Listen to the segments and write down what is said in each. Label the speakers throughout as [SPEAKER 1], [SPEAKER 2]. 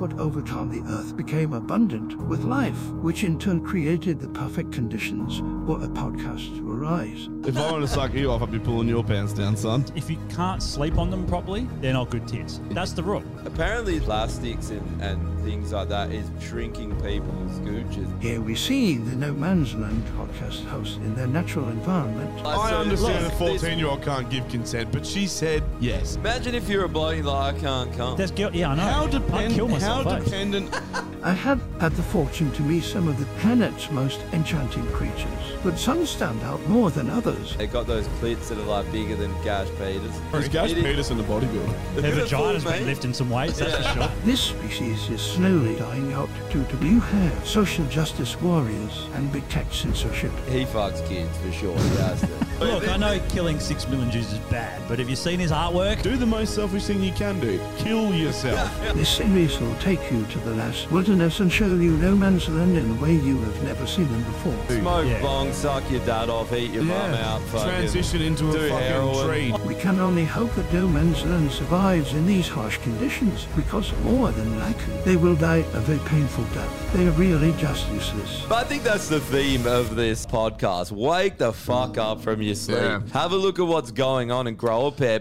[SPEAKER 1] but over time, the earth became abundant with life, which in turn created the perfect conditions for a podcast to arise.
[SPEAKER 2] If I want to suck you off, I'd be pulling your pants down, son.
[SPEAKER 3] If you can't sleep on them properly, they're not good tits. That's the rule.
[SPEAKER 4] Apparently, plastics and, and things like that is shrinking people's gooches.
[SPEAKER 1] Here we see the No Man's Land podcast host in their natural environment.
[SPEAKER 2] I
[SPEAKER 4] So,
[SPEAKER 2] understand
[SPEAKER 4] look,
[SPEAKER 2] a 14 year old can't give consent, but she said yes.
[SPEAKER 4] this- Imagine if you're a bloke and you're like, I can't come.
[SPEAKER 3] There's guilt. Yeah, I know.
[SPEAKER 2] How,
[SPEAKER 3] I'd kill
[SPEAKER 2] depend- how
[SPEAKER 3] myself. eh?
[SPEAKER 2] dependent
[SPEAKER 1] I have had the fortune to meet some of the planet's most enchanting creatures, but some stand out more than others.
[SPEAKER 4] They got those clits that are like bigger than Gash Peters.
[SPEAKER 2] is Gash
[SPEAKER 4] It is
[SPEAKER 2] Peterson a bodybuilder?
[SPEAKER 3] Their
[SPEAKER 4] beautiful,
[SPEAKER 3] vagina's been
[SPEAKER 4] mate.
[SPEAKER 3] lifting some weights, that's for sure.
[SPEAKER 1] This species is slowly dying out due to blue hair, social justice warriors, and big tech censorship.
[SPEAKER 4] He fucks kids for sure. He has to.
[SPEAKER 3] Look, I know killing six million Jews is bad, but have you seen his artwork?
[SPEAKER 2] Do the most selfish thing you can do kill yourself.
[SPEAKER 1] This series will take you to the last wilderness and show you no man's land in a way you have never seen them before.
[SPEAKER 4] Smoke
[SPEAKER 3] Yeah.
[SPEAKER 4] bong, suck your dad off, eat your mum out. Fucking
[SPEAKER 2] Transition into a
[SPEAKER 4] do
[SPEAKER 2] fucking
[SPEAKER 4] heroin.
[SPEAKER 2] tree.
[SPEAKER 1] We can only hope that no man's land survives in these harsh conditions, because more than likely they will die a very painful death. They are really just useless.
[SPEAKER 4] But I think that's the theme of this podcast. Wake the fuck up from your sleep. Have a look at what's going on and grow a pair.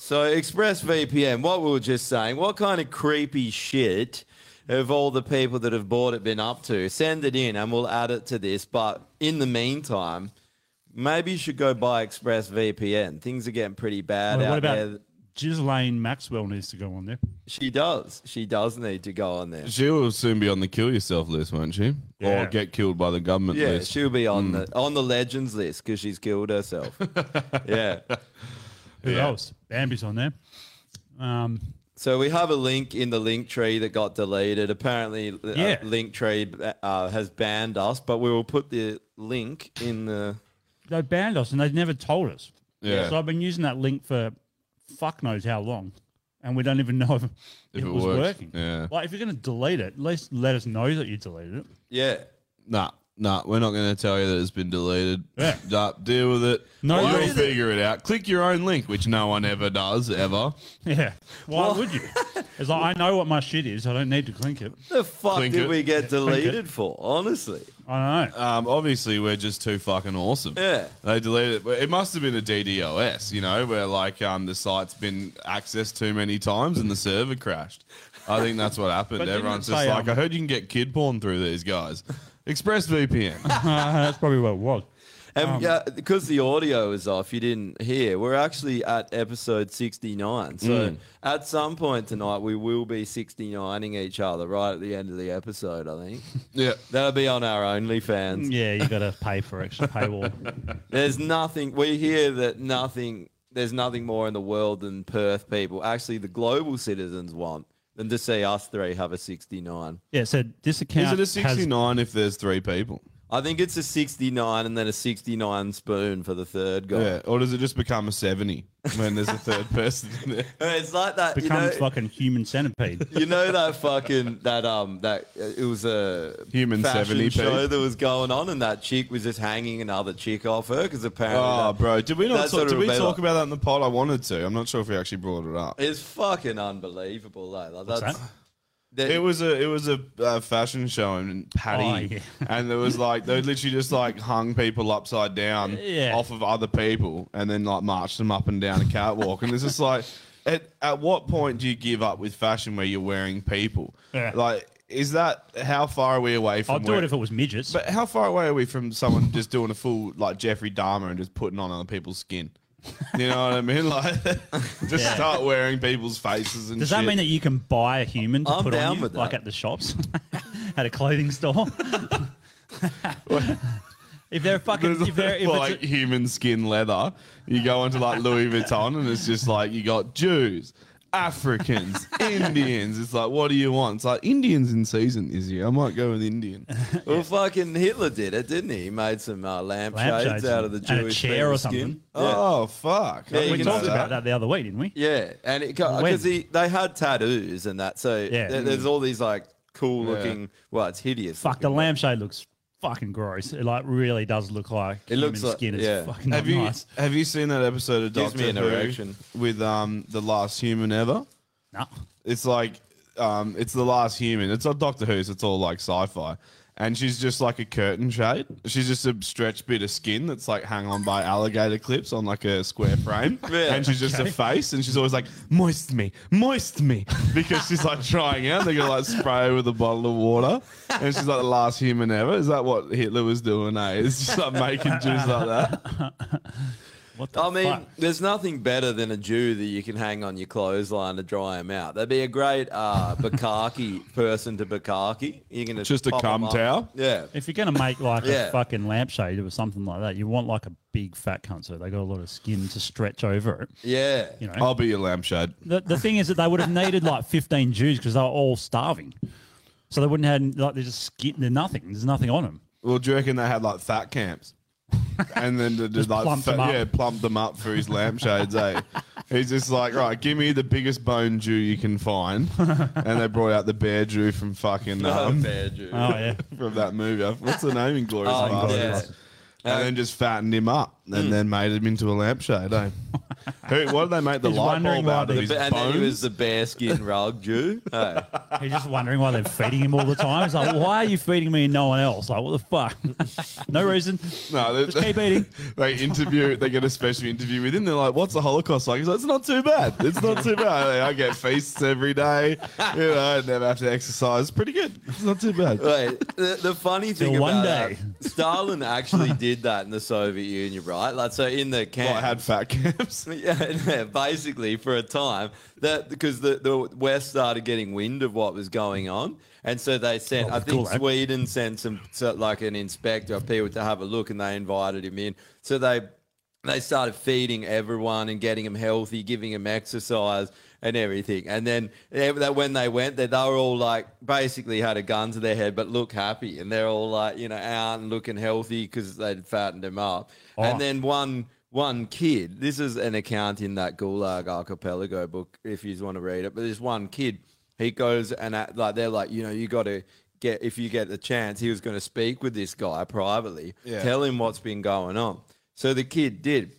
[SPEAKER 4] So, ExpressVPN, what we were just saying, what kind of creepy shit have all the people that have bought it been up to? Send it in and we'll add it to this. But in the meantime, maybe you should go buy ExpressVPN. Things are getting pretty bad
[SPEAKER 3] Well, what
[SPEAKER 4] out there.
[SPEAKER 3] about Ghislaine Maxwell needs to go on there?
[SPEAKER 4] She does. She does need to go on there.
[SPEAKER 2] She will soon be on the kill yourself list, won't she?
[SPEAKER 3] Yeah.
[SPEAKER 2] Or get killed by the government
[SPEAKER 4] Yeah,
[SPEAKER 2] list. Hmm.
[SPEAKER 4] she'll be on the on the legends list because she's killed herself. yeah.
[SPEAKER 3] Who else? Bambi's on there. Um,
[SPEAKER 4] So we have a link in the link tree that got deleted. Apparently, uh,
[SPEAKER 3] Yeah.
[SPEAKER 4] link tree uh, has banned us, but we will put the link in the.
[SPEAKER 3] they banned us and they never told us.
[SPEAKER 2] Yeah.
[SPEAKER 3] So I've been using that link for fuck knows how long, and we don't even know if,
[SPEAKER 2] If
[SPEAKER 3] it,
[SPEAKER 2] it
[SPEAKER 3] was
[SPEAKER 2] works,
[SPEAKER 3] working.
[SPEAKER 2] yeah.
[SPEAKER 3] Like if you're gonna delete it, at least let us know that you deleted it.
[SPEAKER 4] Yeah.
[SPEAKER 2] Nah, nah, we're not going to tell you that it's been deleted.
[SPEAKER 3] Yeah.
[SPEAKER 2] Nah, deal with it.
[SPEAKER 3] No,
[SPEAKER 2] You'll
[SPEAKER 3] Why did it-
[SPEAKER 2] figure it out. Click your own link, which no one ever does, ever.
[SPEAKER 3] Yeah. Why would you? It's like I know what my shit is. I don't need to clink it.
[SPEAKER 4] The fuck
[SPEAKER 2] Clink
[SPEAKER 4] did
[SPEAKER 2] it.
[SPEAKER 4] we get deleted for? Honestly.
[SPEAKER 3] I don't know.
[SPEAKER 2] Um, obviously, we're just too fucking awesome.
[SPEAKER 4] Yeah.
[SPEAKER 2] They deleted it. But It must have been a DDoS, you know, where like um, the site's been accessed too many times and the server crashed. I think that's what happened.
[SPEAKER 3] But didn't
[SPEAKER 2] Everyone's
[SPEAKER 3] it
[SPEAKER 2] just
[SPEAKER 3] say,
[SPEAKER 2] like,
[SPEAKER 3] um,
[SPEAKER 2] I heard you can get kid porn through these guys. ExpressVPN.
[SPEAKER 3] That's probably what it was.
[SPEAKER 4] And yeah, because the audio is off, you didn't hear. We're actually at episode 69.
[SPEAKER 2] Hmm.
[SPEAKER 4] So at some point tonight, we will be 69ing each other right at the end of the episode, I think.
[SPEAKER 2] yeah.
[SPEAKER 4] That'll be on our OnlyFans.
[SPEAKER 3] Yeah, you gotta pay for extra paywall.
[SPEAKER 4] There's nothing, we hear that nothing, there's nothing more in the world than Perth people, actually, the global citizens want than to see us three have a 69.
[SPEAKER 3] yeah, so this
[SPEAKER 2] Is
[SPEAKER 3] account
[SPEAKER 2] it a
[SPEAKER 3] has
[SPEAKER 2] 69 if there's three people?
[SPEAKER 4] I think it's a 69 and then a 69 spoon for the third guy.
[SPEAKER 2] Yeah. Or does it just become a 70 when there's a third person in there?
[SPEAKER 4] Uh, It's like that. you
[SPEAKER 3] becomes
[SPEAKER 4] know-
[SPEAKER 3] fucking human centipede.
[SPEAKER 4] You know that fucking that um that uh, it was a
[SPEAKER 2] Human
[SPEAKER 4] fashion
[SPEAKER 2] 70p.
[SPEAKER 4] show that was going on, and that chick was just hanging another chick off her because apparently
[SPEAKER 2] Oh,
[SPEAKER 4] that-
[SPEAKER 2] bro, did we not
[SPEAKER 4] that's
[SPEAKER 2] talk,
[SPEAKER 4] what it
[SPEAKER 2] did we
[SPEAKER 4] would be
[SPEAKER 2] talk
[SPEAKER 4] like.
[SPEAKER 2] about that in the pod? I wanted to. I'm not sure if we actually brought it up.
[SPEAKER 4] It's fucking unbelievable, though. Like,
[SPEAKER 3] What's
[SPEAKER 4] that's
[SPEAKER 3] that?
[SPEAKER 4] that-
[SPEAKER 2] It was a it was a uh, fashion show in Patty,
[SPEAKER 3] Oh, yeah.
[SPEAKER 2] and there was like they literally just like hung people upside down
[SPEAKER 3] Yeah.
[SPEAKER 2] off of other people, and then like marched them up and down a catwalk. and it's just like, at at what point do you give up with fashion where you're wearing people?
[SPEAKER 3] Yeah.
[SPEAKER 2] Like Is that how far are we away from?
[SPEAKER 3] I'd do it if it was midgets.
[SPEAKER 2] But how far away are we from someone just doing a full like Jeffrey Dahmer and just putting on other people's skin? You know what I mean? Like, just
[SPEAKER 3] Yeah.
[SPEAKER 2] start wearing people's faces and.
[SPEAKER 3] Does that
[SPEAKER 2] shit.
[SPEAKER 3] mean that you can buy a human to
[SPEAKER 2] I'm
[SPEAKER 3] put
[SPEAKER 2] down
[SPEAKER 3] on you,
[SPEAKER 2] with
[SPEAKER 3] like
[SPEAKER 2] that.
[SPEAKER 3] at the shops, at a clothing store? if they're fucking, if they're, if
[SPEAKER 2] like
[SPEAKER 3] it's a,
[SPEAKER 2] human skin leather. You go into like Louis Vuitton and it's just like you got Jews, Africans, Indians. It's like, what do you want? It's like Indians in season this year. I might go with Indian.
[SPEAKER 4] Well, fucking Hitler did it, didn't he? He made some uh, lampshades
[SPEAKER 3] Lampshades
[SPEAKER 4] out of the
[SPEAKER 3] and a
[SPEAKER 4] Jewish
[SPEAKER 3] chair or
[SPEAKER 4] people's skin.
[SPEAKER 3] something.
[SPEAKER 2] Oh fuck!
[SPEAKER 4] Yeah, you
[SPEAKER 3] we
[SPEAKER 4] can
[SPEAKER 3] talked
[SPEAKER 4] do
[SPEAKER 3] about
[SPEAKER 4] that.
[SPEAKER 3] that the other week, didn't we?
[SPEAKER 4] Yeah, and it
[SPEAKER 3] When?
[SPEAKER 4] because they had tattoos and that, so
[SPEAKER 3] Yeah.
[SPEAKER 4] there- there's all these like cool looking. Well, it's hideous.
[SPEAKER 3] Fuck, the lampshade looks fucking gross. It like really does look like
[SPEAKER 4] It looks
[SPEAKER 3] human
[SPEAKER 4] like-
[SPEAKER 3] skin. It's
[SPEAKER 4] yeah.
[SPEAKER 3] fucking
[SPEAKER 2] Have
[SPEAKER 3] not
[SPEAKER 2] you
[SPEAKER 3] nice.
[SPEAKER 2] have you seen that episode of
[SPEAKER 4] Gives
[SPEAKER 2] Doctor
[SPEAKER 4] me an
[SPEAKER 2] Who
[SPEAKER 4] erection.
[SPEAKER 2] with um the last human ever?
[SPEAKER 3] No.
[SPEAKER 2] It's like um it's the last human. It's not Doctor Who. so It's all like sci-fi. And she's just like a curtain shade. She's just a stretched bit of skin that's like hung on by alligator clips on like a square frame.
[SPEAKER 4] Yeah.
[SPEAKER 2] And she's just
[SPEAKER 4] Okay.
[SPEAKER 2] a face. And she's always like, moist me, moist me. Because she's like trying out. They're going to like spray her with a bottle of water. And she's like the last human ever. Is that what Hitler was doing, eh? It's just like making Jews like that.
[SPEAKER 4] I mean, there's nothing better than a Jew that you can hang on your clothesline to dry him out. That'd be a great uh, Bukaki person to Bukaki. You can just,
[SPEAKER 2] Just a
[SPEAKER 4] pop 'em
[SPEAKER 2] cum
[SPEAKER 4] up.
[SPEAKER 2] towel?
[SPEAKER 4] Yeah.
[SPEAKER 3] If you're gonna make like
[SPEAKER 4] Yeah.
[SPEAKER 3] a fucking lampshade or something like that, you want like a big fat cunt, so they got a lot of skin to stretch over it.
[SPEAKER 4] Yeah.
[SPEAKER 3] You know.
[SPEAKER 2] I'll be your lampshade.
[SPEAKER 3] The, the thing is that they would have needed like 15 Jews because they were all starving, so they wouldn't have like they're just skin, they're nothing. There's nothing on them.
[SPEAKER 2] Well, do you reckon they had like fat camps? And then they did
[SPEAKER 3] Just
[SPEAKER 2] like
[SPEAKER 3] plumped
[SPEAKER 2] fat-
[SPEAKER 3] them up.
[SPEAKER 2] yeah, plumped them up for his lampshades. eh? He's just like, right, give me the biggest bone Jew you can find. And they brought out the bear Jew from fucking
[SPEAKER 4] Not a
[SPEAKER 2] um,
[SPEAKER 4] bear Jew.
[SPEAKER 3] Oh, yeah.
[SPEAKER 2] from that movie. What's the name? Inglorious
[SPEAKER 4] Oh,
[SPEAKER 2] Bastards.
[SPEAKER 4] yeah.
[SPEAKER 2] And then just fattened him up, and
[SPEAKER 3] Hmm.
[SPEAKER 2] then made him into a lampshade. Eh? Who? What did they make the
[SPEAKER 3] He's
[SPEAKER 2] light
[SPEAKER 3] wondering
[SPEAKER 2] bulb
[SPEAKER 3] why
[SPEAKER 2] out of?
[SPEAKER 3] the-
[SPEAKER 2] His
[SPEAKER 4] and then he was
[SPEAKER 2] bones.
[SPEAKER 4] the bearskin rug Jew. Oh.
[SPEAKER 3] He's just wondering why they're feeding him all the time. He's like, why are you feeding me and no one else? Like, what the fuck? no reason.
[SPEAKER 2] No, they,
[SPEAKER 3] Just keep eating.
[SPEAKER 2] They interview. They get a special interview with him. They're like, "What's the Holocaust like?" He's like, "It's not too bad. It's not too bad. Like, I get feasts every day. You know, I never have to exercise. Pretty good. It's not too bad."
[SPEAKER 4] Right. The, the funny thing
[SPEAKER 3] one
[SPEAKER 4] about
[SPEAKER 3] day.
[SPEAKER 4] that, Stalin actually did that in the Soviet Union, right? Like, so in the
[SPEAKER 2] Well, I
[SPEAKER 4] camp,
[SPEAKER 2] had fat camps.
[SPEAKER 4] yeah, yeah, basically for a time that because the, the West started getting wind of what was going on, and so they sent.
[SPEAKER 3] Oh,
[SPEAKER 4] I think
[SPEAKER 3] cool, eh?
[SPEAKER 4] Sweden sent some so, like an inspector of people to have a look, and they invited him in. So they they started feeding everyone and getting them healthy, giving them exercise and everything. And then eh, that when they went there, they were all like basically had a gun to their head, but look happy, and they're all like you know out and looking healthy because they'd fattened them up.
[SPEAKER 3] Oh.
[SPEAKER 4] And then one one kid. This is an account in that Gulag Archipelago book, if you want to read it. But this one kid, he goes and act, like they're like, you know, you got to get if you get the chance. He was going to speak with this guy privately,
[SPEAKER 2] Yeah.
[SPEAKER 4] tell him what's been going on. So the kid did.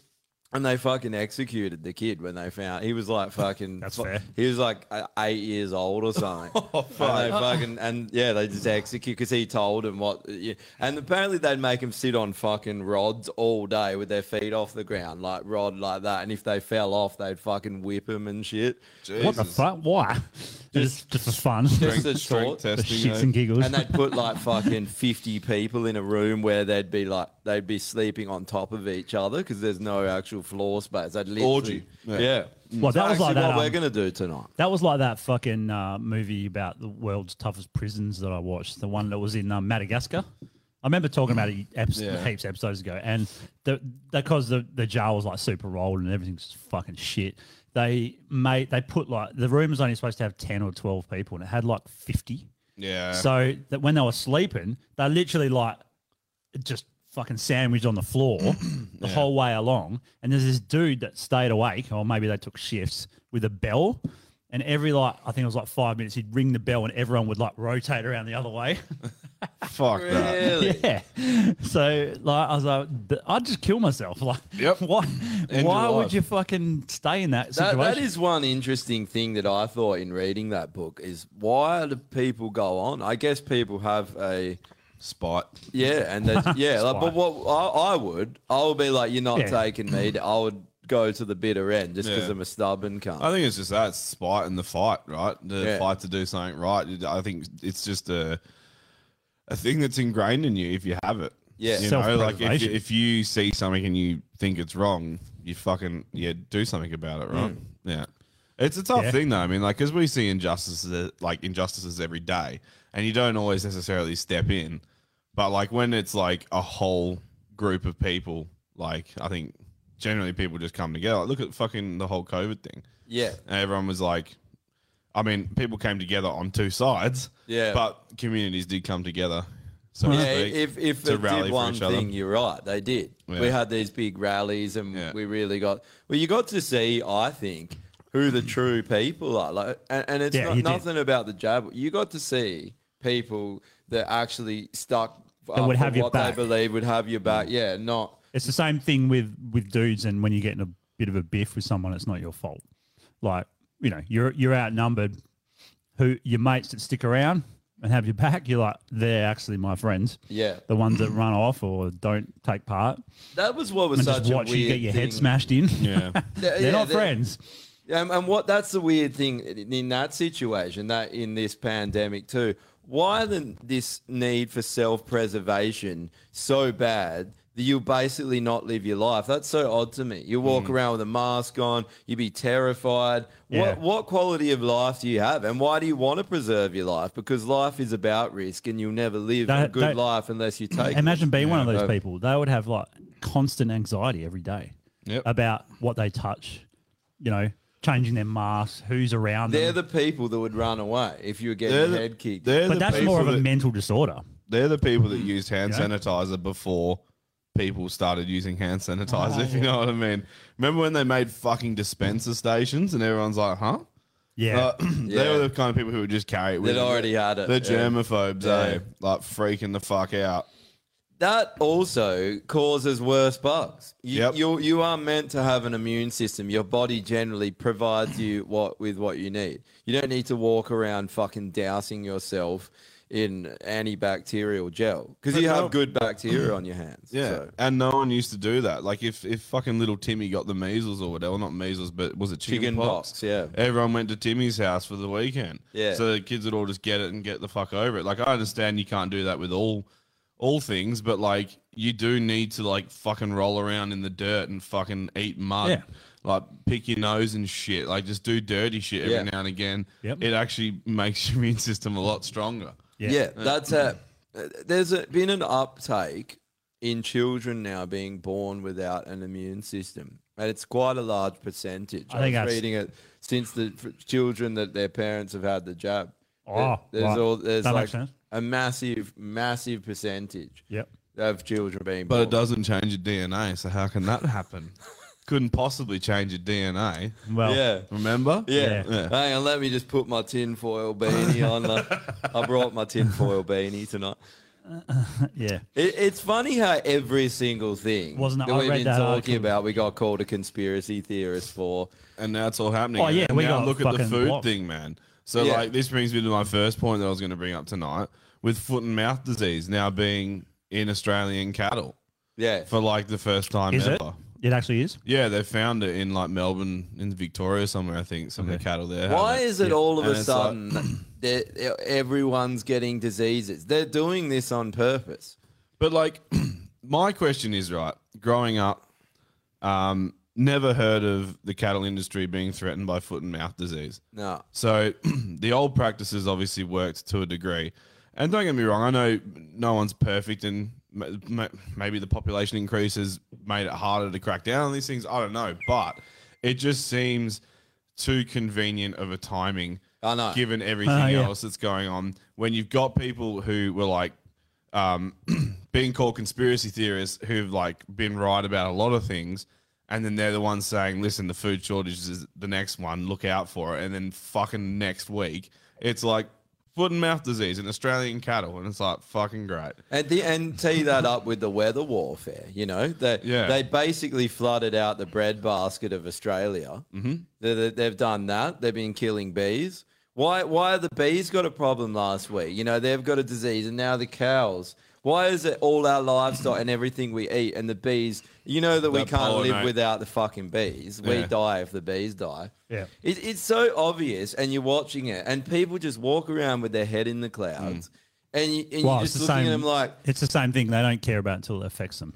[SPEAKER 4] And they fucking executed the kid when they found he was like fucking.
[SPEAKER 3] That's fair.
[SPEAKER 4] He was like uh, eight years old or something. oh, And they fucking and yeah, they just execute because he told him what. yeah. And apparently they'd make him sit on fucking rods all day with their feet off the ground, like rod like that. And if they fell off, they'd fucking whip him and shit.
[SPEAKER 3] What the fuck? Why? Just, just for fun.
[SPEAKER 4] Just the
[SPEAKER 2] Strength
[SPEAKER 4] thought.
[SPEAKER 3] for
[SPEAKER 2] testing.
[SPEAKER 3] shits
[SPEAKER 2] eh?
[SPEAKER 3] and giggles.
[SPEAKER 4] And they'd put like fucking 50 people in a room where they'd be like, they'd be sleeping on top of each other because there's no actual floor space. They'd literally,
[SPEAKER 2] Orgy.
[SPEAKER 4] Yeah.
[SPEAKER 2] Yeah.
[SPEAKER 3] Well, that
[SPEAKER 4] So
[SPEAKER 3] was like
[SPEAKER 4] actually
[SPEAKER 3] that,
[SPEAKER 4] what we're
[SPEAKER 3] um,
[SPEAKER 4] going to do tonight.
[SPEAKER 3] That was like that fucking uh, movie about the world's toughest prisons that I watched. The one that was in um, Madagascar. I remember talking about it eps-
[SPEAKER 2] Yeah.
[SPEAKER 3] heaps of episodes ago, and the because the the jail was like super old and everything's just fucking shit. They made they put like the room was only supposed to have ten or twelve people, and it had like fifty.
[SPEAKER 2] Yeah.
[SPEAKER 3] So that when they were sleeping, they literally like just fucking sandwiched on the floor the whole way along. And there's this dude that stayed awake, or maybe they took shifts with a bell. And every like, I think it was like five minutes, he'd ring the bell, and everyone would like rotate around the other way.
[SPEAKER 2] fuck that.
[SPEAKER 3] yeah. So like, I was like, "Th- I'd just kill myself. Like,
[SPEAKER 2] Yep.
[SPEAKER 3] why?
[SPEAKER 2] End
[SPEAKER 3] why
[SPEAKER 2] of
[SPEAKER 3] would
[SPEAKER 2] life.
[SPEAKER 3] you fucking stay in that
[SPEAKER 4] That,
[SPEAKER 3] situation?
[SPEAKER 4] that is one interesting thing that I thought in reading that book is why do people go on? I guess people have a
[SPEAKER 2] Spite.
[SPEAKER 4] yeah, and they, yeah, like, but what I, I would, I would be like, you're not
[SPEAKER 3] Yeah.
[SPEAKER 4] taking me. To, I would go to the bitter end just because
[SPEAKER 2] Yeah.
[SPEAKER 4] I'm a stubborn cunt.
[SPEAKER 2] I think it's just that it's spite in the fight, right? The
[SPEAKER 4] Yeah.
[SPEAKER 2] fight to do something right. I think it's just a a thing that's ingrained in you if you have it.
[SPEAKER 4] Yeah.
[SPEAKER 2] you know, like if you,
[SPEAKER 3] Self-preservation.
[SPEAKER 2] if you see something and you think it's wrong, you fucking yeah, do something about it,
[SPEAKER 4] Mm.
[SPEAKER 2] right? Yeah, it's a tough
[SPEAKER 3] Yeah.
[SPEAKER 2] thing though. I mean, like because we see injustices like injustices every day, and you don't always necessarily step in, but like when it's like a whole group of people, like I think generally people just come together. Like, look at fucking the whole COVID thing.
[SPEAKER 4] yeah.
[SPEAKER 2] And everyone was like, I mean, people came together on two sides.
[SPEAKER 4] Yeah.
[SPEAKER 2] But communities did come together. So to
[SPEAKER 4] Yeah,
[SPEAKER 2] speak,
[SPEAKER 4] if if
[SPEAKER 2] to
[SPEAKER 4] it
[SPEAKER 2] rally
[SPEAKER 4] did
[SPEAKER 2] for
[SPEAKER 4] one
[SPEAKER 2] each other.
[SPEAKER 4] thing, you're right. They did. We
[SPEAKER 2] Yeah.
[SPEAKER 4] had these big rallies, and
[SPEAKER 2] Yeah.
[SPEAKER 4] we really got. Well, you got to see, I think, who the true people are. Like, and, and it's
[SPEAKER 3] Yeah,
[SPEAKER 4] not,
[SPEAKER 3] you did.
[SPEAKER 4] nothing about the jab. You got to see people that actually stuck
[SPEAKER 3] That would
[SPEAKER 4] for
[SPEAKER 3] have your
[SPEAKER 4] what
[SPEAKER 3] back.
[SPEAKER 4] they believe would have your back. Yeah, not.
[SPEAKER 3] It's the same thing with with dudes, and when you get in a bit of a biff with someone, it's not your fault. Like you know, you're you're outnumbered. Who your mates that stick around and have your back, you're like they're actually my friends.
[SPEAKER 4] Yeah.
[SPEAKER 3] the ones that run off or don't take part
[SPEAKER 4] That was what was
[SPEAKER 3] and
[SPEAKER 4] such
[SPEAKER 3] just watch
[SPEAKER 4] a weird
[SPEAKER 3] you get your
[SPEAKER 4] thing.
[SPEAKER 3] head smashed in.
[SPEAKER 2] Yeah.
[SPEAKER 3] they're
[SPEAKER 4] yeah,
[SPEAKER 3] not
[SPEAKER 4] they're-
[SPEAKER 3] friends.
[SPEAKER 4] Um, and what that's the weird thing in that situation, that in this pandemic too. Why the this need for self preservation so bad that you'll basically not live your life? That's so odd to me. You
[SPEAKER 3] Hmm.
[SPEAKER 4] walk around with a mask on, you be terrified.
[SPEAKER 3] Yeah.
[SPEAKER 4] What what quality of life do you have, and why do you want to preserve your life? Because life is about risk, and you'll never live a
[SPEAKER 3] That-
[SPEAKER 4] good
[SPEAKER 3] that-
[SPEAKER 4] life unless you take. it.
[SPEAKER 3] Imagine being one of those
[SPEAKER 4] but-
[SPEAKER 3] people. They would have like constant anxiety every day
[SPEAKER 2] Yep.
[SPEAKER 3] about what they touch. You know, changing their masks, who's around
[SPEAKER 4] They're
[SPEAKER 3] them.
[SPEAKER 4] the people that would run away if you were getting
[SPEAKER 2] They're
[SPEAKER 4] your
[SPEAKER 2] the-
[SPEAKER 4] head kicked.
[SPEAKER 2] they're
[SPEAKER 3] but
[SPEAKER 2] the
[SPEAKER 3] that's
[SPEAKER 2] people
[SPEAKER 3] more of a Hmm.
[SPEAKER 2] that-
[SPEAKER 3] mental disorder.
[SPEAKER 2] They're the people that used hand
[SPEAKER 3] You know?
[SPEAKER 2] sanitizer before people started using hand sanitizer, if you know what I mean. Remember when they made fucking dispenser stations and everyone's like, huh?
[SPEAKER 3] Yeah.
[SPEAKER 2] Uh, They
[SPEAKER 4] Yeah.
[SPEAKER 2] were the kind of people who would just carry it with
[SPEAKER 4] They'd
[SPEAKER 2] them.
[SPEAKER 4] already had it,
[SPEAKER 2] They're
[SPEAKER 4] yeah.
[SPEAKER 2] germaphobes, eh? Like freaking the fuck out.
[SPEAKER 4] that also causes worse bugs. You,
[SPEAKER 2] Yep.
[SPEAKER 4] you you are meant to have an immune system. Your body generally provides you what with what you need. You don't need to walk around fucking dousing yourself in antibacterial gel because
[SPEAKER 2] But
[SPEAKER 4] you
[SPEAKER 2] no-
[SPEAKER 4] have good bacteria on your hands.
[SPEAKER 2] Yeah,
[SPEAKER 4] so.
[SPEAKER 2] and no one used to do that. Like if if fucking little Timmy got the measles or whatever, not measles, but was it chicken,
[SPEAKER 4] Chicken
[SPEAKER 2] pox?
[SPEAKER 4] pox, yeah.
[SPEAKER 2] everyone went to Timmy's house for the weekend.
[SPEAKER 4] Yeah.
[SPEAKER 2] so the kids would all just get it and get the fuck over it. Like I understand you can't do that with all all things, but like you do need to like fucking roll around in the dirt and fucking eat mud.
[SPEAKER 3] Yeah.
[SPEAKER 2] Like pick your nose and shit. Like just do dirty shit every
[SPEAKER 4] Yeah.
[SPEAKER 2] now and again.
[SPEAKER 3] Yep.
[SPEAKER 2] It actually makes your immune system a lot stronger.
[SPEAKER 3] Yeah.
[SPEAKER 4] Yeah, that's a. There's a, been an uptake in children now being born without an immune system, and it's quite a large percentage.
[SPEAKER 3] I
[SPEAKER 4] I,
[SPEAKER 3] think
[SPEAKER 4] think
[SPEAKER 3] that's-
[SPEAKER 4] was reading it since the f- children that their parents have had the jab. There-
[SPEAKER 3] Oh,
[SPEAKER 4] there's
[SPEAKER 3] right.
[SPEAKER 4] all there's
[SPEAKER 3] That
[SPEAKER 4] like
[SPEAKER 3] makes sense.
[SPEAKER 4] a massive, massive percentage
[SPEAKER 3] Yep.
[SPEAKER 4] of children being
[SPEAKER 2] But
[SPEAKER 4] born.
[SPEAKER 2] it doesn't change your DNA, so how can that happen? Couldn't possibly change your DNA.
[SPEAKER 3] Well,
[SPEAKER 4] Yeah.
[SPEAKER 2] Remember?
[SPEAKER 4] Yeah.
[SPEAKER 3] Yeah.
[SPEAKER 4] Hang on, let me just put my tinfoil beanie on. like, I brought my tinfoil beanie tonight.
[SPEAKER 3] yeah.
[SPEAKER 4] It, it's funny how every single thing
[SPEAKER 3] Wasn't it?
[SPEAKER 4] that
[SPEAKER 3] I
[SPEAKER 4] we've
[SPEAKER 3] read
[SPEAKER 4] been
[SPEAKER 3] that
[SPEAKER 4] talking
[SPEAKER 3] article.
[SPEAKER 4] about, we got called a conspiracy theorist for.
[SPEAKER 2] And now it's all happening.
[SPEAKER 3] Oh, yeah,
[SPEAKER 2] And
[SPEAKER 3] we
[SPEAKER 2] now
[SPEAKER 3] got
[SPEAKER 2] look at the
[SPEAKER 3] fucking
[SPEAKER 2] food
[SPEAKER 3] blocked.
[SPEAKER 2] thing, man. So
[SPEAKER 4] Yeah.
[SPEAKER 2] like this brings me to my first point that I was going to bring up tonight with foot and mouth disease now being in Australian cattle
[SPEAKER 4] Yeah.
[SPEAKER 2] for like the first time
[SPEAKER 3] Is it?
[SPEAKER 2] ever.
[SPEAKER 3] It actually is.
[SPEAKER 2] Yeah, they found it in like Melbourne, in Victoria somewhere, I think, some of the cattle there. have
[SPEAKER 4] Why
[SPEAKER 2] it.
[SPEAKER 4] is it all of
[SPEAKER 2] And
[SPEAKER 4] a
[SPEAKER 2] it's
[SPEAKER 4] sudden that that everyone's getting diseases? They're doing this on purpose.
[SPEAKER 2] But like, my question is right. Growing up, um, never heard of the cattle industry being threatened by foot and mouth disease.
[SPEAKER 4] No.
[SPEAKER 2] So the old practices obviously worked to a degree. And don't get me wrong, I know no one's perfect, and ma- ma- maybe the population increase has made it harder to crack down on these things. I don't know, but it just seems too convenient of a timing,
[SPEAKER 4] I know.
[SPEAKER 2] given everything
[SPEAKER 3] yeah.
[SPEAKER 2] else that's going on. When you've got people who were like um, being called conspiracy theorists who've like been right about a lot of things, and then they're the ones saying, "Listen, the food shortage is the next one. Look out for it." And then fucking next week, it's like foot and mouth disease in Australian cattle, and it's like fucking great.
[SPEAKER 4] And, the, and tee that up with the weather warfare, you know? They,
[SPEAKER 2] Yeah.
[SPEAKER 4] they basically flooded out the breadbasket of Australia. Mm-hmm. They, they, they've done that. They've been killing bees. Why, why have the bees got a problem last week? You know, they've got a disease, and now the cows. Why is it all our livestock and everything we eat and the bees? You know that we
[SPEAKER 2] That
[SPEAKER 4] can't live
[SPEAKER 2] pollinate.
[SPEAKER 4] without the fucking bees. We
[SPEAKER 2] Yeah.
[SPEAKER 4] die if the bees die.
[SPEAKER 3] Yeah.
[SPEAKER 4] It, it's so obvious, and you're watching it, and people just walk around with their head in the
[SPEAKER 2] Mm.
[SPEAKER 4] clouds, and, you, and
[SPEAKER 3] Well,
[SPEAKER 4] you're
[SPEAKER 3] it's
[SPEAKER 4] just
[SPEAKER 3] the
[SPEAKER 4] looking
[SPEAKER 3] same.
[SPEAKER 4] at them like,
[SPEAKER 3] it's the same thing. They don't care about until it affects them.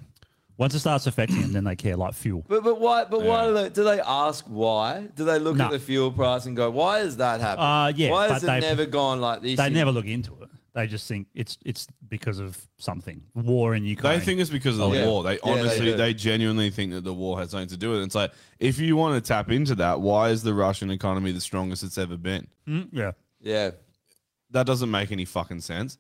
[SPEAKER 3] Once it starts affecting them, then they care like fuel.
[SPEAKER 4] but but why? But why do they, do they ask why? Do they look
[SPEAKER 3] No.
[SPEAKER 4] at the fuel price and go, why has that happened?
[SPEAKER 3] Uh, yeah,
[SPEAKER 4] why has it
[SPEAKER 3] but they-
[SPEAKER 4] never gone like this?
[SPEAKER 3] They
[SPEAKER 4] in-
[SPEAKER 3] never look into it. They just think it's it's because of something war in Ukraine.
[SPEAKER 2] They think it's because of the
[SPEAKER 4] Oh, Yeah.
[SPEAKER 2] war. They
[SPEAKER 4] Yeah, they
[SPEAKER 2] honestly,
[SPEAKER 4] do.
[SPEAKER 2] they, genuinely think that the war has something to do with it. It's like, if you want to tap into that, why is the Russian economy the strongest it's ever been?
[SPEAKER 3] Mm, yeah.
[SPEAKER 4] Yeah.
[SPEAKER 2] That doesn't make any fucking sense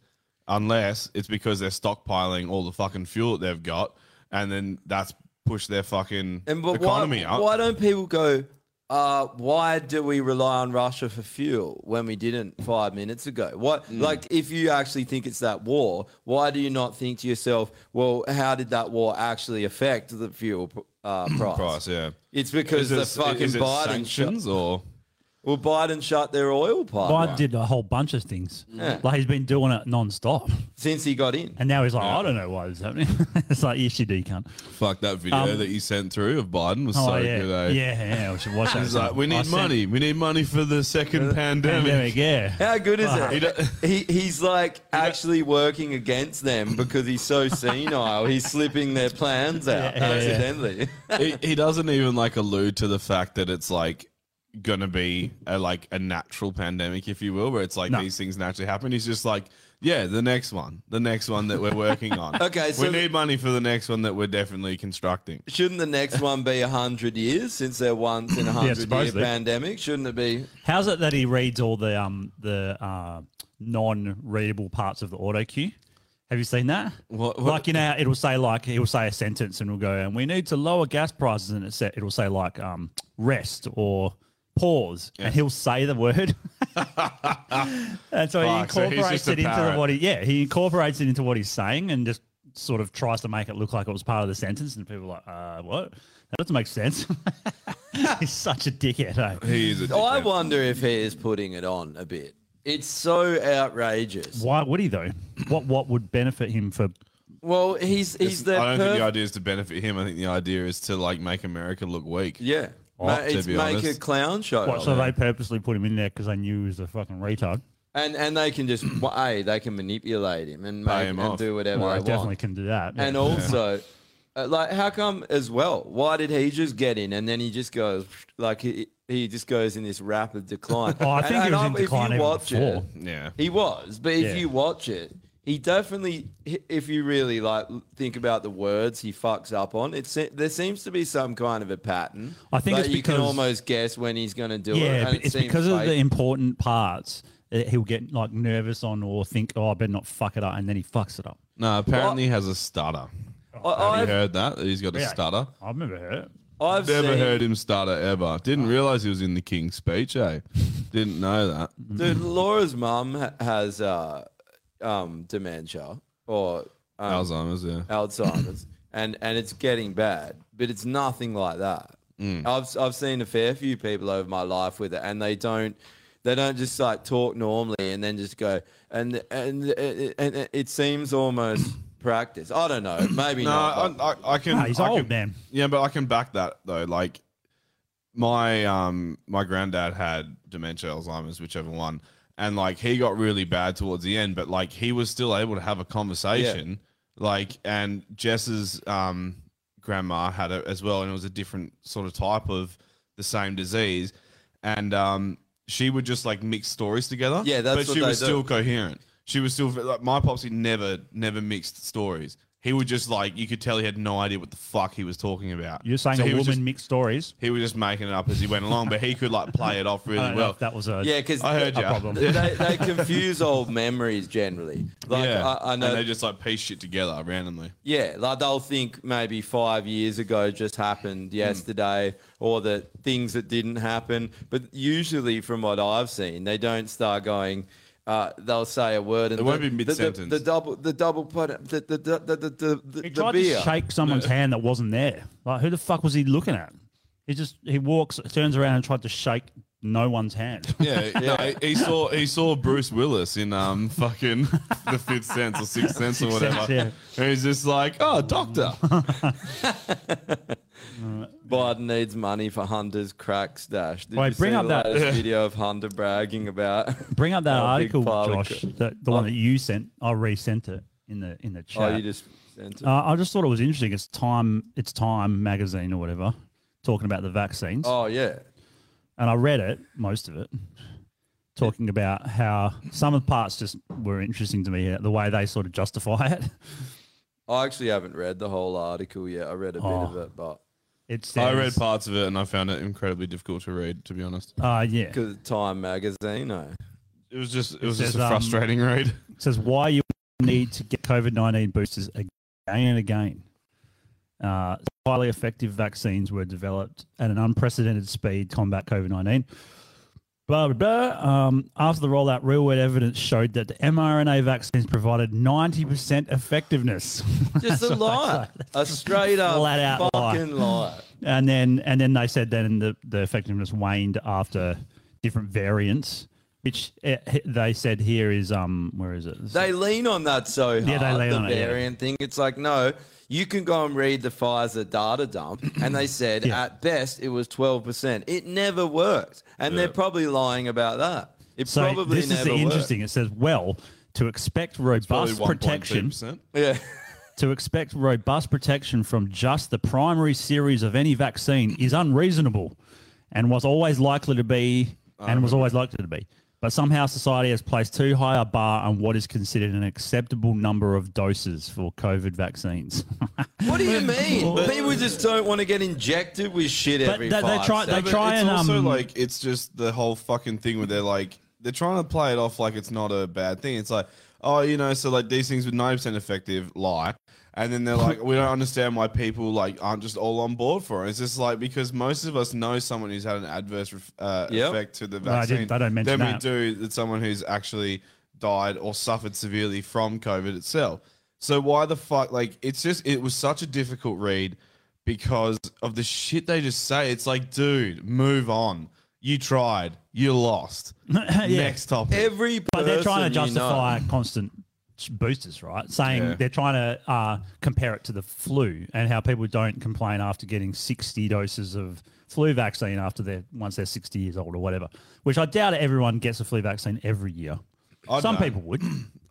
[SPEAKER 2] unless it's because they're stockpiling all the fucking fuel that they've got and then that's pushed their fucking
[SPEAKER 4] And but
[SPEAKER 2] economy
[SPEAKER 4] why,
[SPEAKER 2] up.
[SPEAKER 4] why don't people go? Uh, why do we rely on Russia for fuel when we didn't five minutes ago? What,
[SPEAKER 2] Hmm.
[SPEAKER 4] like, if you actually think it's that war, why do you not think to yourself, well, how did that war actually affect the fuel uh, price?
[SPEAKER 2] price, yeah.
[SPEAKER 4] It's
[SPEAKER 2] Is
[SPEAKER 4] because
[SPEAKER 2] it-
[SPEAKER 4] the
[SPEAKER 2] is
[SPEAKER 4] fucking
[SPEAKER 2] it
[SPEAKER 4] Biden
[SPEAKER 2] sanctions
[SPEAKER 4] shut,
[SPEAKER 2] or
[SPEAKER 4] well, Biden shut their oil
[SPEAKER 3] Biden
[SPEAKER 2] Oh,
[SPEAKER 4] pipeline
[SPEAKER 3] did a whole bunch of things.
[SPEAKER 4] Yeah.
[SPEAKER 3] Like he's been doing it non-stop.
[SPEAKER 4] since he got in.
[SPEAKER 3] And now he's like, I don't know why this is happening. it's like, yes, you do, cunt.
[SPEAKER 2] fuck that video
[SPEAKER 3] Um,
[SPEAKER 2] that you sent through of Biden was
[SPEAKER 3] Oh,
[SPEAKER 2] so
[SPEAKER 3] yeah.
[SPEAKER 2] good. Eh?
[SPEAKER 3] yeah, yeah, we should watch that.
[SPEAKER 2] He's like, we need money. We need money for the second
[SPEAKER 3] Uh, Pandemic,
[SPEAKER 2] pandemic.
[SPEAKER 3] yeah.
[SPEAKER 4] How good is
[SPEAKER 2] He
[SPEAKER 4] it?
[SPEAKER 2] don't-
[SPEAKER 4] Ah. He, he's like actually working against them because he's so senile. he's slipping their plans out
[SPEAKER 3] Yeah, yeah, yeah.
[SPEAKER 4] accidentally.
[SPEAKER 2] he, he doesn't even like allude to the fact that it's like gonna be a, like a natural pandemic, if you will, where it's like
[SPEAKER 3] No.
[SPEAKER 2] these things naturally happen. He's just like, yeah, the next one, the next one that we're working on.
[SPEAKER 4] Okay, so-
[SPEAKER 2] we need money for the next one that we're definitely constructing.
[SPEAKER 4] Shouldn't the next one be 100 years since they're once in a 100 year
[SPEAKER 3] supposedly.
[SPEAKER 4] pandemic? Shouldn't it be?
[SPEAKER 3] How's it that he reads all the um the uh, non-readable parts of the auto cue? Have you seen that?
[SPEAKER 4] What- what-
[SPEAKER 3] Like you know, how it'll say like it will say a sentence, and we'll go, and we need to lower gas prices, and it sa- it'll say like um rest or pause, and he'll say the word. and so
[SPEAKER 2] Fuck, so
[SPEAKER 3] he
[SPEAKER 2] he's
[SPEAKER 3] incorporates
[SPEAKER 2] just a
[SPEAKER 3] it into
[SPEAKER 2] parrot.
[SPEAKER 3] what he yeah he incorporates it into what he's saying, and just sort of tries to make it look like it was part of the sentence, and people are like, uh, what? That doesn't make sense. he's such a dickhead. Eh?
[SPEAKER 2] He is a
[SPEAKER 4] I
[SPEAKER 2] dickhead.
[SPEAKER 4] wonder if he is putting it on a bit. It's so outrageous.
[SPEAKER 3] Why would he though? What what would benefit him for?
[SPEAKER 4] Well, he's he's the
[SPEAKER 2] I don't think
[SPEAKER 4] perf-
[SPEAKER 2] the idea is to benefit him. I think the idea is to like make America look weak.
[SPEAKER 4] yeah.
[SPEAKER 3] Oh,
[SPEAKER 4] Ma-
[SPEAKER 2] to
[SPEAKER 4] it's
[SPEAKER 2] be
[SPEAKER 4] make a
[SPEAKER 2] honest.
[SPEAKER 4] clown show.
[SPEAKER 3] What,
[SPEAKER 4] of
[SPEAKER 3] so
[SPEAKER 4] it.
[SPEAKER 3] they purposely put him in there because they knew he was a fucking retard.
[SPEAKER 4] and and they can just well, a they can manipulate him and
[SPEAKER 2] Pay
[SPEAKER 4] make
[SPEAKER 2] him
[SPEAKER 4] him and
[SPEAKER 2] off.
[SPEAKER 4] do whatever
[SPEAKER 3] Well,
[SPEAKER 4] they
[SPEAKER 3] they definitely
[SPEAKER 4] want.
[SPEAKER 3] can do that.
[SPEAKER 4] And also, uh, like, how come as well? Why did he just get in and then he just goes like he he just goes in this rapid decline?
[SPEAKER 3] oh, I think
[SPEAKER 4] and,
[SPEAKER 3] he
[SPEAKER 4] and
[SPEAKER 3] was in
[SPEAKER 4] if you
[SPEAKER 3] decline even
[SPEAKER 4] watch it-
[SPEAKER 3] before.
[SPEAKER 2] Yeah.
[SPEAKER 4] He was, but if
[SPEAKER 3] Yeah.
[SPEAKER 4] you watch it, he definitely, if you really like think about the words he fucks up on, it's there seems to be some kind of a pattern.
[SPEAKER 3] I think
[SPEAKER 4] Like,
[SPEAKER 3] it's
[SPEAKER 4] you can
[SPEAKER 3] because-
[SPEAKER 4] almost guess when he's going to do it.
[SPEAKER 3] Yeah,
[SPEAKER 4] and
[SPEAKER 3] but
[SPEAKER 4] it
[SPEAKER 3] it's
[SPEAKER 4] seems
[SPEAKER 3] because of the
[SPEAKER 4] fake.
[SPEAKER 3] important parts that he'll get like nervous on or think, oh, I better not fuck it up, and then he fucks it up.
[SPEAKER 2] No, apparently he has a stutter. Have
[SPEAKER 4] I,
[SPEAKER 2] you
[SPEAKER 4] have
[SPEAKER 2] heard that? He's got a
[SPEAKER 3] Really?
[SPEAKER 2] stutter.
[SPEAKER 3] I've never heard it.
[SPEAKER 4] I've
[SPEAKER 2] Never
[SPEAKER 4] seen,
[SPEAKER 2] heard him stutter ever.
[SPEAKER 4] Oh.
[SPEAKER 2] Didn't realize he was in the King's speech, eh? Didn't know that.
[SPEAKER 4] Dude, Laura's mum ha- has uh, um, dementia or um,
[SPEAKER 2] Alzheimer's, yeah.
[SPEAKER 4] Alzheimer's, and and it's getting bad, but it's nothing like that.
[SPEAKER 2] Mm.
[SPEAKER 4] I've I've seen a fair few people over my life with it, and they don't they don't just like talk normally and then just go and and uh, and, and it seems almost practice. I don't know, maybe
[SPEAKER 2] No,
[SPEAKER 4] not.
[SPEAKER 2] I,
[SPEAKER 4] but-
[SPEAKER 2] I, I can.
[SPEAKER 3] Nah, he's
[SPEAKER 2] I
[SPEAKER 3] old,
[SPEAKER 2] can-
[SPEAKER 3] man.
[SPEAKER 2] Yeah, but I can back that though. Like my um my granddad had dementia, Alzheimer's, whichever one, and like he got really bad towards the end, but like he was still able to have a conversation. Like and Jess's um grandma had it as well, and it was a different sort of type of the same disease, and um she would just like mix stories together.
[SPEAKER 4] Yeah, that's
[SPEAKER 2] but
[SPEAKER 4] what
[SPEAKER 2] she
[SPEAKER 4] they
[SPEAKER 2] was
[SPEAKER 4] do.
[SPEAKER 2] still coherent. She was still like my popsy never never mixed stories. He would just like you could tell he had no idea what the fuck he was talking about.
[SPEAKER 3] You're saying
[SPEAKER 2] So
[SPEAKER 3] a
[SPEAKER 2] he
[SPEAKER 3] woman
[SPEAKER 2] was just-
[SPEAKER 3] mixed stories.
[SPEAKER 2] he was just making it up as he went along, but he could like play it off
[SPEAKER 3] I
[SPEAKER 2] really
[SPEAKER 3] don't know
[SPEAKER 2] well.
[SPEAKER 3] if Oh, that was a
[SPEAKER 4] yeah, because
[SPEAKER 2] I heard you.
[SPEAKER 3] problem.
[SPEAKER 4] They, they confuse old memories generally. Like
[SPEAKER 2] yeah,
[SPEAKER 4] I, I know
[SPEAKER 2] and they just like piece shit together randomly.
[SPEAKER 4] Yeah, like they'll think maybe five years ago just
[SPEAKER 2] Hmm.
[SPEAKER 4] happened yesterday, or the things that didn't happen. But usually, from what I've seen, they don't start going. Uh, they'll say a word and
[SPEAKER 2] It won't
[SPEAKER 4] the-
[SPEAKER 2] be
[SPEAKER 4] the- the-
[SPEAKER 2] mid-sentence.
[SPEAKER 4] The, double, the double, put, the the the the, the, the,
[SPEAKER 3] He
[SPEAKER 4] the
[SPEAKER 3] tried
[SPEAKER 4] beer.
[SPEAKER 3] to shake someone's hand that wasn't there. Like, who the fuck was he looking at? He just he walks, turns around, and tried to shake no one's hand.
[SPEAKER 2] Yeah, no, he he saw he saw Bruce Willis in um fucking the Fifth Sense or Sixth Sense or
[SPEAKER 3] Sixth Sense,
[SPEAKER 2] whatever.
[SPEAKER 3] yeah.
[SPEAKER 2] And he's just like, oh, doctor.
[SPEAKER 4] Biden needs money for Hunter's crack stash. Did
[SPEAKER 3] Wait,
[SPEAKER 4] you
[SPEAKER 3] bring
[SPEAKER 4] see
[SPEAKER 3] up
[SPEAKER 4] the
[SPEAKER 3] that-
[SPEAKER 4] latest video of Hunter bragging about?
[SPEAKER 3] Bring up that
[SPEAKER 4] how Oh, big
[SPEAKER 3] article,
[SPEAKER 4] pile of
[SPEAKER 3] Josh.
[SPEAKER 4] cr-
[SPEAKER 3] The, the one that you sent. I resent it in the in the
[SPEAKER 4] Oh,
[SPEAKER 3] chat.
[SPEAKER 4] you just sent it.
[SPEAKER 3] Uh, I just thought it was interesting. It's Time, it's Time magazine or whatever, talking about the vaccines,
[SPEAKER 4] oh yeah.
[SPEAKER 3] and I read it, most of it, talking about how some of the parts just were interesting to me, the way they sort of justify it.
[SPEAKER 4] I actually haven't read the whole article yet. I read a
[SPEAKER 3] Oh.
[SPEAKER 4] bit of it, but
[SPEAKER 3] It says,
[SPEAKER 2] I read parts of it and I found it incredibly difficult to read, to be honest.
[SPEAKER 3] Uh, yeah, it
[SPEAKER 4] because Time Magazine, eh? no.
[SPEAKER 2] It was just it was
[SPEAKER 3] says,
[SPEAKER 2] just a
[SPEAKER 3] um,
[SPEAKER 2] frustrating read.
[SPEAKER 3] says why you need to get COVID nineteen boosters again and again. Uh, highly effective vaccines were developed at an unprecedented speed to combat COVID nineteen. Blah blah blah. Um, after the rollout, real world evidence showed that the mRNA vaccines provided ninety percent effectiveness.
[SPEAKER 4] Just a lie. A straight up
[SPEAKER 3] Flat out lie.
[SPEAKER 4] fucking lie.
[SPEAKER 3] and then and then they said then the, the effectiveness waned after different variants, which eh, they said here is um where is it?
[SPEAKER 4] They lean on that so hard.
[SPEAKER 3] Yeah, they lean
[SPEAKER 4] the
[SPEAKER 3] on it, yeah.
[SPEAKER 4] variant thing. It's like, no, you can go and read the Pfizer data dump. And they said
[SPEAKER 3] Yeah.
[SPEAKER 4] at best it was 12%. It never worked. And they're probably lying about that. It
[SPEAKER 3] So
[SPEAKER 4] probably
[SPEAKER 3] this
[SPEAKER 4] never
[SPEAKER 3] is the
[SPEAKER 4] worked.
[SPEAKER 3] interesting. It says, well, to expect
[SPEAKER 2] Probably
[SPEAKER 3] robust
[SPEAKER 2] 1.2%.
[SPEAKER 3] protection,
[SPEAKER 4] Yeah.
[SPEAKER 3] to expect robust protection from just the primary series of any vaccine is unreasonable, and was always likely to be, and was always likely to be. But somehow society has placed too high a bar on what is considered an acceptable number of doses for COVID vaccines.
[SPEAKER 4] What do you mean? People just don't want to get injected with shit
[SPEAKER 3] But
[SPEAKER 4] every
[SPEAKER 3] they- they
[SPEAKER 4] five
[SPEAKER 3] try- they
[SPEAKER 4] seconds.
[SPEAKER 2] But
[SPEAKER 3] try
[SPEAKER 2] it's
[SPEAKER 3] and,
[SPEAKER 2] also
[SPEAKER 3] um,
[SPEAKER 2] like it's just the whole fucking thing where they're like they're trying to play it off like it's not a bad thing. It's like oh you know so like these things with ninety percent effective lie, and then they're like we don't understand why people like aren't just all on board for it. It's just like because most of us know someone who's had an adverse ref- uh,
[SPEAKER 4] Yep.
[SPEAKER 2] effect to the
[SPEAKER 3] I didn't-
[SPEAKER 2] vaccine.
[SPEAKER 3] they don't mention
[SPEAKER 2] then
[SPEAKER 3] that.
[SPEAKER 2] we do that someone who's actually died or suffered severely from COVID itself. So why the fuck like it's just it was such a difficult read because of the shit they just say. It's like, dude, move on. You tried, you lost.
[SPEAKER 3] Yeah.
[SPEAKER 2] Next topic.
[SPEAKER 4] Every person
[SPEAKER 3] But they're trying to
[SPEAKER 4] you know-
[SPEAKER 3] justify constant ch- boosters, right? Saying
[SPEAKER 2] Yeah.
[SPEAKER 3] they're trying to uh, compare it to the flu and how people don't complain after getting 60 doses of flu vaccine after they're once they're 60 years old or whatever, which I doubt everyone gets a flu vaccine every year.
[SPEAKER 2] I'd
[SPEAKER 3] Some
[SPEAKER 2] know.
[SPEAKER 3] people would.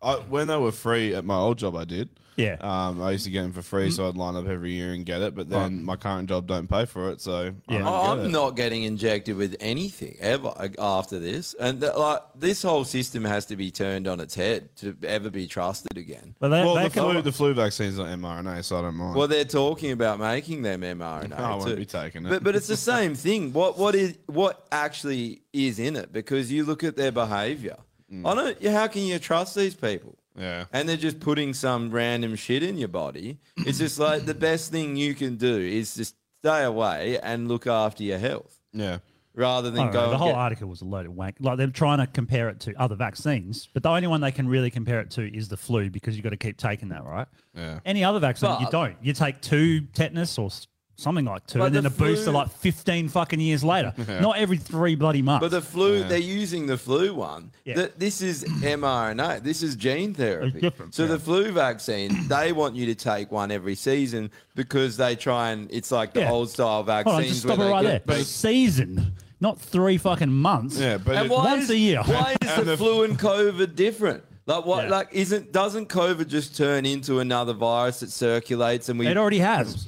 [SPEAKER 2] I, when they were free at my old job, I did.
[SPEAKER 3] Yeah. Mm.
[SPEAKER 2] Um, I used to get them for free, so I'd line up every year and get it. But then my current job don't pay for it, so
[SPEAKER 3] Yeah.
[SPEAKER 2] I don't
[SPEAKER 4] Oh,
[SPEAKER 2] get
[SPEAKER 4] I'm
[SPEAKER 2] it.
[SPEAKER 4] not getting injected with anything ever like, after this, and th- like this whole system has to be turned on its head to ever be trusted again.
[SPEAKER 3] But they,
[SPEAKER 2] Well,
[SPEAKER 3] they
[SPEAKER 2] the
[SPEAKER 3] can-
[SPEAKER 2] flu, the flu vaccine's not mRNA, so I don't mind.
[SPEAKER 4] Well, they're talking about making them mRNA.
[SPEAKER 2] No, I won't
[SPEAKER 4] too.
[SPEAKER 2] be taking it.
[SPEAKER 4] But but it's the same thing. What what is what actually is in it? Because you look at their behaviour. I don't. yeah, How can you trust these people?
[SPEAKER 2] yeah.
[SPEAKER 4] and they're just putting some random shit in your body. It's just like the best thing you can do is just stay away and look after your health
[SPEAKER 2] Yeah.
[SPEAKER 4] rather than
[SPEAKER 3] I don't
[SPEAKER 4] go.
[SPEAKER 3] know, the
[SPEAKER 4] and
[SPEAKER 3] whole
[SPEAKER 4] get-
[SPEAKER 3] article was a load of wank. Like they're trying to compare it to other vaccines, but the only one they can really compare it to is the flu because you've got to keep taking that, right?
[SPEAKER 2] Yeah.
[SPEAKER 3] Any other vaccine, you
[SPEAKER 4] But-
[SPEAKER 3] don't. You take two tetanus or s- something like two,
[SPEAKER 4] But
[SPEAKER 3] and then
[SPEAKER 4] the
[SPEAKER 3] a booster
[SPEAKER 4] flu-
[SPEAKER 3] like 15 fucking years later. Not every three bloody months.
[SPEAKER 4] But the flu, they're using the flu one.
[SPEAKER 3] Yeah.
[SPEAKER 4] Th- This is mRNA. This is gene therapy.
[SPEAKER 3] different,
[SPEAKER 4] so the flu vaccine, they want you to take one every season because they try and it's like the
[SPEAKER 3] Yeah.
[SPEAKER 4] old style
[SPEAKER 3] Hold on, just
[SPEAKER 4] vaccines.
[SPEAKER 3] stop it
[SPEAKER 4] where they
[SPEAKER 3] right
[SPEAKER 4] get-
[SPEAKER 3] there.
[SPEAKER 4] they-
[SPEAKER 3] Season, not three fucking months.
[SPEAKER 2] Yeah, but
[SPEAKER 4] And
[SPEAKER 2] it-
[SPEAKER 4] why
[SPEAKER 3] Once
[SPEAKER 4] is,
[SPEAKER 3] a year.
[SPEAKER 4] Why is the,
[SPEAKER 2] the-
[SPEAKER 4] flu and COVID different? Like what?
[SPEAKER 3] Yeah.
[SPEAKER 4] Like isn't doesn't COVID just turn into another virus that circulates and we?
[SPEAKER 3] It already has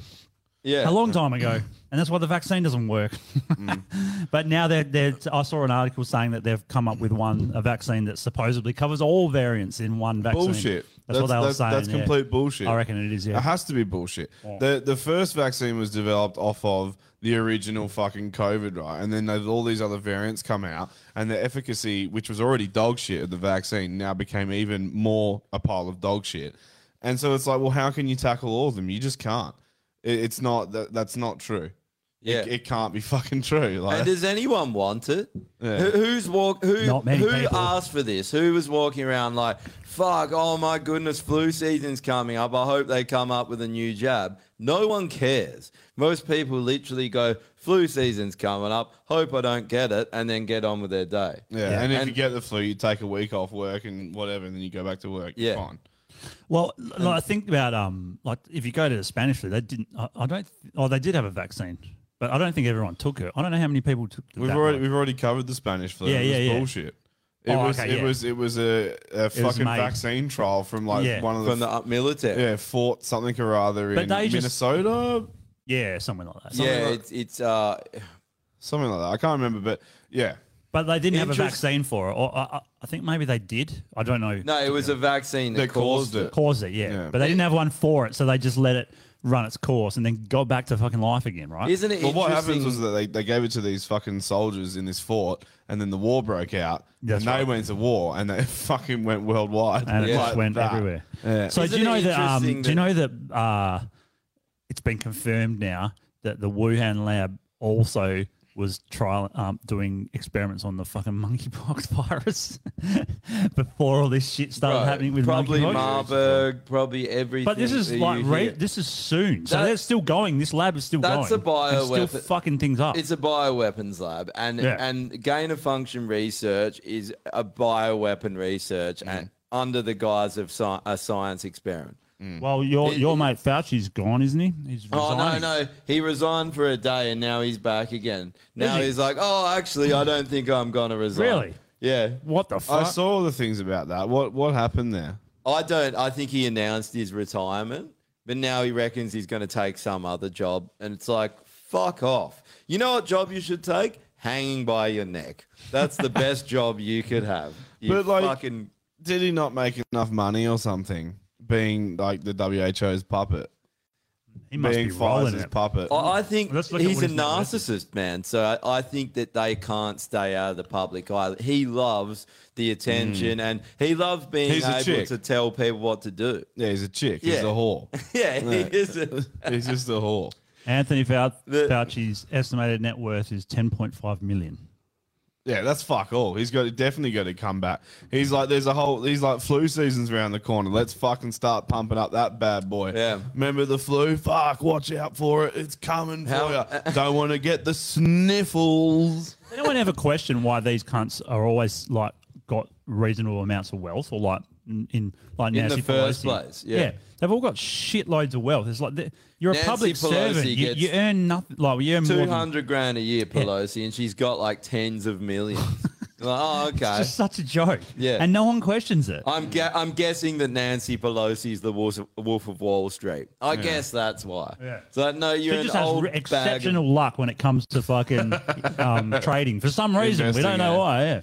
[SPEAKER 4] yeah.
[SPEAKER 3] a long time ago, and that's why the vaccine doesn't work.
[SPEAKER 2] Mm.
[SPEAKER 3] but now they're, they're. I saw an article saying that they've come up with one a vaccine that supposedly covers all variants in one vaccine.
[SPEAKER 2] Bullshit.
[SPEAKER 3] That's, what they were saying.
[SPEAKER 2] That's
[SPEAKER 3] yeah.
[SPEAKER 2] complete bullshit. Uh-huh.
[SPEAKER 3] I reckon it is.
[SPEAKER 2] It
[SPEAKER 3] Yeah.
[SPEAKER 2] has to be bullshit. The the first vaccine was developed off of the original fucking COVID, right? And then there's all these other variants come out, and the efficacy, which was already dog shit of the vaccine, now became even more a pile of dog shit. And so it's like, well, how can you tackle all of them? You just can't. It, it's not that that's not true.
[SPEAKER 4] Yeah.
[SPEAKER 2] It, it can't be fucking true. Like,
[SPEAKER 4] And does anyone want it?
[SPEAKER 2] Yeah.
[SPEAKER 4] Who, who's walk? Who
[SPEAKER 3] Not many
[SPEAKER 4] who
[SPEAKER 3] people.
[SPEAKER 4] asked for this? Who was walking around like, "Fuck! Oh my goodness, flu season's coming up. I hope they come up with a new jab." No one cares. Most people literally go, "Flu season's coming up. Hope I don't get it," and then get on with their day.
[SPEAKER 2] yeah. And if
[SPEAKER 4] And-
[SPEAKER 2] you get the flu, you take a week off work and whatever, and then you go back to work.
[SPEAKER 4] Yeah.
[SPEAKER 2] Fine.
[SPEAKER 3] Well, like, think about um, like if you go to the Spanish flu, they didn't. I, I don't. th- Oh, they did have a vaccine, but I don't think everyone took it. I don't know how many people took.
[SPEAKER 2] We've
[SPEAKER 3] that
[SPEAKER 2] already
[SPEAKER 3] one.
[SPEAKER 2] we've already covered the Spanish flu.
[SPEAKER 3] Yeah,
[SPEAKER 2] it was
[SPEAKER 3] yeah, yeah.
[SPEAKER 2] bullshit. It
[SPEAKER 3] Oh,
[SPEAKER 2] was
[SPEAKER 3] okay,
[SPEAKER 2] it
[SPEAKER 3] yeah.
[SPEAKER 2] was it was a, a fucking
[SPEAKER 3] made.
[SPEAKER 2] vaccine trial from like
[SPEAKER 3] Yeah.
[SPEAKER 2] one of the,
[SPEAKER 4] From the up military.
[SPEAKER 2] yeah fort something or other
[SPEAKER 3] But
[SPEAKER 2] in
[SPEAKER 3] they just-
[SPEAKER 2] Minnesota,
[SPEAKER 3] yeah, something like that.
[SPEAKER 4] yeah, it's, it's uh,
[SPEAKER 2] something like that. I can't remember, but yeah,
[SPEAKER 3] but they didn't have a
[SPEAKER 4] Interest-
[SPEAKER 3] vaccine for it, or I, I- I think maybe they did. I don't know.
[SPEAKER 4] no, it was a vaccine that,
[SPEAKER 2] That
[SPEAKER 4] caused,
[SPEAKER 2] caused
[SPEAKER 4] it.
[SPEAKER 2] it.
[SPEAKER 3] caused it, yeah.
[SPEAKER 2] Yeah.
[SPEAKER 3] But they didn't have one for it, so they just let it run its course and then go back to fucking life again, right?
[SPEAKER 4] Isn't it?
[SPEAKER 2] Well, what happens was
[SPEAKER 4] interesting-
[SPEAKER 2] that they, they gave it to these fucking soldiers in this fort, and then the war broke out,
[SPEAKER 3] That's
[SPEAKER 2] and they
[SPEAKER 3] right.
[SPEAKER 2] went to war, and they fucking went worldwide,
[SPEAKER 3] and it
[SPEAKER 4] Yeah.
[SPEAKER 3] just
[SPEAKER 2] like
[SPEAKER 3] went
[SPEAKER 2] that.
[SPEAKER 3] everywhere.
[SPEAKER 2] Yeah.
[SPEAKER 3] So
[SPEAKER 4] Isn't
[SPEAKER 3] do you know
[SPEAKER 4] it
[SPEAKER 3] that? Um,
[SPEAKER 4] interesting
[SPEAKER 3] Do you know that uh, it's been confirmed now that the Wuhan lab also was trial um, doing experiments on the fucking monkeypox virus before all this shit started
[SPEAKER 4] Bro,
[SPEAKER 3] happening with
[SPEAKER 4] probably
[SPEAKER 3] monkeypox.
[SPEAKER 4] Marburg, probably everything.
[SPEAKER 3] But this is
[SPEAKER 4] that
[SPEAKER 3] like
[SPEAKER 4] you
[SPEAKER 3] re-
[SPEAKER 4] hear.
[SPEAKER 3] this is soon, so
[SPEAKER 4] That-
[SPEAKER 3] they're still going. This lab is still
[SPEAKER 4] That's
[SPEAKER 3] going.
[SPEAKER 4] a
[SPEAKER 3] and still
[SPEAKER 4] bioweapon.
[SPEAKER 3] fucking things up.
[SPEAKER 4] It's a bioweapons lab, and
[SPEAKER 3] Oh. Yeah.
[SPEAKER 4] and gain of function research is a bioweapon research
[SPEAKER 3] Mm-hmm.
[SPEAKER 4] and under the guise of sci- a science experiment.
[SPEAKER 3] well, your
[SPEAKER 4] It-
[SPEAKER 3] your mate Fauci's gone, isn't he? He's
[SPEAKER 4] Oh no,
[SPEAKER 3] resigning.
[SPEAKER 4] no, he resigned for a day, and now he's back again. Now
[SPEAKER 3] he?
[SPEAKER 4] he's like, oh, actually, I don't think I'm gonna resign.
[SPEAKER 3] Really?
[SPEAKER 4] Yeah,
[SPEAKER 3] What the
[SPEAKER 2] I
[SPEAKER 3] fuck?
[SPEAKER 2] saw the things about that. What what happened there?
[SPEAKER 4] I don't. I think he announced his retirement, but now he reckons he's going to take some other job, and it's like, fuck off. You know what job you should take? Hanging by your neck. That's the best job you could have. You
[SPEAKER 2] But, like-
[SPEAKER 4] fucking
[SPEAKER 2] Did he not make enough money or something? Being like the WHO's puppet,
[SPEAKER 3] he must
[SPEAKER 2] being
[SPEAKER 3] be rolling
[SPEAKER 2] Pfizer's
[SPEAKER 3] it.
[SPEAKER 2] puppet.
[SPEAKER 4] I I think
[SPEAKER 3] Let's look at
[SPEAKER 4] he's
[SPEAKER 3] what
[SPEAKER 4] a
[SPEAKER 3] he's not listed.
[SPEAKER 4] narcissist, man. So I, I think that they can't stay out of the public eye. He loves the attention, and he loves being
[SPEAKER 2] He's a
[SPEAKER 4] able
[SPEAKER 2] chick.
[SPEAKER 4] to tell people what to do.
[SPEAKER 2] yeah, he's a chick. He's
[SPEAKER 4] Yeah.
[SPEAKER 2] a whore.
[SPEAKER 4] Yeah, he
[SPEAKER 2] Right.
[SPEAKER 4] is. A,
[SPEAKER 2] he's just a whore.
[SPEAKER 3] Anthony Fau-
[SPEAKER 4] The-
[SPEAKER 3] Fauci's estimated net worth is 10.5 million.
[SPEAKER 2] Yeah, that's fuck all. He's got definitely got to come back. He's like, there's a whole, he's like, flu season's around the corner. Let's fucking start pumping up that bad boy.
[SPEAKER 4] Yeah.
[SPEAKER 2] Remember the flu? Fuck, watch out for it. It's coming
[SPEAKER 4] How-
[SPEAKER 2] for you. Don't want to get the sniffles.
[SPEAKER 3] Anyone ever question why these cunts are always like got reasonable amounts of wealth or like in, in like
[SPEAKER 4] In
[SPEAKER 3] Nancy
[SPEAKER 4] the first
[SPEAKER 3] Pelosi.
[SPEAKER 4] place, yeah.
[SPEAKER 3] they've all got shitloads of wealth. It's like the, you're
[SPEAKER 4] Nancy
[SPEAKER 3] a public
[SPEAKER 4] Pelosi
[SPEAKER 3] servant. You,
[SPEAKER 4] gets
[SPEAKER 3] you earn nothing. Like you earn more
[SPEAKER 4] two
[SPEAKER 3] than-
[SPEAKER 4] hundred grand a year, Pelosi, and she's got like tens of millions. like, oh, okay.
[SPEAKER 3] It's such a joke.
[SPEAKER 4] Yeah.
[SPEAKER 3] and no one questions it.
[SPEAKER 4] I'm gue- I'm guessing that Nancy Pelosi's the Wolf of, Wolf of Wall Street. I guess that's why.
[SPEAKER 3] Yeah.
[SPEAKER 4] So no, you're
[SPEAKER 3] she
[SPEAKER 4] an
[SPEAKER 3] just has
[SPEAKER 4] old
[SPEAKER 3] re-
[SPEAKER 4] bag.
[SPEAKER 3] exceptional
[SPEAKER 4] Of,
[SPEAKER 3] luck when it comes to fucking um, trading. For some reason, we don't
[SPEAKER 2] Investing,
[SPEAKER 3] know
[SPEAKER 2] yeah.
[SPEAKER 3] why. Yeah.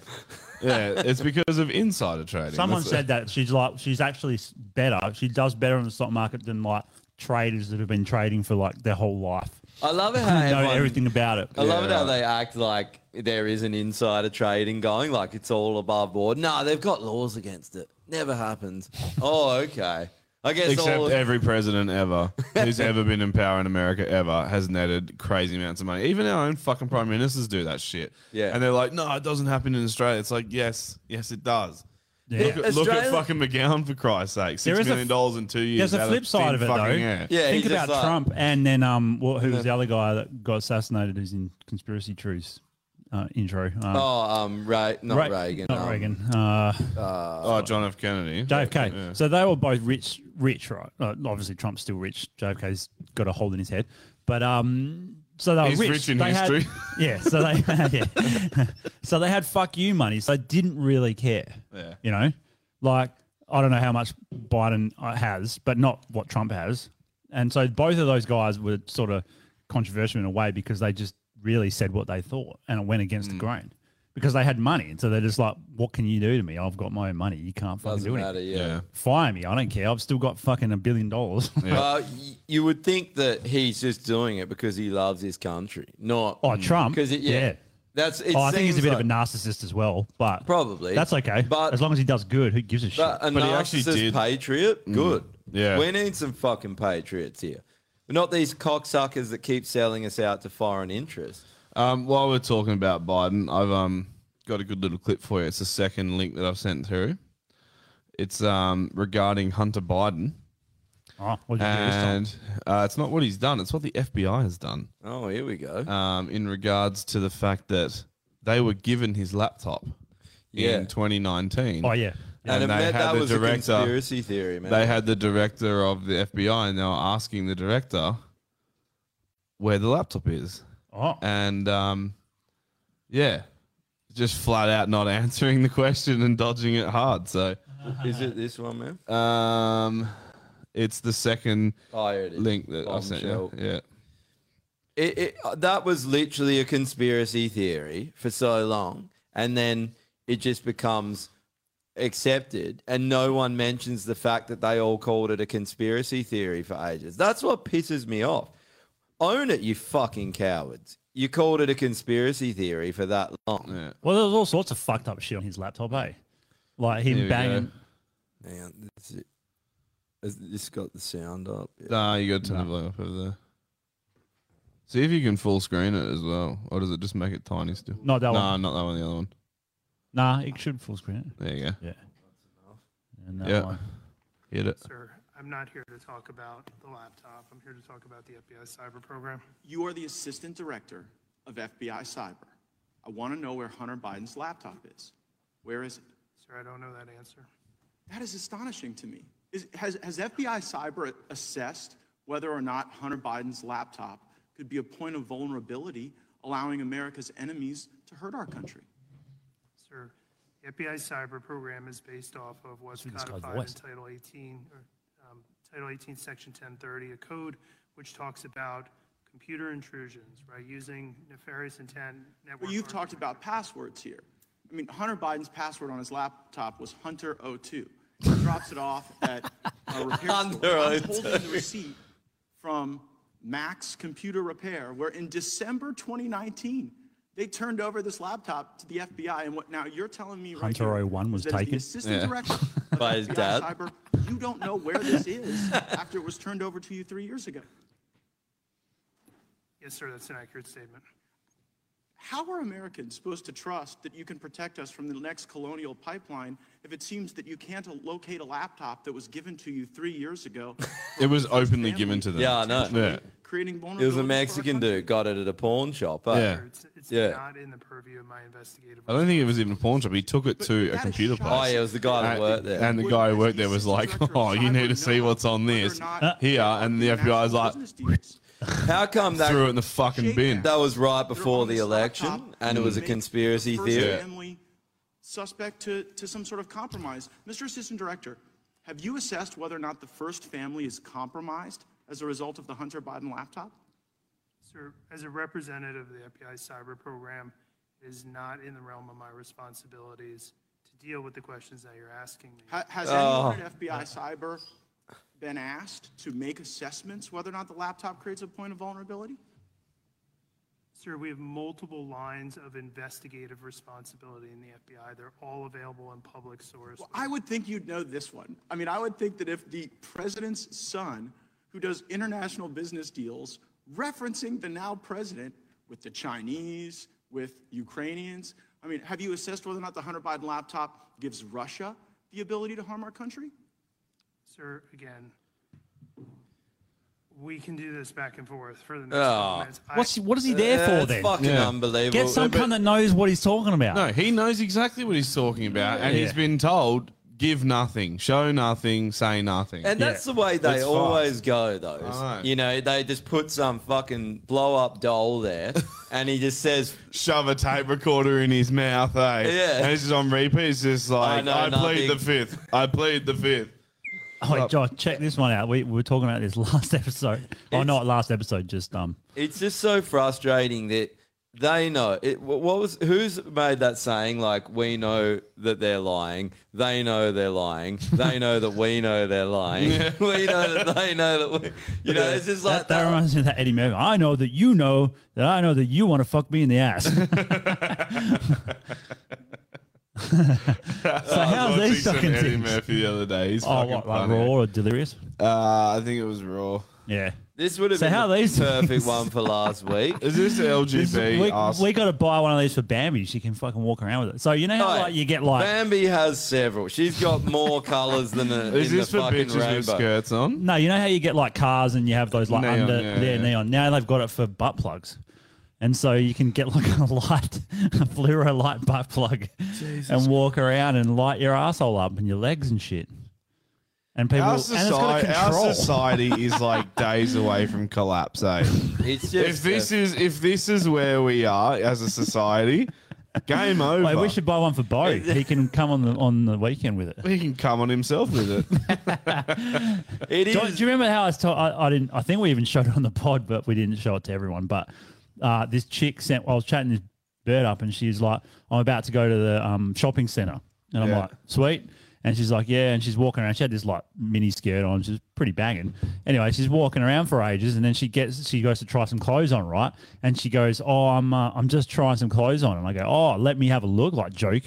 [SPEAKER 2] Yeah, it's because of insider trading.
[SPEAKER 3] Someone
[SPEAKER 2] That's-
[SPEAKER 3] said that she's like she's actually s- better. She does better in the stock market than like traders that have been trading for like their whole life.
[SPEAKER 4] I love it
[SPEAKER 3] know
[SPEAKER 4] how everyone-
[SPEAKER 3] everything about it.
[SPEAKER 4] I love it how they act like there is an insider trading going, like it's all above board. No, they've got laws against it. Never happens. oh, okay. I guess
[SPEAKER 2] Except
[SPEAKER 4] all.
[SPEAKER 2] every president ever who's ever been in power in America ever has netted crazy amounts of money. Even our own fucking prime ministers do that shit.
[SPEAKER 4] Yeah.
[SPEAKER 2] And they're like, no, it doesn't happen in Australia. It's like, yes, yes, it does.
[SPEAKER 3] Yeah.
[SPEAKER 2] Look, at, look at
[SPEAKER 4] Australia-
[SPEAKER 2] fucking McGowan for Christ's sake.
[SPEAKER 3] There
[SPEAKER 2] Six
[SPEAKER 3] is a
[SPEAKER 2] million dollars in two years.
[SPEAKER 3] There's a
[SPEAKER 2] out
[SPEAKER 3] flip side
[SPEAKER 2] thin
[SPEAKER 3] of it though.
[SPEAKER 2] fucking air.
[SPEAKER 4] Yeah,
[SPEAKER 3] Think
[SPEAKER 4] he's just
[SPEAKER 3] about
[SPEAKER 4] like-
[SPEAKER 3] Trump and then um, what, who was the other guy that got assassinated? Who's in conspiracy truths uh, intro? Um,
[SPEAKER 4] oh, um, Ray, not
[SPEAKER 3] Re-
[SPEAKER 4] Reagan.
[SPEAKER 3] Not
[SPEAKER 4] um,
[SPEAKER 3] Reagan. Uh,
[SPEAKER 2] Oh, John F. Kennedy.
[SPEAKER 3] JFK.
[SPEAKER 2] Yeah.
[SPEAKER 3] So they were both rich, rich, right? Uh, obviously, Trump's still rich. JFK's got a hole in his head, but um, so they were
[SPEAKER 2] He's
[SPEAKER 3] rich.
[SPEAKER 2] rich in
[SPEAKER 3] They had-
[SPEAKER 2] history.
[SPEAKER 3] yeah. So they, yeah. so they had fuck you money. So they didn't really care.
[SPEAKER 2] Yeah.
[SPEAKER 3] You know, like I don't know how much Biden uh, has, but not what Trump has. And so both of those guys were sort of controversial in a way because they just really said what they thought and it went against
[SPEAKER 2] Mm.
[SPEAKER 3] the grain. Because they had money, and so they're just like, "What can you do to me? I've got my own money. You can't fucking
[SPEAKER 4] Doesn't
[SPEAKER 3] do anything."
[SPEAKER 4] matter. yeah.
[SPEAKER 2] Yeah.
[SPEAKER 3] fire me. I don't care. I've still got fucking a billion dollars.
[SPEAKER 4] Uh, y- you would think that he's just doing it because he loves his country, not
[SPEAKER 3] oh, Trump.
[SPEAKER 4] because it, yeah,
[SPEAKER 3] yeah.
[SPEAKER 4] that's. It
[SPEAKER 3] Oh, I think he's a
[SPEAKER 4] seems
[SPEAKER 3] bit of
[SPEAKER 4] like-
[SPEAKER 3] a narcissist as well, but
[SPEAKER 4] Probably.
[SPEAKER 3] that's okay.
[SPEAKER 4] But-
[SPEAKER 3] as long as he does good, who gives a shit?
[SPEAKER 4] but a
[SPEAKER 2] But he
[SPEAKER 4] narcissist
[SPEAKER 2] actually did- Mm.
[SPEAKER 4] patriot. Good.
[SPEAKER 2] Yeah.
[SPEAKER 4] we need some fucking patriots here. Not these cocksuckers that keep selling us out to foreign interests.
[SPEAKER 2] Um, while we're talking about Biden, I've um got a good little clip for you. It's the second link that I've sent through. It's um regarding Hunter Biden.
[SPEAKER 3] Oh,
[SPEAKER 2] and uh, it's not what he's done; it's what the FBI has done.
[SPEAKER 4] Oh, here we go.
[SPEAKER 2] Um, in regards to the fact that they were given his laptop
[SPEAKER 4] Yeah.
[SPEAKER 2] in 2019.
[SPEAKER 3] Oh, yeah.
[SPEAKER 4] And,
[SPEAKER 2] they
[SPEAKER 4] admit
[SPEAKER 2] had
[SPEAKER 4] that
[SPEAKER 2] the
[SPEAKER 4] was a
[SPEAKER 2] director-
[SPEAKER 4] conspiracy theory, man.
[SPEAKER 2] They had the director of the FBI, and they were asking the director where the laptop is.
[SPEAKER 3] Oh.
[SPEAKER 2] And um, yeah, just flat out not answering the question and dodging it hard. So
[SPEAKER 4] Is it this one, man?
[SPEAKER 2] um, it's the second
[SPEAKER 4] Oh, here it is.
[SPEAKER 2] link that I sent you.
[SPEAKER 4] Bombshell.
[SPEAKER 2] Yeah.
[SPEAKER 4] It, it, uh, that was literally a conspiracy theory for so long, and then it just becomes accepted, and no one mentions the fact that they all called it a conspiracy theory for ages. That's what pisses me off. Own it, you fucking cowards. You called it a conspiracy theory for that long.
[SPEAKER 2] Yeah.
[SPEAKER 3] Well, there was all sorts of fucked up shit on his laptop, eh? Like
[SPEAKER 2] Here
[SPEAKER 3] him
[SPEAKER 2] we go.
[SPEAKER 3] banging.
[SPEAKER 4] Now, this, is- has this got the sound up? Yeah.
[SPEAKER 2] Nah, you got to turn the volume up over there. See if you can full screen it as well, or does it just make it tiny still?
[SPEAKER 3] Not that
[SPEAKER 2] nah,
[SPEAKER 3] one.
[SPEAKER 2] not that one. The other one.
[SPEAKER 3] Nah, it should full screen. it.
[SPEAKER 2] There you go.
[SPEAKER 3] Yeah. And that
[SPEAKER 2] Yeah.
[SPEAKER 3] one.
[SPEAKER 2] Hit it.
[SPEAKER 5] Sir, I'm not here to talk about the laptop. I'm here to talk about the FBI cyber program.
[SPEAKER 6] You are the Assistant Director of FBI Cyber. I want to know where Hunter Biden's laptop is. Where is it?
[SPEAKER 5] Sir, I don't know that answer.
[SPEAKER 6] That is astonishing to me. Is, has, has FBI Cyber assessed whether or not Hunter Biden's laptop could be a point of vulnerability, allowing America's enemies to hurt our country?
[SPEAKER 5] Sir, the FBI cyber program is based off of what's
[SPEAKER 3] This guy's
[SPEAKER 5] codified in
[SPEAKER 3] voice.
[SPEAKER 5] Title 18, or, um, Title 18, Section 1030, a code which talks about computer intrusions, right, using nefarious intent, network.
[SPEAKER 6] Well, you've
[SPEAKER 5] harm-
[SPEAKER 6] talked about passwords here. I mean, Hunter Biden's password on his laptop was Hunter02. He drops it off at a repair store. I'm holding the receipt from Max Computer Repair, where in December 2019, they turned over this laptop to the FBI. And what now you're telling me right
[SPEAKER 3] Hunter
[SPEAKER 6] here
[SPEAKER 3] 01 was
[SPEAKER 6] that as the
[SPEAKER 3] taken?
[SPEAKER 6] assistant
[SPEAKER 2] Yeah.
[SPEAKER 6] director of
[SPEAKER 4] By his
[SPEAKER 6] FBI
[SPEAKER 4] dad.
[SPEAKER 6] Cyber, you don't know where this is after it was turned over to you three years ago.
[SPEAKER 5] Yes, sir, that's an accurate statement.
[SPEAKER 6] How are Americans supposed to trust that you can protect us from the next colonial pipeline if it seems that you can't locate a laptop that was given to you three years ago?
[SPEAKER 2] It was openly given to them.
[SPEAKER 4] Yeah, I know.
[SPEAKER 2] Yeah.
[SPEAKER 6] creating
[SPEAKER 4] It
[SPEAKER 6] vulnerability.
[SPEAKER 4] was
[SPEAKER 6] for
[SPEAKER 4] a
[SPEAKER 6] our
[SPEAKER 4] Mexican
[SPEAKER 6] country?
[SPEAKER 4] dude, got it at a pawn shop. eh?
[SPEAKER 2] Yeah.
[SPEAKER 5] It's, it's
[SPEAKER 4] Yeah.
[SPEAKER 5] not in the purview of my investigative.
[SPEAKER 2] I don't think it was even a pawn shop. He took it
[SPEAKER 6] But
[SPEAKER 2] to a
[SPEAKER 6] that is
[SPEAKER 2] computer
[SPEAKER 6] shocking.
[SPEAKER 4] Oh,
[SPEAKER 2] place.
[SPEAKER 4] yeah, it was the guy that
[SPEAKER 2] And-
[SPEAKER 4] worked there.
[SPEAKER 2] And the guy who worked there was like, "Oh, you need to see what's on this here," and the FBI is like,
[SPEAKER 4] How come that
[SPEAKER 2] threw it in the fucking bin.
[SPEAKER 4] That was right
[SPEAKER 6] They're
[SPEAKER 4] before
[SPEAKER 6] on
[SPEAKER 4] the Mm.
[SPEAKER 6] this
[SPEAKER 4] election,
[SPEAKER 6] laptop.
[SPEAKER 4] and it was a
[SPEAKER 6] Make
[SPEAKER 4] conspiracy
[SPEAKER 6] the first
[SPEAKER 4] theory.
[SPEAKER 6] family Suspect to, to some sort of compromise. Mr. Assistant Director, have you assessed whether or not the first family is compromised as a result of the Hunter Biden laptop?
[SPEAKER 5] Sir, as a representative of the FBI cyber program, it is not in the realm of my responsibilities to deal with the questions that you're asking me.
[SPEAKER 6] Ha- Has anyone at FBI Cyber been asked to make assessments whether or not the laptop creates a point of vulnerability?
[SPEAKER 5] Sir, we have multiple lines of investigative responsibility in the FBI. They're all available in public source.
[SPEAKER 6] Well, I would think you'd know this one. I mean, I would think that if the president's son, who does international business deals, referencing the now president with the Chinese, with Ukrainians, I mean, have you assessed whether or not the Hunter Biden laptop gives Russia the ability to harm our country?
[SPEAKER 5] Sir, again, we can do this back and forth for the next
[SPEAKER 4] Oh.
[SPEAKER 5] couple minutes. I-
[SPEAKER 3] What's, what is he there for
[SPEAKER 4] That's
[SPEAKER 3] then?
[SPEAKER 4] fucking
[SPEAKER 2] Yeah.
[SPEAKER 4] unbelievable.
[SPEAKER 3] Get some cunt that knows what he's talking about.
[SPEAKER 2] No, he knows exactly what he's talking about, and he's
[SPEAKER 3] Yeah.
[SPEAKER 2] been told, "Give nothing, show nothing, say nothing."
[SPEAKER 4] And that's the way they
[SPEAKER 2] That's fine.
[SPEAKER 4] always go, those.
[SPEAKER 2] I know.
[SPEAKER 4] You know, they just put some fucking blow up doll there, and he just says,
[SPEAKER 2] Shove a tape recorder in his mouth, eh?
[SPEAKER 4] Yeah.
[SPEAKER 2] And it's just on repeat. It's just like,
[SPEAKER 4] know
[SPEAKER 2] "I, plead the
[SPEAKER 4] nothing."
[SPEAKER 2] fifth. I plead the fifth.
[SPEAKER 3] Oh, wait, Josh, check this one out. We, we were talking about this last episode. oh, not last episode, just um.
[SPEAKER 4] it's just so frustrating that they know it. wh- What was who's made that saying? Like we know that they're lying. They know they're lying. They know that we know they're lying. we know that they know that we. You know, it's just like
[SPEAKER 3] That, that reminds me of that Eddie Murphy. I know that you know that I know that you want to fuck me in the ass. so how's
[SPEAKER 2] watching
[SPEAKER 3] these
[SPEAKER 2] some
[SPEAKER 3] fucking
[SPEAKER 2] Eddie
[SPEAKER 3] things?
[SPEAKER 2] Murphy the other day. He's
[SPEAKER 3] Oh,
[SPEAKER 2] fucking
[SPEAKER 3] what, like
[SPEAKER 2] funny.
[SPEAKER 3] raw or delirious?
[SPEAKER 2] Uh, I think it was raw.
[SPEAKER 3] Yeah.
[SPEAKER 4] This would have
[SPEAKER 3] So
[SPEAKER 4] been
[SPEAKER 3] how
[SPEAKER 4] the
[SPEAKER 3] are these
[SPEAKER 4] perfect
[SPEAKER 3] things?
[SPEAKER 4] one for last week.
[SPEAKER 2] Is this the
[SPEAKER 3] This- we, we got to buy one of these for Bambi. She can fucking walk around with it. So you know how
[SPEAKER 4] Hey,
[SPEAKER 3] like you get like
[SPEAKER 4] Bambi has several. She's got more colours than a,
[SPEAKER 2] Is
[SPEAKER 4] in
[SPEAKER 2] this
[SPEAKER 4] the
[SPEAKER 2] for
[SPEAKER 4] fucking
[SPEAKER 2] bitches with
[SPEAKER 4] rainbow.
[SPEAKER 2] skirts on?
[SPEAKER 3] no, you know how you get like cars and you have those like
[SPEAKER 2] Neon,
[SPEAKER 3] under
[SPEAKER 2] yeah,
[SPEAKER 3] yeah,
[SPEAKER 2] yeah.
[SPEAKER 3] neon. Now they've got it for butt plugs, and so you can get like a light, a fluoro light butt plug, and walk around and light your asshole up and your legs and shit. And people,
[SPEAKER 2] Our
[SPEAKER 3] and it's got
[SPEAKER 2] society,
[SPEAKER 3] a
[SPEAKER 2] our
[SPEAKER 3] control.
[SPEAKER 2] society is like days away from collapse. Eh?
[SPEAKER 4] It's just
[SPEAKER 2] if this is if this is where we are as a society, game over.
[SPEAKER 3] Wait, we should buy one for Bo. He can come on the on the weekend with it.
[SPEAKER 2] He can come on himself with it.
[SPEAKER 4] uh, It
[SPEAKER 3] do, do you remember how I was told? I, I didn't. I think we even showed it on the pod, but we didn't show it to everyone. But uh, this chick sent. I was chatting this bird up, and she's like, "I'm about to go to the um, shopping center," and I'm
[SPEAKER 7] Yeah.
[SPEAKER 3] like, "Sweet." And she's like, "Yeah." And she's walking around. She had this like mini skirt on. She's pretty banging. Anyway, she's walking around for ages, and then she gets. She goes to try some clothes on, right? And she goes, "Oh, I'm uh, I'm just trying some clothes on." And I go, "Oh, let me have a look," like joke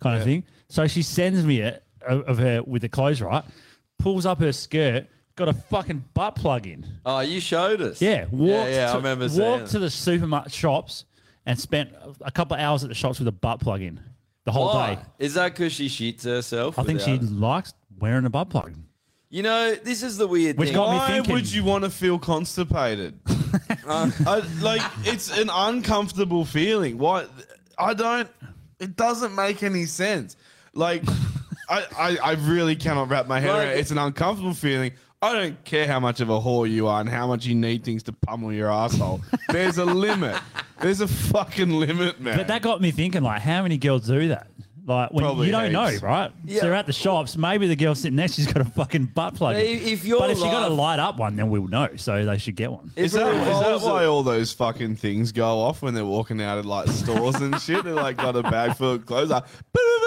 [SPEAKER 3] kind of thing. So she sends me it of of her with the clothes, right? pulls up her skirt, got a fucking butt plug in.
[SPEAKER 4] Oh, you showed us.
[SPEAKER 3] Yeah, walked,
[SPEAKER 4] yeah, yeah,
[SPEAKER 3] to,
[SPEAKER 4] I remember seeing
[SPEAKER 3] walked to the supermarket shops and spent a couple of hours at the shops with a butt plug in the whole
[SPEAKER 4] Why?
[SPEAKER 3] day.
[SPEAKER 4] Is that because she shits herself?
[SPEAKER 3] I think she
[SPEAKER 4] without-
[SPEAKER 3] likes wearing a butt plug.
[SPEAKER 4] You know, this is the weird
[SPEAKER 3] Which
[SPEAKER 4] thing.
[SPEAKER 3] got me
[SPEAKER 2] Why
[SPEAKER 3] thinking.
[SPEAKER 2] would you want to feel constipated? I, like it's an uncomfortable feeling. Why? I don't. It doesn't make any sense. Like I, I, I really cannot wrap my head around. it. It's an uncomfortable feeling. I don't care how much of a whore you are and how much you need things to pummel your asshole. There's a limit. There's a fucking limit, man.
[SPEAKER 3] But that got me thinking, like, how many girls do that? Like, when
[SPEAKER 2] Probably
[SPEAKER 3] you don't
[SPEAKER 2] heaps.
[SPEAKER 3] know, right?
[SPEAKER 4] Yeah.
[SPEAKER 3] So they're at the shops. Maybe the girl sitting next, she's got a fucking butt plug. in.
[SPEAKER 4] If- if your
[SPEAKER 3] but if she got a
[SPEAKER 4] life-
[SPEAKER 3] light up one, then we'll know. So they should get one.
[SPEAKER 2] Is that, is that why all those fucking things go off when they're walking out of like stores and shit? They're like got a bag full of clothes. Like,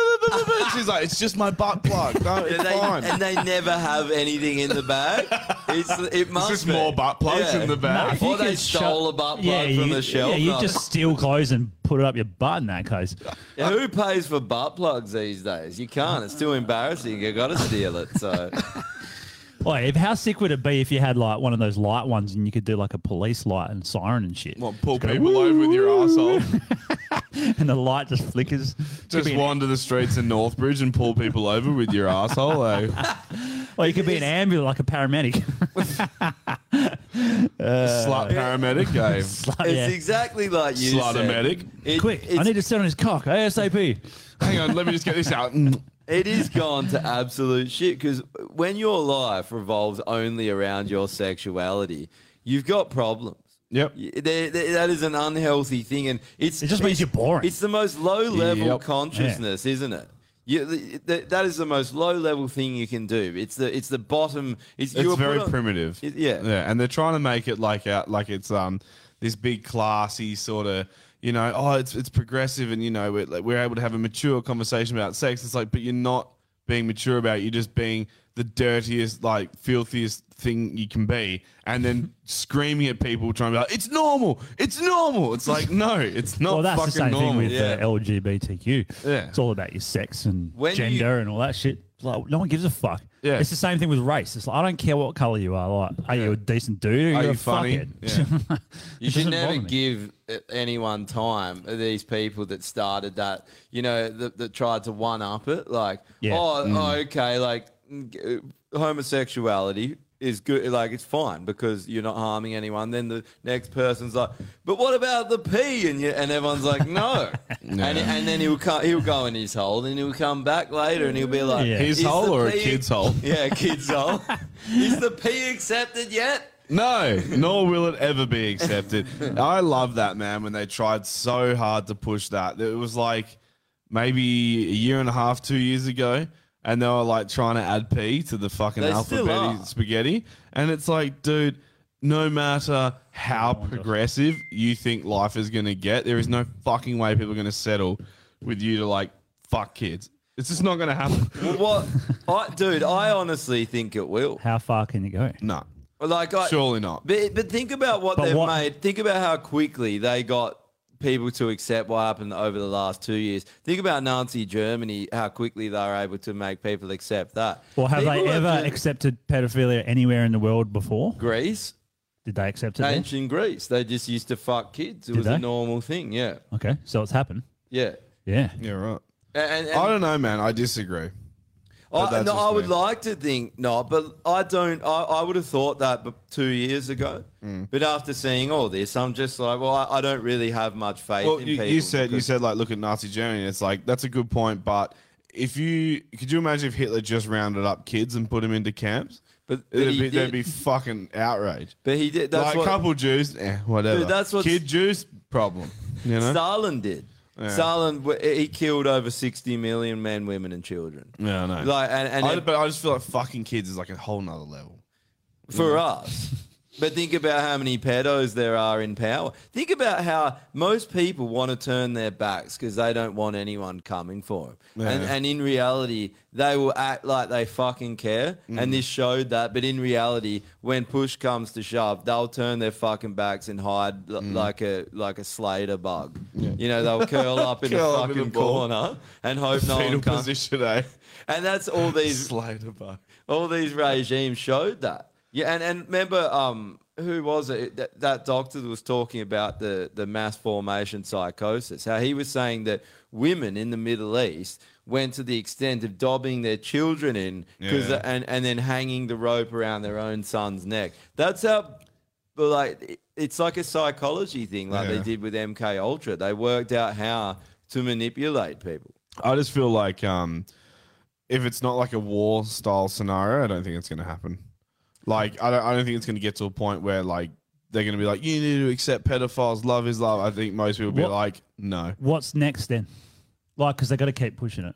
[SPEAKER 2] she's like, it's just my butt plug. No, it's
[SPEAKER 4] and, they,
[SPEAKER 2] fine.
[SPEAKER 4] and they never have anything in the bag. It's it must
[SPEAKER 2] just
[SPEAKER 4] be.
[SPEAKER 2] more butt plugs in the bag. Nah, if you
[SPEAKER 4] or they
[SPEAKER 2] could shut-
[SPEAKER 4] stole a butt plug from
[SPEAKER 3] you,
[SPEAKER 4] the shelf.
[SPEAKER 3] Yeah, you
[SPEAKER 4] No.
[SPEAKER 3] just steal clothes and put it up your butt in that case.
[SPEAKER 4] Yeah, Who pays for butt plugs these days? You can't. It's too embarrassing. You got to steal it. So
[SPEAKER 3] Like, if, how sick would it be if you had like one of those light ones and you could do like a police light and siren and shit?
[SPEAKER 2] What, pull
[SPEAKER 3] Just go,
[SPEAKER 2] people over with your asshole?
[SPEAKER 3] and the light just flickers. Could
[SPEAKER 2] Just
[SPEAKER 3] be an-
[SPEAKER 2] wander the streets in Northbridge and pull people over with your asshole. eh?
[SPEAKER 3] Or you could be an ambulance, like a paramedic.
[SPEAKER 2] Slut paramedic eh? game.
[SPEAKER 3] Slut,
[SPEAKER 4] it's
[SPEAKER 3] yeah.
[SPEAKER 4] exactly like you said.
[SPEAKER 2] Slaughter-matic.
[SPEAKER 4] It-
[SPEAKER 3] Quick, I need to sit on his cock ASAP.
[SPEAKER 2] Hang on, let me just get this out. Mm.
[SPEAKER 4] It is gone to absolute shit because when your life revolves only around your sexuality, you've got problems.
[SPEAKER 2] Yep.
[SPEAKER 4] They, they- that is an unhealthy thing, and it's it just means you're
[SPEAKER 3] boring.
[SPEAKER 4] It's the most low level
[SPEAKER 2] Yep.
[SPEAKER 4] consciousness, isn't it? You, th- th- that is the most low level thing you can do. It's the it's the bottom. It's, you
[SPEAKER 2] It's
[SPEAKER 4] were put
[SPEAKER 2] very
[SPEAKER 4] on-
[SPEAKER 2] primitive.
[SPEAKER 4] It- yeah.
[SPEAKER 2] yeah, and they're trying to make it like out like it's um this big classy sort of you know oh it's it's progressive and you know we're like, we're able to have a mature conversation about sex. It's like but you're not being mature about it. You're just being the dirtiest like filthiest thing you can be, and then screaming at people trying to be like it's normal, it's normal. It's like no, it's not
[SPEAKER 3] well, that's
[SPEAKER 2] fucking
[SPEAKER 3] the same
[SPEAKER 2] normal.
[SPEAKER 3] thing with uh, LGBTQ.
[SPEAKER 2] Yeah.
[SPEAKER 3] It's all about your sex and
[SPEAKER 2] When you-
[SPEAKER 3] gender and all that shit. Like, no one gives a fuck.
[SPEAKER 2] Yeah.
[SPEAKER 3] It's the same thing with race. It's like, I don't care what color you are. Like, are you a decent dude? Or
[SPEAKER 2] Are
[SPEAKER 3] you
[SPEAKER 2] you funny?
[SPEAKER 3] Fuckhead?
[SPEAKER 4] You
[SPEAKER 3] It
[SPEAKER 4] should
[SPEAKER 3] doesn't
[SPEAKER 4] never
[SPEAKER 3] bother me.
[SPEAKER 4] give uh, anyone time. uh, These people that started that, you know, that, that tried to one up it, like,
[SPEAKER 3] Yeah.
[SPEAKER 4] oh,
[SPEAKER 3] Mm.
[SPEAKER 4] oh, okay, like mm, uh, homosexuality is good, like it's fine because you're not harming anyone. Then the next person's like, but what about the pee? And you, and everyone's like, no. And, and then he'll come, he'll go in his hole, and he'll come back later, and he'll be like,
[SPEAKER 2] Yeah. His
[SPEAKER 4] "Is the
[SPEAKER 2] hole or a
[SPEAKER 4] pee-
[SPEAKER 2] kid's hole?"
[SPEAKER 4] Yeah, a kid's hole. is the pee accepted yet?
[SPEAKER 2] No, nor will it ever be accepted. I love that man when they tried so hard to push that. It was like maybe a year and a half, two years ago, and they were like trying to add P to the fucking
[SPEAKER 4] They still
[SPEAKER 2] alphabet
[SPEAKER 4] are.
[SPEAKER 2] spaghetti. And it's like, dude, no matter how progressive you think life is gonna get, there is no fucking way people are gonna settle with you to like fuck kids. It's just not gonna happen.
[SPEAKER 4] Well, what, I, dude? I honestly think it will.
[SPEAKER 3] How far can you go?
[SPEAKER 2] No.
[SPEAKER 4] Like, I,
[SPEAKER 2] Surely not.
[SPEAKER 4] But, but think about what
[SPEAKER 3] But
[SPEAKER 4] they've
[SPEAKER 3] what-
[SPEAKER 4] made. Think about how quickly they got people to accept what happened over the last two years. Think about Nazi Germany, how quickly they were able to make people accept that.
[SPEAKER 3] Or have
[SPEAKER 4] People
[SPEAKER 3] they ever
[SPEAKER 4] just-
[SPEAKER 3] accepted pedophilia anywhere in the world before?
[SPEAKER 4] Greece,
[SPEAKER 3] Did they accept it? there?
[SPEAKER 4] ancient Greece, they just used to fuck kids. It
[SPEAKER 3] Did
[SPEAKER 4] was
[SPEAKER 3] they?
[SPEAKER 4] a normal thing. Yeah,
[SPEAKER 3] Okay, so it's happened.
[SPEAKER 4] yeah.
[SPEAKER 3] Yeah.
[SPEAKER 2] Yeah, right.
[SPEAKER 4] And, and,
[SPEAKER 2] I don't know, man. I disagree. But
[SPEAKER 4] I,
[SPEAKER 2] that's
[SPEAKER 4] no,
[SPEAKER 2] just
[SPEAKER 4] I would
[SPEAKER 2] me.
[SPEAKER 4] like to think not, but I don't. I, I would have thought that b- two years ago.
[SPEAKER 2] Mm.
[SPEAKER 4] But after seeing all this, I'm just like, well, I, I don't really have much faith
[SPEAKER 2] Well,
[SPEAKER 4] in
[SPEAKER 2] you,
[SPEAKER 4] people.
[SPEAKER 2] you said you said like look at Nazi Germany. It's like that's a good point, but if you could you imagine if Hitler just rounded up kids and put them into camps,
[SPEAKER 4] but,
[SPEAKER 2] it'd
[SPEAKER 4] he
[SPEAKER 2] be,
[SPEAKER 4] did.
[SPEAKER 2] there'd be fucking outrage.
[SPEAKER 4] But he did. That's
[SPEAKER 2] like
[SPEAKER 4] what-
[SPEAKER 2] a couple Jews, eh, whatever.
[SPEAKER 4] Dude, that's what
[SPEAKER 2] kid Jews problem. You know.
[SPEAKER 4] Stalin did.
[SPEAKER 2] Yeah.
[SPEAKER 4] Stalin, w- he killed over 60 million men, women, and children.
[SPEAKER 2] yeah, I know.
[SPEAKER 4] Like, and, and
[SPEAKER 2] I,
[SPEAKER 4] it-
[SPEAKER 2] but I just feel like fucking kids is like a whole nother level.
[SPEAKER 4] for us. But think about how many pedos there are in power. Think about how most people want to turn their backs because they don't want anyone coming for them. And,
[SPEAKER 2] Yeah.
[SPEAKER 4] and in reality, they will act like they fucking care.
[SPEAKER 2] Mm.
[SPEAKER 4] And this showed that. But in reality, when push comes to shove, they'll turn their fucking backs and hide
[SPEAKER 2] Mm.
[SPEAKER 4] l- like a like a Slater bug. You know, they'll curl up in the
[SPEAKER 2] Curl up
[SPEAKER 4] fucking
[SPEAKER 2] in the corner.
[SPEAKER 4] corner and hope no
[SPEAKER 2] Fetal
[SPEAKER 4] one comes.
[SPEAKER 2] position, eh?
[SPEAKER 4] And that's all these
[SPEAKER 2] Slater bug.
[SPEAKER 4] all these regimes showed that. Yeah, and, and remember, um, who was it? That, that doctor that was talking about the, the mass formation psychosis. How he was saying that women in the Middle East went to the extent of dobbing their children in 'cause
[SPEAKER 2] Yeah.
[SPEAKER 4] the- and, and then hanging the rope around their own son's neck. That's how, but like, it- it's like a psychology thing, like
[SPEAKER 2] Yeah.
[SPEAKER 4] they did with MK Ultra. They worked out how to manipulate people.
[SPEAKER 2] I just feel like um, if it's not like a war style scenario, I don't think it's going to happen. Like I don't, I don't think it's going to get to a point where like they're going to be like, you need to accept pedophiles. Love is love. I think most people will be
[SPEAKER 3] What-
[SPEAKER 2] like, no.
[SPEAKER 3] What's next then? Like, because they got to keep pushing it.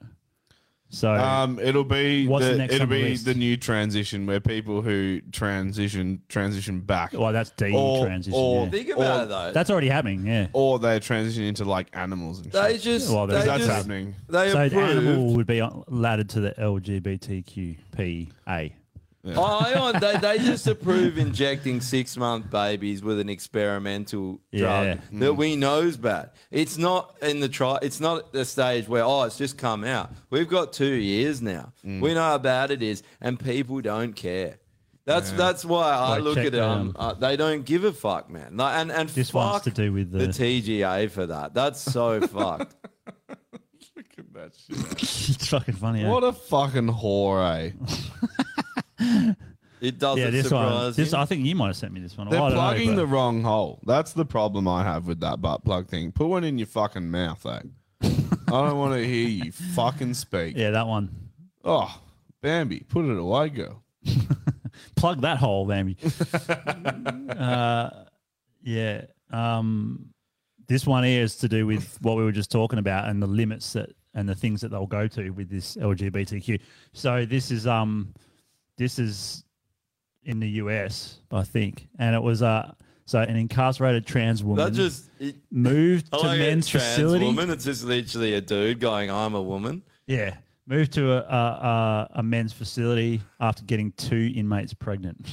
[SPEAKER 3] So
[SPEAKER 2] Um, it'll be
[SPEAKER 3] What's
[SPEAKER 2] the,
[SPEAKER 3] the next
[SPEAKER 2] it'll
[SPEAKER 3] on the
[SPEAKER 2] be
[SPEAKER 3] list?
[SPEAKER 2] the new transition where people who transition transition back.
[SPEAKER 3] Well, that's de-
[SPEAKER 2] Or-
[SPEAKER 3] transition,
[SPEAKER 2] Or,
[SPEAKER 3] yeah.
[SPEAKER 4] Think about
[SPEAKER 2] or-
[SPEAKER 4] it though.
[SPEAKER 3] that's already happening. Yeah.
[SPEAKER 2] Or they transition into like animals and
[SPEAKER 4] They
[SPEAKER 2] shit.
[SPEAKER 4] just- Yeah, well, they
[SPEAKER 2] that's
[SPEAKER 4] just-
[SPEAKER 2] happening.
[SPEAKER 4] they
[SPEAKER 3] so the
[SPEAKER 4] approved-
[SPEAKER 3] animal would be on- laddered to the LGBTQPA.
[SPEAKER 4] I Oh, on they, they just approve injecting six month babies with an experimental
[SPEAKER 3] Yeah. Mm.
[SPEAKER 4] drug that we know's bad. It's not in the try. It's not at the stage where oh, it's just come out. We've got two years now.
[SPEAKER 3] Mm.
[SPEAKER 4] We know how bad it is, and people don't care. That's
[SPEAKER 3] Yeah.
[SPEAKER 4] that's why I
[SPEAKER 3] Like,
[SPEAKER 4] look
[SPEAKER 3] check
[SPEAKER 4] at it.
[SPEAKER 3] that
[SPEAKER 4] Um,
[SPEAKER 3] out.
[SPEAKER 4] uh, they don't give a fuck, man. Like, and and
[SPEAKER 3] This
[SPEAKER 4] fuck
[SPEAKER 3] one's to do with
[SPEAKER 4] the
[SPEAKER 3] the-
[SPEAKER 4] TGA for that. That's so fucked.
[SPEAKER 3] it's fucking funny. eh?
[SPEAKER 2] What a fucking whore, eh?
[SPEAKER 4] It doesn't
[SPEAKER 3] yeah, this one.
[SPEAKER 4] surprise
[SPEAKER 3] This
[SPEAKER 4] you.
[SPEAKER 3] I think you might have sent me this one.
[SPEAKER 2] They're
[SPEAKER 3] I don't know,
[SPEAKER 2] plugging
[SPEAKER 3] but-
[SPEAKER 2] the wrong hole. That's the problem I have with that butt plug thing. Put one in your fucking mouth, eh? I don't want to hear you fucking speak.
[SPEAKER 3] Yeah, that one.
[SPEAKER 2] Oh, Bambi, put it away, girl.
[SPEAKER 3] Plug that hole, Bambi. uh, yeah. Um, this one here is to do with what we were just talking about and the limits that and the things that they'll go to with this LGBTQ. So this is um, this is in the US, I think, and it was uh, so an incarcerated trans woman
[SPEAKER 4] That just it,
[SPEAKER 3] moved
[SPEAKER 4] I
[SPEAKER 3] to
[SPEAKER 4] like a
[SPEAKER 3] men's
[SPEAKER 4] trans
[SPEAKER 3] facility.
[SPEAKER 4] Woman, it's just literally a dude going, "I'm a woman."
[SPEAKER 3] Yeah, moved to a, a, a, a men's facility after getting two inmates pregnant.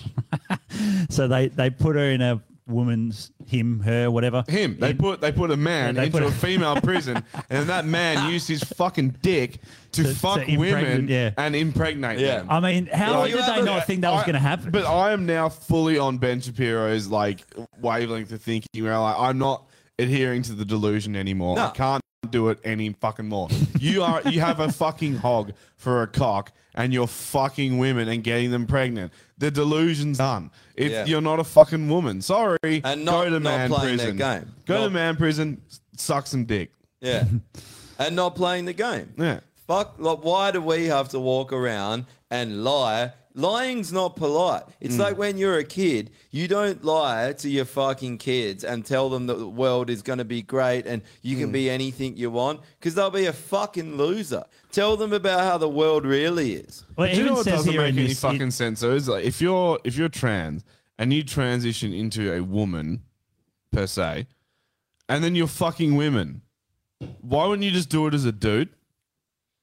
[SPEAKER 3] so they, they put her in a woman's him her whatever
[SPEAKER 2] Him. They
[SPEAKER 3] in-
[SPEAKER 2] put they put a man
[SPEAKER 3] Yeah, they
[SPEAKER 2] into
[SPEAKER 3] put
[SPEAKER 2] a
[SPEAKER 3] a-
[SPEAKER 2] female prison, and that man used his fucking dick to,
[SPEAKER 3] To-
[SPEAKER 2] fuck
[SPEAKER 3] to
[SPEAKER 2] women
[SPEAKER 3] impregnate- yeah.
[SPEAKER 2] and impregnate
[SPEAKER 4] Yeah.
[SPEAKER 2] them.
[SPEAKER 3] I mean, how
[SPEAKER 2] Like,
[SPEAKER 3] did they not think that was
[SPEAKER 2] I-
[SPEAKER 3] going to happen?
[SPEAKER 2] But uh, I am now fully on Ben Shapiro's like wavelength of thinking where like, I'm not adhering to the delusion anymore. I
[SPEAKER 4] No.
[SPEAKER 2] can't do it any fucking more. You are you have a fucking hog for a cock and you're fucking women and getting them pregnant. The delusion's done. It's,
[SPEAKER 4] Yeah.
[SPEAKER 2] You're not a fucking woman. Sorry.
[SPEAKER 4] And not-
[SPEAKER 2] Go to
[SPEAKER 4] not
[SPEAKER 2] man
[SPEAKER 4] playing their
[SPEAKER 2] prison.
[SPEAKER 4] game.
[SPEAKER 2] Go to
[SPEAKER 4] Not-
[SPEAKER 2] man prison. s- Suck some dick.
[SPEAKER 4] Yeah, and not playing the game.
[SPEAKER 2] Yeah.
[SPEAKER 4] Fuck! Like, why do we have to walk around and lie? Lying's not polite.
[SPEAKER 3] Mm.
[SPEAKER 4] It's like when you're a kid, you don't lie to your fucking kids and tell them that the world is going to be great and you
[SPEAKER 3] Mm.
[SPEAKER 4] can be anything you want because they'll be a fucking loser. Tell them about how the world really is.
[SPEAKER 3] well, it
[SPEAKER 2] Do you know
[SPEAKER 3] even
[SPEAKER 2] what
[SPEAKER 3] says
[SPEAKER 2] doesn't
[SPEAKER 3] here
[SPEAKER 2] make
[SPEAKER 3] in
[SPEAKER 2] any
[SPEAKER 3] this,
[SPEAKER 2] fucking
[SPEAKER 3] it,
[SPEAKER 2] sense though? Is like if you're if you're trans and you transition into a woman per se, and then you're fucking women, why wouldn't you just do it as a dude?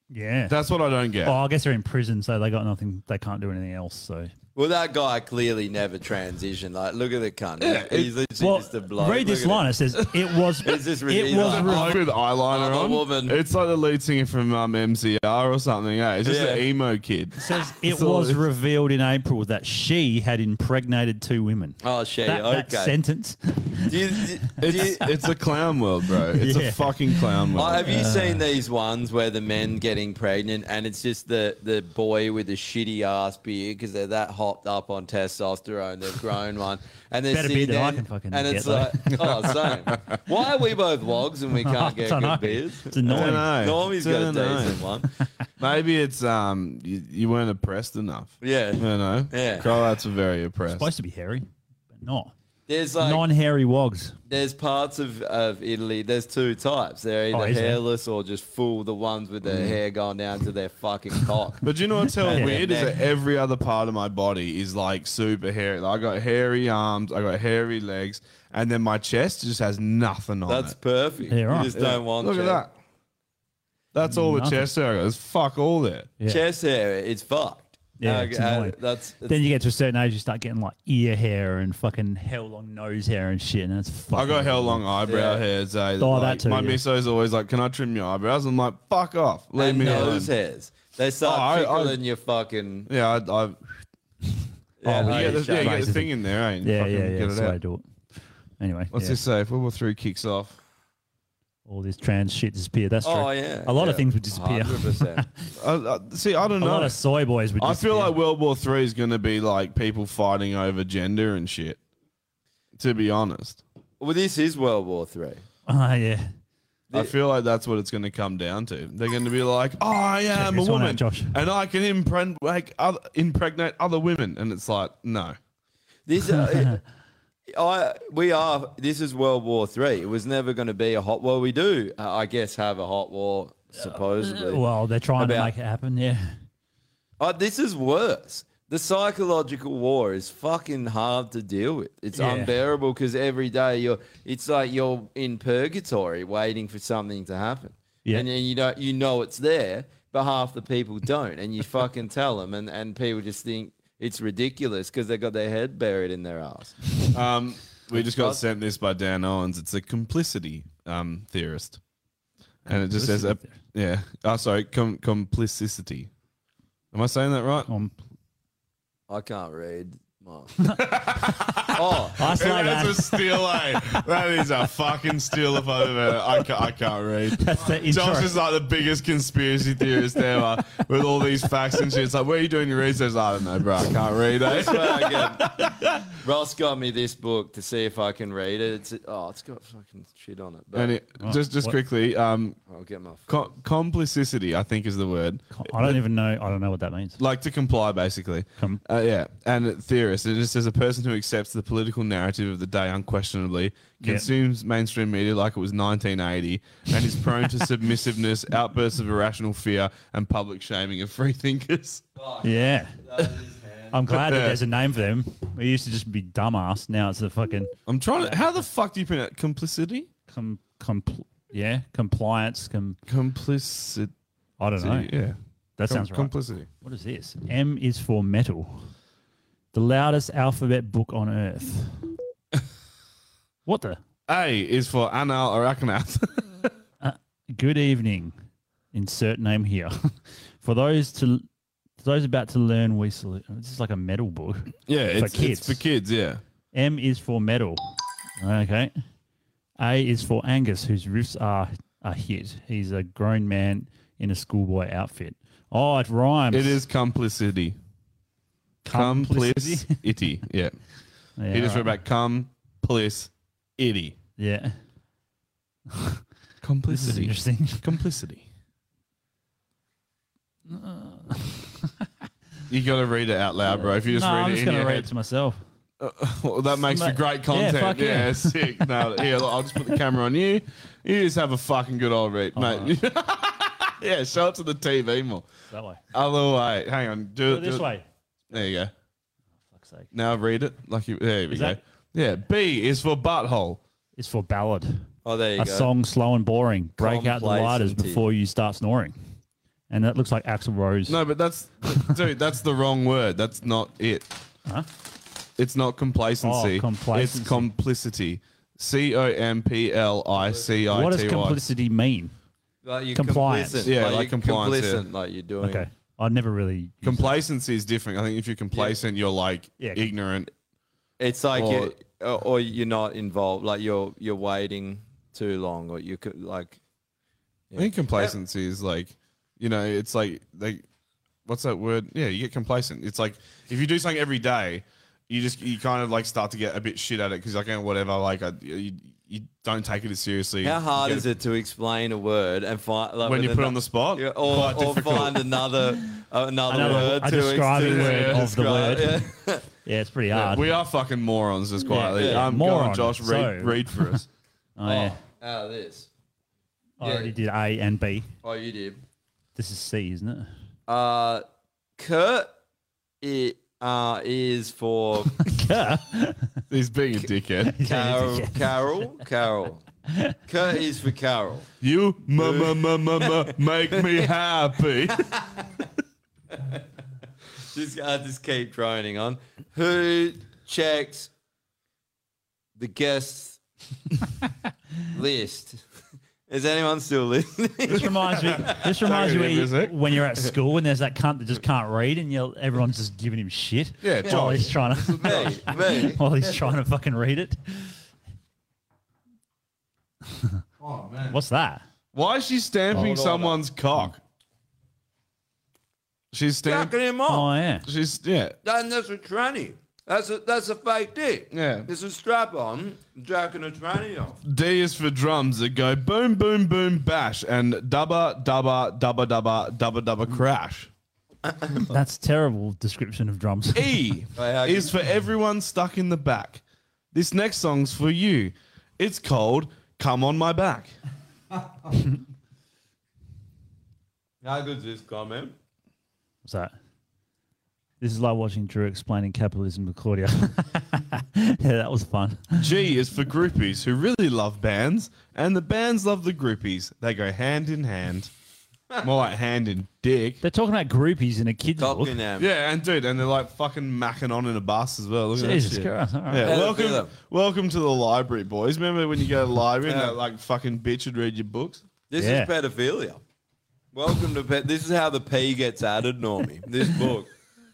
[SPEAKER 3] yeah.
[SPEAKER 2] That's what I don't get.
[SPEAKER 3] Oh, Well, I guess they're in prison, so they got nothing. They can't do anything else. So
[SPEAKER 4] Well, that guy clearly never transitioned. Like, look at the cunt.
[SPEAKER 3] Yeah,
[SPEAKER 4] he's
[SPEAKER 3] it-
[SPEAKER 4] literally
[SPEAKER 3] well,
[SPEAKER 4] just a bloke.
[SPEAKER 3] read this
[SPEAKER 4] Look at
[SPEAKER 3] line. It says it was.
[SPEAKER 4] It's just
[SPEAKER 3] it
[SPEAKER 4] ridiculous.
[SPEAKER 3] was.
[SPEAKER 4] Like,
[SPEAKER 3] re-
[SPEAKER 2] Bloke with eyeliner
[SPEAKER 4] I'm a
[SPEAKER 2] on.
[SPEAKER 4] woman.
[SPEAKER 2] It's like the lead singer from um, MCR or something. Yeah, it's just
[SPEAKER 4] Yeah.
[SPEAKER 2] an emo kid.
[SPEAKER 3] says It
[SPEAKER 2] That's all
[SPEAKER 3] was
[SPEAKER 2] is.
[SPEAKER 3] revealed in April that she had impregnated two women.
[SPEAKER 4] Oh, she,
[SPEAKER 3] That, that
[SPEAKER 4] okay.
[SPEAKER 3] sentence.
[SPEAKER 4] Do you- do- do you-
[SPEAKER 2] It's, it's a clown world, bro. It's
[SPEAKER 3] Yeah.
[SPEAKER 2] a fucking clown world.
[SPEAKER 4] Like, have
[SPEAKER 3] uh,
[SPEAKER 4] you seen these ones where the men getting pregnant and it's just the, the boy with the shitty ass beard because they're that hopped up on testosterone, they've grown one, and they're
[SPEAKER 3] Better
[SPEAKER 4] sitting
[SPEAKER 3] beard than I
[SPEAKER 4] there
[SPEAKER 3] can fucking
[SPEAKER 4] and it's
[SPEAKER 3] get,
[SPEAKER 4] like,
[SPEAKER 3] though.
[SPEAKER 4] oh, same. Why are we both wogs and we can't get
[SPEAKER 3] Dunno.
[SPEAKER 4] good beards?
[SPEAKER 3] It's annoying.
[SPEAKER 2] I don't know.
[SPEAKER 4] Normie's got a
[SPEAKER 2] Dunno.
[SPEAKER 4] decent one.
[SPEAKER 2] Maybe it's um you, you weren't oppressed enough.
[SPEAKER 4] Yeah.
[SPEAKER 2] You know?
[SPEAKER 4] Yeah.
[SPEAKER 2] Carlites are very oppressed.
[SPEAKER 3] Supposed to be hairy, but not.
[SPEAKER 4] There's like
[SPEAKER 3] non-hairy wogs.
[SPEAKER 4] There's parts of, of Italy. There's two types. They're either
[SPEAKER 3] Oh, is there? Mm.
[SPEAKER 4] hairless or just full. The ones with their hair going down to their fucking cock.
[SPEAKER 2] But you know what's hell
[SPEAKER 4] Yeah.
[SPEAKER 2] weird is that
[SPEAKER 4] Yeah.
[SPEAKER 2] every other part of my body is like super hairy. Like I got hairy arms, I got hairy legs, and then my chest just has nothing on
[SPEAKER 4] That's
[SPEAKER 2] it.
[SPEAKER 4] perfect.
[SPEAKER 3] Yeah, right.
[SPEAKER 4] You just don't want.
[SPEAKER 2] Look
[SPEAKER 4] chest.
[SPEAKER 2] at that. That's all the
[SPEAKER 3] Nothing.
[SPEAKER 2] chest hair. I got. There's fuck all there.
[SPEAKER 4] Chest hair. It's fucked.
[SPEAKER 3] Yeah,
[SPEAKER 4] Uh,
[SPEAKER 3] it's
[SPEAKER 4] uh,
[SPEAKER 3] annoying.
[SPEAKER 4] that's
[SPEAKER 3] Then you get to a certain age, you start getting like ear hair and fucking hell long nose hair and shit, and it's fucking.
[SPEAKER 2] I got hell long eyebrow
[SPEAKER 4] Yeah.
[SPEAKER 2] hairs. eh?
[SPEAKER 3] Oh,
[SPEAKER 2] Like,
[SPEAKER 3] that too,
[SPEAKER 2] My
[SPEAKER 3] yeah.
[SPEAKER 2] misso's always like, "Can I trim your eyebrows?" I'm like, "Fuck off, leave
[SPEAKER 4] and
[SPEAKER 2] me alone."
[SPEAKER 4] nose hairs. They
[SPEAKER 2] Oh,
[SPEAKER 4] start
[SPEAKER 2] I- I-
[SPEAKER 4] tickling your fucking.
[SPEAKER 2] Yeah, I, I,
[SPEAKER 4] Yeah,
[SPEAKER 3] we
[SPEAKER 4] no,
[SPEAKER 2] yeah,
[SPEAKER 4] you
[SPEAKER 2] the, yeah,
[SPEAKER 4] shut
[SPEAKER 2] you
[SPEAKER 4] up.
[SPEAKER 2] get the
[SPEAKER 3] Racism.
[SPEAKER 2] thing in there, ain't you?
[SPEAKER 3] Yeah,
[SPEAKER 2] Fucking
[SPEAKER 3] yeah, yeah.
[SPEAKER 2] get it
[SPEAKER 3] That's the way
[SPEAKER 2] out.
[SPEAKER 3] I do it. Anyway,
[SPEAKER 2] What's
[SPEAKER 3] yeah.
[SPEAKER 2] this say? If World War Three kicks off.
[SPEAKER 3] all this trans shit disappear. That's true.
[SPEAKER 4] Oh yeah.
[SPEAKER 3] a lot of
[SPEAKER 4] yeah.
[SPEAKER 3] things would disappear.
[SPEAKER 4] 100%.
[SPEAKER 2] I, I, Uh, see, I
[SPEAKER 3] a
[SPEAKER 2] don't
[SPEAKER 3] lot
[SPEAKER 2] know.
[SPEAKER 3] of soy boys would.
[SPEAKER 2] I
[SPEAKER 3] Disappear.
[SPEAKER 2] feel like World War Three is going to be like people fighting over gender and shit. To be honest,
[SPEAKER 4] well, this is World War Three.
[SPEAKER 3] Oh yeah.
[SPEAKER 2] I feel like that's what it's going to come down to. They're going to be like, "Oh, I am a
[SPEAKER 3] this one out,
[SPEAKER 2] woman,
[SPEAKER 3] Josh.
[SPEAKER 2] and I can impreg- like other, impregnate other women," and it's like, no.
[SPEAKER 4] This, uh, I we are. This is World War Three. It was never going to be a hot war. We do, uh, I guess, have a hot war supposedly.
[SPEAKER 3] Uh, Well, they're trying to
[SPEAKER 4] About-
[SPEAKER 3] make it happen. Yeah.
[SPEAKER 4] Uh, this is worse. The psychological war is fucking hard to deal with. It's
[SPEAKER 3] Yeah.
[SPEAKER 4] unbearable because every day you're. It's like you're in purgatory, waiting for something to happen.
[SPEAKER 3] Yeah.
[SPEAKER 4] And then you don't. You know it's there, but half the people don't, and you fucking tell them, and and people just think. It's ridiculous because they got their head buried in their ass.
[SPEAKER 2] Um, we just got
[SPEAKER 4] What?
[SPEAKER 2] sent this by Dan Owens. It's a complicity um, theorist, and it just says, uh, "Yeah, oh sorry, com- complicity." Am I saying that right?
[SPEAKER 3] Um,
[SPEAKER 4] I can't read. Oh, oh
[SPEAKER 3] isolate that.
[SPEAKER 2] That's a steal, eh? That is a fucking steal if I've ever. I can't, I can't read.
[SPEAKER 3] That's the intro.
[SPEAKER 2] Josh is like the biggest conspiracy theorist ever with all these facts and shit. It's like, where are you doing your research? I don't know, bro. I can't read.
[SPEAKER 4] that's
[SPEAKER 2] Eh?
[SPEAKER 4] where I get- Ross got me this book to see if I can read it. It's oh, it's got fucking shit on it. But
[SPEAKER 2] And it, just, just
[SPEAKER 3] What?
[SPEAKER 2] quickly, um,
[SPEAKER 4] I'll get my.
[SPEAKER 2] co- complicity, I think, is the word.
[SPEAKER 3] I don't even know. I don't know what that means.
[SPEAKER 2] like to comply basically
[SPEAKER 3] Com-
[SPEAKER 2] uh, yeah and theorist it just says a person who accepts the political narrative of the day unquestionably
[SPEAKER 3] Yeah.
[SPEAKER 2] consumes mainstream media like it was 1980 and is prone to submissiveness outbursts of irrational fear and public shaming of free thinkers
[SPEAKER 3] Yeah. I'm glad that there's a name for them. We used to just be dumbass. Now it's the fucking
[SPEAKER 2] i'm trying to how the fuck do you pronounce complicity
[SPEAKER 3] com, compl- yeah compliance. Com,
[SPEAKER 2] complicity
[SPEAKER 3] I don't know.
[SPEAKER 2] yeah
[SPEAKER 3] That
[SPEAKER 2] Com-
[SPEAKER 3] sounds right.
[SPEAKER 2] complicity
[SPEAKER 3] What is this? M is for metal. The loudest alphabet book on earth. what the?
[SPEAKER 2] a is for anal or akhenath
[SPEAKER 3] Good evening. Insert name here. for those to for those about to learn, we salute. This is like a metal book.
[SPEAKER 2] yeah it's for
[SPEAKER 3] kids.
[SPEAKER 2] kids, it's for kids yeah
[SPEAKER 3] M is for metal. Okay. A is for Angus, whose riffs are a hit. He's a grown man in a schoolboy outfit. Oh, it rhymes.
[SPEAKER 2] it is complicity
[SPEAKER 3] Complicity.
[SPEAKER 2] complicity yeah
[SPEAKER 3] Yeah,
[SPEAKER 2] he just
[SPEAKER 3] right.
[SPEAKER 2] wrote back, come, please, itty.
[SPEAKER 3] Yeah. This is
[SPEAKER 2] Complicity.
[SPEAKER 3] interesting.
[SPEAKER 2] Complicity. you got to read it out loud, bro. If you just
[SPEAKER 3] no,
[SPEAKER 2] read
[SPEAKER 3] I'm
[SPEAKER 2] it
[SPEAKER 3] just
[SPEAKER 2] in
[SPEAKER 3] gonna
[SPEAKER 2] your
[SPEAKER 3] read
[SPEAKER 2] head,
[SPEAKER 3] it to myself.
[SPEAKER 2] well, that makes for
[SPEAKER 3] Ma-
[SPEAKER 2] great
[SPEAKER 3] Yeah,
[SPEAKER 2] content. Yeah,
[SPEAKER 3] fuck yeah.
[SPEAKER 2] sick. No, here, look, I'll just put the camera on you. You just have a fucking good old read, mate. yeah, show it to the TV more.
[SPEAKER 3] That way.
[SPEAKER 2] Other way. Hang on. Do,
[SPEAKER 3] Do it
[SPEAKER 2] do
[SPEAKER 3] this way. Oh,
[SPEAKER 2] There you go.
[SPEAKER 3] Fuck's sake.
[SPEAKER 2] Now read it. Like you. There we
[SPEAKER 3] Is
[SPEAKER 2] go.
[SPEAKER 3] that-
[SPEAKER 2] Yeah. B is for butthole.
[SPEAKER 3] It's for ballad.
[SPEAKER 4] Oh, there you
[SPEAKER 3] a
[SPEAKER 4] go.
[SPEAKER 3] song slow and boring. Break out the lighters
[SPEAKER 4] Complacency.
[SPEAKER 3] before you start snoring. And that looks like Axel Rose.
[SPEAKER 2] No, but that's dude, that's the wrong word. That's not it. It's not complacency.
[SPEAKER 3] Oh, complacency.
[SPEAKER 2] It's complicity. C O M P L I C I T Y.
[SPEAKER 3] What does complicity mean?
[SPEAKER 4] Like you're
[SPEAKER 3] compliance.
[SPEAKER 4] complicit,
[SPEAKER 2] Yeah,
[SPEAKER 4] like
[SPEAKER 2] like,
[SPEAKER 4] you're
[SPEAKER 2] compliance. yeah.
[SPEAKER 4] complicit, like you're doing-
[SPEAKER 3] Okay. I never really.
[SPEAKER 2] Complacency is different. I think if you're complacent, you're like
[SPEAKER 4] Yeah.
[SPEAKER 2] ignorant.
[SPEAKER 4] It's like
[SPEAKER 2] Or-
[SPEAKER 4] you or, or you're not involved. Like you're you're waiting too long, or you could like.
[SPEAKER 2] I think complacency is like, you know, it's like like, what's that word? Yeah, you get complacent. It's like if you do something every day, you just you kind of like start to get a bit shit at it because like eh, whatever, like I, you you don't take it as seriously.
[SPEAKER 4] How hard
[SPEAKER 2] You
[SPEAKER 4] is it to explain a word and find like,
[SPEAKER 2] When you
[SPEAKER 4] with
[SPEAKER 2] put it
[SPEAKER 4] ano-
[SPEAKER 2] on the spot?
[SPEAKER 4] Yeah, or,
[SPEAKER 2] Quite
[SPEAKER 4] or
[SPEAKER 2] difficult.
[SPEAKER 4] find another another,
[SPEAKER 2] Another-
[SPEAKER 4] word
[SPEAKER 2] a
[SPEAKER 4] to ex-
[SPEAKER 2] describing
[SPEAKER 4] to
[SPEAKER 2] word of the
[SPEAKER 4] describe-
[SPEAKER 2] word. Oh,
[SPEAKER 4] yeah.
[SPEAKER 3] Yeah, it's pretty
[SPEAKER 2] get-
[SPEAKER 3] hard.
[SPEAKER 2] we are fucking morons, just
[SPEAKER 3] Yeah,
[SPEAKER 2] quietly.
[SPEAKER 3] yeah,
[SPEAKER 2] um, go on,
[SPEAKER 3] moron.
[SPEAKER 2] Josh, read
[SPEAKER 3] So-
[SPEAKER 2] read for us.
[SPEAKER 3] Oh, yeah.
[SPEAKER 4] Out of this.
[SPEAKER 3] I already did A and B.
[SPEAKER 4] Oh, you did.
[SPEAKER 3] This is C, isn't it?
[SPEAKER 4] Uh, Kurt it, uh, is for
[SPEAKER 3] Kurt.
[SPEAKER 2] He's being a dickhead.
[SPEAKER 4] Carol. Carol. Carol. Kurt is for Carol.
[SPEAKER 2] You mama mama mama make me happy.
[SPEAKER 4] Just, I just keep droning on. Who checks the guest list? Is anyone still listening?
[SPEAKER 3] This reminds me. This reminds me when, you, when you're at school and there's that cunt that just can't read and you're, everyone's just giving him shit.
[SPEAKER 4] Yeah,
[SPEAKER 3] while
[SPEAKER 4] Josh.
[SPEAKER 3] he's trying to
[SPEAKER 4] me.
[SPEAKER 3] while he's trying to fucking read it.
[SPEAKER 2] Oh man.
[SPEAKER 3] What's that?
[SPEAKER 2] Why is she stamping
[SPEAKER 3] Hold on.
[SPEAKER 2] someone's cock? She's stamping
[SPEAKER 4] him off.
[SPEAKER 3] Oh yeah.
[SPEAKER 2] She's yeah.
[SPEAKER 4] That- that's a tranny. That's a that's a fake dick.
[SPEAKER 2] Yeah.
[SPEAKER 4] It's a strap on, jacking a tranny off.
[SPEAKER 2] D is for drums that go boom boom boom bash and dubba dubba dubba dubba dubba dubba crash.
[SPEAKER 3] That's terrible description of drums.
[SPEAKER 2] E is for everyone stuck in the back. This next song's for you. It's called Come on My Back.
[SPEAKER 4] How good's this comment?
[SPEAKER 3] What's that? This is like watching Drew explaining capitalism to Claudia. yeah, that was fun.
[SPEAKER 2] G is for groupies who really love bands, and the bands love the groupies. They go hand in hand. More like hand in dick.
[SPEAKER 3] They're talking about groupies in a kid's book.
[SPEAKER 2] Yeah, and dude, and they're like fucking macking on in a bus as well. Look at
[SPEAKER 3] Jesus
[SPEAKER 2] that shit.
[SPEAKER 3] Christ, all right.
[SPEAKER 2] Yeah,
[SPEAKER 3] Yeah, look at
[SPEAKER 2] welcome,
[SPEAKER 3] them.
[SPEAKER 2] welcome to the library, boys. Remember when you go to the library
[SPEAKER 4] Yeah.
[SPEAKER 2] and that like fucking bitch would read your books?
[SPEAKER 4] This
[SPEAKER 2] Yeah.
[SPEAKER 4] is pedophilia. Welcome to ped. This is how the P gets added, Normie. This book.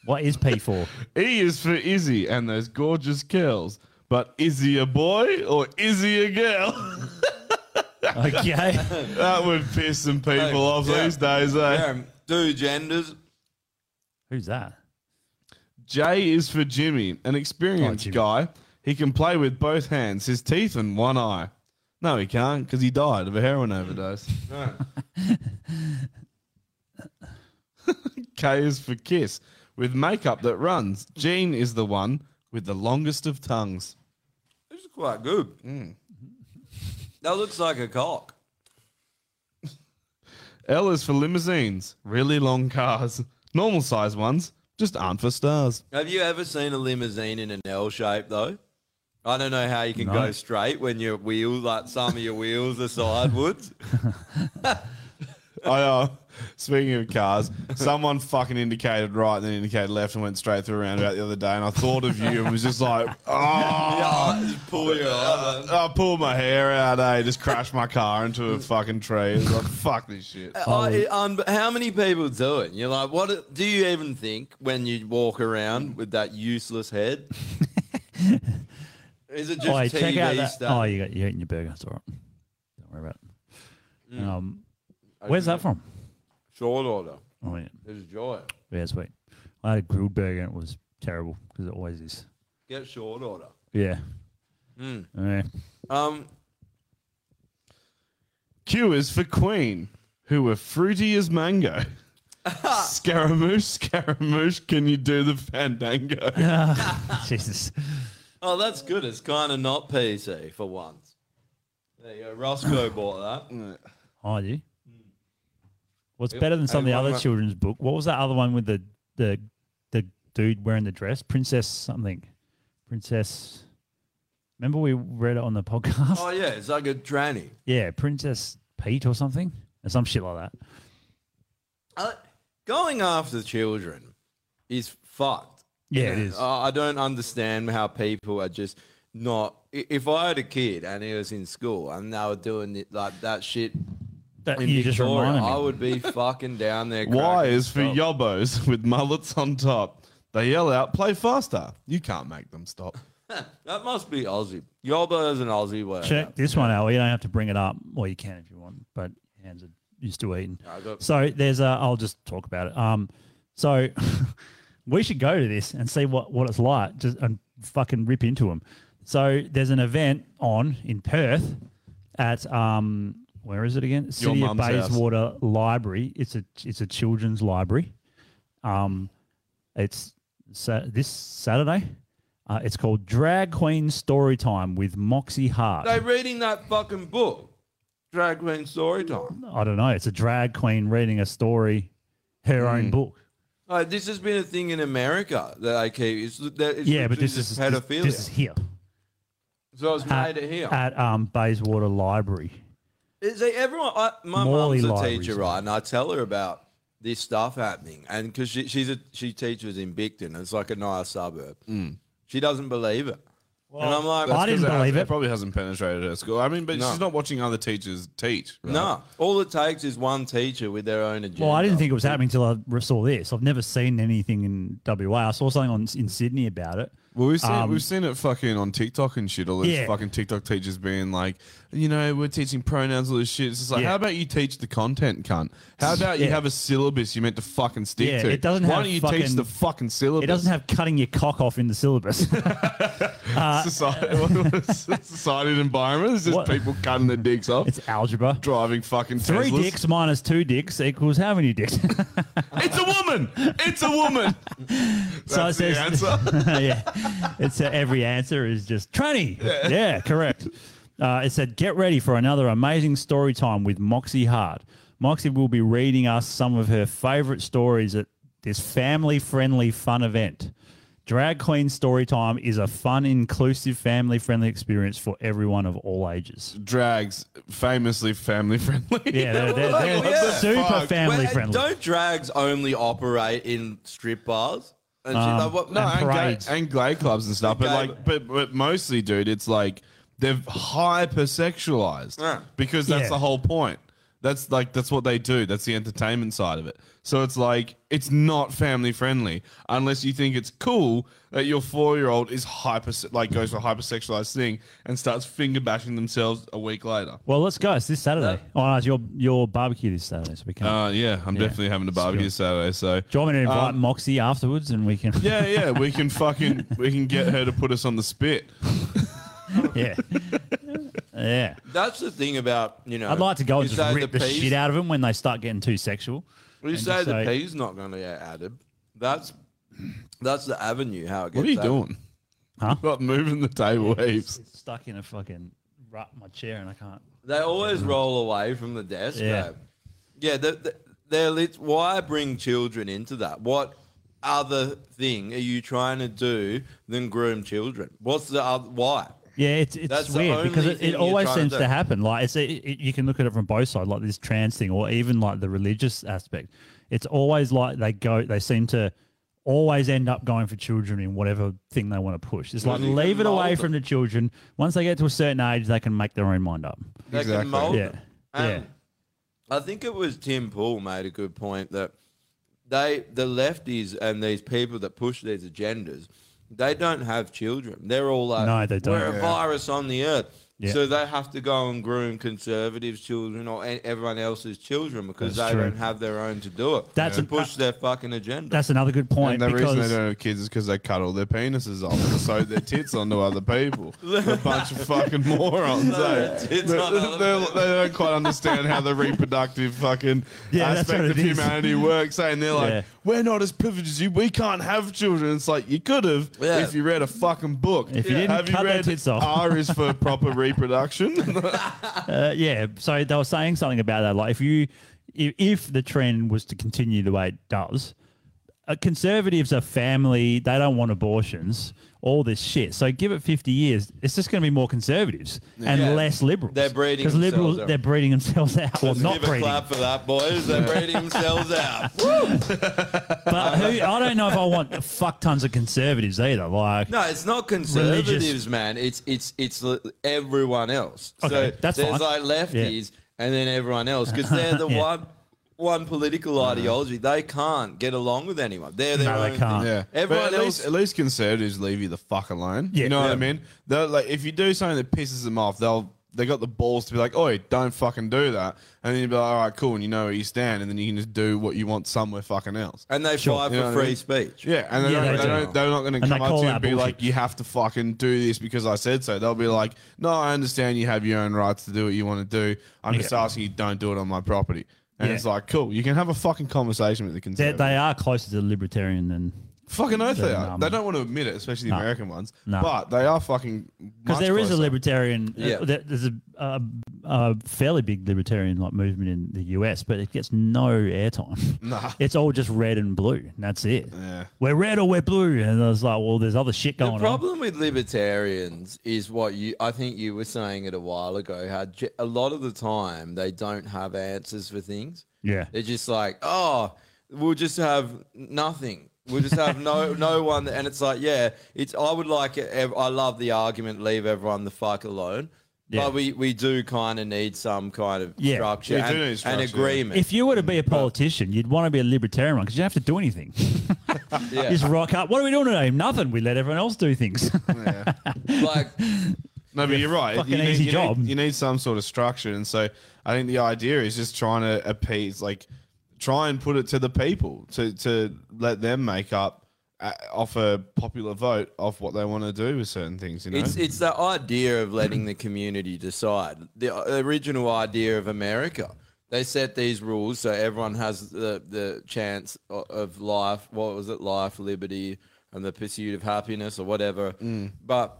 [SPEAKER 3] What is P for?
[SPEAKER 2] E is for Izzy and those gorgeous curls. But is he a boy or is he a girl?
[SPEAKER 3] Okay.
[SPEAKER 2] that would piss some people off
[SPEAKER 4] Yeah.
[SPEAKER 2] these days, eh?
[SPEAKER 4] Yeah. Two genders.
[SPEAKER 3] Who's that?
[SPEAKER 2] J is for Jimmy, an experienced guy. He can play with both hands, his teeth, and one eye. No, he can't because he died of a heroin overdose. K is for kiss, with makeup that runs. Jean is the one with the longest of tongues.
[SPEAKER 4] This is quite good.
[SPEAKER 2] Hmm.
[SPEAKER 4] That looks like a cock.
[SPEAKER 2] L is for limousines, really long cars. Normal size ones just aren't for stars.
[SPEAKER 4] Have you ever seen a limousine in an L shape though? I don't know how you can
[SPEAKER 2] No.
[SPEAKER 4] go straight when your wheels, like some of your wheels, are sidewards.
[SPEAKER 2] I uh, speaking of cars, someone fucking indicated right and then indicated left and went straight through a roundabout the other day, and I thought of you and was just like, oh,
[SPEAKER 4] pull your
[SPEAKER 2] I pulled my hair out, eh? Just crashed my car into a fucking tree. I was like, fuck this shit.
[SPEAKER 4] I, it- um, how many people do it? You're like, what do you even think when you walk around with that useless head? Is it just
[SPEAKER 3] Oi,
[SPEAKER 4] TV
[SPEAKER 3] check out that.
[SPEAKER 4] stuff?
[SPEAKER 3] Oh, you got you eating your burger. It's all right. Don't worry about it.
[SPEAKER 4] Mm.
[SPEAKER 3] Um, where's that from?
[SPEAKER 4] Short order.
[SPEAKER 3] Oh yeah,
[SPEAKER 4] There's joy.
[SPEAKER 3] yeah, sweet. I had a grilled burger and it was terrible because it always is.
[SPEAKER 4] Get short order.
[SPEAKER 3] Yeah.
[SPEAKER 4] Mm.
[SPEAKER 3] Yeah.
[SPEAKER 4] Um,
[SPEAKER 2] Q is for Queen, who were fruity as mango. Scaramouche, Scaramouche, can you do the fandango?
[SPEAKER 3] Jesus.
[SPEAKER 4] oh, that's good. It's kind of not PC for once. There you go. Roscoe bought that.
[SPEAKER 3] Oh, do. you? What's
[SPEAKER 4] Mm. Yep.
[SPEAKER 3] better than some of
[SPEAKER 4] Hey,
[SPEAKER 3] the
[SPEAKER 4] one
[SPEAKER 3] other
[SPEAKER 4] more.
[SPEAKER 3] children's book? What was that other one with the the the dude wearing the dress? Princess something. Princess. Remember we read it on the podcast.
[SPEAKER 4] Oh yeah, it's like a tranny.
[SPEAKER 3] Yeah, Princess Pete or something, or some shit like that.
[SPEAKER 4] Uh, going after children is fucked.
[SPEAKER 3] Yeah, it is.
[SPEAKER 4] I I don't understand how people are just not. i- If I had a kid and he was in school and they were doing it like that shit,
[SPEAKER 3] That-
[SPEAKER 4] in
[SPEAKER 3] you just
[SPEAKER 4] Victoria,
[SPEAKER 3] reminded me.
[SPEAKER 4] I would be fucking down there.
[SPEAKER 2] Y
[SPEAKER 4] cracking
[SPEAKER 2] is for
[SPEAKER 4] myself.
[SPEAKER 2] yobbos with mullets on top. They yell out, play faster. You can't make them stop.
[SPEAKER 4] That must be Aussie. Yobbo is an Aussie word.
[SPEAKER 3] Check this one out. You don't have to bring it up. Well, you can if you want, but hands are used to eating.
[SPEAKER 4] I got-
[SPEAKER 3] So there's a. I'll just talk about it. Um, so we should go to this and see what what it's like. Just and fucking rip into them. So there's an event on in Perth at um where is it again? City of
[SPEAKER 2] mum's house.
[SPEAKER 3] Bayswater Library. It's a it's a children's library. Um, it's sa- this Saturday. Uh, it's called Drag Queen Storytime with Moxie Hart.
[SPEAKER 4] They reading that fucking book, Drag Queen Storytime.
[SPEAKER 3] I don't know. It's a drag queen reading a story, her own book.
[SPEAKER 4] Like, this has been a thing in America that I keep. It's, that it's
[SPEAKER 3] yeah, but
[SPEAKER 4] literally
[SPEAKER 3] this
[SPEAKER 4] just
[SPEAKER 3] is this,
[SPEAKER 4] pedophilia.
[SPEAKER 3] this is here
[SPEAKER 4] so it's made it here.
[SPEAKER 3] at um, Bayswater Library.
[SPEAKER 4] Is they everyone? I, my
[SPEAKER 3] Morley
[SPEAKER 4] mom's a
[SPEAKER 3] libraries,
[SPEAKER 4] teacher, right? And I tell her about this stuff happening, and because she, she's a she teaches in Bicton, it's like a nice suburb.
[SPEAKER 2] Mm.
[SPEAKER 4] She doesn't believe it, and I'm like,
[SPEAKER 2] That's 'cause has- probably hasn't penetrated her school. I mean, but
[SPEAKER 4] No.
[SPEAKER 2] she's not watching other teachers teach. right?
[SPEAKER 4] No, all it takes is one teacher with their own agenda.
[SPEAKER 3] Well, I didn't think it was happening until I re- saw this. I've never seen anything in WA. I saw something on, in Sydney about it.
[SPEAKER 2] Well, we've seen,
[SPEAKER 3] Um,
[SPEAKER 2] we've seen it fucking on TikTok and shit. All these
[SPEAKER 3] Yeah.
[SPEAKER 2] fucking TikTok teachers being like, you know, we're teaching pronouns, all this shit. It's just like,
[SPEAKER 3] Yeah.
[SPEAKER 2] how about you teach the content, cunt? How about you
[SPEAKER 3] Yeah.
[SPEAKER 2] have a syllabus you meant to fucking stick
[SPEAKER 3] Yeah,
[SPEAKER 2] to?
[SPEAKER 3] it doesn't
[SPEAKER 2] Why
[SPEAKER 3] have
[SPEAKER 2] don't you teach
[SPEAKER 3] fucking-
[SPEAKER 2] the fucking syllabus?
[SPEAKER 3] It doesn't have cutting your cock off in the syllabus. uh,
[SPEAKER 2] society, society and environment. It's just
[SPEAKER 3] What-
[SPEAKER 2] people cutting their dicks off. It's
[SPEAKER 3] algebra.
[SPEAKER 2] Driving fucking
[SPEAKER 3] three
[SPEAKER 2] Teslas.
[SPEAKER 3] dicks minus two dicks equals how many dicks?
[SPEAKER 2] It's a woman. It's a woman. That's the answer.
[SPEAKER 3] yeah, it's uh, every answer is just tranny. Yeah, correct. Uh, it said, "Get ready for another amazing story time with Moxie Hart. Moxie will be reading us some of her favorite stories at this family-friendly fun event. Drag Queen Storytime is a fun, inclusive, family-friendly experience for everyone of all ages.
[SPEAKER 2] Drags, famously family-friendly.
[SPEAKER 3] Yeah, they're, they're,
[SPEAKER 4] Like,
[SPEAKER 3] they're
[SPEAKER 4] what the
[SPEAKER 3] super
[SPEAKER 2] fuck?
[SPEAKER 4] Wait,
[SPEAKER 3] family-friendly.
[SPEAKER 4] Don't drags only operate in strip bars? And
[SPEAKER 2] Um,
[SPEAKER 4] shit like what?
[SPEAKER 2] no, and, gay, and gay clubs and stuff. But
[SPEAKER 4] Gay-
[SPEAKER 2] like, but, but mostly, dude, it's like they're hypersexualized
[SPEAKER 4] Yeah.
[SPEAKER 2] because that's
[SPEAKER 4] Yeah.
[SPEAKER 2] the whole point. That's like that's what they do. That's the entertainment side of it. So it's like it's not family friendly unless you think it's cool that your four year old is hyper like goes for a hypersexualized thing and starts finger bashing themselves a week later.
[SPEAKER 3] Well, let's go. It's this Saturday. Oh, no, it's your your barbecue this Saturday, so we can.
[SPEAKER 2] Uh, yeah, I'm
[SPEAKER 3] Yeah.
[SPEAKER 2] definitely having a barbecue Saturday. So
[SPEAKER 3] Do you want me to invite
[SPEAKER 2] Um,
[SPEAKER 3] Moxie afterwards, and we can?
[SPEAKER 2] Yeah, yeah, we can fucking we can get her to put us on the spit.
[SPEAKER 3] yeah, yeah.
[SPEAKER 4] That's the thing about you know.
[SPEAKER 3] I'd like to go
[SPEAKER 4] you
[SPEAKER 3] and
[SPEAKER 4] say
[SPEAKER 3] just rip the,
[SPEAKER 4] peas-
[SPEAKER 3] shit out of them when they start getting too sexual.
[SPEAKER 4] Well, you
[SPEAKER 3] and
[SPEAKER 4] say
[SPEAKER 3] just
[SPEAKER 4] the P's not going to get added. That's that's the avenue how it gets.
[SPEAKER 2] What are you
[SPEAKER 4] added.
[SPEAKER 2] doing?
[SPEAKER 3] Huh?
[SPEAKER 2] Not moving the table heaps.
[SPEAKER 3] Stuck in a fucking rut in my chair, and I can't.
[SPEAKER 4] They always roll away from the desk.
[SPEAKER 3] Yeah.
[SPEAKER 4] Yeah, yeah. They're, they're lit. Why bring children into that? What other thing are you trying to do than groom children? What's the other, why?
[SPEAKER 3] Yeah, it's it's
[SPEAKER 4] That's the
[SPEAKER 3] weird
[SPEAKER 4] only
[SPEAKER 3] because it,
[SPEAKER 4] thing
[SPEAKER 3] it
[SPEAKER 4] you're
[SPEAKER 3] always
[SPEAKER 4] trying to
[SPEAKER 3] seems to,
[SPEAKER 4] do.
[SPEAKER 3] happen. Like it's it, it- you can look at it from both sides, like this trans thing, or even like the religious aspect. It's always like they go, they seem to always end up going for children in whatever thing they want to push. It's
[SPEAKER 4] Well,
[SPEAKER 3] like
[SPEAKER 4] you can
[SPEAKER 3] leave it away
[SPEAKER 4] mold
[SPEAKER 3] from the children. Once they get to a certain age, they can make their own mind up.
[SPEAKER 4] They can mold
[SPEAKER 3] Yeah.
[SPEAKER 4] them.
[SPEAKER 3] yeah.
[SPEAKER 4] And I think it was Tim Pool made a good point that they the lefties and these people that push these agendas, they don't have children. They're all like
[SPEAKER 3] No, they don't.
[SPEAKER 4] we're a
[SPEAKER 3] Yeah.
[SPEAKER 4] virus on the earth.
[SPEAKER 3] Yeah.
[SPEAKER 4] So they have to go and groom conservatives' children or e- everyone else's children because
[SPEAKER 3] That's
[SPEAKER 4] they
[SPEAKER 3] true.
[SPEAKER 4] don't have their own to do it.
[SPEAKER 3] That's
[SPEAKER 4] to
[SPEAKER 3] a-
[SPEAKER 4] push their fucking agenda.
[SPEAKER 3] That's another good point.
[SPEAKER 2] And the reason
[SPEAKER 3] because-
[SPEAKER 2] they don't have kids is because they cut all their penises off and sewed their tits onto other people. They're a bunch of fucking morons. eh?
[SPEAKER 4] tits
[SPEAKER 2] They-
[SPEAKER 4] on other
[SPEAKER 2] they they don't quite understand how the reproductive fucking
[SPEAKER 3] Yeah, that's
[SPEAKER 2] aspect
[SPEAKER 3] what
[SPEAKER 2] of
[SPEAKER 3] it is.
[SPEAKER 2] humanity works. eh? And they're like,
[SPEAKER 3] Yeah.
[SPEAKER 2] we're not as privileged as you. We can't have children. It's like, you could have
[SPEAKER 4] Yeah.
[SPEAKER 2] if you read a fucking book.
[SPEAKER 3] If you didn't
[SPEAKER 2] have
[SPEAKER 3] cut
[SPEAKER 2] you
[SPEAKER 3] their
[SPEAKER 2] read
[SPEAKER 3] tits off.
[SPEAKER 2] R is for proper reproduction?
[SPEAKER 3] Uh, yeah. So they were saying something about that. Like if you, if, if the trend was to continue the way it does, uh, conservatives are family. They don't want abortions. all this shit. So give it 50 years. It's just going to be more conservatives and
[SPEAKER 4] Yeah.
[SPEAKER 3] less liberals.
[SPEAKER 4] They're breeding
[SPEAKER 3] Because liberals,
[SPEAKER 4] themselves out.
[SPEAKER 3] they're breeding themselves out. Well,
[SPEAKER 4] Let's
[SPEAKER 3] not
[SPEAKER 4] give a
[SPEAKER 3] breeding.
[SPEAKER 4] clap for that, boys. They're breeding themselves out.
[SPEAKER 3] But who, I don't know if I want fuck tons of conservatives either. Like,
[SPEAKER 4] No, it's not conservatives, man. It's it's it's l- everyone else.
[SPEAKER 3] Okay,
[SPEAKER 4] so
[SPEAKER 3] that's
[SPEAKER 4] there's
[SPEAKER 3] fine.
[SPEAKER 4] like lefties and then everyone else because they're the
[SPEAKER 3] Yeah.
[SPEAKER 4] one one political ideology. They can't get along with anyone. They're their
[SPEAKER 2] Uh. No,
[SPEAKER 4] own
[SPEAKER 2] they can't.
[SPEAKER 4] Thing.
[SPEAKER 2] Yeah.
[SPEAKER 4] Everyone
[SPEAKER 2] But at
[SPEAKER 4] else.
[SPEAKER 2] Least, at least conservatives leave you the fuck alone.
[SPEAKER 4] Yeah.
[SPEAKER 2] You know what
[SPEAKER 4] Yeah.
[SPEAKER 2] I mean? They're like, if you do something that pisses them off, they'll they got the balls to be like, "Oi, don't fucking do that," and then you'd be like, "All right, cool," and you know where you stand, and then you can just do what you want somewhere fucking else.
[SPEAKER 4] And they
[SPEAKER 2] Sure.
[SPEAKER 4] fight
[SPEAKER 2] You know
[SPEAKER 4] for
[SPEAKER 2] what I
[SPEAKER 4] free
[SPEAKER 2] mean?
[SPEAKER 4] speech.
[SPEAKER 2] Yeah, and they
[SPEAKER 4] Yeah,
[SPEAKER 2] don't,
[SPEAKER 4] they
[SPEAKER 2] they
[SPEAKER 4] do.
[SPEAKER 2] don't, they're not going
[SPEAKER 4] And
[SPEAKER 2] to
[SPEAKER 4] they
[SPEAKER 2] come up
[SPEAKER 4] call
[SPEAKER 2] to you
[SPEAKER 4] that
[SPEAKER 2] and be
[SPEAKER 4] bullshit.
[SPEAKER 2] like, "You have to fucking do this because I said so." They'll be like, "No, I understand you have your own rights to do what you want to do. I'm just
[SPEAKER 3] Yeah.
[SPEAKER 2] asking you don't do it on my property." And
[SPEAKER 3] Yeah.
[SPEAKER 2] it's like, cool, you can have a fucking conversation with
[SPEAKER 3] They,
[SPEAKER 2] the conservatives.
[SPEAKER 3] they are closer to libertarian than.
[SPEAKER 2] Fucking oath they
[SPEAKER 3] than,
[SPEAKER 2] are.
[SPEAKER 3] um,
[SPEAKER 2] they don't want to admit it, especially the
[SPEAKER 3] No.
[SPEAKER 2] American ones.
[SPEAKER 3] No.
[SPEAKER 2] But they are fucking.
[SPEAKER 3] Because
[SPEAKER 2] much
[SPEAKER 3] there is a
[SPEAKER 2] closer.
[SPEAKER 3] libertarian,
[SPEAKER 2] Yeah.
[SPEAKER 3] uh, there- there's a, a, a fairly big libertarian like movement in the US, but it gets no airtime.
[SPEAKER 2] Nah.
[SPEAKER 3] It's all just red and blue, and that's it.
[SPEAKER 2] Yeah.
[SPEAKER 3] We're red or we're blue, and I was like, well, there's other shit
[SPEAKER 4] The
[SPEAKER 3] going on.
[SPEAKER 4] problem with libertarians is what you I think you were saying it a while ago. How ge- a lot of the time they don't have answers for things.
[SPEAKER 3] Yeah.
[SPEAKER 4] They're just like, oh, we'll just have nothing. We'll just have no no one. And it's like, yeah, it's. I would like. it- ev- I love the argument. Leave everyone the fuck alone.
[SPEAKER 3] Yeah.
[SPEAKER 4] But we, we do kind of need some kind of
[SPEAKER 3] Yeah,
[SPEAKER 4] structure, and, and agreement.
[SPEAKER 3] If you were to be a politician, you'd want to be a libertarian one because you don't have to do anything.
[SPEAKER 4] yeah.
[SPEAKER 3] Just rock up. What are we doing today? Nothing. We let everyone else do things.
[SPEAKER 4] like
[SPEAKER 2] No, but you're right.
[SPEAKER 3] fucking
[SPEAKER 2] you need,
[SPEAKER 3] easy
[SPEAKER 2] you
[SPEAKER 3] job.
[SPEAKER 2] Need, you need some sort of structure, and so I think the idea is just trying to appease, like, try and put it to the people to to let them make up, uh, off a popular vote, off what they want to do with certain things. You know,
[SPEAKER 4] It's it's the idea of letting the community decide. The o- original idea of America. They set these rules so everyone has the, the chance o- of life. What was it? Life, liberty, and the pursuit of happiness, or whatever.
[SPEAKER 2] Mm.
[SPEAKER 4] But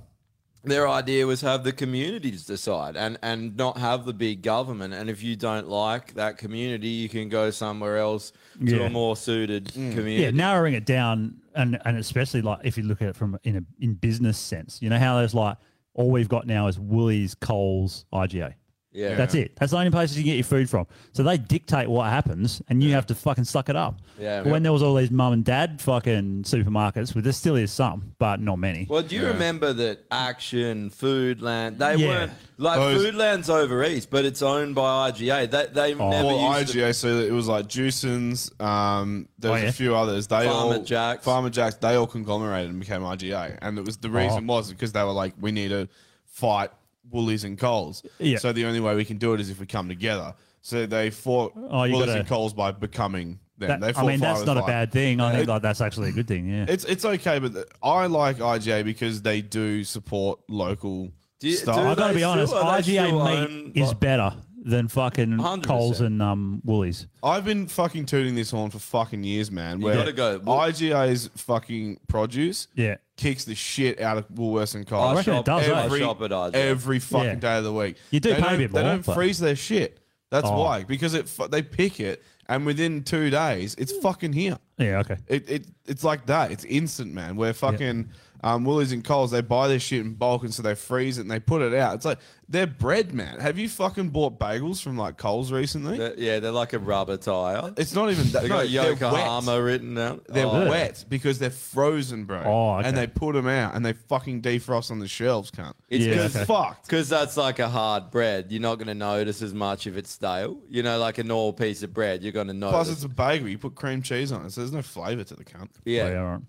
[SPEAKER 4] their idea was have the communities decide and and not have the big government. And if you don't like that community, you can go somewhere else to
[SPEAKER 3] Yeah.
[SPEAKER 4] a more suited
[SPEAKER 2] Mm.
[SPEAKER 4] community.
[SPEAKER 3] yeah, narrowing it down, and and especially like if you look at it from in a in business sense, you know how there's like all we've got now is Woolies, Coles, IGA.
[SPEAKER 4] Yeah.
[SPEAKER 3] that's it. That's the only places you can get your food from. So they dictate what happens, and you have to fucking suck it up.
[SPEAKER 4] Yeah.
[SPEAKER 3] But When there was all these mum and dad fucking supermarkets, well, there still is some, but not many.
[SPEAKER 4] Well, do you remember that Action, Foodland, they
[SPEAKER 3] Yeah.
[SPEAKER 4] weren't like
[SPEAKER 2] Those-
[SPEAKER 4] Foodland's over east, but it's owned by IGA. They they never
[SPEAKER 2] well,
[SPEAKER 4] used to-
[SPEAKER 2] IGA, so it was like Juicens, um, there
[SPEAKER 4] Oh,
[SPEAKER 2] was
[SPEAKER 4] yeah.
[SPEAKER 2] a few others. They
[SPEAKER 4] Farmer
[SPEAKER 2] all, Jacks. Farmer Jacks, they all conglomerated and became IGA. And it was the reason
[SPEAKER 3] Oh.
[SPEAKER 2] was because they were like, we need to fight Woolies and Coles.
[SPEAKER 3] Yeah.
[SPEAKER 2] So the only way we can do it is if we come together. So they fought
[SPEAKER 3] Oh, you
[SPEAKER 2] Woolies
[SPEAKER 3] gotta-
[SPEAKER 2] and Coles by becoming them.
[SPEAKER 3] That-
[SPEAKER 2] they
[SPEAKER 3] I
[SPEAKER 2] fought
[SPEAKER 3] mean,
[SPEAKER 2] fire
[SPEAKER 3] that's
[SPEAKER 2] with
[SPEAKER 3] not a
[SPEAKER 2] fire.
[SPEAKER 3] bad thing. I
[SPEAKER 2] Yeah,
[SPEAKER 3] think
[SPEAKER 2] it-
[SPEAKER 3] like that's actually a good thing. Yeah.
[SPEAKER 2] It's it's okay, but the- I like IGA because they do support local
[SPEAKER 4] Do you-
[SPEAKER 2] stuff.
[SPEAKER 4] do
[SPEAKER 3] I gotta be honest. IGA meat is better than fucking
[SPEAKER 2] 100%.
[SPEAKER 3] Coles and um, Woolies.
[SPEAKER 2] I've been fucking tooting this horn for fucking years, man.
[SPEAKER 3] You
[SPEAKER 2] Where
[SPEAKER 3] gotta
[SPEAKER 4] go.
[SPEAKER 2] IGA's fucking produce
[SPEAKER 3] Yeah.
[SPEAKER 2] kicks the shit out of Woolworths and
[SPEAKER 4] I
[SPEAKER 2] Coles.
[SPEAKER 4] reckon it does, eh?
[SPEAKER 2] Every,
[SPEAKER 4] I shop at IGA.
[SPEAKER 2] every fucking
[SPEAKER 4] Yeah.
[SPEAKER 2] day of the week.
[SPEAKER 4] You do
[SPEAKER 2] They
[SPEAKER 4] pay a
[SPEAKER 2] don't-
[SPEAKER 4] bit
[SPEAKER 2] They
[SPEAKER 4] more,
[SPEAKER 2] don't
[SPEAKER 4] but-
[SPEAKER 2] freeze their shit. That's
[SPEAKER 4] Oh.
[SPEAKER 2] why. Because it fu- they pick it and within two days it's fucking here.
[SPEAKER 3] Yeah. Okay.
[SPEAKER 2] It, it it's like that. It's instant, man. Where fucking um, Woolies and Coles, they buy their shit in bulk, and so they freeze it and they put it out. It's like they're bread, man. Have you fucking bought bagels from like Coles recently?
[SPEAKER 4] They're- yeah, they're like a rubber tire.
[SPEAKER 2] It's not even that.
[SPEAKER 4] They
[SPEAKER 2] no,
[SPEAKER 4] got
[SPEAKER 2] they're wet.
[SPEAKER 4] Yokohama written out.
[SPEAKER 2] They're
[SPEAKER 4] Oh.
[SPEAKER 2] wet because they're frozen, bro.
[SPEAKER 4] Oh, okay.
[SPEAKER 2] And they put them out and they fucking defrost on the shelves, cunt.
[SPEAKER 4] It's
[SPEAKER 2] good as fuck.
[SPEAKER 4] Because that's like a hard bread. You're not going to notice as much if it's stale. You know, like a normal piece of bread, you're going to notice.
[SPEAKER 2] Plus, it's a bagel. You put cream cheese on it, so there's no flavor to the cunt.
[SPEAKER 4] Yeah.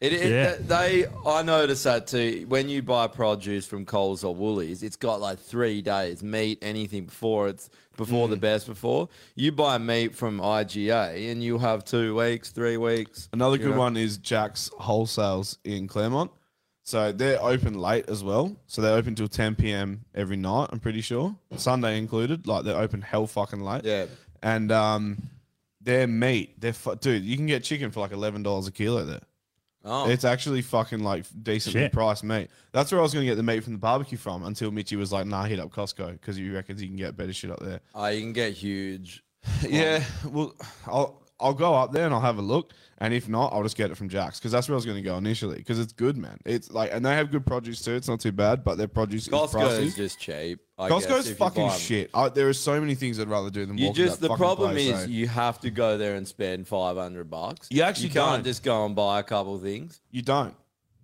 [SPEAKER 4] It, it,
[SPEAKER 2] Yeah.
[SPEAKER 4] They, I noticed that too. When you buy produce from Coles or Woolies, it's got like three days meat, anything before it's before
[SPEAKER 2] Mm.
[SPEAKER 4] the best before. You buy meat from IGA and you have two weeks, three weeks.
[SPEAKER 2] Another
[SPEAKER 4] you
[SPEAKER 2] good
[SPEAKER 4] know.
[SPEAKER 2] one is Jack's Wholesales in Claremont. So they're open late as well. So they're open till 10 p.m. every night, I'm pretty sure. Sunday included. Like they're open hell fucking late.
[SPEAKER 4] Yeah.
[SPEAKER 2] And um, their meat, they're fu- dude, you can get chicken for like $11 a kilo there.
[SPEAKER 4] Oh.
[SPEAKER 2] It's actually fucking like decently
[SPEAKER 3] Shit.
[SPEAKER 2] priced meat. That's where I was going to get the meat from the barbecue from until Mitchy was like, nah, hit up Costco because he reckons you can get better shit up there.
[SPEAKER 4] Oh, you can get huge.
[SPEAKER 2] Yeah, well, I'll, I'll go up there and I'll have a look. And if not, I'll just get it from Jack's because that's where I was going to go initially because it's good, man. It's like, and they have good produce too. It's not too bad, but their produce is
[SPEAKER 4] Costco
[SPEAKER 2] pricey.
[SPEAKER 4] is just cheap. I guess,
[SPEAKER 2] Costco's
[SPEAKER 4] if you
[SPEAKER 2] fucking
[SPEAKER 4] buy 'em.
[SPEAKER 2] shit. I, there are so many things I'd rather do than
[SPEAKER 4] You
[SPEAKER 2] walk to that
[SPEAKER 4] just the
[SPEAKER 2] fucking
[SPEAKER 4] problem
[SPEAKER 2] place,
[SPEAKER 4] is
[SPEAKER 2] eh?
[SPEAKER 4] you have to go there and spend five hundred bucks.
[SPEAKER 2] You actually
[SPEAKER 4] can't
[SPEAKER 2] don't.
[SPEAKER 4] just go and buy a couple things.
[SPEAKER 2] You don't.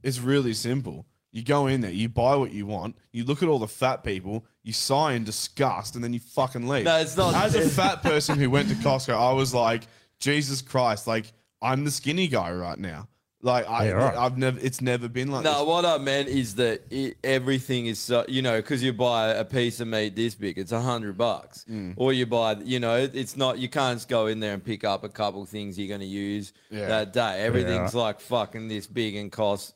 [SPEAKER 2] It's really simple. You go in there, you buy what you want, you look at all the fat people, you sigh in disgust, and then you fucking leave.
[SPEAKER 4] No, it's not-
[SPEAKER 2] As a fat person who went to Costco, I was like, Jesus Christ, like I'm the skinny guy right now. Like I,
[SPEAKER 4] Yeah, right.
[SPEAKER 2] I've never, it's never been like
[SPEAKER 4] No, what I meant is that it, everything is so you know because you buy a piece of meat this big, it's a hundred bucks,
[SPEAKER 2] Mm.
[SPEAKER 4] or you buy you know it- it's not you can't just go in there and pick up a couple things you're going to use
[SPEAKER 2] Yeah.
[SPEAKER 4] that day.
[SPEAKER 2] Yeah.
[SPEAKER 4] Everything's like fucking this big and costs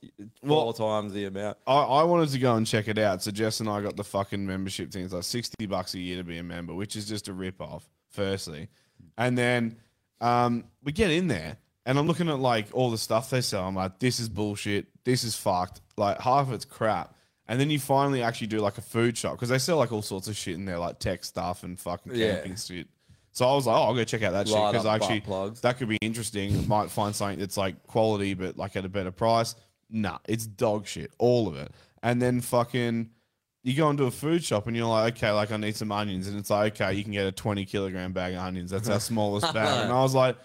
[SPEAKER 4] four times the amount.
[SPEAKER 2] I, I wanted to go and check it out. So Jess and I got the fucking membership thing. It's like sixty bucks a year to be a member, which is just a rip off. Firstly, and then um, we get in there, and I'm looking at like all the stuff they sell. I'm like, this is bullshit. This is fucked. Like half of it's crap. And then you finally actually do like a food shop because they sell like all sorts of shit in there, like tech stuff and fucking
[SPEAKER 4] Yeah.
[SPEAKER 2] camping shit. So I was like, oh, I'll go check out that shit
[SPEAKER 4] Light
[SPEAKER 2] because
[SPEAKER 4] up butt
[SPEAKER 2] actually that could be interesting. Might find something that's like quality, but like at a better price. Nah, it's dog shit, all of it. And then fucking, you go into a food shop and you're like, okay, like I need some onions, and it's like, okay, you can get a 20 kilogram bag of onions. That's our smallest bag. And I was like,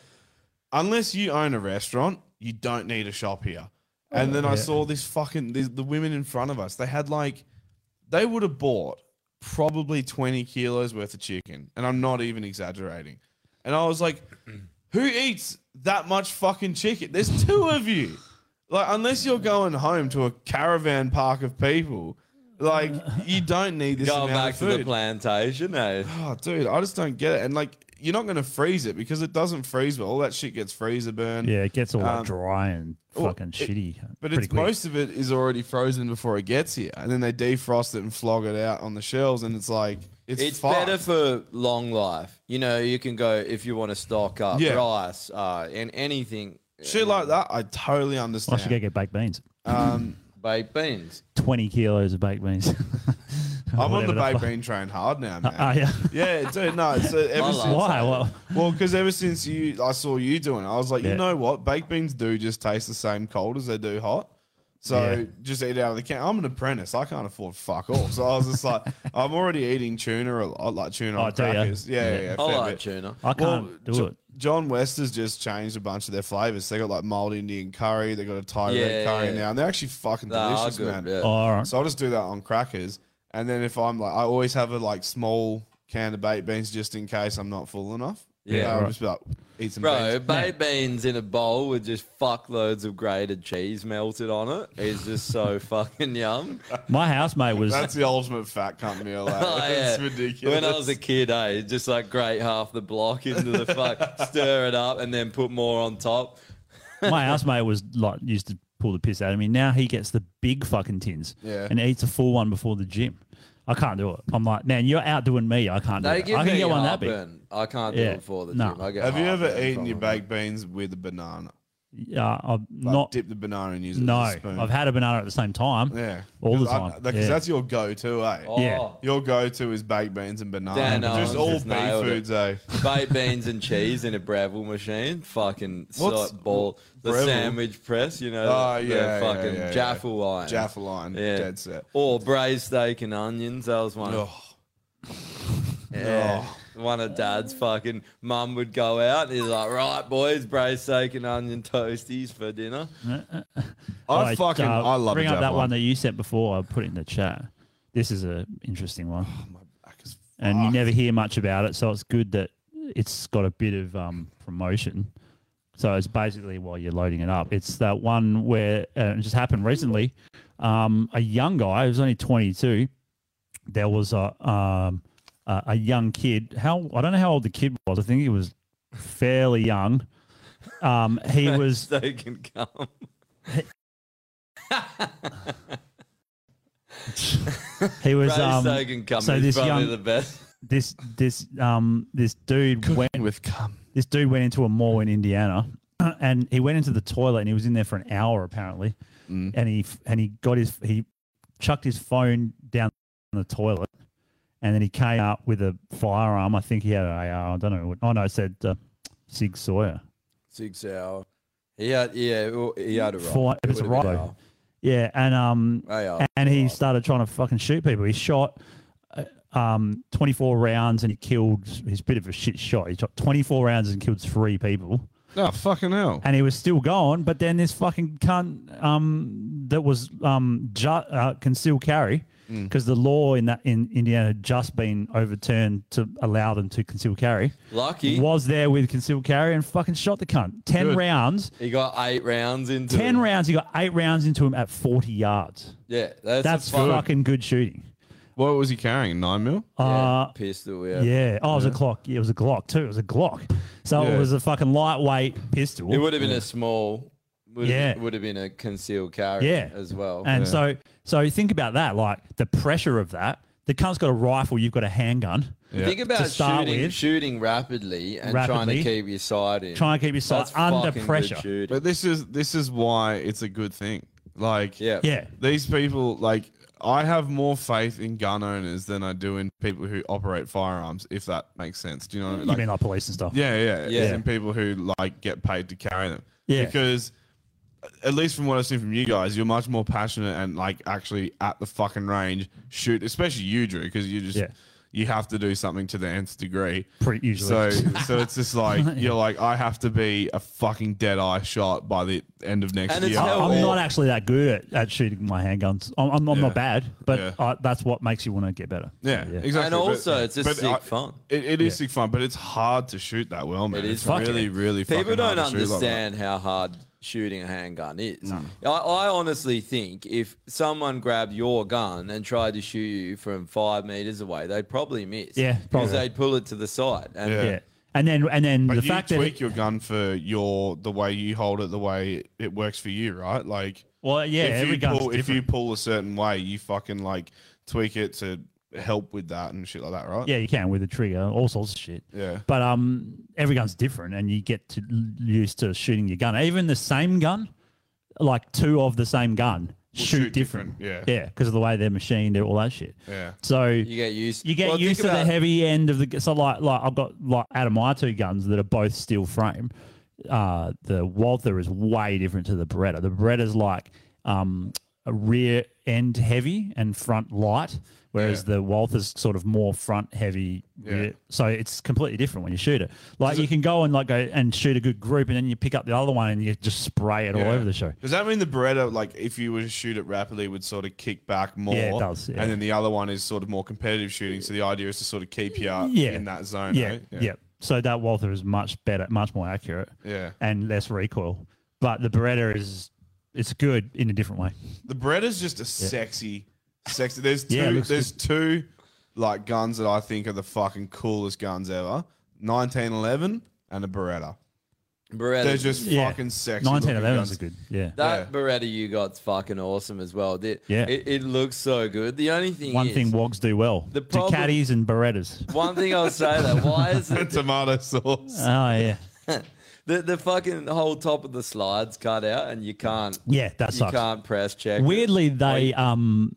[SPEAKER 2] unless you own a restaurant, you don't need a shop here. And then I
[SPEAKER 3] Yeah.
[SPEAKER 2] saw this fucking the, the women in front of us. They had like, they would have bought probably 20 kilos worth of chicken, and I'm not even exaggerating. And I was like, who eats that much fucking chicken? There's two of you. Like, unless you're going home to a caravan park of people, like you don't need this
[SPEAKER 4] Going
[SPEAKER 2] amount
[SPEAKER 4] back
[SPEAKER 2] of
[SPEAKER 4] to
[SPEAKER 2] food.
[SPEAKER 4] the plantation, eh?
[SPEAKER 2] Oh, dude, I just don't get it. And like, you're not going to freeze it because it doesn't freeze well. All that shit gets freezer burn.
[SPEAKER 3] Yeah, it gets all like,
[SPEAKER 2] Um,
[SPEAKER 3] dry and
[SPEAKER 2] well,
[SPEAKER 3] fucking
[SPEAKER 2] it-
[SPEAKER 3] shitty.
[SPEAKER 2] But
[SPEAKER 3] pretty
[SPEAKER 2] it's
[SPEAKER 3] quick.
[SPEAKER 2] most of it is already frozen before it gets here, and then they defrost it and flog it out on the shelves, and it's like it's,
[SPEAKER 4] It's,
[SPEAKER 2] fucked.
[SPEAKER 4] better for long life. You know, you can go if you want to stock up
[SPEAKER 2] Yeah.
[SPEAKER 4] rice uh, and anything.
[SPEAKER 2] shit like that. I totally
[SPEAKER 3] I
[SPEAKER 2] understand.
[SPEAKER 3] should go get baked beans.
[SPEAKER 2] Um,
[SPEAKER 4] baked beans.
[SPEAKER 3] Twenty kilos of baked beans.
[SPEAKER 2] I'm on
[SPEAKER 3] Whatever
[SPEAKER 2] the baked
[SPEAKER 3] fuck.
[SPEAKER 2] bean train hard now, man.
[SPEAKER 3] Oh, yeah.
[SPEAKER 2] yeah, dude. No, it's uh, ever
[SPEAKER 3] I
[SPEAKER 2] since.
[SPEAKER 3] like Why? that. Well-
[SPEAKER 2] Well, because ever since you, I saw you doing it, I was like, you
[SPEAKER 3] Yeah.
[SPEAKER 2] know what? Baked beans do just taste the same cold as they do hot. So
[SPEAKER 3] Yeah.
[SPEAKER 2] just eat out of the can. I'm an apprentice. I can't afford fuck all. So I was just like, I'm already eating tuna a lot, like tuna
[SPEAKER 3] Oh,
[SPEAKER 2] on
[SPEAKER 3] do ya?
[SPEAKER 2] crackers. Yeah, yeah, yeah.
[SPEAKER 4] I
[SPEAKER 2] fair
[SPEAKER 4] like
[SPEAKER 2] bit.
[SPEAKER 4] tuna.
[SPEAKER 3] I can't do
[SPEAKER 2] Jo-
[SPEAKER 3] it.
[SPEAKER 2] John West has just changed a bunch of their flavors. They got like mild Indian curry. They got a Thai
[SPEAKER 4] Yeah,
[SPEAKER 2] red curry
[SPEAKER 4] yeah.
[SPEAKER 2] now, and they're actually fucking
[SPEAKER 4] They are
[SPEAKER 2] delicious,
[SPEAKER 4] good,
[SPEAKER 2] man.
[SPEAKER 3] Oh,
[SPEAKER 4] yeah. All right.
[SPEAKER 2] So I'll just do that on crackers, and then if I'm like, I always have a like small can of baked beans just in case I'm not full enough.
[SPEAKER 4] Yeah.
[SPEAKER 2] So I'll
[SPEAKER 4] Right.
[SPEAKER 2] just be like, eat some
[SPEAKER 4] Bro,
[SPEAKER 2] beans.
[SPEAKER 4] baked beans in a bowl with just fuckloads of grated cheese melted on it is just so fucking yum.
[SPEAKER 3] My housemate was
[SPEAKER 2] That's the ultimate fat cunt meal. That.
[SPEAKER 4] Oh, yeah.
[SPEAKER 2] It's ridiculous.
[SPEAKER 4] When I was a kid, eh, just like grate half the block into the fuck, stir it up, and then put more on top.
[SPEAKER 3] my housemate was like used to pull the piss out of me. Now he gets the big fucking tins
[SPEAKER 4] Yeah.
[SPEAKER 3] and eats a full one before the gym. I can't do it. I'm like, man, you're outdoing me. I can't do
[SPEAKER 4] They
[SPEAKER 3] it.
[SPEAKER 4] give
[SPEAKER 3] I can
[SPEAKER 4] me
[SPEAKER 3] get one that big.
[SPEAKER 4] heartburn. I can't do
[SPEAKER 3] Yeah.
[SPEAKER 4] it for the
[SPEAKER 3] No.
[SPEAKER 4] gym. I get
[SPEAKER 2] Have you ever
[SPEAKER 4] heartburn
[SPEAKER 2] eaten your
[SPEAKER 4] from it.
[SPEAKER 2] baked beans with a banana?
[SPEAKER 3] Yeah, I've
[SPEAKER 2] Like,
[SPEAKER 3] not.
[SPEAKER 2] dip the banana and use it
[SPEAKER 3] No,
[SPEAKER 2] as a spoon.
[SPEAKER 3] I've had a banana at the same time.
[SPEAKER 2] Yeah,
[SPEAKER 3] all the
[SPEAKER 2] Because I-
[SPEAKER 3] time.
[SPEAKER 2] Because
[SPEAKER 3] yeah.
[SPEAKER 2] that's your go-to, eh?
[SPEAKER 4] Oh,
[SPEAKER 3] Yeah.
[SPEAKER 2] Your go-to is baked beans and bananas.
[SPEAKER 4] Dan Owens
[SPEAKER 2] just all
[SPEAKER 4] just
[SPEAKER 2] pea
[SPEAKER 4] nailed it.
[SPEAKER 2] foods, eh?
[SPEAKER 4] Baked beans and cheese in a Breville machine. Fucking
[SPEAKER 2] What's
[SPEAKER 4] so, ball. The
[SPEAKER 2] Breville?
[SPEAKER 4] sandwich press, you know.
[SPEAKER 2] Oh,
[SPEAKER 4] the,
[SPEAKER 2] yeah, yeah,
[SPEAKER 4] the fucking
[SPEAKER 2] yeah, yeah.
[SPEAKER 4] Jaffa line.
[SPEAKER 2] Jaffa line, dead set. Oh,
[SPEAKER 4] Or braised steak and onions. That was one. Of, yeah. One of dad's fucking mum would go out and he's like, right, boys, braised steak and onion toasties for dinner.
[SPEAKER 3] All
[SPEAKER 4] I fucking- I love a
[SPEAKER 3] uh, Bring up
[SPEAKER 4] Jap
[SPEAKER 3] that
[SPEAKER 4] one.
[SPEAKER 3] one that you sent before. I put it in the chat. This is an interesting one.
[SPEAKER 4] Oh,
[SPEAKER 3] and you never hear much about it, so it's good that it's got a bit of um, promotion. So it's basically while you're loading it up, it's that one where uh, it just happened recently. Um, a young guy who's only 22, there was a um, a, a young kid. How I don't know how old the kid was. I think he was fairly young. Um, he was
[SPEAKER 4] Steak and gum.
[SPEAKER 3] He was
[SPEAKER 4] Braised
[SPEAKER 3] um,
[SPEAKER 4] steak and gum
[SPEAKER 3] so
[SPEAKER 4] is
[SPEAKER 3] this
[SPEAKER 4] probably
[SPEAKER 3] young,
[SPEAKER 4] the best.
[SPEAKER 3] This this um this dude went
[SPEAKER 2] with cum.
[SPEAKER 3] This dude went into a mall in Indiana, and he went into the toilet and he was in there for an hour apparently, and he f- and he got his he chucked his phone down the toilet, and then he came out with a firearm. I think he had an AR. I don't know. What, oh no, it said uh, Sig Sawyer.
[SPEAKER 4] Six hour. He had yeah, well, he had a
[SPEAKER 3] Four,
[SPEAKER 4] right.
[SPEAKER 3] it was a
[SPEAKER 4] would've been
[SPEAKER 3] riot. Yeah, and um,
[SPEAKER 4] They are
[SPEAKER 3] and, he started trying to fucking shoot people. He shot uh, um 24 rounds and he killed. He's a bit of a shit shot. He shot 24 rounds and killed three people.
[SPEAKER 2] Oh fucking hell!
[SPEAKER 3] And he was still going, but then this fucking cunt um that was um ju- uh, concealed carry
[SPEAKER 4] Mm.
[SPEAKER 3] because the law in that in Indiana had just been overturned to allow them to conceal carry.
[SPEAKER 4] Lucky.
[SPEAKER 3] was there with concealed carry and fucking shot the cunt. Ten
[SPEAKER 4] Good.
[SPEAKER 3] rounds.
[SPEAKER 4] He got eight rounds into.
[SPEAKER 3] Ten
[SPEAKER 4] it.
[SPEAKER 3] rounds. He got eight rounds into him at 40 yards.
[SPEAKER 4] Yeah, that's,
[SPEAKER 3] That's,
[SPEAKER 4] a fuck-
[SPEAKER 3] fucking good shooting.
[SPEAKER 2] What was he carrying? Nine mil.
[SPEAKER 3] Uh,
[SPEAKER 4] pistol.
[SPEAKER 3] yeah.
[SPEAKER 4] Yeah.
[SPEAKER 3] Oh, it was a Glock. Yeah, it was a Glock too. It was a Glock. So
[SPEAKER 4] Yeah.
[SPEAKER 3] it was a fucking lightweight pistol.
[SPEAKER 4] It would have been a small. Would
[SPEAKER 3] Yeah.
[SPEAKER 4] Have, would have been a concealed carry.
[SPEAKER 3] yeah
[SPEAKER 4] As well.
[SPEAKER 3] And so, so think about that. Like the pressure of that. The cunt's got a rifle. You've got a handgun.
[SPEAKER 4] Think
[SPEAKER 3] to
[SPEAKER 4] about
[SPEAKER 3] start
[SPEAKER 4] shooting,
[SPEAKER 3] with.
[SPEAKER 4] shooting rapidly and trying to
[SPEAKER 3] Rapidly.
[SPEAKER 4] keep your sight in.
[SPEAKER 3] Trying to keep your sight
[SPEAKER 4] That's
[SPEAKER 3] under
[SPEAKER 4] fucking good
[SPEAKER 3] pressure.
[SPEAKER 4] shooting.
[SPEAKER 2] But this is this is why it's a good thing. Like yeah,
[SPEAKER 3] Yeah.
[SPEAKER 2] These people like I have more faith in gun owners than I do in people who operate firearms. If that makes sense, do you know? what I mean?
[SPEAKER 3] you mean like police and stuff?
[SPEAKER 2] Yeah, yeah,
[SPEAKER 3] Yeah.
[SPEAKER 2] yeah. And people who like get paid to carry them.
[SPEAKER 3] Yeah.
[SPEAKER 2] Because at least from what I've seen from you guys, you're much more passionate and like actually at the fucking range shoot, especially you, Drew, because you just
[SPEAKER 3] Yeah.
[SPEAKER 2] you have to do something to the nth degree.
[SPEAKER 3] Pretty usually.
[SPEAKER 2] So so it's just like you're like I have to be a fucking dead eye shot by the end of next year.
[SPEAKER 3] I- I'm not actually that good at, at shooting my handguns. I'm, I'm, I'm not bad, but uh, that's what makes you want to get better.
[SPEAKER 2] Yeah, exactly.
[SPEAKER 4] And
[SPEAKER 2] but-
[SPEAKER 4] also, it's just
[SPEAKER 2] but
[SPEAKER 4] sick
[SPEAKER 2] I-
[SPEAKER 4] fun.
[SPEAKER 2] It, it is sick fun, but it's hard to shoot that well, man.
[SPEAKER 4] It
[SPEAKER 2] it's
[SPEAKER 4] is
[SPEAKER 2] really, really.
[SPEAKER 4] People
[SPEAKER 2] fucking
[SPEAKER 4] don't
[SPEAKER 2] hard to shoot like that.
[SPEAKER 4] understand how hard shooting a handgun is. I, I honestly think if someone grabbed your gun and tried to shoot you from five meters away, they'd probably miss.
[SPEAKER 3] Yeah,
[SPEAKER 4] because
[SPEAKER 3] probably.
[SPEAKER 4] they'd pull it to the side. And
[SPEAKER 2] Yeah. Yeah.
[SPEAKER 3] And then and then
[SPEAKER 2] But
[SPEAKER 3] the
[SPEAKER 2] you
[SPEAKER 3] fact that
[SPEAKER 2] tweak your gun for your the way you hold it, the way it works for you, right? Like,
[SPEAKER 3] Well, yeah,
[SPEAKER 2] if
[SPEAKER 3] every
[SPEAKER 2] you
[SPEAKER 3] gun's
[SPEAKER 2] pull, if you pull a certain way, you fucking like tweak it to help with that and shit like that, right?
[SPEAKER 3] Yeah, you can with a trigger, all sorts of shit.
[SPEAKER 2] Yeah.
[SPEAKER 3] But um, every gun's different, and you get to l- used to shooting your gun. Even the same gun, like two of the same gun, shoot, different.
[SPEAKER 4] different, yeah.
[SPEAKER 3] Yeah, because of the way they're machined and all that shit.
[SPEAKER 4] Yeah.
[SPEAKER 3] So
[SPEAKER 4] you get used.
[SPEAKER 3] you get
[SPEAKER 4] Well, think
[SPEAKER 3] used to the
[SPEAKER 4] about-
[SPEAKER 3] heavy end of the. g- So like like I've got like out of my two guns that are both steel frame, uh, the Walther is way different to the Beretta. The Beretta's like um a rear end heavy and front light, whereas the Walther's sort of more front heavy. rear- So it's completely different when you shoot it. Like you can go and like go and shoot a good group, and then you pick up the other one and you just spray it all
[SPEAKER 2] Yeah.
[SPEAKER 3] over the show.
[SPEAKER 2] Does that mean the Beretta, like, if you were to shoot it rapidly, would sort of kick back more?
[SPEAKER 3] it does, yeah.
[SPEAKER 2] And then the other one is sort of more competitive shooting. So the idea is to sort of keep you
[SPEAKER 3] yeah.
[SPEAKER 2] in that zone.
[SPEAKER 3] Yeah,
[SPEAKER 2] right?
[SPEAKER 3] yeah. So that Walther is much better, much more accurate.
[SPEAKER 2] Yeah.
[SPEAKER 3] And less recoil. But the Beretta is it's good in a different way.
[SPEAKER 2] The Beretta's just a sexy, sexy. There's two.
[SPEAKER 3] Yeah, it looks
[SPEAKER 2] there's two, like guns that I think are the fucking coolest guns ever. 1911 and a Beretta.
[SPEAKER 4] Berettas-
[SPEAKER 2] They're just fucking sexy. looking
[SPEAKER 3] 1911 is
[SPEAKER 2] guns.
[SPEAKER 3] good. Yeah.
[SPEAKER 4] That Beretta you got's fucking awesome as well. It,
[SPEAKER 3] Yeah.
[SPEAKER 4] it, it looks so good. The only thing
[SPEAKER 3] One
[SPEAKER 4] is,
[SPEAKER 3] thing Wogs do well.
[SPEAKER 4] The
[SPEAKER 3] The
[SPEAKER 4] problem-
[SPEAKER 3] Ducatis and Berettas.
[SPEAKER 4] One thing I'll say though, why is it
[SPEAKER 2] tomato sauce?
[SPEAKER 3] Oh yeah.
[SPEAKER 4] the the fucking whole top of the slides cut out, and you can't.
[SPEAKER 3] Yeah, that
[SPEAKER 4] you
[SPEAKER 3] sucks.
[SPEAKER 4] can't press check. it.
[SPEAKER 3] Weirdly, they um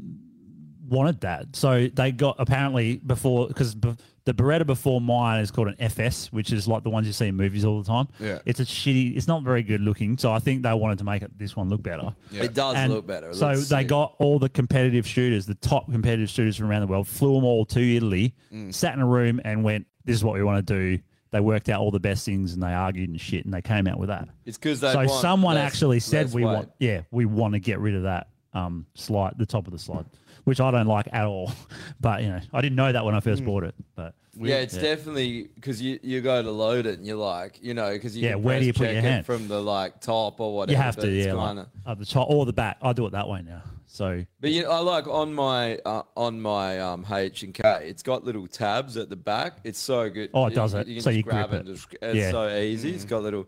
[SPEAKER 3] wanted that, so they got apparently before because b- the Beretta before mine is called an FS, which is like the ones you see in movies all the time.
[SPEAKER 4] Yeah.
[SPEAKER 3] it's a shitty. It's not very good looking, so I think they wanted to make it, this one look better.
[SPEAKER 4] Yeah. It does
[SPEAKER 3] And
[SPEAKER 4] look better. It
[SPEAKER 3] so
[SPEAKER 4] looks
[SPEAKER 3] they
[SPEAKER 4] sick.
[SPEAKER 3] got all the competitive shooters, the top competitive shooters from around the world, flew them all to Italy,
[SPEAKER 4] Mm.
[SPEAKER 3] sat in a room, and went, "This is what we want to do." They worked out all the best things, and they argued and shit, and they came out with that.
[SPEAKER 4] It's 'cause they
[SPEAKER 3] so
[SPEAKER 4] want
[SPEAKER 3] someone
[SPEAKER 4] less-
[SPEAKER 3] actually said
[SPEAKER 4] less
[SPEAKER 3] we
[SPEAKER 4] weight."
[SPEAKER 3] want yeah, we want to get rid of that um, slide, the top of the slide, which I don't like at all. But you know, I didn't know that when I first bought it. But
[SPEAKER 4] yeah, it's definitely because you, you go to load it and you're like, you know, because you
[SPEAKER 3] Yeah,
[SPEAKER 4] can
[SPEAKER 3] where do
[SPEAKER 4] press
[SPEAKER 3] you put
[SPEAKER 4] check
[SPEAKER 3] your
[SPEAKER 4] it
[SPEAKER 3] hand?
[SPEAKER 4] from the like top or whatever.
[SPEAKER 3] you have
[SPEAKER 4] but
[SPEAKER 3] to
[SPEAKER 4] it's
[SPEAKER 3] yeah, like,
[SPEAKER 4] kinda-
[SPEAKER 3] at the top or the back. I do it that way now. So
[SPEAKER 4] but you know, I like on my uh, on my um H and K, it's got little tabs at the back. It's so good.
[SPEAKER 3] Oh, it does it.
[SPEAKER 4] can
[SPEAKER 3] So
[SPEAKER 4] just
[SPEAKER 3] you
[SPEAKER 4] grab
[SPEAKER 3] grip
[SPEAKER 4] it.
[SPEAKER 3] it.
[SPEAKER 4] Just, it's
[SPEAKER 3] Yeah.
[SPEAKER 4] so easy. It's got little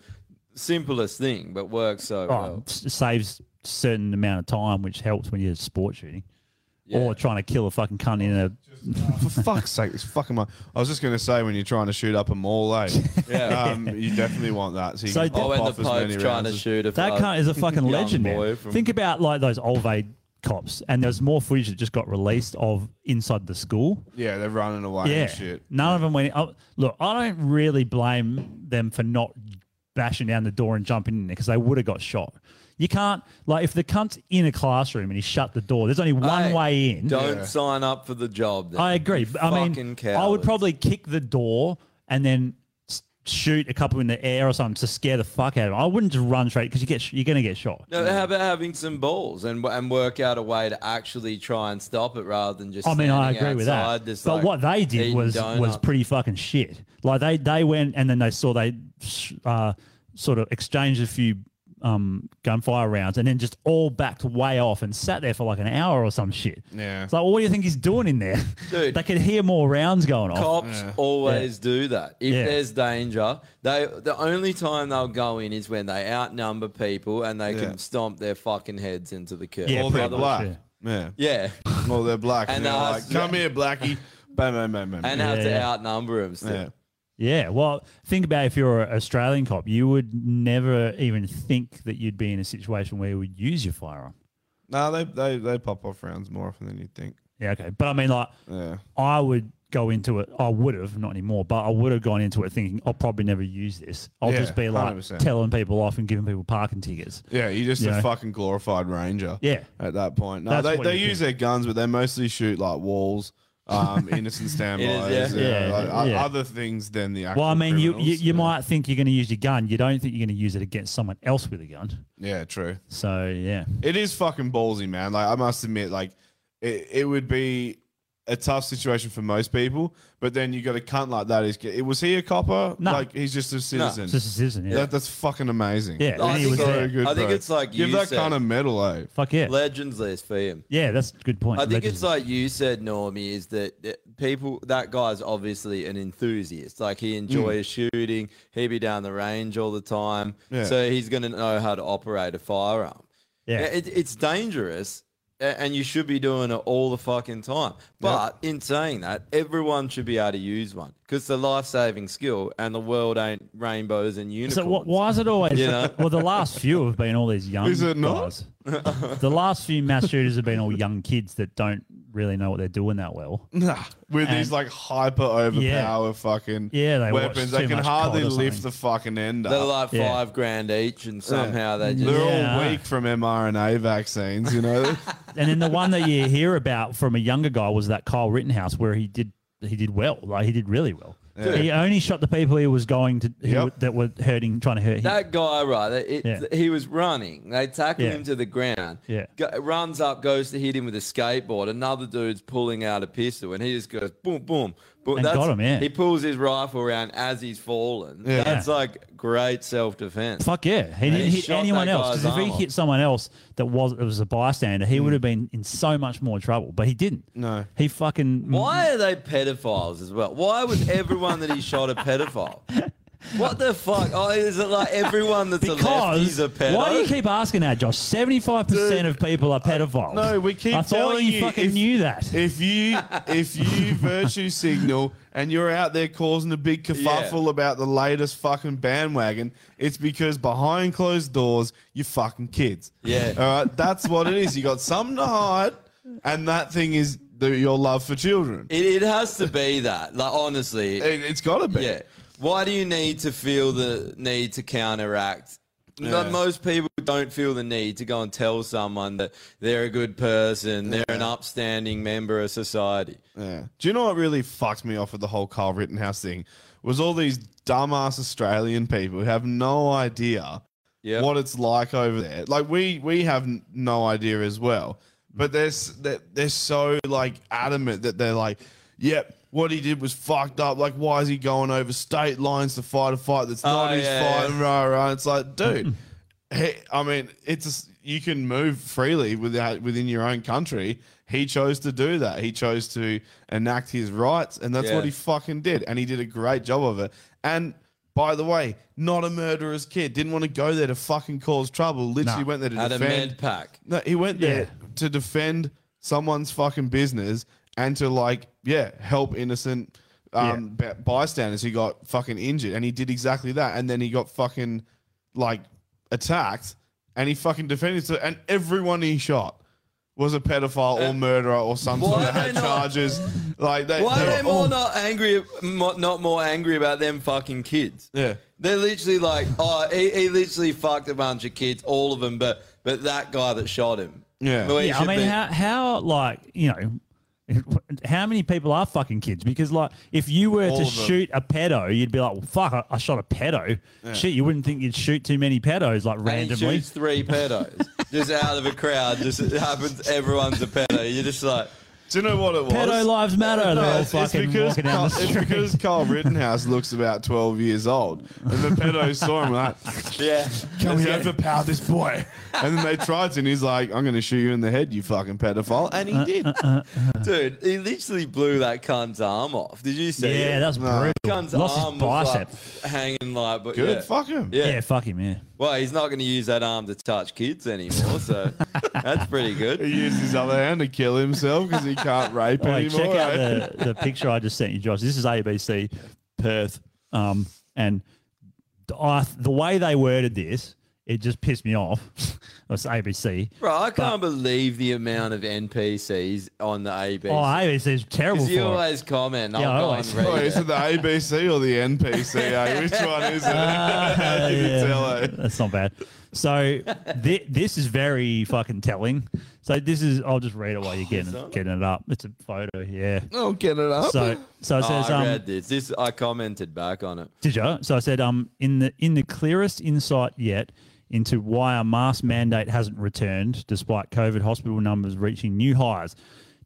[SPEAKER 4] simplest thing, but works so
[SPEAKER 3] oh,
[SPEAKER 4] well.
[SPEAKER 3] s- saves certain amount of time, which helps when you're sport shooting
[SPEAKER 4] Yeah.
[SPEAKER 3] or trying to kill a fucking cunt in a.
[SPEAKER 2] For fuck's sake, this fucking. Mo- I was just gonna say when you're trying to shoot up a mall, eh?
[SPEAKER 4] Yeah.
[SPEAKER 2] Um, you definitely want that. So you
[SPEAKER 3] So
[SPEAKER 2] can
[SPEAKER 3] that-
[SPEAKER 2] pop
[SPEAKER 3] Oh, and
[SPEAKER 2] off
[SPEAKER 3] the
[SPEAKER 2] as many
[SPEAKER 4] Pope's trying
[SPEAKER 2] rounds
[SPEAKER 4] to
[SPEAKER 2] as-
[SPEAKER 4] shoot
[SPEAKER 3] that cunt is a fucking legend, man.
[SPEAKER 4] from-
[SPEAKER 3] Think about like those Olvade cops, and there's more footage that just got released of inside the school.
[SPEAKER 2] Yeah, they're running away
[SPEAKER 3] yeah,
[SPEAKER 2] and shit.
[SPEAKER 3] none of them went. oh, look, I don't really blame them for not bashing down the door and jumping in there because they would have got shot. You can't like if the cunt's in a classroom and he shut the door. There's only one way in.
[SPEAKER 4] Don't sign up for the job. Then.
[SPEAKER 3] I agree.
[SPEAKER 4] You
[SPEAKER 3] but I mean,
[SPEAKER 4] fucking cowards.
[SPEAKER 3] I would probably kick the door and then s- shoot a couple in the air or something to scare the fuck out of them. I wouldn't just run straight because you get sh- you're gonna get shot.
[SPEAKER 4] No, how about having some balls and and work out a way to actually try and stop it rather than just.
[SPEAKER 3] I mean, I
[SPEAKER 4] standing
[SPEAKER 3] agree with that.
[SPEAKER 4] outside just,
[SPEAKER 3] But
[SPEAKER 4] like,
[SPEAKER 3] what they did
[SPEAKER 4] eating
[SPEAKER 3] was was
[SPEAKER 4] donuts.
[SPEAKER 3] pretty fucking shit. Like they they went and then they saw they sh- uh, sort of exchanged a few um, gunfire rounds and then just all backed way off and sat there for like an hour or some shit.
[SPEAKER 4] Yeah.
[SPEAKER 3] It's like, well, what do you think he's doing in there?
[SPEAKER 4] Dude.
[SPEAKER 3] they could hear more rounds going off.
[SPEAKER 4] Cops always do that. If
[SPEAKER 3] Yeah.
[SPEAKER 4] there's danger, they the only time they'll go in is when they outnumber people and they
[SPEAKER 2] Yeah.
[SPEAKER 4] can stomp their fucking heads into the curb.
[SPEAKER 2] or they're black.
[SPEAKER 4] Otherwise-
[SPEAKER 2] Yeah.
[SPEAKER 4] Yeah.
[SPEAKER 2] Or they're black.
[SPEAKER 4] And
[SPEAKER 2] And, they're
[SPEAKER 4] they'll
[SPEAKER 2] like,
[SPEAKER 4] have-
[SPEAKER 2] come here, Blackie. Bam, bam, bam, bam.
[SPEAKER 4] And have to outnumber them still.
[SPEAKER 2] Yeah.
[SPEAKER 3] Yeah, well, think about if you're an Australian cop, you would never even think that you'd be in a situation where you would use your firearm.
[SPEAKER 2] No, they, they, they pop off rounds more often than you think.
[SPEAKER 3] Yeah, okay. But I mean, like, I would go into it. I would have, not anymore, but I would have gone into it thinking, I'll probably never use this. I'll
[SPEAKER 2] Yeah,
[SPEAKER 3] just be like
[SPEAKER 2] 100%.
[SPEAKER 3] telling people off and giving people parking tickets.
[SPEAKER 2] Yeah, you're just
[SPEAKER 3] You
[SPEAKER 2] a
[SPEAKER 3] know?
[SPEAKER 2] fucking glorified ranger.
[SPEAKER 3] Yeah.
[SPEAKER 2] At that point. No,
[SPEAKER 3] That's
[SPEAKER 2] they,
[SPEAKER 3] what
[SPEAKER 2] they
[SPEAKER 3] you
[SPEAKER 2] use their guns, but they mostly shoot like walls, um, innocent standbys,
[SPEAKER 3] It is, yeah.
[SPEAKER 2] yeah,
[SPEAKER 3] Yeah,
[SPEAKER 2] like, o-
[SPEAKER 3] yeah.
[SPEAKER 2] other things than the actual
[SPEAKER 3] Well, I mean, you, you,
[SPEAKER 2] criminals.
[SPEAKER 3] you might think you're going to use your gun. You don't think you're going to use it against someone else with a gun.
[SPEAKER 2] Yeah, true.
[SPEAKER 3] So, yeah.
[SPEAKER 2] It is fucking ballsy, man. Like I must admit, like it, it would be a tough situation for most people, but then you got a cunt like that. Is it was he a copper?
[SPEAKER 3] No.
[SPEAKER 2] Like he's just a citizen.
[SPEAKER 3] Just a citizen, yeah.
[SPEAKER 2] That, that's fucking amazing.
[SPEAKER 3] Yeah, No, I and he think was it- there.
[SPEAKER 4] I think
[SPEAKER 2] bro.
[SPEAKER 4] it's like
[SPEAKER 2] give
[SPEAKER 4] you
[SPEAKER 2] that
[SPEAKER 4] said.
[SPEAKER 2] kind of medal, eh?
[SPEAKER 3] Fuck yeah.
[SPEAKER 4] Legends list for him.
[SPEAKER 3] Yeah, that's a good point.
[SPEAKER 4] I think
[SPEAKER 3] Legends.
[SPEAKER 4] it's like you said, Normie, is that that people that guy's obviously an enthusiast. Like he enjoys
[SPEAKER 3] Mm.
[SPEAKER 4] shooting, he be down the range all the time.
[SPEAKER 2] Yeah.
[SPEAKER 4] So he's gonna know how to operate a firearm.
[SPEAKER 3] Yeah.
[SPEAKER 4] It, it's dangerous a- and you should be doing it all the fucking time. But in saying that, everyone should be able to use one because the life saving skill and the world ain't rainbows and
[SPEAKER 3] So
[SPEAKER 4] unicorns.
[SPEAKER 3] wh- why is it always?
[SPEAKER 4] You know?
[SPEAKER 3] Well, the last few have been all these young
[SPEAKER 4] Is it not?
[SPEAKER 3] guys. the last few mass shooters have been all young kids that don't really know what they're doing that well.
[SPEAKER 2] Nah, with these
[SPEAKER 3] And-
[SPEAKER 2] like hyper overpower fucking
[SPEAKER 3] Yeah, they watch
[SPEAKER 2] weapons, they
[SPEAKER 3] too
[SPEAKER 2] can
[SPEAKER 3] much
[SPEAKER 2] hardly
[SPEAKER 3] COD or
[SPEAKER 2] lift
[SPEAKER 3] something.
[SPEAKER 2] the fucking end up.
[SPEAKER 4] They're like five grand each, and somehow
[SPEAKER 3] Mm.
[SPEAKER 4] they just
[SPEAKER 2] they're all weak from mRNA vaccines, you know.
[SPEAKER 3] And then the one that you hear about from a younger guy was that Kyle Rittenhouse, where he did he did well, like he did really well.
[SPEAKER 4] Yeah.
[SPEAKER 3] He only shot the people he was going to who,
[SPEAKER 4] Yep.
[SPEAKER 3] that were hurting, trying to hurt him.
[SPEAKER 4] That guy, right? It,
[SPEAKER 3] Yeah.
[SPEAKER 4] He was running. They tackle
[SPEAKER 3] Yeah.
[SPEAKER 4] him to the ground.
[SPEAKER 3] Yeah.
[SPEAKER 4] Go, runs up, goes to hit him with a skateboard. Another dude's pulling out a pistol, and he just goes boom, boom, boom.
[SPEAKER 3] And got him, yeah.
[SPEAKER 4] He pulls his rifle around as he's falling.
[SPEAKER 3] Yeah.
[SPEAKER 4] That's like great self defense.
[SPEAKER 3] Fuck yeah, he
[SPEAKER 4] And
[SPEAKER 3] didn't
[SPEAKER 4] he
[SPEAKER 3] hit
[SPEAKER 4] shot
[SPEAKER 3] anyone
[SPEAKER 4] that
[SPEAKER 3] else
[SPEAKER 4] guy's
[SPEAKER 3] because if he
[SPEAKER 4] arm off.
[SPEAKER 3] hit someone else that was it was a bystander,
[SPEAKER 2] Hmm.
[SPEAKER 3] he would have been in so much more trouble. But he didn't. No, he fucking
[SPEAKER 4] Why are they pedophiles as well? Why was everyone that he shot a pedophile? What the fuck? Oh, is it like everyone that's a lefty's
[SPEAKER 3] Because
[SPEAKER 4] a pedo?
[SPEAKER 3] why do you keep asking that, Josh? Seventy-five percent of people are pedophiles.
[SPEAKER 2] No, we keep
[SPEAKER 3] I thought
[SPEAKER 2] telling
[SPEAKER 3] you,
[SPEAKER 2] you,
[SPEAKER 3] fucking
[SPEAKER 2] if-
[SPEAKER 3] knew that.
[SPEAKER 2] if you if you virtue signal and you're out there causing a big kerfuffle about the latest fucking bandwagon, it's because behind closed doors you fucking kids.
[SPEAKER 4] Yeah.
[SPEAKER 2] All right, that's what it is. You got something to hide, and that thing is the, your love for children.
[SPEAKER 4] It, it has to be that. Like honestly,
[SPEAKER 2] It, it's got to be.
[SPEAKER 4] yeah. Why do you need to feel the need to counteract?
[SPEAKER 2] Yeah.
[SPEAKER 4] Like most people don't feel the need to go and tell someone that they're a good person, they're an upstanding member of society.
[SPEAKER 2] Yeah. Do you know what really fucked me off with the whole Carl Rittenhouse thing? Was all these dumbass Australian people who have no idea what it's like over there. Like we we have n- no idea as well. But they're s- they're, they're so like adamant that they're like, yep, what he did was fucked up. Like, why is he going over state lines to fight a fight that's not
[SPEAKER 4] Oh,
[SPEAKER 2] his
[SPEAKER 4] yeah,
[SPEAKER 2] fight?
[SPEAKER 4] yeah.
[SPEAKER 2] Right, right. It's like, dude. Hey, I mean, it's just, you can move freely without within your own country. He chose to do that. He chose to enact his rights, and that's
[SPEAKER 4] Yeah.
[SPEAKER 2] what he fucking did. And he did a great job of it. And by the way, not a murderous kid. Didn't want to go there to fucking cause trouble. Literally
[SPEAKER 4] Nah.
[SPEAKER 2] went there to
[SPEAKER 4] Had a
[SPEAKER 2] defend.
[SPEAKER 4] med pack.
[SPEAKER 2] No, he went there to defend someone's fucking business and to like, yeah, help innocent um, b- bystanders who got fucking injured. And he did exactly that. And then he got fucking like attacked, and he fucking defended. himself. and everyone he shot was a pedophile or murderer or something
[SPEAKER 4] Uh, Why
[SPEAKER 2] that
[SPEAKER 4] they
[SPEAKER 2] had
[SPEAKER 4] not-
[SPEAKER 2] charges. Like they,
[SPEAKER 4] Why
[SPEAKER 2] they
[SPEAKER 4] are
[SPEAKER 2] were
[SPEAKER 4] they
[SPEAKER 2] all-
[SPEAKER 4] more not angry, mo- not more angry about them fucking kids?
[SPEAKER 2] Yeah,
[SPEAKER 4] They're literally like, oh, he, he literally fucked a bunch of kids, all of them, but but that guy that shot him. Well, he
[SPEAKER 3] yeah I
[SPEAKER 4] should
[SPEAKER 3] mean,
[SPEAKER 4] be-
[SPEAKER 3] how, how, like, you know, how many people are fucking kids? Because, like, if you were
[SPEAKER 4] All
[SPEAKER 3] to
[SPEAKER 4] of them.
[SPEAKER 3] shoot a pedo, you'd be like, well, fuck, I, I shot a pedo.
[SPEAKER 4] Yeah.
[SPEAKER 3] Shit, you wouldn't think you'd shoot too many pedos, like,
[SPEAKER 4] and he
[SPEAKER 3] randomly.
[SPEAKER 4] shoots three pedos just out of a crowd. Just it happens. Everyone's a pedo. You're just like,
[SPEAKER 2] do you know what it was?
[SPEAKER 3] Pedo lives matter. They're all fucking walking down
[SPEAKER 2] Carl,
[SPEAKER 3] the street.
[SPEAKER 2] It's because Carl Rittenhouse looks about 12 years old. And the pedos saw him like,
[SPEAKER 4] yeah.
[SPEAKER 2] Can we overpower this boy? And then they tried to, and he's like, I'm going to shoot you in the head, you fucking pedophile. And
[SPEAKER 4] Uh,
[SPEAKER 2] he did.
[SPEAKER 4] dude, he literally blew that cunt's arm off. Did you see?
[SPEAKER 3] Yeah,
[SPEAKER 4] it?
[SPEAKER 3] that was brutal.
[SPEAKER 4] Cunt's
[SPEAKER 3] Lost his
[SPEAKER 4] arm was, like,
[SPEAKER 3] bicep.
[SPEAKER 4] hanging like, but
[SPEAKER 3] Good,
[SPEAKER 4] yeah.
[SPEAKER 3] fuck him.
[SPEAKER 4] Yeah.
[SPEAKER 3] Yeah, fuck him, yeah.
[SPEAKER 4] Well, he's not going to use that arm to touch kids anymore, so that's pretty good.
[SPEAKER 2] He used his other hand to kill himself because he can't rape
[SPEAKER 3] Oh, wait,
[SPEAKER 2] anymore.
[SPEAKER 3] check out
[SPEAKER 2] eh?
[SPEAKER 3] the, the picture I just sent you, Josh. This is ABC Perth, um, and the, I, the way they worded this, it just pissed me off. it's ABC.
[SPEAKER 4] Bro, I can't believe the amount of NPCs on the ABC.
[SPEAKER 3] Oh, ABC is terrible.
[SPEAKER 4] Because
[SPEAKER 3] For
[SPEAKER 4] you
[SPEAKER 3] it.
[SPEAKER 4] always comment.
[SPEAKER 3] Yeah,
[SPEAKER 4] I'll
[SPEAKER 3] I
[SPEAKER 4] go
[SPEAKER 3] always-
[SPEAKER 4] and read
[SPEAKER 2] Oh,
[SPEAKER 4] it.
[SPEAKER 2] is it the ABC or the NPC? eh? Which one is it?
[SPEAKER 3] Ah,
[SPEAKER 2] You can
[SPEAKER 3] yeah.
[SPEAKER 2] tell, eh?
[SPEAKER 3] That's not bad. So thi- this is very fucking telling. So this is. I'll just read it while you're getting getting it up. It's a photo. Yeah.
[SPEAKER 2] Oh, get it up.
[SPEAKER 3] So so it
[SPEAKER 4] Oh,
[SPEAKER 3] says
[SPEAKER 4] I
[SPEAKER 3] um.
[SPEAKER 4] read this. this. I commented back on it.
[SPEAKER 3] Did you? So I said, um, in the in the clearest insight yet into why a mask mandate hasn't returned despite COVID hospital numbers reaching new highs.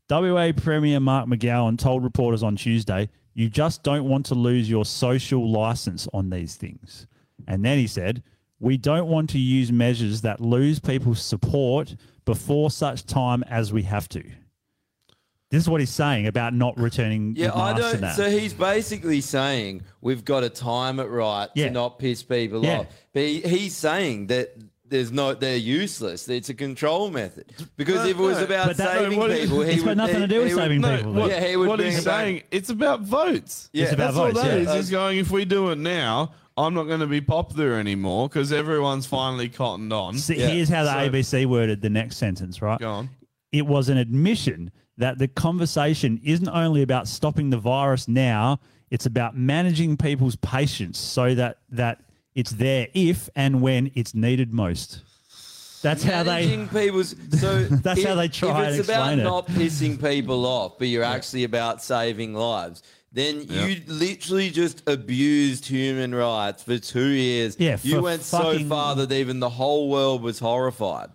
[SPEAKER 3] WA Premier Mark McGowan told reporters on Tuesday, "You just don't want to lose your social license on these things." And then he said, "We don't want to use measures that lose people's support before such time as we have to." This is what he's saying about not returning.
[SPEAKER 4] Yeah, I
[SPEAKER 3] masks and
[SPEAKER 4] don't.
[SPEAKER 3] that.
[SPEAKER 4] So he's basically saying we've got to time it right
[SPEAKER 3] Yeah.
[SPEAKER 4] to not piss people
[SPEAKER 3] Yeah.
[SPEAKER 4] off. But he, he's saying that there's no, they're useless. It's a control method. Because
[SPEAKER 2] No,
[SPEAKER 4] if it was
[SPEAKER 2] no.
[SPEAKER 4] about
[SPEAKER 2] But that- no,
[SPEAKER 4] saving
[SPEAKER 2] what is-
[SPEAKER 4] people, he
[SPEAKER 2] It's got
[SPEAKER 4] would,
[SPEAKER 2] nothing
[SPEAKER 4] he-
[SPEAKER 2] to do with
[SPEAKER 4] he would-
[SPEAKER 2] saving
[SPEAKER 4] no,
[SPEAKER 2] people,
[SPEAKER 4] What,
[SPEAKER 2] though.
[SPEAKER 4] yeah, he would
[SPEAKER 2] What
[SPEAKER 4] bring
[SPEAKER 2] he's
[SPEAKER 4] it back.
[SPEAKER 2] saying, it's about votes.
[SPEAKER 4] Yeah. It's about
[SPEAKER 2] that's all
[SPEAKER 4] votes,
[SPEAKER 2] that
[SPEAKER 4] yeah.
[SPEAKER 2] is. He's going, if we do it now, I'm not going to be popular anymore because everyone's finally cottoned on.
[SPEAKER 3] See, here's how the ABC worded the next sentence, right? Go
[SPEAKER 2] on.
[SPEAKER 3] It was an admission that the conversation isn't only about stopping the virus now, it's about managing people's patience so that that it's there if and when it's needed most. That's how they
[SPEAKER 4] Managing people's so
[SPEAKER 3] That's
[SPEAKER 4] if-
[SPEAKER 3] how they try
[SPEAKER 4] If
[SPEAKER 3] and
[SPEAKER 4] it's about
[SPEAKER 3] explain it.
[SPEAKER 4] not pissing people off, but you're actually about saving lives, then you literally just abused human rights for two years.
[SPEAKER 3] Yeah,
[SPEAKER 4] you
[SPEAKER 3] for
[SPEAKER 4] went
[SPEAKER 3] fucking-
[SPEAKER 4] so far that even the whole world was horrified,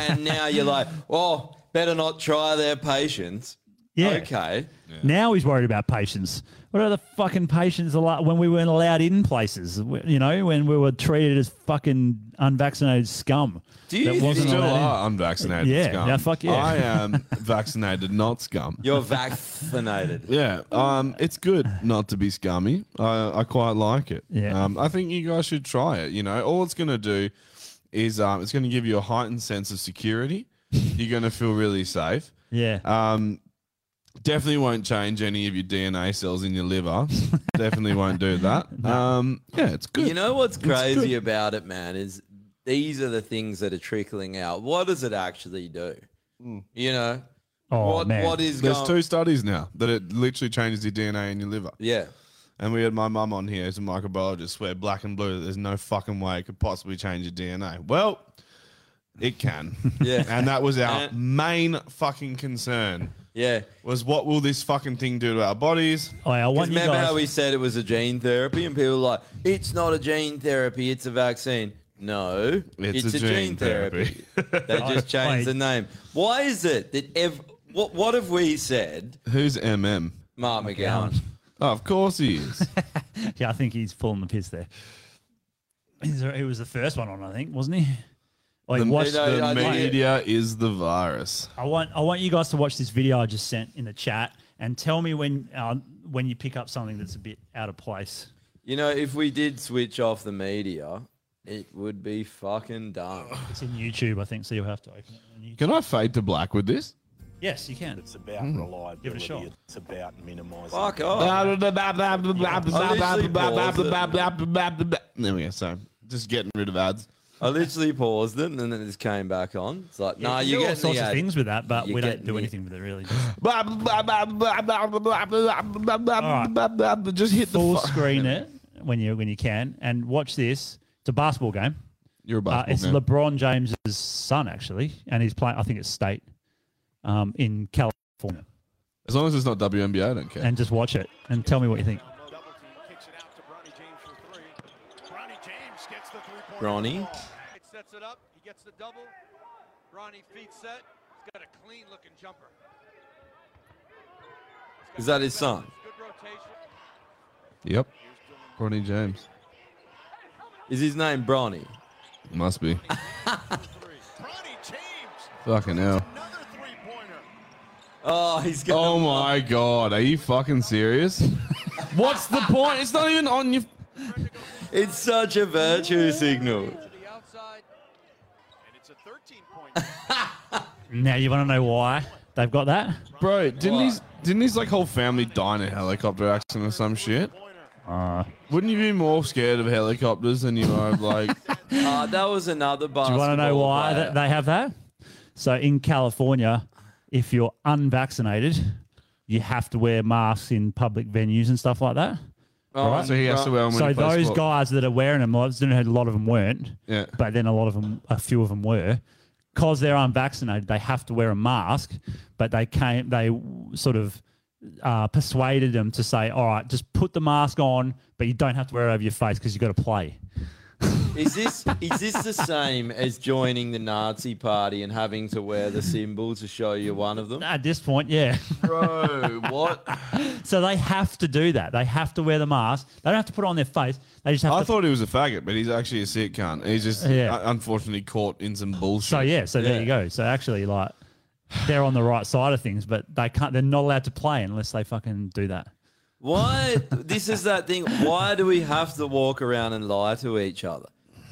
[SPEAKER 4] and now you're like, well, better not try their patience.
[SPEAKER 3] Yeah.
[SPEAKER 4] Okay.
[SPEAKER 3] Now he's worried about patients. What are the fucking patients allowed when we weren't allowed in places? w- You know, when we were treated as fucking unvaccinated scum.
[SPEAKER 4] Do you
[SPEAKER 3] that wasn't
[SPEAKER 2] still
[SPEAKER 3] allowed in.
[SPEAKER 2] are unvaccinated
[SPEAKER 3] Yeah,
[SPEAKER 2] scum.
[SPEAKER 3] yeah, fuck yeah.
[SPEAKER 2] I am vaccinated, not scum.
[SPEAKER 4] You're vaccinated.
[SPEAKER 2] Yeah, um, it's good not to be scummy. I, I quite like it.
[SPEAKER 3] Yeah.
[SPEAKER 2] um, I think you guys should try it. You know, all it's going to do is um, it's going to give you a heightened sense of security. You're going to feel really safe.
[SPEAKER 3] Yeah.
[SPEAKER 4] Uh,
[SPEAKER 2] Um, definitely won't change any of your DNA cells in your liver. definitely won't do that. Um, yeah, it's good.
[SPEAKER 4] You know what's
[SPEAKER 2] It's good.
[SPEAKER 4] crazy about it, man, is these are the things that are trickling out. What does it actually do? You know,
[SPEAKER 2] Oh,
[SPEAKER 4] what
[SPEAKER 2] man.
[SPEAKER 4] what is
[SPEAKER 2] There's
[SPEAKER 4] going?
[SPEAKER 2] two studies now that it literally changes your DNA in your liver.
[SPEAKER 4] Yeah.
[SPEAKER 2] And we had my mum on here, who's a microbiologist, where black and blue, there's no fucking way it could possibly change your DNA. Well, it can.
[SPEAKER 4] Yeah.
[SPEAKER 2] And that was our
[SPEAKER 4] And-
[SPEAKER 2] main fucking concern.
[SPEAKER 4] Yeah.
[SPEAKER 2] Was what will this fucking thing do to our bodies?
[SPEAKER 3] Oh, I
[SPEAKER 4] 'Cause remember how we said it was a gene therapy, and people were like, "It's not a gene therapy; it's a vaccine." No,
[SPEAKER 2] It's
[SPEAKER 4] it's,
[SPEAKER 2] a
[SPEAKER 4] a,
[SPEAKER 2] gene
[SPEAKER 4] gene therapy. they just changed the name. Why is it that ev- what what have we said?
[SPEAKER 2] Who's MM?
[SPEAKER 4] Mark McGowan.
[SPEAKER 2] Oh, of course he is.
[SPEAKER 3] yeah, I think he's pulling the piss there. He's- He was the first one on, I think, wasn't he? Oh, he
[SPEAKER 2] the
[SPEAKER 3] watched-
[SPEAKER 2] the
[SPEAKER 3] I- I-
[SPEAKER 2] media is the virus.
[SPEAKER 3] I want I want you guys to watch this video I just sent in the chat and tell me when uh, when you pick up something that's a bit out of place.
[SPEAKER 4] You know, if we did switch off the media, it would be fucking dumb.
[SPEAKER 3] It's in YouTube, I think, so you'll have to open it.
[SPEAKER 2] Can I fade to black with this?
[SPEAKER 3] Yes, you can. It's
[SPEAKER 7] about
[SPEAKER 3] Mm.
[SPEAKER 7] reliability.
[SPEAKER 3] Give it a shot.
[SPEAKER 7] It's about minimising.
[SPEAKER 4] Fuck
[SPEAKER 2] There we go. So just getting rid of ads.
[SPEAKER 4] I literally paused it and then it just came back on. It's like,
[SPEAKER 3] Yeah,
[SPEAKER 4] nah,
[SPEAKER 3] you
[SPEAKER 4] you
[SPEAKER 3] do all
[SPEAKER 4] get
[SPEAKER 3] sorts of things with that, but we don't do anything with it really. All right.
[SPEAKER 2] Just hit the
[SPEAKER 3] Full screen it. when you when you can and watch this. It's a basketball game.
[SPEAKER 2] You're a basketball
[SPEAKER 3] Uh, it's
[SPEAKER 2] game.
[SPEAKER 3] LeBron James's son actually, and he's playing. I think it's state um, in California.
[SPEAKER 2] As long as it's not WNBA, I don't care.
[SPEAKER 3] And just watch it and tell me what you think.
[SPEAKER 4] Bronny.
[SPEAKER 7] It sets it up. He gets the double. Bronny feet set. He's got a clean looking jumper.
[SPEAKER 4] Is that his son?
[SPEAKER 2] Yep. Bronny James.
[SPEAKER 4] Is his name Bronny?
[SPEAKER 2] Must be.
[SPEAKER 7] Bronny James.
[SPEAKER 2] Fucking hell.
[SPEAKER 7] Another three pointer.
[SPEAKER 4] Oh, he's
[SPEAKER 2] going. Oh my god, are you fucking serious? What's the point? It's not even on your.
[SPEAKER 4] It's such a virtue signal.
[SPEAKER 3] Now you want to know why they've got that?
[SPEAKER 2] Bro, didn't his didn't his like whole family die in a helicopter accident or some shit?
[SPEAKER 3] Uh.
[SPEAKER 2] Wouldn't you be more scared of helicopters than you are of like?
[SPEAKER 4] Uh, that was another
[SPEAKER 3] Do you
[SPEAKER 4] basketball.
[SPEAKER 3] want to know why
[SPEAKER 4] player.
[SPEAKER 3] that they have that? So in California, if you're unvaccinated, you have to wear masks in public venues and stuff like that.
[SPEAKER 2] Oh, so he has to wear them when
[SPEAKER 3] So
[SPEAKER 2] he plays
[SPEAKER 3] those
[SPEAKER 2] sport.
[SPEAKER 3] guys that are wearing them, I didn't know a lot of them weren't.
[SPEAKER 2] Yeah.
[SPEAKER 3] But then a lot of them, a few of them were, because they're unvaccinated, they have to wear a mask. But they came, they sort of uh, persuaded them to say, "All right, just put the mask on, but you don't have to wear it over your face because you've got to play."
[SPEAKER 4] Is this is this the same as joining the Nazi party and having to wear the symbol to show you're one of them?
[SPEAKER 3] At this point, yeah.
[SPEAKER 4] Bro, what?
[SPEAKER 3] So they have to do that. They have to wear the mask. They don't have to put it on their face. They just have
[SPEAKER 2] I
[SPEAKER 3] to.
[SPEAKER 2] thought he was a faggot, but he's actually a sick cunt. He's just
[SPEAKER 3] Yeah.
[SPEAKER 2] uh, unfortunately caught in some bullshit.
[SPEAKER 3] so yeah. So there you go. So actually, like, they're on the right side of things, but they can't. They're not allowed to play unless they fucking do that.
[SPEAKER 4] Why? This is that thing. Why do we have to walk around and lie to each other?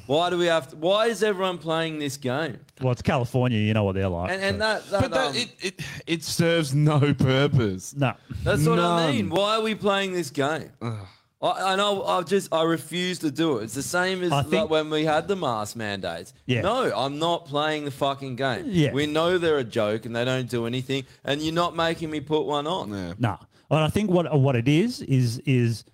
[SPEAKER 4] Why do we have? To, why is everyone playing this game?
[SPEAKER 3] Well, it's California. You know what they're like.
[SPEAKER 4] And, and that, that,
[SPEAKER 2] But that,
[SPEAKER 4] um,
[SPEAKER 2] it, it it serves no purpose.
[SPEAKER 3] No.
[SPEAKER 4] That's what I mean. Why are we playing this game? I, and I, I just I refuse to do it. It's the same as
[SPEAKER 3] I
[SPEAKER 4] like
[SPEAKER 3] think-
[SPEAKER 4] when we had the mask mandates.
[SPEAKER 3] Yeah.
[SPEAKER 4] No, I'm not playing the fucking game.
[SPEAKER 3] Yeah.
[SPEAKER 4] We know they're a joke and they don't do anything, and you're not making me put one on.
[SPEAKER 2] Yeah.
[SPEAKER 3] No. And I think what what it is is is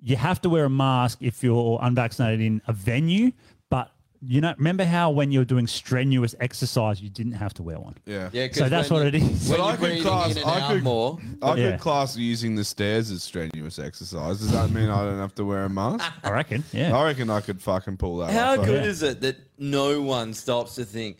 [SPEAKER 3] you have to wear a mask if you're unvaccinated in a venue, but you know, remember how when you were doing strenuous exercise, you didn't have to wear one.
[SPEAKER 2] Yeah.
[SPEAKER 4] Yeah, 'cause
[SPEAKER 3] So that's
[SPEAKER 4] when
[SPEAKER 3] what it
[SPEAKER 4] you-
[SPEAKER 3] is.
[SPEAKER 4] when
[SPEAKER 2] But I
[SPEAKER 4] you're
[SPEAKER 2] could
[SPEAKER 4] breathing
[SPEAKER 2] class
[SPEAKER 4] in and
[SPEAKER 2] I
[SPEAKER 4] out
[SPEAKER 2] could,
[SPEAKER 4] more.
[SPEAKER 2] I
[SPEAKER 3] Yeah.
[SPEAKER 2] could class using the stairs as strenuous exercise. Does that mean I don't have to wear a mask?
[SPEAKER 3] I reckon. Yeah.
[SPEAKER 2] I reckon I could fucking pull that.
[SPEAKER 4] How
[SPEAKER 2] off.
[SPEAKER 4] good is it that no one stops to think?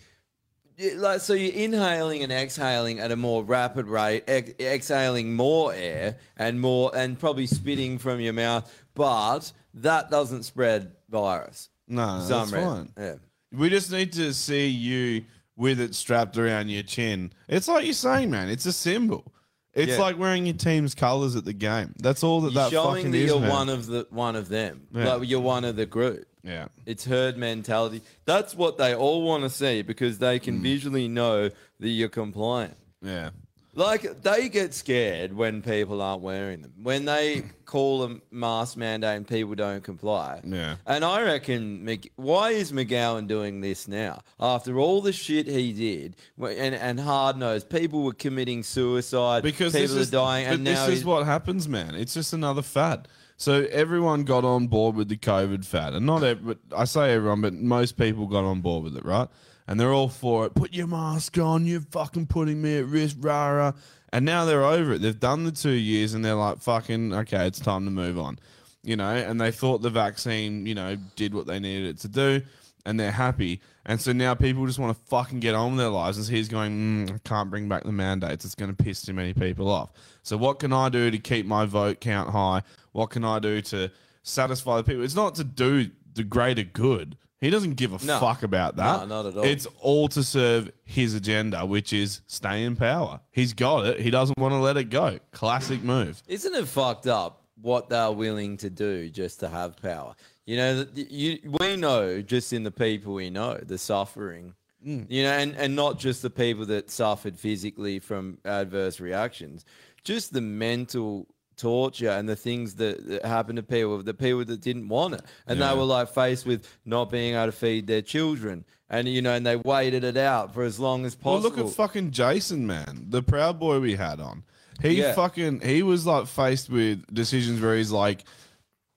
[SPEAKER 4] Yeah, Like so, you're inhaling and exhaling at a more rapid rate, ex- exhaling more air and more, and probably spitting from your mouth. But that doesn't spread virus.
[SPEAKER 2] No,
[SPEAKER 4] For
[SPEAKER 2] that's
[SPEAKER 4] some
[SPEAKER 2] fine.
[SPEAKER 4] reason. Yeah.
[SPEAKER 2] We just need to see you with it strapped around your chin. It's like you're saying, man. It's a symbol. It's
[SPEAKER 4] Yeah.
[SPEAKER 2] like wearing your team's colors at the game. That's all that
[SPEAKER 4] You're
[SPEAKER 2] that
[SPEAKER 4] showing
[SPEAKER 2] fucking
[SPEAKER 4] that
[SPEAKER 2] is,
[SPEAKER 4] you're
[SPEAKER 2] man.
[SPEAKER 4] one of the one of them.
[SPEAKER 2] Yeah.
[SPEAKER 4] Like you're one of the group.
[SPEAKER 2] Yeah.
[SPEAKER 4] It's herd mentality. That's what they all want to see because they can
[SPEAKER 2] Mm.
[SPEAKER 4] visually know that you're compliant.
[SPEAKER 2] Yeah.
[SPEAKER 4] Like they get scared when people aren't wearing them. When they call a mask mandate and people don't comply.
[SPEAKER 2] Yeah.
[SPEAKER 4] And I reckon, Mc- why is McGowan doing this now? After all the shit he did, wh- and and hard nosed people were committing suicide
[SPEAKER 2] because
[SPEAKER 4] people
[SPEAKER 2] this is,
[SPEAKER 4] are dying,
[SPEAKER 2] but
[SPEAKER 4] and
[SPEAKER 2] this
[SPEAKER 4] now
[SPEAKER 2] is
[SPEAKER 4] he's-
[SPEAKER 2] what happens, man. It's just another fad. So everyone got on board with the COVID fad, and not ev- but I say everyone, but most people got on board with it, right? And they're all for it. Put your mask on. You're fucking putting me at risk, rah rah. And now they're over it. They've done the two years, and they're like, fucking, okay, it's time to move on, you know. And they thought the vaccine, you know, did what they needed it to do, and they're happy. And so now people just want to fucking get on with their lives. And so he's going, mm, I can't bring back the mandates. It's going to piss too many people off. So what can I do to keep my vote count high? What can I do to satisfy the people? It's not to do the greater good. He doesn't give a
[SPEAKER 4] No.
[SPEAKER 2] fuck about that.
[SPEAKER 4] No, not at all.
[SPEAKER 2] It's all to serve his agenda, which is stay in power. He's got it. He doesn't want to let it go. Classic move.
[SPEAKER 4] Isn't it fucked up what they're willing to do just to have power? You know, th- th- you, we know just in the people we know the suffering.
[SPEAKER 2] Mm.
[SPEAKER 4] You know, and, and not just the people that suffered physically from adverse reactions, just the mental torture and the things that, that happened to people, the people that didn't want it. And
[SPEAKER 2] Yeah.
[SPEAKER 4] they were like faced with not being able to feed their children. And, you know, and they waited it out for as long as
[SPEAKER 2] Well,
[SPEAKER 4] possible.
[SPEAKER 2] look at fucking Jason, man. The Proud Boy we had on. He
[SPEAKER 4] Yeah.
[SPEAKER 2] fucking he was like faced with decisions where he's like,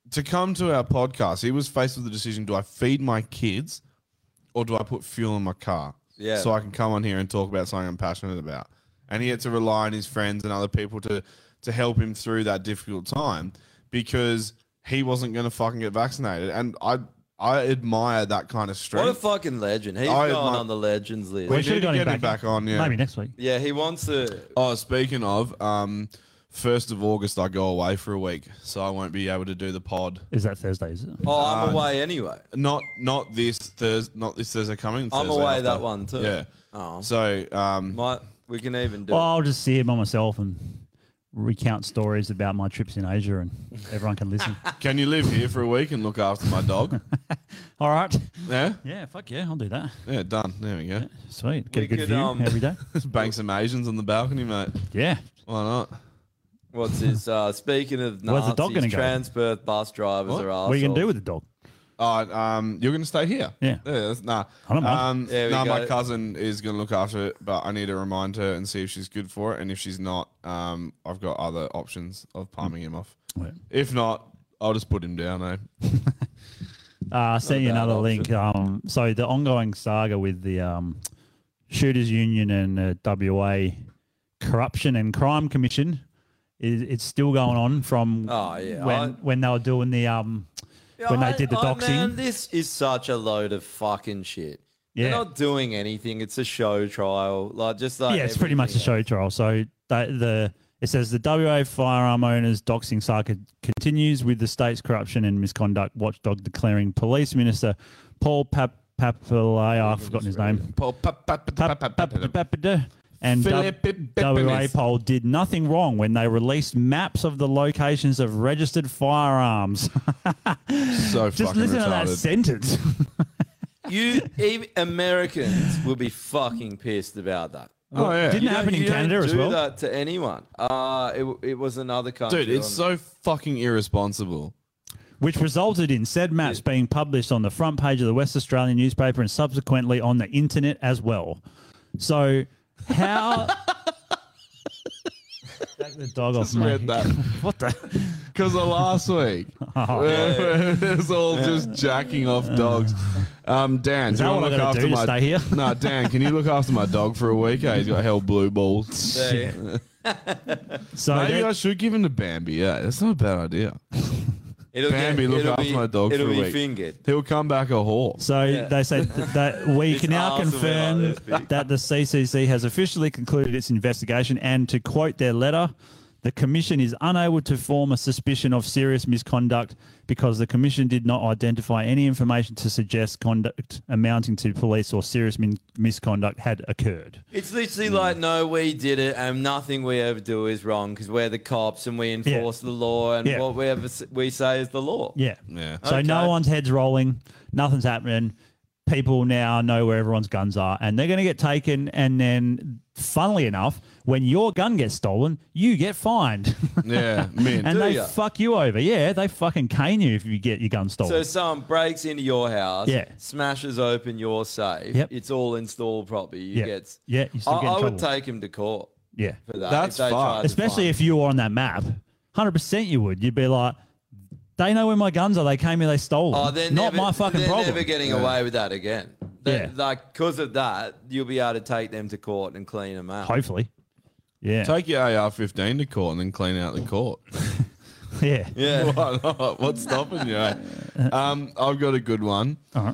[SPEAKER 2] to come to our podcast, he was faced with the decision: do I feed my kids, or do I put fuel in my car?
[SPEAKER 4] Yeah.
[SPEAKER 2] So I can come on here and talk about something I'm passionate about. And he had to rely on his friends and other people to to help him through that difficult time because he wasn't going to fucking get vaccinated. And I I admire that kind of strength.
[SPEAKER 4] What a fucking legend. He's
[SPEAKER 2] I
[SPEAKER 4] going
[SPEAKER 2] admire-
[SPEAKER 4] on the legends list.
[SPEAKER 2] We, should get him back, on. Yeah.
[SPEAKER 3] Maybe next week.
[SPEAKER 4] Yeah, he wants to.
[SPEAKER 2] Oh, speaking of, um, first of August I go away for a week, so I won't be able to do the pod.
[SPEAKER 3] Is that Thursday? Is it?
[SPEAKER 4] Oh, I'm
[SPEAKER 2] Uh,
[SPEAKER 4] away anyway.
[SPEAKER 2] Not not this Thursday. Not this Thursday coming.
[SPEAKER 4] I'm
[SPEAKER 2] Thursday
[SPEAKER 4] away
[SPEAKER 2] after.
[SPEAKER 4] that one too.
[SPEAKER 2] Yeah.
[SPEAKER 4] Oh.
[SPEAKER 2] So um,
[SPEAKER 4] might we can even do.
[SPEAKER 3] Well,
[SPEAKER 4] it.
[SPEAKER 3] I'll just see it by myself and recount stories about my trips in Asia, and everyone can listen.
[SPEAKER 2] Can you live here for a week and look after my dog?
[SPEAKER 3] All right.
[SPEAKER 2] Yeah.
[SPEAKER 3] Yeah. Fuck yeah. I'll do that.
[SPEAKER 2] Yeah. Done. There we go.
[SPEAKER 3] Sweet. Get a good view
[SPEAKER 4] um,
[SPEAKER 3] every day.
[SPEAKER 2] Bang some Asians on the balcony, mate.
[SPEAKER 3] Yeah.
[SPEAKER 2] Why not?
[SPEAKER 4] What's his? Uh, speaking of
[SPEAKER 2] Where's the dog
[SPEAKER 4] Nazis,
[SPEAKER 2] gonna go?
[SPEAKER 4] trans Perth bus drivers
[SPEAKER 2] What?
[SPEAKER 4] are
[SPEAKER 2] What
[SPEAKER 4] assholes.
[SPEAKER 2] are you gonna do
[SPEAKER 3] with the dog?
[SPEAKER 2] Uh, um, you're gonna stay here.
[SPEAKER 3] Yeah.
[SPEAKER 2] that's, nah.
[SPEAKER 3] I don't mind.
[SPEAKER 2] Um,
[SPEAKER 4] There we
[SPEAKER 2] nah, my
[SPEAKER 4] go.
[SPEAKER 2] cousin is gonna look after it, but I need to remind her and see if she's good for it. And if she's not, um, I've got other options of palming him off.
[SPEAKER 3] Right.
[SPEAKER 2] If not, I'll just put him down. Eh?
[SPEAKER 3] Uh, send you another link. Um, so the ongoing saga with the um, Shooters Union and uh, WA Corruption and Crime Commission is it's still going on from
[SPEAKER 4] Oh, yeah,
[SPEAKER 3] when
[SPEAKER 4] I-
[SPEAKER 3] when they were doing the um, when they
[SPEAKER 4] I-
[SPEAKER 3] did the
[SPEAKER 4] I-
[SPEAKER 3] doxing.
[SPEAKER 4] oh, Man, this is such a load of fucking shit.
[SPEAKER 3] Yeah.
[SPEAKER 4] They're not doing anything. It's a show trial. Like just like
[SPEAKER 3] yeah, it's pretty much a
[SPEAKER 4] everything
[SPEAKER 3] show trial. So that, the it says the WA firearm owners doxing saga continues with the state's corruption and misconduct watchdog declaring police minister Paul Pap Papalai, I've forgotten his name.
[SPEAKER 2] Paul
[SPEAKER 3] Papadopoulos and uh,
[SPEAKER 2] Philippe
[SPEAKER 3] W- WA
[SPEAKER 2] Pepenis.
[SPEAKER 3] poll did nothing wrong when they released maps of the locations of registered firearms.
[SPEAKER 2] So
[SPEAKER 3] Just
[SPEAKER 4] fucking
[SPEAKER 3] listen to that
[SPEAKER 4] retarded.
[SPEAKER 3] sentence.
[SPEAKER 4] You even Americans will be fucking pissed about that.
[SPEAKER 3] Oh, yeah. Didn't it
[SPEAKER 4] You don't-
[SPEAKER 3] happen in
[SPEAKER 4] you don't
[SPEAKER 3] Canada as
[SPEAKER 4] do
[SPEAKER 3] well?
[SPEAKER 4] That to anyone? Uh, it, w- it was another country.
[SPEAKER 2] Dude, it's so fucking irresponsible.
[SPEAKER 3] which resulted in said maps being published on the front page of the West Australian newspaper and subsequently on the internet as well. So, how? Take the dog off
[SPEAKER 2] Just
[SPEAKER 3] my
[SPEAKER 2] read that.
[SPEAKER 3] what the?
[SPEAKER 2] Because of last week,
[SPEAKER 3] Oh.
[SPEAKER 2] it was all just jacking off dogs. Um, Dan,
[SPEAKER 3] Is
[SPEAKER 2] do
[SPEAKER 3] that
[SPEAKER 2] you want
[SPEAKER 3] what
[SPEAKER 2] to
[SPEAKER 3] I
[SPEAKER 2] look
[SPEAKER 3] gotta
[SPEAKER 2] after
[SPEAKER 3] do to
[SPEAKER 2] my
[SPEAKER 3] stay here?
[SPEAKER 2] No, Dan, can you look after my dog for a week? Eh? He's got hell blue balls.
[SPEAKER 4] Yeah,
[SPEAKER 3] So
[SPEAKER 2] maybe
[SPEAKER 3] that-
[SPEAKER 2] I should give him to Bambi. Yeah, that's not a bad idea.
[SPEAKER 4] It'll get-
[SPEAKER 2] Bambi, look
[SPEAKER 4] it'll
[SPEAKER 2] after
[SPEAKER 4] be-
[SPEAKER 2] my dog
[SPEAKER 4] it'll
[SPEAKER 2] for a
[SPEAKER 4] be
[SPEAKER 2] week.
[SPEAKER 4] fingered.
[SPEAKER 2] He'll come back a whore.
[SPEAKER 3] So they said th- that we
[SPEAKER 2] It's
[SPEAKER 3] can now
[SPEAKER 2] arse
[SPEAKER 3] confirm
[SPEAKER 2] about this big.
[SPEAKER 3] that the CCC has officially concluded its investigation. And to quote their letter, the commission is unable to form a suspicion of serious misconduct because the commission did not identify any information to suggest conduct amounting to police or serious min- misconduct had occurred.
[SPEAKER 4] It's
[SPEAKER 3] Mm.
[SPEAKER 4] literally like, no, we did it, and nothing we ever do is wrong because we're the cops and we enforce the law, and
[SPEAKER 3] Yeah.
[SPEAKER 4] what we ever s- we say is the law.
[SPEAKER 3] Yeah.
[SPEAKER 2] Yeah.
[SPEAKER 3] So no one's heads rolling, nothing's happening. People now know where everyone's guns are and they're going to get taken. And then, funnily enough, when your gun gets stolen, you get fined.
[SPEAKER 2] Yeah, mint.
[SPEAKER 3] and
[SPEAKER 4] Do
[SPEAKER 3] they
[SPEAKER 4] ya?
[SPEAKER 3] fuck you over. Yeah, they fucking cane you if you get your gun stolen.
[SPEAKER 4] So someone breaks into your house,
[SPEAKER 3] Yeah.
[SPEAKER 4] smashes open your safe.
[SPEAKER 3] Yep.
[SPEAKER 4] It's all installed properly. You
[SPEAKER 3] Yeah.
[SPEAKER 4] get.
[SPEAKER 3] Yeah, you still
[SPEAKER 4] I,
[SPEAKER 3] get in
[SPEAKER 4] I
[SPEAKER 3] trouble.
[SPEAKER 4] would take him to court.
[SPEAKER 3] yeah.
[SPEAKER 4] For that, That's if they tried to
[SPEAKER 3] Especially if you were on that map. 100% you would. You'd be like, they know where my guns are. They came here, they stole them.
[SPEAKER 4] Oh, they're
[SPEAKER 3] Not
[SPEAKER 4] never,
[SPEAKER 3] my fucking
[SPEAKER 4] they're
[SPEAKER 3] problem.
[SPEAKER 4] never getting away with that again. They, yeah. Like because of that, you'll be able to take them to court and clean them out.
[SPEAKER 3] Hopefully. Yeah.
[SPEAKER 2] Take your AR-15 to court and then clean out the court.
[SPEAKER 3] Yeah.
[SPEAKER 4] Yeah.
[SPEAKER 2] Why not? What's stopping you? eh? Um, I've got a good one. Uh,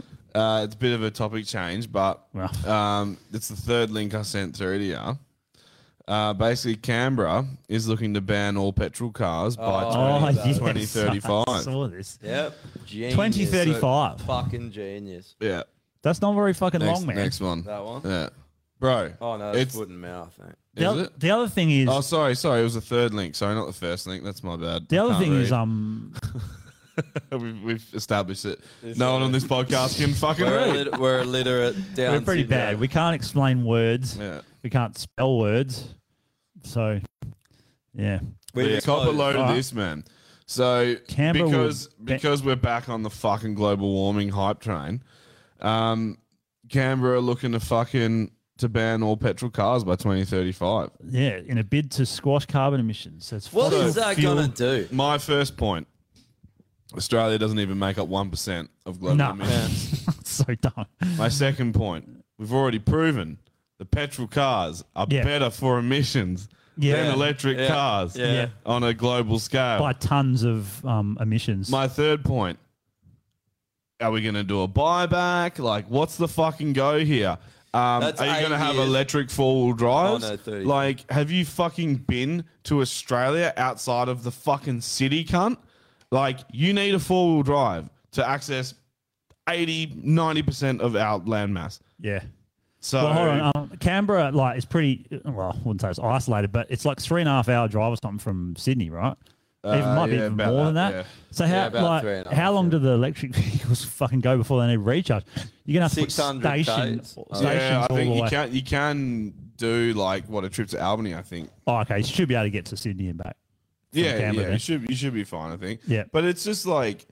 [SPEAKER 2] it's a bit of a topic change, but um, it's the third link I sent through to you. Uh, basically, Canberra is looking to ban all petrol cars by
[SPEAKER 4] Oh,
[SPEAKER 2] 20,
[SPEAKER 4] yes, I
[SPEAKER 2] 2035.
[SPEAKER 3] saw this.
[SPEAKER 4] Yep. Genius.
[SPEAKER 3] 2035.
[SPEAKER 4] Fucking genius.
[SPEAKER 2] Yeah.
[SPEAKER 3] That's not very fucking
[SPEAKER 2] Next-
[SPEAKER 3] long, man.
[SPEAKER 2] Next one.
[SPEAKER 4] That one?
[SPEAKER 2] Yeah. Bro.
[SPEAKER 4] Oh no, it's foot and mouth. eh?
[SPEAKER 3] The
[SPEAKER 2] Is
[SPEAKER 3] oth-
[SPEAKER 2] it?
[SPEAKER 3] the other thing is-
[SPEAKER 2] Oh, sorry, sorry. It was the third link. Sorry, not the first link. That's my bad.
[SPEAKER 3] The
[SPEAKER 2] I
[SPEAKER 3] other
[SPEAKER 2] can't
[SPEAKER 3] thing is,
[SPEAKER 2] read.
[SPEAKER 3] um,
[SPEAKER 2] we've, we've established it. no one on this podcast can fucking
[SPEAKER 4] We're,
[SPEAKER 2] read.
[SPEAKER 4] illiter- we're illiterate. Down
[SPEAKER 3] we're pretty
[SPEAKER 4] syndrome.
[SPEAKER 3] bad. We can't explain words. We can't spell words. So, yeah.
[SPEAKER 2] We yeah, copper loaded
[SPEAKER 3] Alright.
[SPEAKER 2] this, man. So
[SPEAKER 3] uh-huh. Canberra will
[SPEAKER 2] because because we're back on the fucking global warming hype train, um, Canberra are looking to fucking to ban all petrol cars by 2035.
[SPEAKER 3] Yeah, in a bid to squash carbon emissions. So it's
[SPEAKER 4] What
[SPEAKER 3] fossil
[SPEAKER 4] is that
[SPEAKER 3] fuel-
[SPEAKER 4] gonna do?
[SPEAKER 2] My first point. Australia doesn't even make up 1% of global
[SPEAKER 3] No.
[SPEAKER 2] emissions.
[SPEAKER 3] so dumb.
[SPEAKER 2] My second point we've already proven the petrol cars are
[SPEAKER 3] Yeah.
[SPEAKER 2] better for emissions
[SPEAKER 3] Yeah.
[SPEAKER 2] than electric
[SPEAKER 3] Yeah.
[SPEAKER 2] cars
[SPEAKER 3] Yeah.
[SPEAKER 2] on a global scale.
[SPEAKER 3] by tons of um, emissions.
[SPEAKER 2] My third point. Are we going to do a buyback? Like, what's the fucking go here? Um,
[SPEAKER 4] That's
[SPEAKER 2] are you
[SPEAKER 4] eight
[SPEAKER 2] going to have
[SPEAKER 4] years.
[SPEAKER 2] electric four wheel drives?
[SPEAKER 4] Oh, no, 30.
[SPEAKER 2] like, have you fucking been to Australia outside of the fucking city, cunt? Like, you need a four wheel drive to access 80, 90% of our landmass.
[SPEAKER 3] Yeah.
[SPEAKER 2] So,
[SPEAKER 3] well, hold on. Um, Canberra, like, is pretty. Well, I wouldn't say it's isolated, but it's like three and a half hour drive or something from Sydney, right? even
[SPEAKER 4] Uh,
[SPEAKER 3] might be
[SPEAKER 4] yeah,
[SPEAKER 3] even
[SPEAKER 4] about
[SPEAKER 3] more than
[SPEAKER 4] that,
[SPEAKER 3] that.
[SPEAKER 4] yeah.
[SPEAKER 3] So
[SPEAKER 4] Yeah,
[SPEAKER 3] how
[SPEAKER 4] about three
[SPEAKER 3] like
[SPEAKER 4] and a
[SPEAKER 3] how long do the electric vehicles fucking go before they need recharge? You're gonna have to put
[SPEAKER 4] 600
[SPEAKER 3] station,
[SPEAKER 4] days.
[SPEAKER 3] stations
[SPEAKER 4] Oh.
[SPEAKER 2] yeah, I
[SPEAKER 3] all
[SPEAKER 2] think
[SPEAKER 3] the
[SPEAKER 2] you
[SPEAKER 3] way.
[SPEAKER 2] can, you can do, like, what, a trip to Albany, I think.
[SPEAKER 3] Oh, okay, you should be able to get to Sydney and back. from
[SPEAKER 2] Yeah,
[SPEAKER 3] Canberra
[SPEAKER 2] yeah,
[SPEAKER 3] then.
[SPEAKER 2] you should you should be fine, I think.
[SPEAKER 3] Yeah.
[SPEAKER 2] but it's just like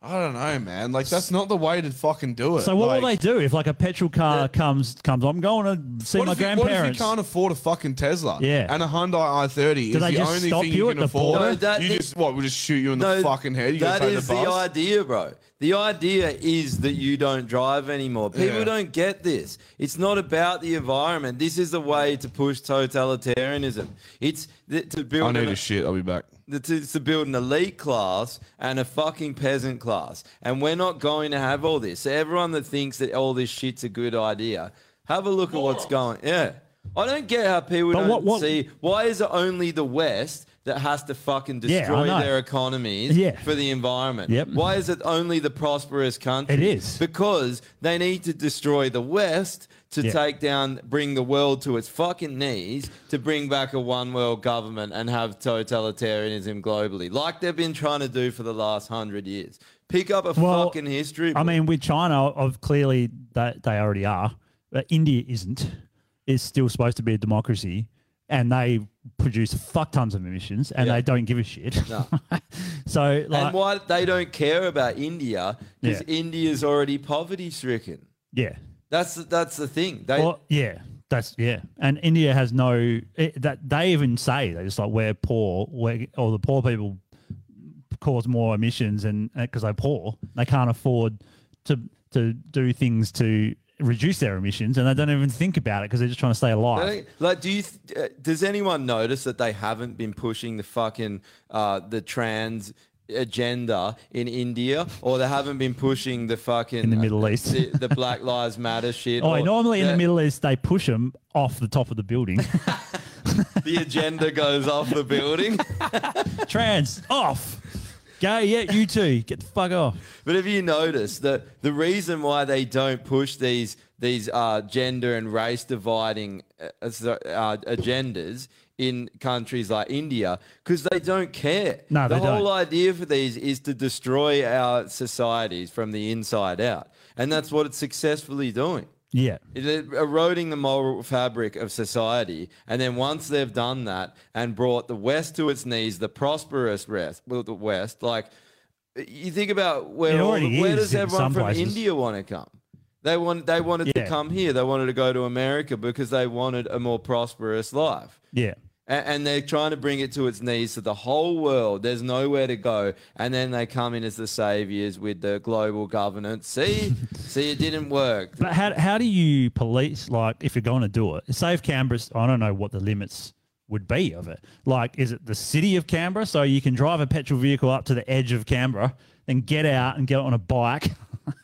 [SPEAKER 2] I don't know, man. Like that's not the way to fucking do it.
[SPEAKER 3] So what
[SPEAKER 2] like,
[SPEAKER 3] will they do if like a petrol car comes comes? I'm going to see
[SPEAKER 2] what
[SPEAKER 3] my
[SPEAKER 2] if you- What if
[SPEAKER 3] grandparents.
[SPEAKER 2] you can't afford a fucking Tesla?
[SPEAKER 3] Yeah.
[SPEAKER 2] and a Hyundai i30
[SPEAKER 3] Do
[SPEAKER 2] is
[SPEAKER 3] they
[SPEAKER 2] the
[SPEAKER 3] just
[SPEAKER 2] only
[SPEAKER 3] stop
[SPEAKER 2] thing
[SPEAKER 3] you
[SPEAKER 2] you
[SPEAKER 3] at
[SPEAKER 2] can
[SPEAKER 3] the
[SPEAKER 2] afford.
[SPEAKER 3] border?
[SPEAKER 4] No, that
[SPEAKER 2] you
[SPEAKER 4] is-
[SPEAKER 2] just what? We just shoot you in the fucking head. You
[SPEAKER 4] that
[SPEAKER 2] gotta take
[SPEAKER 4] is
[SPEAKER 2] the,
[SPEAKER 4] the,
[SPEAKER 2] bus?
[SPEAKER 4] idea, bro. The idea is that you don't drive anymore. People
[SPEAKER 2] Yeah.
[SPEAKER 4] don't get this. It's not about the environment. This is a way to push totalitarianism. It's th- to build.
[SPEAKER 2] I need
[SPEAKER 4] an-
[SPEAKER 2] a shit. I'll be back.
[SPEAKER 4] It's it's to build an elite class and a fucking peasant class. And we're not going to have all this. So everyone that thinks that all this shit's a good idea, have a look at what's going. Yeah, I don't get how people
[SPEAKER 3] But
[SPEAKER 4] don't
[SPEAKER 3] what- what-
[SPEAKER 4] see why is it only the West that has to fucking
[SPEAKER 3] Yeah, I
[SPEAKER 4] destroy
[SPEAKER 3] know.
[SPEAKER 4] their economies
[SPEAKER 3] Yeah.
[SPEAKER 4] for the environment.
[SPEAKER 3] Yep.
[SPEAKER 4] Why is it only the prosperous countries? It is because they need to destroy the West. To
[SPEAKER 3] Yeah.
[SPEAKER 4] take down, bring the world to its fucking knees, to bring back a one world government and have totalitarianism globally, like they've been trying to do for the last hundred years. Pick up a fucking history.
[SPEAKER 3] I
[SPEAKER 4] book.
[SPEAKER 3] mean, with China, of clearly that they already are, but India isn't. It's still supposed to be a democracy, and they produce fuck tons of emissions, and
[SPEAKER 4] Yeah.
[SPEAKER 3] they don't give a shit.
[SPEAKER 4] No.
[SPEAKER 3] so, like,
[SPEAKER 4] and why they don't care about India because
[SPEAKER 3] Yeah.
[SPEAKER 4] India's already poverty stricken.
[SPEAKER 3] yeah,
[SPEAKER 4] That's that's the thing. They
[SPEAKER 3] well, yeah, that's yeah. And India has no it, that they even say they just like we're poor, we're, or the poor people cause more emissions, and because they're poor, they can't afford to to do things to reduce their emissions, and they don't even think about it because they're just trying to stay alive.
[SPEAKER 4] They- Like, do you? Th- uh, does anyone notice that they haven't been pushing the fucking uh, the trans agenda in India, or they haven't been pushing the fucking
[SPEAKER 3] In the Middle
[SPEAKER 4] uh,
[SPEAKER 3] East.
[SPEAKER 4] the, the Black Lives Matter shit?
[SPEAKER 3] Oh,
[SPEAKER 4] or
[SPEAKER 3] normally in
[SPEAKER 4] the-
[SPEAKER 3] the Middle East they push them off the top of the building.
[SPEAKER 4] the agenda goes off the building.
[SPEAKER 3] Trans off, gay yeah, you too. Get the fuck off.
[SPEAKER 4] But have you noticed that the reason why they don't push these these uh, gender and race dividing uh, uh, so- uh, agendas in countries like India because they don't care.
[SPEAKER 3] No,
[SPEAKER 4] the
[SPEAKER 3] they don't.
[SPEAKER 4] whole idea for these is to destroy our societies from the inside out, and that's what it's successfully doing.
[SPEAKER 3] Yeah.
[SPEAKER 4] It- it- eroding the moral fabric of society. And then once they've done that and brought the West to its knees, the prosperous rest, well, the West, like you think about
[SPEAKER 3] It
[SPEAKER 4] where all
[SPEAKER 3] already
[SPEAKER 4] the, where
[SPEAKER 3] is
[SPEAKER 4] does
[SPEAKER 3] in
[SPEAKER 4] everyone
[SPEAKER 3] some
[SPEAKER 4] from
[SPEAKER 3] places.
[SPEAKER 4] India want to come? They want they wanted
[SPEAKER 3] Yeah.
[SPEAKER 4] to come here. They wanted to go to America because they wanted a more prosperous life.
[SPEAKER 3] Yeah.
[SPEAKER 4] A- And, they're trying to bring it to its knees to the whole world. There's nowhere to go. And then they come in as the saviors with the global governance. See? See, it didn't work.
[SPEAKER 3] But how, how do you police, like, if you're going to do it? Say if Canberra's, I don't know what the limits would be of it. Like, is it the city of Canberra? So you can drive a petrol vehicle up to the edge of Canberra, then get out and get on a bike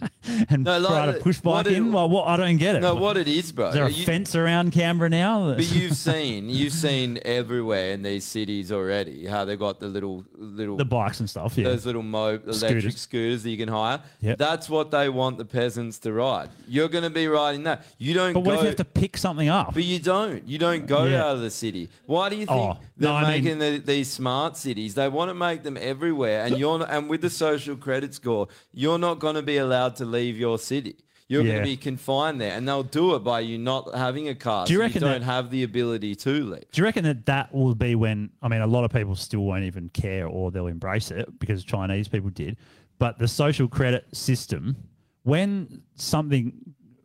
[SPEAKER 3] and
[SPEAKER 4] No, like
[SPEAKER 3] try to
[SPEAKER 4] the-
[SPEAKER 3] push
[SPEAKER 4] what
[SPEAKER 3] bike
[SPEAKER 4] it-
[SPEAKER 3] in? Well, what, I don't get it.
[SPEAKER 4] No, what it is, bro.
[SPEAKER 3] Is there a
[SPEAKER 4] you-
[SPEAKER 3] fence around Canberra now?
[SPEAKER 4] but you've seen you've seen everywhere in these cities already how they got the little little
[SPEAKER 3] the bikes and stuff, yeah.
[SPEAKER 4] those little mo- electric
[SPEAKER 3] Scooters.
[SPEAKER 4] scooters. that you can hire.
[SPEAKER 3] Yep.
[SPEAKER 4] That's what they want the peasants to ride. You're going to be riding that. You don't.
[SPEAKER 3] But what
[SPEAKER 4] go,
[SPEAKER 3] if you have to pick something up?
[SPEAKER 4] But you don't. You don't go
[SPEAKER 3] Yeah.
[SPEAKER 4] out of the city. Why do you think
[SPEAKER 3] Oh,
[SPEAKER 4] they're
[SPEAKER 3] no, I mean-
[SPEAKER 4] making the, these smart cities? They want to make them everywhere, and you're not, and with the social credit score, you're not going to be allowed to leave your city. You're going
[SPEAKER 3] Yeah.
[SPEAKER 4] to be confined there, and they'll do it by you not having a car.
[SPEAKER 3] Do you
[SPEAKER 4] so
[SPEAKER 3] reckon
[SPEAKER 4] you
[SPEAKER 3] that-
[SPEAKER 4] don't have the ability to leave?
[SPEAKER 3] Do you reckon that that will be when? I mean, a lot of people still won't even care or they'll embrace it because Chinese people did. But the social credit system, when something,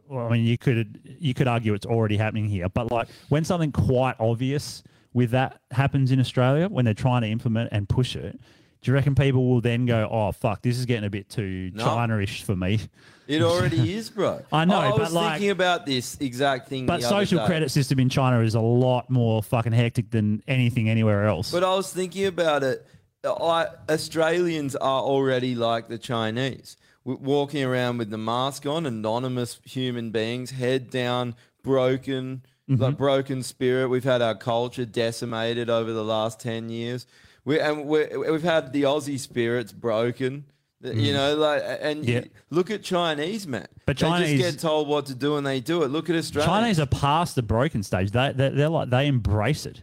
[SPEAKER 3] well, I mean, you could you could argue it's already happening here, but like when something quite obvious with that happens in Australia, when they're trying to implement and push it, Do you reckon people will then go, "Oh fuck, this is getting a bit too
[SPEAKER 4] No.
[SPEAKER 3] China-ish for me"?
[SPEAKER 4] It already is, bro.
[SPEAKER 3] I know,
[SPEAKER 4] I
[SPEAKER 3] but
[SPEAKER 4] was
[SPEAKER 3] like-
[SPEAKER 4] thinking about this exact thing.
[SPEAKER 3] But
[SPEAKER 4] the other
[SPEAKER 3] social
[SPEAKER 4] day.
[SPEAKER 3] credit system in China is a lot more fucking hectic than anything anywhere else.
[SPEAKER 4] But I was thinking about it. I, Australians are already like the Chinese, w- walking around with the mask on, anonymous human beings, head down, broken,
[SPEAKER 3] Mm-hmm.
[SPEAKER 4] like broken spirit. We've had our culture decimated over the last ten years. We and we we've had the Aussie spirits broken. Th- You
[SPEAKER 3] Mm.
[SPEAKER 4] know, like and
[SPEAKER 3] Yeah.
[SPEAKER 4] you- look at Chinese man.
[SPEAKER 3] But
[SPEAKER 4] they
[SPEAKER 3] Chinese-
[SPEAKER 4] just get told what to do and they do it. Look at Australia.
[SPEAKER 3] Chinese are past the broken stage. They, they they're like they embrace it,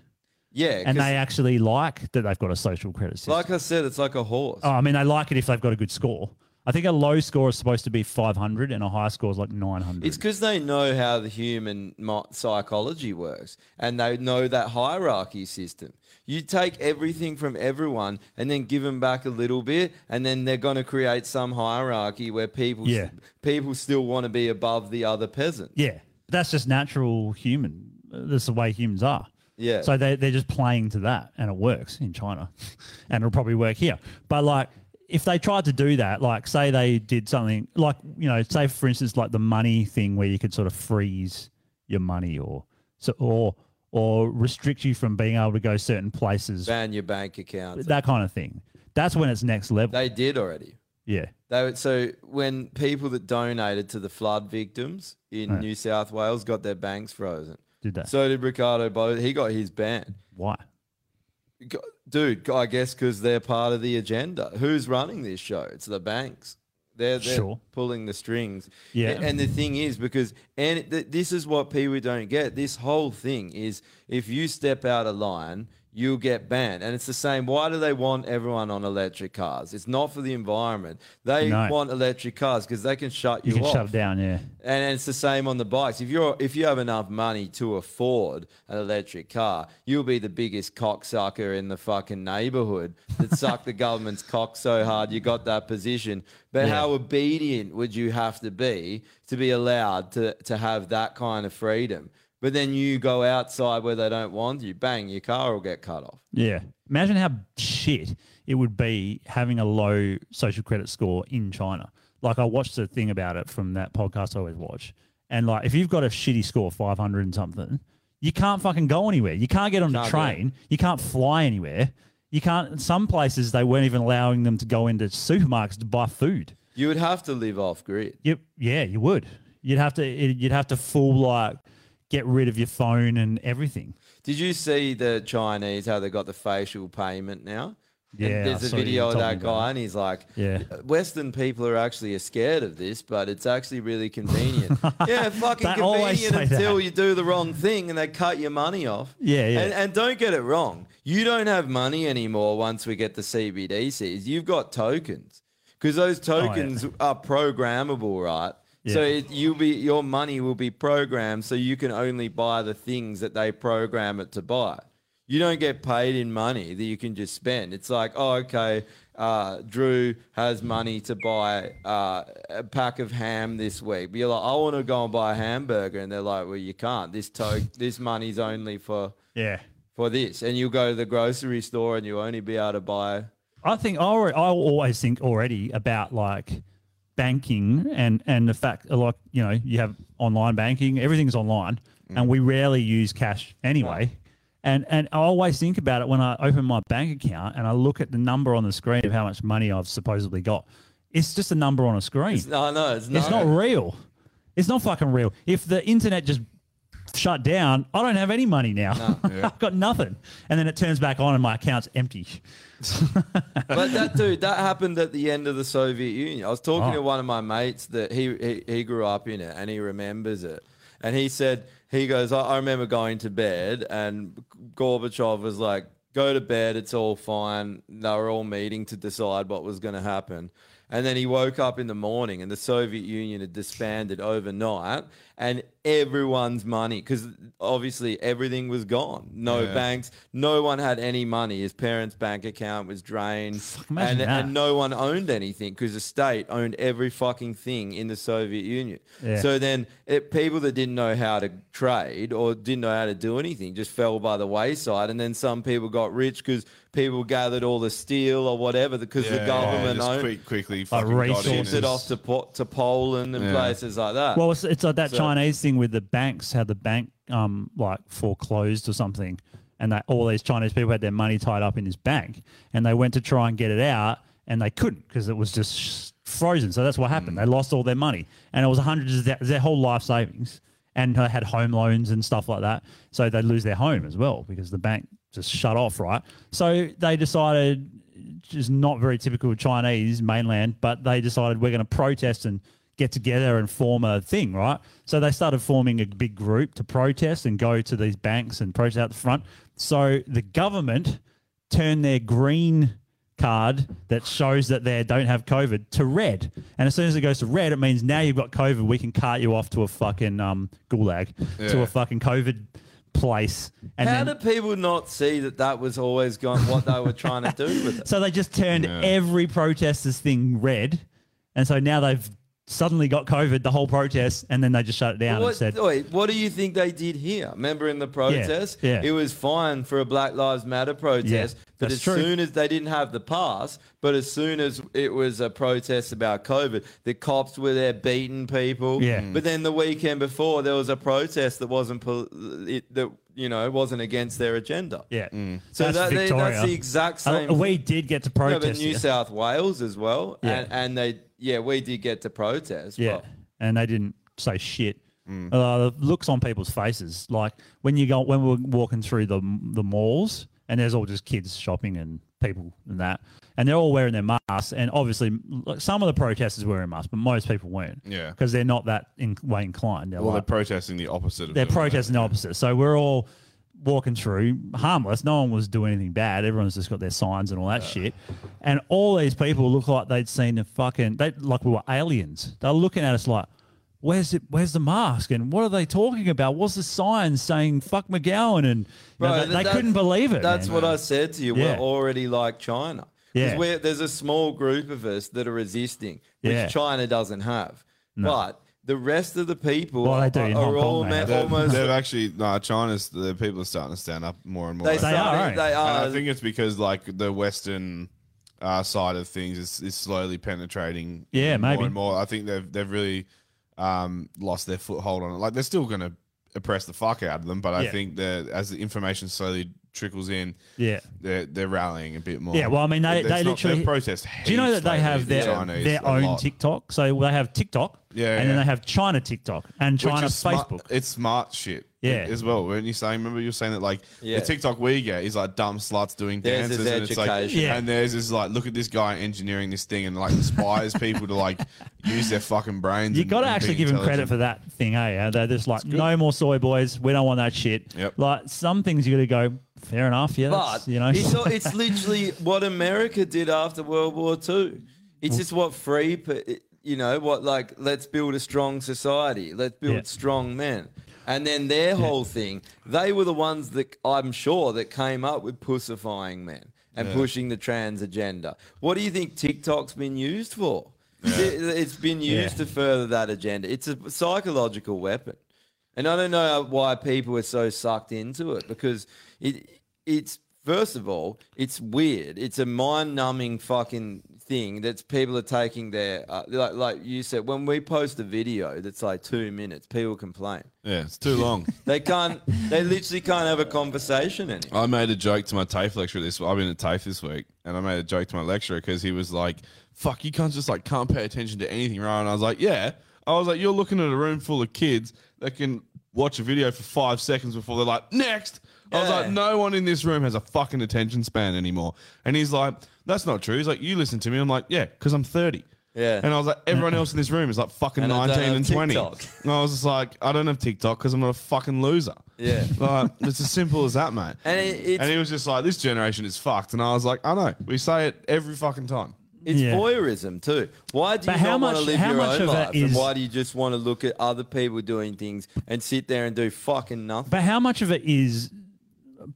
[SPEAKER 4] yeah,
[SPEAKER 3] and
[SPEAKER 4] 'cause
[SPEAKER 3] they actually like that they've got a social credit system.
[SPEAKER 4] like I said, it's like a horse.
[SPEAKER 3] Oh, I mean, they like it if they've got a good score. I think a low score is supposed to be 500 and a high score is like 900.
[SPEAKER 4] It's because they know how the human mo- psychology works and they know that hierarchy system. You take everything from everyone and then give them back a little bit, and then they're going to create some hierarchy where people
[SPEAKER 3] Yeah.
[SPEAKER 4] people still want to be above the other peasant.
[SPEAKER 3] Yeah. That's just natural human. That's the way humans are.
[SPEAKER 4] Yeah.
[SPEAKER 3] So they, they're just playing to that and it works in China and it'll probably work here. But like, if they tried to do that, like, say they did something like, you know, say for instance, like the money thing where you could sort of freeze your money or, so, or, or restrict you from being able to go certain places,
[SPEAKER 4] Ban your bank account.
[SPEAKER 3] that kind of thing. That's when it's next level.
[SPEAKER 4] They did already.
[SPEAKER 3] yeah.
[SPEAKER 4] They would, so when people that donated to the flood victims in
[SPEAKER 3] Right.
[SPEAKER 4] New South Wales got their banks frozen.
[SPEAKER 3] Did they?
[SPEAKER 4] So did Ricardo Bo. He got his ban.
[SPEAKER 3] Why?
[SPEAKER 4] Go- Dude, I guess because they're part of the agenda. Who's running this show? It's the banks. They're, they're
[SPEAKER 3] Sure.
[SPEAKER 4] pulling the strings.
[SPEAKER 3] Yeah.
[SPEAKER 4] A- And the thing is, because, and th- this is what people don't get. This whole thing is if you step out of line, you'll get banned. And it's the same. Why do they want everyone on electric cars? It's not for the environment. They
[SPEAKER 3] No.
[SPEAKER 4] want electric cars because they can shut
[SPEAKER 3] You
[SPEAKER 4] you,
[SPEAKER 3] can
[SPEAKER 4] off.
[SPEAKER 3] shut it down. Yeah.
[SPEAKER 4] And it's the same on the bikes. If you're if you have enough money to afford an electric car, you'll be the biggest cocksucker in the fucking neighborhood that sucked the government's cock so hard you got that position. But
[SPEAKER 3] Yeah.
[SPEAKER 4] how obedient would you have to be to be allowed to to have that kind of freedom? But then you go outside where they don't want you, bang, your car will get cut off.
[SPEAKER 3] Yeah. Imagine how shit it would be having a low social credit score in China. Like I watched a thing about it from that podcast I always watch. And like if you've got a shitty score, 500 and something, you can't fucking go anywhere. You can't get on the
[SPEAKER 4] Can't do it.
[SPEAKER 3] train. You can't fly anywhere. You can't some places they weren't even allowing them to go into supermarkets to buy food.
[SPEAKER 4] You would have to live off grid.
[SPEAKER 3] Yep. Yeah, you would. You'd have to you'd have to full like get rid of your phone and everything.
[SPEAKER 4] Did you see the Chinese how they got the facial payment now? And
[SPEAKER 3] Yeah, I
[SPEAKER 4] there's
[SPEAKER 3] saw
[SPEAKER 4] a
[SPEAKER 3] you
[SPEAKER 4] video of
[SPEAKER 3] told me
[SPEAKER 4] that
[SPEAKER 3] about
[SPEAKER 4] guy, and he's like,
[SPEAKER 3] Yeah.
[SPEAKER 4] Western people are actually scared of this, but it's actually really convenient. yeah, fucking
[SPEAKER 3] They always
[SPEAKER 4] convenient
[SPEAKER 3] say that.
[SPEAKER 4] until you do the wrong thing and they cut your money off.
[SPEAKER 3] Yeah, yeah.
[SPEAKER 4] And, and don't get it wrong. You don't have money anymore once we get the CBDCs. You've got tokens because those
[SPEAKER 3] Oh, yeah.
[SPEAKER 4] tokens are programmable, right? So
[SPEAKER 3] Yeah.
[SPEAKER 4] it, you'll be your money will be programmed, so you can only buy the things that they program it to buy. You don't get paid in money that you can just spend. It's like, oh, okay, uh, Drew has money to buy uh, a pack of ham this week. But you're like, I want to go and buy a hamburger, and they're like, well, you can't. This to- this money's only for
[SPEAKER 3] Yeah.
[SPEAKER 4] for this, and you go to the grocery store, and you only be able to buy.
[SPEAKER 3] I think I alre- I always think already about like banking and and the fact like you know you have online banking everything's online
[SPEAKER 4] Mm.
[SPEAKER 3] and we rarely use cash anyway and and I always think about it when I open my bank account and I look at the number on the screen of how much money I've supposedly got it's just a number on a screen
[SPEAKER 4] It's, no, no, it's not.
[SPEAKER 3] it's not real it's not fucking real if the internet just shut down I don't have any money now I've got nothing and then it turns back on and my account's empty
[SPEAKER 4] but that dude, that happened at the end of the Soviet Union. I was talking
[SPEAKER 3] Oh.
[SPEAKER 4] to one of my mates that he, he he grew up in it and he remembers it, and he said he goes, I, I remember going to bed and Gorbachev was like, go to bed, it's all fine. They were all meeting to decide what was going to happen. And then he woke up in the morning and the Soviet Union had disbanded overnight. And everyone's money because obviously everything was gone. No
[SPEAKER 8] Yeah.
[SPEAKER 4] banks, no one had any money. His parents' bank account was drained,
[SPEAKER 8] imagine
[SPEAKER 4] and,
[SPEAKER 8] that.
[SPEAKER 4] and no one owned anything because the state owned every fucking thing in the Soviet Union.
[SPEAKER 8] Yeah.
[SPEAKER 4] So then it, people that didn't know how to trade or didn't know how to do anything just fell by the wayside, and then some people got rich because people gathered all the steel or whatever because
[SPEAKER 2] Yeah,
[SPEAKER 4] the government
[SPEAKER 2] just
[SPEAKER 4] owned
[SPEAKER 2] quick- quickly fucking got in
[SPEAKER 4] shipped it
[SPEAKER 2] and-
[SPEAKER 4] off to, po- to Poland and
[SPEAKER 2] Yeah.
[SPEAKER 4] places like that.
[SPEAKER 3] Well, it's, it's like that
[SPEAKER 4] So-
[SPEAKER 3] Chinese thing with the banks, how the bank um like foreclosed or something, and that all these Chinese people had their money tied up in this bank, and they went to try and get it out, and they couldn't because it was just sh- frozen. So that's what
[SPEAKER 4] Hmm.
[SPEAKER 3] happened. They lost all their money, and it was hundreds of their, their whole life savings, and they had home loans and stuff like that. So they lose their home as well because the bank just shut off, right? So they decided, just not very typical Chinese mainland, but they decided we're going to protest and get together and form a thing, right? So they started forming a big group to protest and go to these banks and protest out the front. So the government turned their green card that shows that they don't have COVID to red. And as soon as it goes to red, it means now you've got COVID. We can cart you off to a fucking um, gulag, to
[SPEAKER 4] Yeah.
[SPEAKER 3] a fucking COVID place. And
[SPEAKER 4] how
[SPEAKER 3] then,
[SPEAKER 4] did people not see that that was always going what they were trying to do with it?
[SPEAKER 3] So they just turned every protester's thing red, and so now they've suddenly got COVID the whole protest, and then they just shut it down
[SPEAKER 4] what, Oh.
[SPEAKER 3] and said,
[SPEAKER 4] wait, what do you think they did here? Remember in the protest,
[SPEAKER 3] yeah.
[SPEAKER 4] it was fine for a Black Lives Matter protest,
[SPEAKER 3] Yeah,
[SPEAKER 4] but
[SPEAKER 3] that's
[SPEAKER 4] as
[SPEAKER 3] true.
[SPEAKER 4] soon as they didn't have the pass, but as soon as it was a protest about COVID, the cops were there beating people.
[SPEAKER 3] Yeah. Mm.
[SPEAKER 4] But then the weekend before, there was a protest that wasn't pol- it, that you know wasn't against their agenda.
[SPEAKER 3] "Yeah."
[SPEAKER 2] Mm.
[SPEAKER 4] So that- they- that's the exact
[SPEAKER 3] Uh,
[SPEAKER 4] same
[SPEAKER 3] We
[SPEAKER 4] thing.
[SPEAKER 3] did get to
[SPEAKER 4] No,
[SPEAKER 3] protest.
[SPEAKER 4] but New
[SPEAKER 3] here.
[SPEAKER 4] South Wales as well,
[SPEAKER 3] Yeah.
[SPEAKER 4] and, and they yeah we did get to protest.
[SPEAKER 3] Yeah.
[SPEAKER 4] but-
[SPEAKER 3] And they didn't say shit.
[SPEAKER 2] Mm.
[SPEAKER 3] Uh, the looks on people's faces, like when you go when we we're walking through the the malls, and there's all just kids shopping and people and that, and they're all wearing their masks. And obviously, like, some of the protesters were wearing masks, but most people weren't.
[SPEAKER 2] Yeah.
[SPEAKER 3] because they're not that in, way inclined. They're
[SPEAKER 2] Well, they're
[SPEAKER 3] like,
[SPEAKER 2] protesting the opposite of
[SPEAKER 3] they're
[SPEAKER 2] doing that.
[SPEAKER 3] protesting the opposite. So we're all walking through harmless. No one was doing anything bad. Everyone's just got their signs and all that shit. And all these people look like they'd seen the fucking they like we were aliens. They're looking at us like, where's it where's the mask? And what are they talking about? What's the sign saying fuck McGowan? And you know,
[SPEAKER 4] Bro,
[SPEAKER 3] they,
[SPEAKER 4] th-
[SPEAKER 3] they
[SPEAKER 4] that-
[SPEAKER 3] couldn't believe it.
[SPEAKER 4] That's
[SPEAKER 3] man.
[SPEAKER 4] what I said to you.
[SPEAKER 3] Yeah.
[SPEAKER 4] We're already like China.
[SPEAKER 3] Yeah.
[SPEAKER 4] Because we're there's a small group of us that are resisting, which
[SPEAKER 3] Yeah.
[SPEAKER 4] China doesn't have.
[SPEAKER 2] No.
[SPEAKER 4] But the rest of the people
[SPEAKER 3] Well, they
[SPEAKER 4] are,
[SPEAKER 3] do in Hong
[SPEAKER 4] are
[SPEAKER 3] Kong,
[SPEAKER 4] all
[SPEAKER 3] they
[SPEAKER 4] ma-
[SPEAKER 3] have.
[SPEAKER 2] They've-
[SPEAKER 4] almost.
[SPEAKER 2] They've actually, no, China's, the people are starting to stand up more and more.
[SPEAKER 4] They They started- are, right? they
[SPEAKER 2] And
[SPEAKER 4] are.
[SPEAKER 3] Uh,
[SPEAKER 2] I think it's because, like, the Western uh, side of things is, is slowly penetrating.
[SPEAKER 3] Yeah,
[SPEAKER 2] more
[SPEAKER 3] maybe.
[SPEAKER 2] And more. I think they've, they've really um, lost their foothold on it. Like, they're still going to oppress the fuck out of them, but I
[SPEAKER 3] Yeah.
[SPEAKER 2] think that as the information slowly trickles in,
[SPEAKER 3] Yeah.
[SPEAKER 2] they're, they're rallying a bit more.
[SPEAKER 3] Yeah, well, I mean, they,
[SPEAKER 2] It's
[SPEAKER 3] they
[SPEAKER 2] not- they
[SPEAKER 3] literally
[SPEAKER 2] protest.
[SPEAKER 3] Do you know
[SPEAKER 2] heaps
[SPEAKER 3] that they
[SPEAKER 2] lately,
[SPEAKER 3] have
[SPEAKER 2] the
[SPEAKER 3] their
[SPEAKER 2] Chinese,
[SPEAKER 3] their
[SPEAKER 2] a
[SPEAKER 3] own
[SPEAKER 2] lot.
[SPEAKER 3] TikTok? So they have TikTok,
[SPEAKER 2] Yeah,
[SPEAKER 3] and then
[SPEAKER 2] yeah.
[SPEAKER 3] they have China TikTok and
[SPEAKER 2] Which
[SPEAKER 3] China
[SPEAKER 2] is smart-
[SPEAKER 3] Facebook.
[SPEAKER 2] it's smart shit.
[SPEAKER 3] Yeah.
[SPEAKER 2] As well. Weren't you saying, remember you were saying that like
[SPEAKER 4] Yeah.
[SPEAKER 2] the TikTok we get is like dumb sluts doing
[SPEAKER 4] Theirs is
[SPEAKER 2] dances and it's like
[SPEAKER 4] education. Yeah.
[SPEAKER 2] and theirs is like, look at this guy engineering this thing and like inspires people to like use their fucking brains.
[SPEAKER 3] You
[SPEAKER 2] and-
[SPEAKER 3] got to
[SPEAKER 2] and
[SPEAKER 3] actually
[SPEAKER 2] be
[SPEAKER 3] give them credit
[SPEAKER 2] intelligent.
[SPEAKER 3] for that thing, eh? Yeah? They're just like, no more soy boys. We don't want that shit. Like some things you got to go. Fair enough. Yeah, that's,
[SPEAKER 4] But
[SPEAKER 3] you know,
[SPEAKER 4] it's, all- it's literally what America did after World War II. It's just what free, pe- you know, what like let's build a strong society, let's build
[SPEAKER 3] Yeah.
[SPEAKER 4] strong men. And then their whole thing, they were the ones that I'm sure that came up with pussifying men and
[SPEAKER 8] Yeah.
[SPEAKER 4] pushing the trans agenda. What do you think TikTok's been used for? It- It's been
[SPEAKER 8] Yeah.
[SPEAKER 4] used to further that agenda. It's a psychological weapon. And I don't know why people are so sucked into it because it it's first of all it's weird. It's a mind numbing fucking thing that people are taking their uh, like like you said when we post a video that's like two minutes, people complain.
[SPEAKER 2] Yeah, it's too long.
[SPEAKER 4] They can't. They literally can't have a conversation anymore.
[SPEAKER 2] I made a joke to my TAFE lecturer this. I've been at TAFE this week, and I made a joke to my lecturer because he was like, "Fuck, you can't just like can't pay attention to anything, right?" And I was like, "Yeah." I was like, "You're looking at a room full of kids that can watch a video for five seconds before they're like, next." I was like,
[SPEAKER 8] Yeah.
[SPEAKER 2] "No one in this room has a fucking attention span anymore." And he's like, "That's not true." He's like, "You listen to me." I'm like, "Yeah, because I'm 30."
[SPEAKER 4] Yeah.
[SPEAKER 2] And I was like, "Everyone else in this room is like fucking
[SPEAKER 4] And I don't
[SPEAKER 2] 19
[SPEAKER 4] have
[SPEAKER 2] and 20."
[SPEAKER 4] TikTok.
[SPEAKER 2] And I was just like, "I don't have TikTok because I'm not a fucking loser."
[SPEAKER 4] Yeah.
[SPEAKER 2] Like, it's as simple as that, mate.
[SPEAKER 4] And it- it's-
[SPEAKER 2] and he was just like, this generation is fucked. And I was like, I know. We say it every fucking time.
[SPEAKER 4] It's
[SPEAKER 3] Yeah.
[SPEAKER 4] voyeurism too. Why do you
[SPEAKER 3] But
[SPEAKER 4] not
[SPEAKER 3] how
[SPEAKER 4] want to
[SPEAKER 3] much-
[SPEAKER 4] live
[SPEAKER 3] how
[SPEAKER 4] your
[SPEAKER 3] much
[SPEAKER 4] own
[SPEAKER 3] of that
[SPEAKER 4] life? And
[SPEAKER 3] is-
[SPEAKER 4] why do you just want to look at other people doing things and sit there and do fucking nothing?
[SPEAKER 3] But how much of it is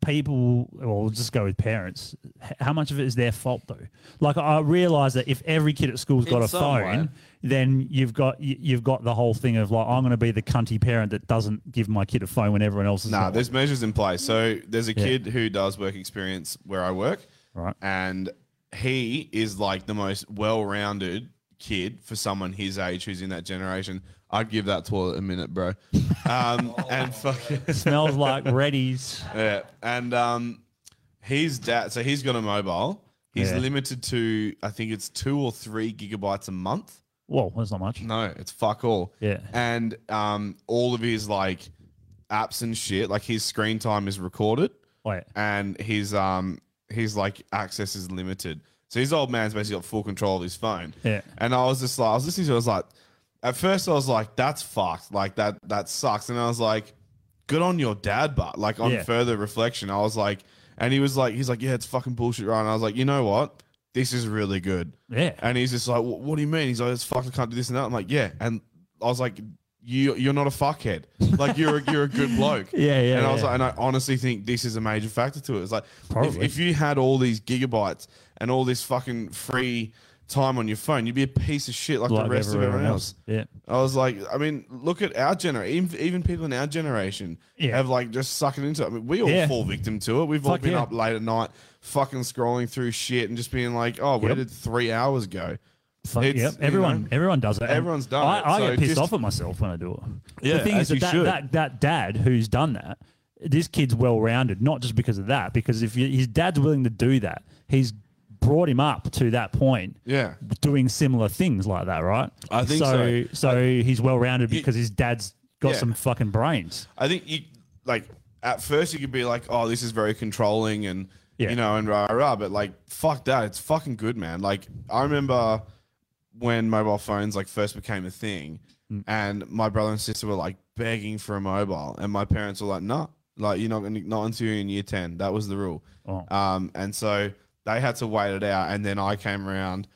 [SPEAKER 3] people, or we'll just go with parents, h- how much of it is their fault though? Like I realize that if every kid at school's got
[SPEAKER 4] In
[SPEAKER 3] a
[SPEAKER 4] some
[SPEAKER 3] phone,
[SPEAKER 4] way.
[SPEAKER 3] then you've got y- you've got the whole thing of like I'm going to be the cunty parent that doesn't give my kid a phone when everyone else is
[SPEAKER 2] Nah,
[SPEAKER 3] not.
[SPEAKER 2] there's measures in place. So there's a
[SPEAKER 3] Yeah.
[SPEAKER 2] kid who does work experience where I work,
[SPEAKER 3] right?
[SPEAKER 2] And he is like the most well-rounded kid for someone his age who's in that generation. I'd give that toilet a minute, bro. Um, and fucking
[SPEAKER 3] smells like Reddy's.
[SPEAKER 2] Yeah, and um, his dad. So he's got a mobile. He's
[SPEAKER 3] Yeah.
[SPEAKER 2] limited to I think it's two or three gigabytes a month.
[SPEAKER 3] Whoa, that's not much.
[SPEAKER 2] No, it's fuck all.
[SPEAKER 3] Yeah.
[SPEAKER 2] And um, all of his like apps and shit, like his screen time is recorded.
[SPEAKER 3] Oh, yeah.
[SPEAKER 2] And his um his like access is limited. So his old man's basically got full control of his phone.
[SPEAKER 3] Yeah.
[SPEAKER 2] And I was just like, I was listening to it, I was like, at first I was like, that's fucked. Like that that sucks. And I was like, good on your dad, but like on
[SPEAKER 3] Yeah.
[SPEAKER 2] further reflection, I was like, and he was like, he's like, yeah, it's fucking bullshit, right? And I was like, you know what? This is really good.
[SPEAKER 3] Yeah.
[SPEAKER 2] And he's just like, "Wh- what do you mean? He's like, it's fucking can't do this and that. I'm like, yeah. And I was like, you you're not a fuckhead. Like you're a, you're a good bloke.
[SPEAKER 3] Yeah, yeah,
[SPEAKER 2] And I was
[SPEAKER 3] yeah.
[SPEAKER 2] like, and I honestly think this is a major factor to it. It's like if,
[SPEAKER 3] Probably.
[SPEAKER 2] if you had all these gigabytes and all this fucking free time on your phone, you'd be a piece of shit like,
[SPEAKER 3] Like
[SPEAKER 2] the rest of
[SPEAKER 3] everyone
[SPEAKER 2] everyone
[SPEAKER 3] else.
[SPEAKER 2] else.
[SPEAKER 3] Yeah.
[SPEAKER 2] I was like, I mean, look at our generation. Even, even people in our generation
[SPEAKER 3] Yeah.
[SPEAKER 2] have like just sucking into it. I mean, we all
[SPEAKER 3] Yeah.
[SPEAKER 2] fall victim to it. We've all
[SPEAKER 3] Fuck
[SPEAKER 2] been
[SPEAKER 3] yeah.
[SPEAKER 2] up late at night, fucking scrolling through shit and just being like, oh, where
[SPEAKER 3] Yep.
[SPEAKER 2] did three hours go?
[SPEAKER 3] Fuck,
[SPEAKER 2] It's,
[SPEAKER 3] yep,
[SPEAKER 2] you know,
[SPEAKER 3] everyone, everyone does it. And
[SPEAKER 2] everyone's done
[SPEAKER 3] I,
[SPEAKER 2] it,
[SPEAKER 3] I
[SPEAKER 2] so
[SPEAKER 3] get pissed
[SPEAKER 2] just-
[SPEAKER 3] off at myself when I do it.
[SPEAKER 2] Yeah,
[SPEAKER 3] the thing
[SPEAKER 2] as
[SPEAKER 3] is that
[SPEAKER 2] you
[SPEAKER 3] that,
[SPEAKER 2] should.
[SPEAKER 3] that that dad who's done that, this kid's well rounded, not just because of that, because if you, his dad's willing to do that, he's brought him up to that point.
[SPEAKER 2] Yeah.
[SPEAKER 3] doing similar things like that, right?
[SPEAKER 2] I think
[SPEAKER 3] so.
[SPEAKER 2] so.
[SPEAKER 3] So he's well rounded because his dad's got
[SPEAKER 2] Yeah.
[SPEAKER 3] some fucking brains.
[SPEAKER 2] I think you like at first you could be like, oh, this is very controlling and you know and rah rah, rah but like fuck that, it's fucking good, man. Like I remember when mobile phones like first became a thing, and my brother and sister were like begging for a mobile, and my parents were like, nah, like you're not gonna not until you're in year ten. That was the rule. Um, and so they had to wait it out, and then I came around,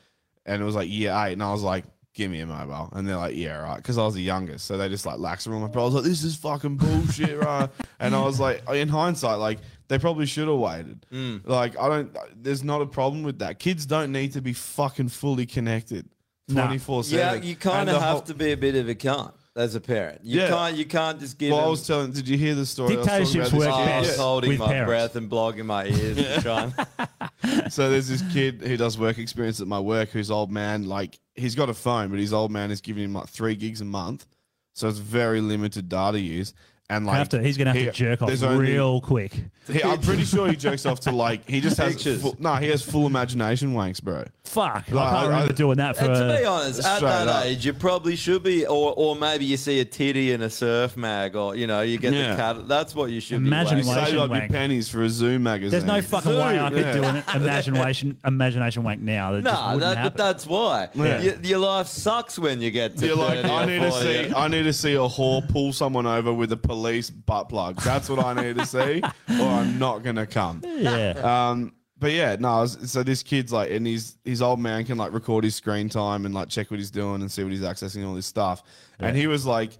[SPEAKER 2] and it was like year eight, and I was like. Give me a mobile, and they're like, "Yeah, right," because I was the youngest, so they just like lax around my brother. I was like, "This is fucking bullshit, right?" and I was like, in hindsight, like they probably should have waited. Like I don't, there's not a problem with that. Kids don't need to be fucking fully connected,
[SPEAKER 4] Nah.
[SPEAKER 2] twenty four
[SPEAKER 4] Yeah,
[SPEAKER 2] seven.
[SPEAKER 4] you kind of have to be a bit of a cunt as a parent. You
[SPEAKER 2] Yeah.
[SPEAKER 4] can't. You can't just give.
[SPEAKER 2] Well, I
[SPEAKER 4] them-
[SPEAKER 2] was telling. Did you hear the story? I was talking
[SPEAKER 4] Dictatorships
[SPEAKER 2] about this
[SPEAKER 4] work
[SPEAKER 2] kid?
[SPEAKER 4] I was holding my breath and blogging my ears. and trying.
[SPEAKER 2] so there's this kid who does work experience at my work whose old man like he's got a phone but his old man is giving him like three gigs a month so it's very limited data use and like
[SPEAKER 3] Have to- he's gonna have to jerk off
[SPEAKER 2] there's only-
[SPEAKER 3] real quick.
[SPEAKER 2] He- i'm pretty sure he jerks off to like he just has
[SPEAKER 3] Pictures.
[SPEAKER 2] full, no he has full imagination wanks bro
[SPEAKER 3] Fuck, I
[SPEAKER 2] Like,
[SPEAKER 3] can't
[SPEAKER 2] I-
[SPEAKER 3] remember
[SPEAKER 2] I-
[SPEAKER 3] doing that for.
[SPEAKER 4] And to be honest, at
[SPEAKER 2] Straight
[SPEAKER 4] that
[SPEAKER 2] up.
[SPEAKER 4] age, you probably should be, or or maybe you see a titty in a surf mag, or you know, you get
[SPEAKER 2] Yeah.
[SPEAKER 4] the cat. That's what you should
[SPEAKER 3] Imagine
[SPEAKER 4] be.
[SPEAKER 2] you
[SPEAKER 4] wanking.
[SPEAKER 2] save up your
[SPEAKER 3] wank.
[SPEAKER 2] pennies for a zoo magazine
[SPEAKER 3] There's no fucking
[SPEAKER 4] Zoo,
[SPEAKER 3] way I could
[SPEAKER 4] yeah.
[SPEAKER 3] do an imagination imagination wank now. That just
[SPEAKER 4] Nah,
[SPEAKER 3] wouldn't
[SPEAKER 4] that, but
[SPEAKER 3] happen.
[SPEAKER 4] that's why
[SPEAKER 2] Yeah.
[SPEAKER 4] Y- your life sucks when you get to.
[SPEAKER 2] You're like,
[SPEAKER 4] 30
[SPEAKER 2] I
[SPEAKER 4] or
[SPEAKER 2] need to
[SPEAKER 4] 40.
[SPEAKER 2] see, I need to see a whore pull someone over with a police butt plug. That's what I need to see, or I'm not gonna come.
[SPEAKER 3] Yeah.
[SPEAKER 2] Um. But yeah, no. I was- So this kid's like, and his his old man can like record his screen time and like check what he's doing and see what he's accessing and all this stuff. And he was like,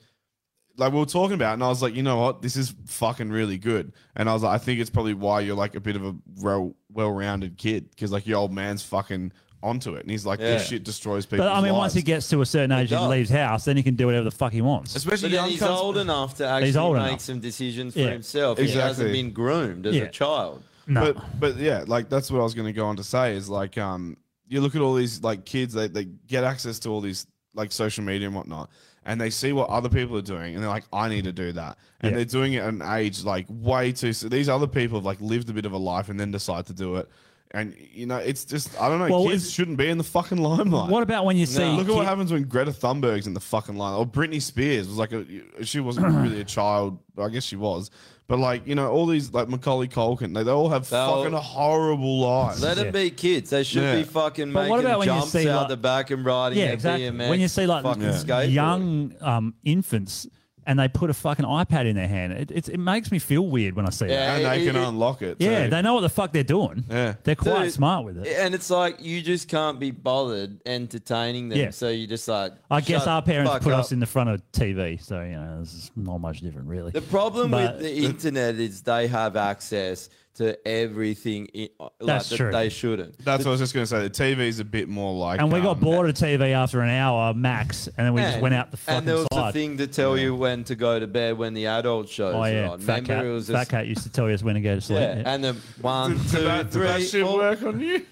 [SPEAKER 2] like we were talking about, it, and I was like, you know what, this is fucking really good. And I was like, I think it's probably why you're like a bit of a well well rounded kid because like your old man's fucking onto it, and he's like, this
[SPEAKER 4] Yeah.
[SPEAKER 2] shit destroys
[SPEAKER 3] But
[SPEAKER 2] people.
[SPEAKER 3] I mean, once he gets to a certain age and
[SPEAKER 4] does.
[SPEAKER 3] leaves house, then he can do whatever the fuck he wants.
[SPEAKER 4] Especially but then he's old enough to actually
[SPEAKER 3] He's old
[SPEAKER 4] make
[SPEAKER 3] enough.
[SPEAKER 4] some decisions for
[SPEAKER 3] Yeah.
[SPEAKER 4] himself. He hasn't
[SPEAKER 2] Exactly.
[SPEAKER 4] been groomed as
[SPEAKER 2] Yeah.
[SPEAKER 4] a child.
[SPEAKER 2] But but yeah, like that's what I was going to go on to say is like um you look at all these like kids they they get access to all these like social media and whatnot and they see what other people are doing and they're like I need to do that and
[SPEAKER 3] Yeah.
[SPEAKER 2] they're doing it at an age like way too so these other people have like lived a bit of a life and then decide to do it and you know it's just I don't know
[SPEAKER 3] Well,
[SPEAKER 2] kids
[SPEAKER 3] it's-
[SPEAKER 2] shouldn't be in the fucking limelight.
[SPEAKER 3] What about when you see
[SPEAKER 2] look at
[SPEAKER 3] kid-
[SPEAKER 2] what happens when Greta Thunberg's in the fucking line or Britney Spears was like a she wasn't really a child I guess she was but like you know all these like Macaulay Culkin they, they all have
[SPEAKER 4] They'll-
[SPEAKER 2] fucking horrible lives.
[SPEAKER 4] Let them be kids. They should
[SPEAKER 2] Yeah.
[SPEAKER 4] be fucking
[SPEAKER 3] But
[SPEAKER 4] making
[SPEAKER 3] what about when you
[SPEAKER 4] jumps
[SPEAKER 3] see,
[SPEAKER 4] out
[SPEAKER 3] like-
[SPEAKER 4] the back and riding
[SPEAKER 3] yeah,
[SPEAKER 4] their
[SPEAKER 3] exactly.
[SPEAKER 4] BMX.
[SPEAKER 3] When you see like
[SPEAKER 4] fucking skateboard.
[SPEAKER 3] young um, infants and they put a fucking iPad in their hand. It, it's, it makes me feel weird when I see
[SPEAKER 2] Yeah,
[SPEAKER 3] that.
[SPEAKER 2] And they it- can it- unlock it,
[SPEAKER 3] Yeah,
[SPEAKER 2] too.
[SPEAKER 3] they know what the fuck they're doing.
[SPEAKER 2] Yeah.
[SPEAKER 3] They're quite
[SPEAKER 4] Dude,
[SPEAKER 3] smart with it.
[SPEAKER 4] And it's like you just can't be bothered entertaining them.
[SPEAKER 3] Yeah.
[SPEAKER 4] So you just like.
[SPEAKER 3] I guess
[SPEAKER 4] shut
[SPEAKER 3] our
[SPEAKER 4] the
[SPEAKER 3] parents
[SPEAKER 4] fuck
[SPEAKER 3] put
[SPEAKER 4] up.
[SPEAKER 3] us in the front of TV, so you know, it's not much different, really.
[SPEAKER 4] The problem
[SPEAKER 3] But-
[SPEAKER 4] with the internet is they have access to everything i- uh, like,
[SPEAKER 3] That's
[SPEAKER 4] that
[SPEAKER 3] true.
[SPEAKER 4] they shouldn't.
[SPEAKER 2] That's what I was just going to say. The TV is a bit more like.
[SPEAKER 3] and we
[SPEAKER 2] um,
[SPEAKER 3] got bored of TV after an hour max, and then we
[SPEAKER 4] Yeah,
[SPEAKER 3] just went out the fucking
[SPEAKER 4] And there was
[SPEAKER 3] side.
[SPEAKER 4] a thing to tell you when to go to bed when the adult shows
[SPEAKER 3] oh
[SPEAKER 4] are
[SPEAKER 3] yeah,
[SPEAKER 4] on.
[SPEAKER 3] fat
[SPEAKER 4] Remember,
[SPEAKER 3] cat,
[SPEAKER 4] it was
[SPEAKER 3] fat
[SPEAKER 4] just,
[SPEAKER 3] cat used to tell us when to go to sleep.
[SPEAKER 4] yeah,
[SPEAKER 3] yeah.
[SPEAKER 4] and then one, two, three,
[SPEAKER 2] Did that, did that shit
[SPEAKER 4] four.
[SPEAKER 2] work on you?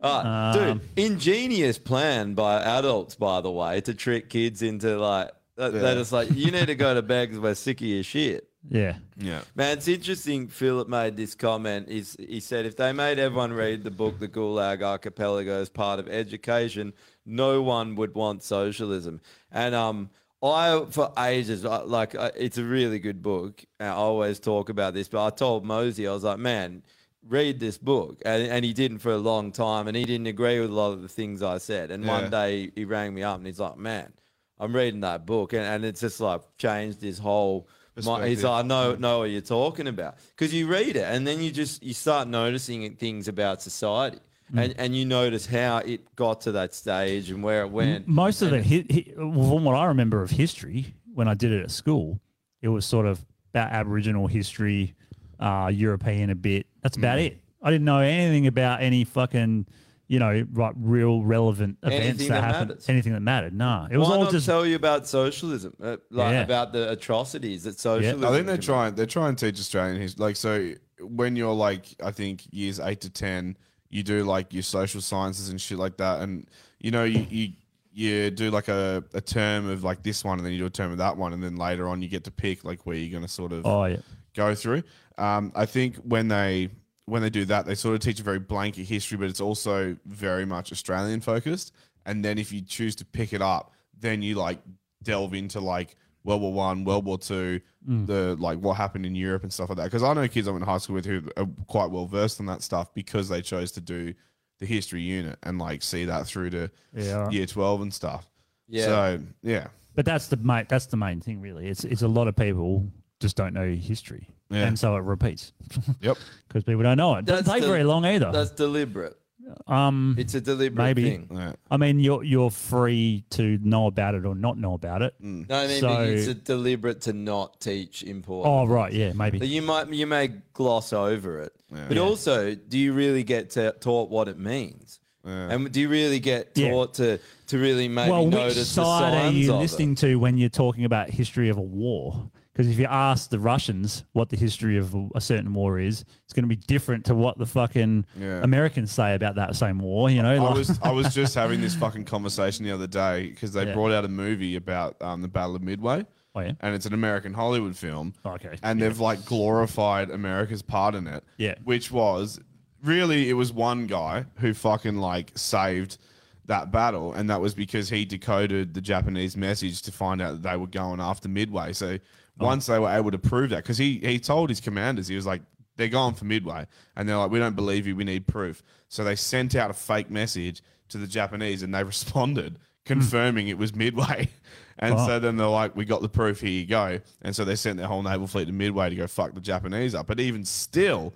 [SPEAKER 4] Ah,
[SPEAKER 2] Um,
[SPEAKER 4] dude, ingenious plan by adults, by the way, to trick kids into like that.
[SPEAKER 3] Yeah.
[SPEAKER 4] That is like you need to go to bed because we're sick of your shit.
[SPEAKER 3] Yeah.
[SPEAKER 2] Yeah.
[SPEAKER 4] Man, it's interesting. Philip made this comment. He's, he said, if they made everyone read the book, The Gulag Archipelago, as part of education, no one would want socialism. And um, I, for ages, I, like, I, it's a really good book. and I always talk about this, but I told Mosey, I was like, man, read this book. And, and he didn't for a long time. And he didn't agree with a lot of the things I said. And
[SPEAKER 2] Yeah.
[SPEAKER 4] one day he rang me up and he's like, man, I'm reading that book. And, and it's just like changed his whole. My,
[SPEAKER 2] Perspective.
[SPEAKER 4] he's like, I know know what you're talking about because you read it and then you just you start noticing things about society
[SPEAKER 3] Mm.
[SPEAKER 4] and and you notice how it got to that stage and where it went.
[SPEAKER 3] Most of it, hi- hi- from what I remember of history, when I did it at school, it was sort of about Aboriginal history, uh, European a bit. That's about
[SPEAKER 4] Mm.
[SPEAKER 3] it. I didn't know anything about any fucking, you know, right, real relevant events
[SPEAKER 4] Anything
[SPEAKER 3] that,
[SPEAKER 4] that
[SPEAKER 3] happened.
[SPEAKER 4] matters.
[SPEAKER 3] Anything that mattered. Nah, it was
[SPEAKER 4] Why
[SPEAKER 3] all
[SPEAKER 4] not
[SPEAKER 3] just
[SPEAKER 4] tell you about socialism, uh, like
[SPEAKER 3] Yeah.
[SPEAKER 4] about the atrocities that socialism.
[SPEAKER 2] I think they're
[SPEAKER 4] committed.
[SPEAKER 2] trying. They're trying to teach Australian history. Like so, when you're like, I think years eight to ten, you do like your social sciences and shit like that, and you know you. you you do like a, a term of like this one and then you do a term of that one and then later on you get to pick like where you're going to sort of
[SPEAKER 3] Oh, yeah.
[SPEAKER 2] go through um, i think when they when they do that they sort of teach a very blanket history but it's also very much australian focused and then if you choose to pick it up then you like delve into like World War One, World War Two, the like what happened in Europe and stuff like that. Because I know kids I went to high school with who are quite well versed on that stuff because they chose to do the history unit and like see that through to
[SPEAKER 3] Yeah, alright.
[SPEAKER 2] year twelve and stuff.
[SPEAKER 4] Yeah.
[SPEAKER 2] So yeah.
[SPEAKER 3] But that's the main that's the main thing really. It's it's a lot of people just don't know history.
[SPEAKER 2] Yeah.
[SPEAKER 3] And so it repeats.
[SPEAKER 2] Yep.
[SPEAKER 3] Because people don't know it. Doesn't
[SPEAKER 4] That's
[SPEAKER 3] take
[SPEAKER 4] del-
[SPEAKER 3] very long either.
[SPEAKER 4] That's deliberate.
[SPEAKER 3] um
[SPEAKER 4] It's a deliberate
[SPEAKER 3] maybe.
[SPEAKER 4] thing.
[SPEAKER 3] I mean you're you're free to know about it or not know about it.
[SPEAKER 4] No, I mean
[SPEAKER 3] so,
[SPEAKER 4] but it's a deliberate to not teach important.
[SPEAKER 3] Oh right, yeah, maybe.
[SPEAKER 4] But you might you may gloss over it, but
[SPEAKER 3] Yeah.
[SPEAKER 4] also, do you really get ta taught what it means? And do you really get
[SPEAKER 3] Yeah.
[SPEAKER 4] taught to to really maybe
[SPEAKER 3] well, which
[SPEAKER 4] notice
[SPEAKER 3] side
[SPEAKER 4] the
[SPEAKER 3] are
[SPEAKER 4] signs
[SPEAKER 3] you
[SPEAKER 4] of
[SPEAKER 3] listening to when you're talking about history of a war? Because if you ask the Russians what the history of a certain war is, it's going to be different to what the fucking
[SPEAKER 2] Yeah.
[SPEAKER 3] Americans say about that same war. You know,
[SPEAKER 2] I
[SPEAKER 3] like-
[SPEAKER 2] was I was just having this fucking conversation the other day because they
[SPEAKER 3] Yeah.
[SPEAKER 2] brought out a movie about um, the Battle of Midway.
[SPEAKER 3] Oh, yeah? Oh,
[SPEAKER 2] And it's an American Hollywood film.
[SPEAKER 3] Okay.
[SPEAKER 2] And they've like glorified America's part in it.
[SPEAKER 3] Yeah.
[SPEAKER 2] Which was really it was one guy who fucking like saved that battle and that was because he decoded the Japanese message to find out that they were going after Midway. So once they were able to prove that cuz he he told his commanders he was like they're going for Midway. And they're like, we don't believe you. We need proof. So they sent out a fake message to the Japanese and they responded, confirming it was Midway. And
[SPEAKER 3] Wow.
[SPEAKER 2] so then they're like, we got the proof. Here you go. And so they sent their whole naval fleet to Midway to go fuck the Japanese up. But even still,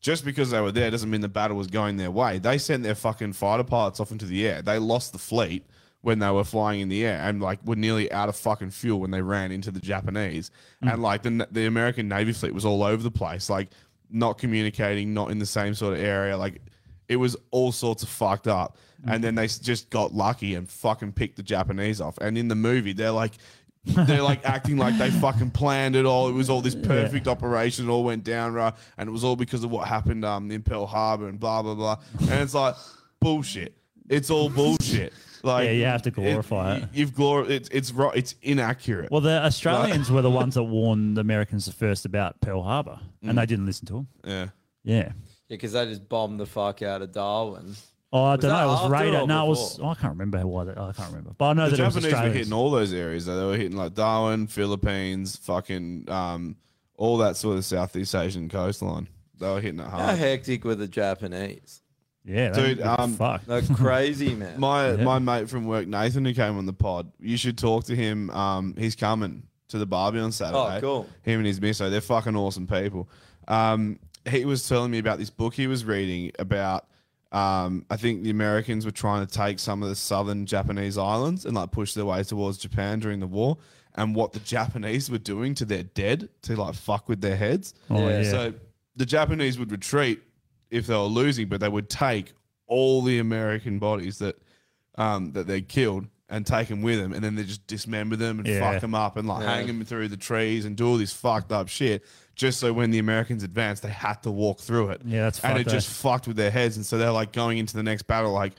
[SPEAKER 2] just because they were there doesn't mean the battle was going their way. They sent their fucking fighter pilots off into the air. They lost the fleet when they were flying in the air and like were nearly out of fucking fuel when they ran into the Japanese. And like the the American Navy fleet was all over the place, like not communicating, not in the same sort of area. Like it was all sorts of fucked up.
[SPEAKER 3] Mm.
[SPEAKER 2] And then they s- just got lucky and fucking picked the Japanese off. And in the movie, they're like. they're like acting like they fucking planned it all. It was all this perfect operation. It all went down right, and it was all because of what happened um, in Pearl Harbor and blah blah blah. And it's like bullshit. It's all bullshit. Like
[SPEAKER 3] Yeah, you have to
[SPEAKER 2] it-
[SPEAKER 3] glorify it.
[SPEAKER 2] You've glor. It's it's ro- It's inaccurate.
[SPEAKER 3] Well, the Australians were the ones that warned the Americans the first about Pearl Harbor, and
[SPEAKER 2] Mm.
[SPEAKER 3] they didn't listen to them.
[SPEAKER 2] Yeah.
[SPEAKER 3] Yeah.
[SPEAKER 4] because they just bombed the fuck out of Darwin.
[SPEAKER 3] Oh, I don't
[SPEAKER 4] that
[SPEAKER 3] know. It was
[SPEAKER 4] after
[SPEAKER 3] radar.
[SPEAKER 4] or
[SPEAKER 3] No, it was.
[SPEAKER 4] before?
[SPEAKER 3] I can't remember why. That, I can't remember. But I know
[SPEAKER 2] the
[SPEAKER 3] that it was
[SPEAKER 2] Japanese were
[SPEAKER 3] Australians.
[SPEAKER 2] hitting all those areas. Though. They were hitting like Darwin, Philippines, fucking um, all that sort of Southeast Asian coastline. They were hitting it
[SPEAKER 4] How
[SPEAKER 3] Uh,
[SPEAKER 2] hard.
[SPEAKER 4] hectic were the Japanese?
[SPEAKER 3] Yeah,
[SPEAKER 2] Dude, um,
[SPEAKER 4] like crazy man.
[SPEAKER 2] My
[SPEAKER 4] Yeah.
[SPEAKER 2] my mate from work, Nathan, who came on the pod. You should talk to him. Um, he's coming to the barbie on Saturday.
[SPEAKER 4] Oh, cool.
[SPEAKER 2] Him and his miso, they're fucking awesome people. Um, he was telling me about this book he was reading about. Um, I think the Americans were trying to take some of the southern Japanese islands and like push their way towards Japan during the war, and what the Japanese were doing to their dead to like fuck with their heads.
[SPEAKER 3] Oh, Yeah. yeah.
[SPEAKER 2] So the Japanese would retreat if they were losing, but they would take all the American bodies that um, that they killed and take them with them, and then they just dismember them and
[SPEAKER 3] Yeah.
[SPEAKER 2] fuck them up and like
[SPEAKER 3] Yeah.
[SPEAKER 2] hang them through the trees and do all this fucked up shit. Just so when the Americans advanced, they had to walk through it.
[SPEAKER 3] Yeah, that's
[SPEAKER 2] and it
[SPEAKER 3] fucked, eh?
[SPEAKER 2] just fucked with their heads, and so they're like going into the next battle like.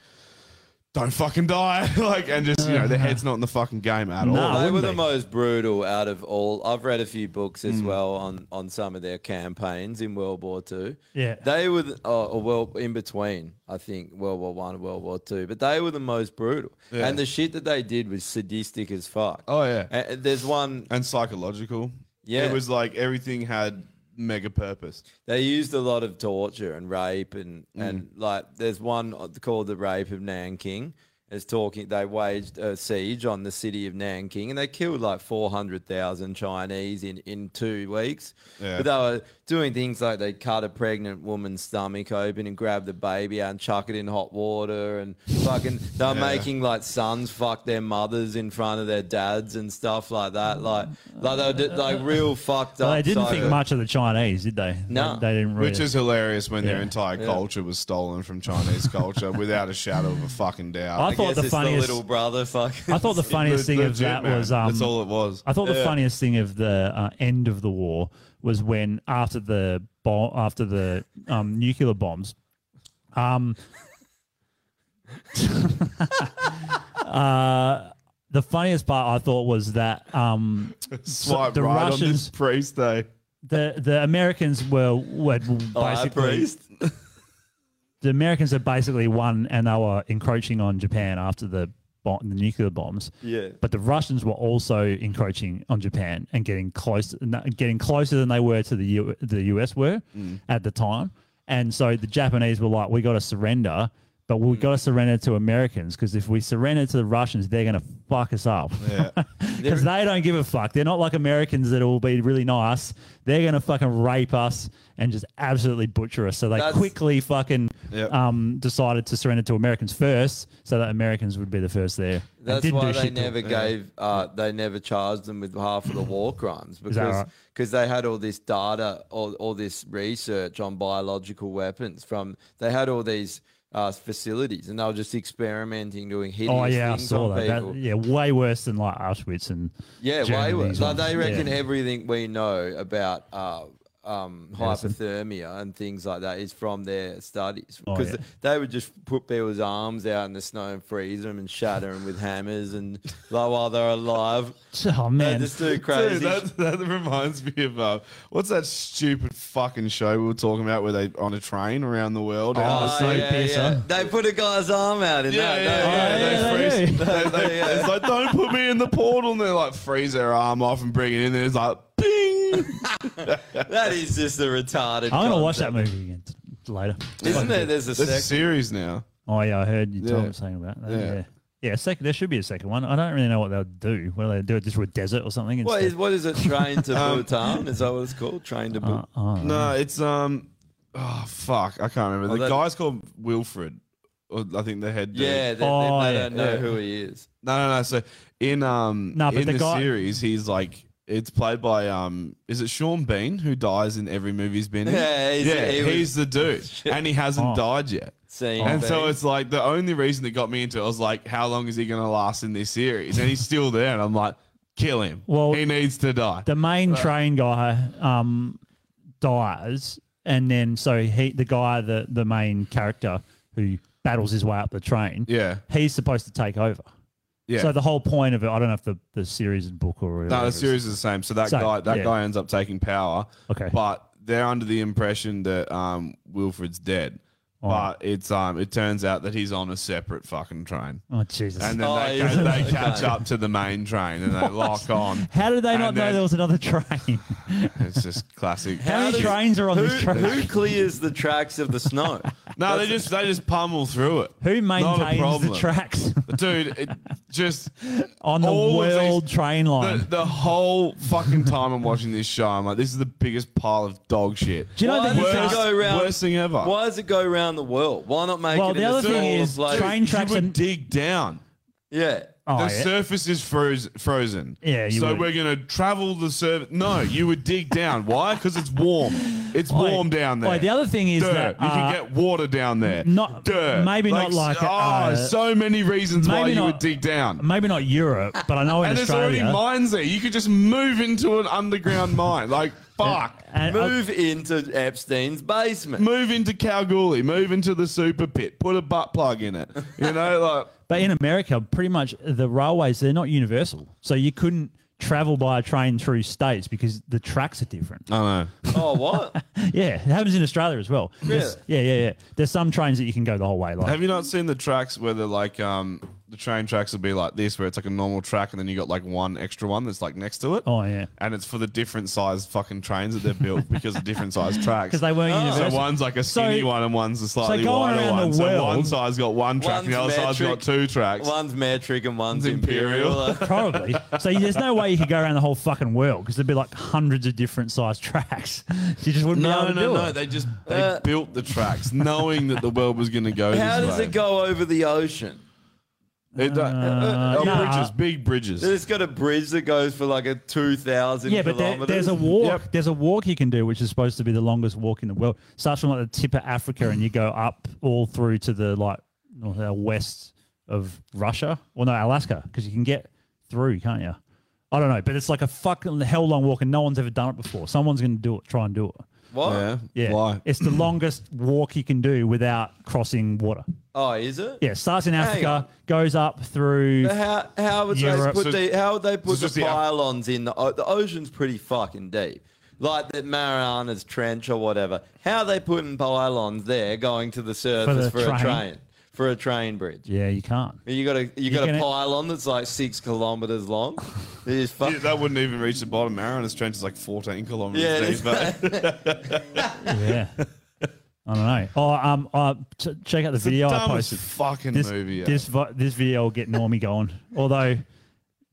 [SPEAKER 2] Don't fucking die, like, and just you know, their head's not in the fucking game at all.
[SPEAKER 4] they were the most brutal out of all. I've read a few books as
[SPEAKER 2] Mm.
[SPEAKER 4] well on on some of their campaigns in World War Two.
[SPEAKER 3] Yeah.
[SPEAKER 4] they were the, oh, oh, well in between. I think World War One and World War Two, but they were the most brutal.
[SPEAKER 2] Yeah.
[SPEAKER 4] And the shit that they did was sadistic as fuck.
[SPEAKER 2] Oh yeah.
[SPEAKER 4] And there's one
[SPEAKER 2] and psychological.
[SPEAKER 4] Yeah.
[SPEAKER 2] It was like everything had mega purpose.
[SPEAKER 4] They used a lot of torture and rape and and
[SPEAKER 2] Mm.
[SPEAKER 4] like there's one called the Rape of Nanking. It's talking they waged a siege on the city of Nanking and they killed like four hundred thousand Chinese in in two weeks.
[SPEAKER 2] Yeah.
[SPEAKER 4] But they were doing things like they cut a pregnant woman's stomach open and grab the baby out and chuck it in hot water and fucking they were
[SPEAKER 2] Yeah.
[SPEAKER 4] making like sons fuck their mothers in front of their dads and stuff like that. Like like they were, d- like real fucked up.
[SPEAKER 3] Well, they didn't think
[SPEAKER 4] psycho-
[SPEAKER 3] much of the Chinese, did they?
[SPEAKER 4] No.
[SPEAKER 3] they, they didn't.
[SPEAKER 2] Which
[SPEAKER 3] really-
[SPEAKER 2] is hilarious when their
[SPEAKER 3] Yeah.
[SPEAKER 2] entire
[SPEAKER 3] Yeah.
[SPEAKER 2] culture was stolen from Chinese culture without a shadow of a fucking doubt.
[SPEAKER 3] I I thought guess the it's the funniest-
[SPEAKER 4] little brother fuck.
[SPEAKER 3] I thought the funniest thing of that was um,
[SPEAKER 2] That's all it was.
[SPEAKER 3] I thought the
[SPEAKER 2] Yeah.
[SPEAKER 3] funniest thing of the uh, end of the war was when after the bomb, after the um, nuclear bombs, um, uh, the funniest part I thought was that um,
[SPEAKER 2] Swipe right on this priest eh? day.
[SPEAKER 3] The the Americans were were basically
[SPEAKER 4] Oh, our priest?
[SPEAKER 3] the Americans had basically won and they were encroaching on Japan after the bom- the nuclear bombs.
[SPEAKER 4] Yeah.
[SPEAKER 3] But the Russians were also encroaching on Japan and getting close, n- getting closer than they were to the U, the US were
[SPEAKER 8] Mm.
[SPEAKER 3] at the time. And so the Japanese were like, "We got to surrender." But we got to surrender to Americans because if we surrender to the Russians, they're going to fuck us up.
[SPEAKER 2] Yeah.
[SPEAKER 3] Because they don't give a fuck. They're not like Americans that will be really nice. They're going to fucking rape us and just absolutely butcher us. So they
[SPEAKER 4] That's-
[SPEAKER 3] quickly fucking
[SPEAKER 2] Yep.
[SPEAKER 3] um, decided to surrender to Americans first so that Americans would be the first there. And
[SPEAKER 4] That's
[SPEAKER 3] didn't
[SPEAKER 4] why
[SPEAKER 3] do
[SPEAKER 4] they
[SPEAKER 3] shit to-
[SPEAKER 4] never gave, uh, they never charged them with half of the war
[SPEAKER 3] Is
[SPEAKER 4] crimes
[SPEAKER 3] that
[SPEAKER 4] because
[SPEAKER 3] right?
[SPEAKER 4] because they had all this data, all, all this research on biological weapons from, they had all these uh, facilities and they were just experimenting, doing hideous
[SPEAKER 3] Oh, yeah, I
[SPEAKER 4] things
[SPEAKER 3] saw
[SPEAKER 4] on
[SPEAKER 3] that.
[SPEAKER 4] people.
[SPEAKER 3] that. Yeah, way worse than like Auschwitz and.
[SPEAKER 4] Yeah, way
[SPEAKER 3] Germany
[SPEAKER 4] worse.
[SPEAKER 3] as
[SPEAKER 4] Like
[SPEAKER 3] well.
[SPEAKER 4] they
[SPEAKER 3] Yeah.
[SPEAKER 4] reckon everything we know about uh, um,
[SPEAKER 3] Medicine.
[SPEAKER 4] hypothermia and things like that is from their studies
[SPEAKER 3] Oh,
[SPEAKER 4] because
[SPEAKER 3] yeah.
[SPEAKER 4] they would just put people's arms out in the snow and freeze them and shatter them with hammers and like while they're alive.
[SPEAKER 3] Oh, man.
[SPEAKER 4] they just do
[SPEAKER 2] Dude,
[SPEAKER 4] crazy. sh-
[SPEAKER 2] that, that reminds me of uh, what's that stupid fucking show we were talking about where they on a train around the world?
[SPEAKER 4] Oh, yeah, yeah. They put a guy's arm out in
[SPEAKER 2] Yeah,
[SPEAKER 4] that.
[SPEAKER 2] yeah,
[SPEAKER 4] don't
[SPEAKER 2] yeah,
[SPEAKER 4] they?
[SPEAKER 2] they freeze-
[SPEAKER 4] do.
[SPEAKER 2] they- they- It's like, don't put me in the portal. And they like freeze their arm off and bring it in. And it's like,
[SPEAKER 4] that is just a retarded.
[SPEAKER 3] I'm going to watch that
[SPEAKER 4] concept.
[SPEAKER 3] movie again t- later.
[SPEAKER 4] Isn't there? There's a
[SPEAKER 2] There's a
[SPEAKER 4] second.
[SPEAKER 2] series now.
[SPEAKER 3] Oh, yeah, I heard you
[SPEAKER 2] Yeah.
[SPEAKER 3] Tom was saying about that.
[SPEAKER 2] Yeah.
[SPEAKER 3] Yeah. yeah. second. There should be a second one. I don't really know what they'll do. Will they do it just with desert or something?
[SPEAKER 4] What
[SPEAKER 3] instead? Uh,
[SPEAKER 4] is what is it? Train to
[SPEAKER 3] Um,
[SPEAKER 4] Bhutan? Is that what it's called? Train to Bhutan.
[SPEAKER 3] oh.
[SPEAKER 2] No, it's um, oh fuck, I can't remember.
[SPEAKER 4] Oh,
[SPEAKER 2] the
[SPEAKER 4] that-
[SPEAKER 2] guy's called Wilfred, or I think the head. dude.
[SPEAKER 4] Yeah, they, they-
[SPEAKER 3] oh,
[SPEAKER 4] they don't know who he is.
[SPEAKER 2] No, no, no. So in um,
[SPEAKER 3] No, but
[SPEAKER 2] in
[SPEAKER 3] the
[SPEAKER 2] the,
[SPEAKER 3] guy-
[SPEAKER 2] series, he's like. It's played by um, is it Sean Bean who dies in every movie he's been in?
[SPEAKER 4] Yeah, he's-
[SPEAKER 2] yeah,
[SPEAKER 4] he was-
[SPEAKER 2] he's the dude, and he hasn't
[SPEAKER 4] Oh.
[SPEAKER 2] died yet.
[SPEAKER 4] Sean
[SPEAKER 2] and so
[SPEAKER 4] Bean.
[SPEAKER 2] it's like the only reason that got me into it was like, how long is he gonna last in this series? And he's still there, and I'm like, kill him.
[SPEAKER 3] Well,
[SPEAKER 2] he needs to die.
[SPEAKER 3] the main
[SPEAKER 2] Right.
[SPEAKER 3] train guy um, dies, and then so he, the guy, the the main character who battles his way up the train,
[SPEAKER 2] Yeah.
[SPEAKER 3] he's supposed to take over.
[SPEAKER 2] Yeah.
[SPEAKER 3] So the whole point of it, I don't know if the, the series and book or whatever.
[SPEAKER 2] No, the
[SPEAKER 3] it is.
[SPEAKER 2] series is the same. So that
[SPEAKER 3] Same,
[SPEAKER 2] guy, that
[SPEAKER 3] yeah.
[SPEAKER 2] guy ends up taking power. Okay, but they're under the impression that um, Wilfred's dead.
[SPEAKER 3] Oh.
[SPEAKER 2] But it's um, it turns out that he's on a separate fucking train.
[SPEAKER 3] Oh Jesus!
[SPEAKER 2] And then they, ca- they catch up to the main train and they lock on.
[SPEAKER 3] How did they
[SPEAKER 2] And
[SPEAKER 3] not know
[SPEAKER 2] then-
[SPEAKER 3] there was another train?
[SPEAKER 2] It's just classic.
[SPEAKER 3] How many trains are on
[SPEAKER 4] who,
[SPEAKER 3] this train?
[SPEAKER 4] Who clears the tracks of the snow?
[SPEAKER 2] No, they just they just pummel through it.
[SPEAKER 3] Who
[SPEAKER 2] Not a
[SPEAKER 3] maintains the
[SPEAKER 2] problem.
[SPEAKER 3] tracks?
[SPEAKER 2] dude? It just
[SPEAKER 3] On the
[SPEAKER 2] all of these-
[SPEAKER 3] world train line.
[SPEAKER 2] The, the whole fucking time I'm watching this show, I'm like, this is the biggest pile of dog shit.
[SPEAKER 3] Do you know
[SPEAKER 4] why
[SPEAKER 3] that
[SPEAKER 4] does
[SPEAKER 3] it's
[SPEAKER 4] it
[SPEAKER 3] just-
[SPEAKER 4] go around,
[SPEAKER 2] worst thing ever.
[SPEAKER 4] Why does it go around the world? Why not make
[SPEAKER 3] Well,
[SPEAKER 4] it
[SPEAKER 3] the
[SPEAKER 4] in a
[SPEAKER 3] other thing
[SPEAKER 4] smaller
[SPEAKER 3] is
[SPEAKER 4] place?
[SPEAKER 3] train tracks
[SPEAKER 2] would
[SPEAKER 3] and-
[SPEAKER 2] dig down.
[SPEAKER 4] Yeah.
[SPEAKER 3] Oh,
[SPEAKER 2] the
[SPEAKER 3] yeah.
[SPEAKER 2] surface is froze, frozen.
[SPEAKER 3] Yeah, you
[SPEAKER 2] so
[SPEAKER 3] would.
[SPEAKER 2] we're gonna travel the surface. No, you would dig down. Why? Because it's warm. It's
[SPEAKER 3] Oi,
[SPEAKER 2] warm down there.
[SPEAKER 3] oi, the other thing is
[SPEAKER 2] Dirt.
[SPEAKER 3] that,
[SPEAKER 2] you
[SPEAKER 3] uh,
[SPEAKER 2] can get water down there.
[SPEAKER 3] Not
[SPEAKER 2] Dirt.
[SPEAKER 3] Maybe not like
[SPEAKER 2] oh,
[SPEAKER 3] uh,
[SPEAKER 2] so many reasons why
[SPEAKER 3] maybe
[SPEAKER 2] you
[SPEAKER 3] not-
[SPEAKER 2] would dig down.
[SPEAKER 3] Maybe not Europe, but I know in
[SPEAKER 2] and there's already
[SPEAKER 3] Australia.
[SPEAKER 2] mines there. You could just move into an underground mine. Like fuck.
[SPEAKER 3] uh,
[SPEAKER 4] Move into Epstein's basement.
[SPEAKER 2] Move into Kalgoorlie. Move into the super pit. Put a butt plug in it. You know, like
[SPEAKER 3] But in America, pretty much the railways they're not universal, so you couldn't travel by a train through states because the tracks are different.
[SPEAKER 2] I know.
[SPEAKER 4] Oh, what?
[SPEAKER 3] Yeah, it happens in Australia as well. There's- Yeah, yeah, yeah. There's some trains that you can go the whole way. Like
[SPEAKER 2] Have you not seen the tracks where they're like um the train tracks will be like this where it's like a normal track and then you got like one extra one that's like next to it?
[SPEAKER 3] Oh yeah.
[SPEAKER 2] And it's for the different sized fucking trains that they've built because of different sized tracks.
[SPEAKER 3] 'Because they weren't
[SPEAKER 2] Oh, So
[SPEAKER 3] universal.
[SPEAKER 2] one's like a
[SPEAKER 3] So-
[SPEAKER 2] skinny one and one's a
[SPEAKER 3] so
[SPEAKER 2] slightly
[SPEAKER 3] going
[SPEAKER 2] wider
[SPEAKER 3] around the
[SPEAKER 2] one. So one
[SPEAKER 3] world-
[SPEAKER 2] side's got one track and the other side's got two tracks.
[SPEAKER 4] One's metric and one's
[SPEAKER 2] One's imperial.
[SPEAKER 4] imperial.
[SPEAKER 3] Probably. So you- there's no way you could go around the whole fucking world because there'd be like hundreds of different sized tracks. You just wouldn't be
[SPEAKER 2] No,
[SPEAKER 3] able to
[SPEAKER 2] no,
[SPEAKER 3] do
[SPEAKER 2] no.
[SPEAKER 3] it.
[SPEAKER 2] They just they
[SPEAKER 4] Uh,
[SPEAKER 2] built the tracks knowing that the world was going to go
[SPEAKER 4] How
[SPEAKER 2] this
[SPEAKER 4] does
[SPEAKER 2] way.
[SPEAKER 4] it go over the ocean?
[SPEAKER 2] It
[SPEAKER 3] Uh,
[SPEAKER 2] do- oh,
[SPEAKER 4] nah.
[SPEAKER 2] bridges, big bridges.
[SPEAKER 4] It's got a bridge that goes for like a 2,000
[SPEAKER 3] yeah, but there,
[SPEAKER 4] kilometers.
[SPEAKER 3] there's a walk. There's a walk you can do, which is supposed to be the longest walk in the world. Starts from like the tip of Africa, and you go up all through to the like north, uh, west of Russia. Well, no, Alaska, because you can get through, can't you? I don't know, but it's like a fucking hell long walk, and no one's ever done it before. Someone's going to do it. Try and do it.
[SPEAKER 4] What?
[SPEAKER 2] Yeah.
[SPEAKER 3] Yeah,
[SPEAKER 2] Why?
[SPEAKER 3] it's the longest walk you can do without crossing water.
[SPEAKER 4] Oh, is it?
[SPEAKER 3] Yeah, starts in
[SPEAKER 4] Hang
[SPEAKER 3] Africa, goes up through.
[SPEAKER 4] But how, how, would they
[SPEAKER 3] Europe.
[SPEAKER 4] put
[SPEAKER 3] So-
[SPEAKER 4] the, how would they
[SPEAKER 3] so
[SPEAKER 4] put the
[SPEAKER 3] just the Af-
[SPEAKER 4] pylons in? The, o- the ocean's pretty fucking deep. Like the Marianas Trench or whatever. How are they putting pylons there going to the surface
[SPEAKER 3] the
[SPEAKER 4] for, a
[SPEAKER 3] train.
[SPEAKER 4] train? For a train bridge?
[SPEAKER 3] Yeah, you can't.
[SPEAKER 4] You got a you got
[SPEAKER 3] gonna-
[SPEAKER 4] a pylon that's like six kilometers long. It is fuck-
[SPEAKER 2] Yeah, that wouldn't even reach the bottom. Mariana's Trench is like 14 kilometers
[SPEAKER 4] Yeah, it
[SPEAKER 2] deep.
[SPEAKER 4] is.
[SPEAKER 3] yeah. I don't know. Oh, um, uh, ch- check out the
[SPEAKER 2] It's the
[SPEAKER 3] video I
[SPEAKER 2] dumbest
[SPEAKER 3] posted.
[SPEAKER 2] fucking
[SPEAKER 3] this,
[SPEAKER 2] movie ever.
[SPEAKER 3] This vi- this video will get Normie going. Although,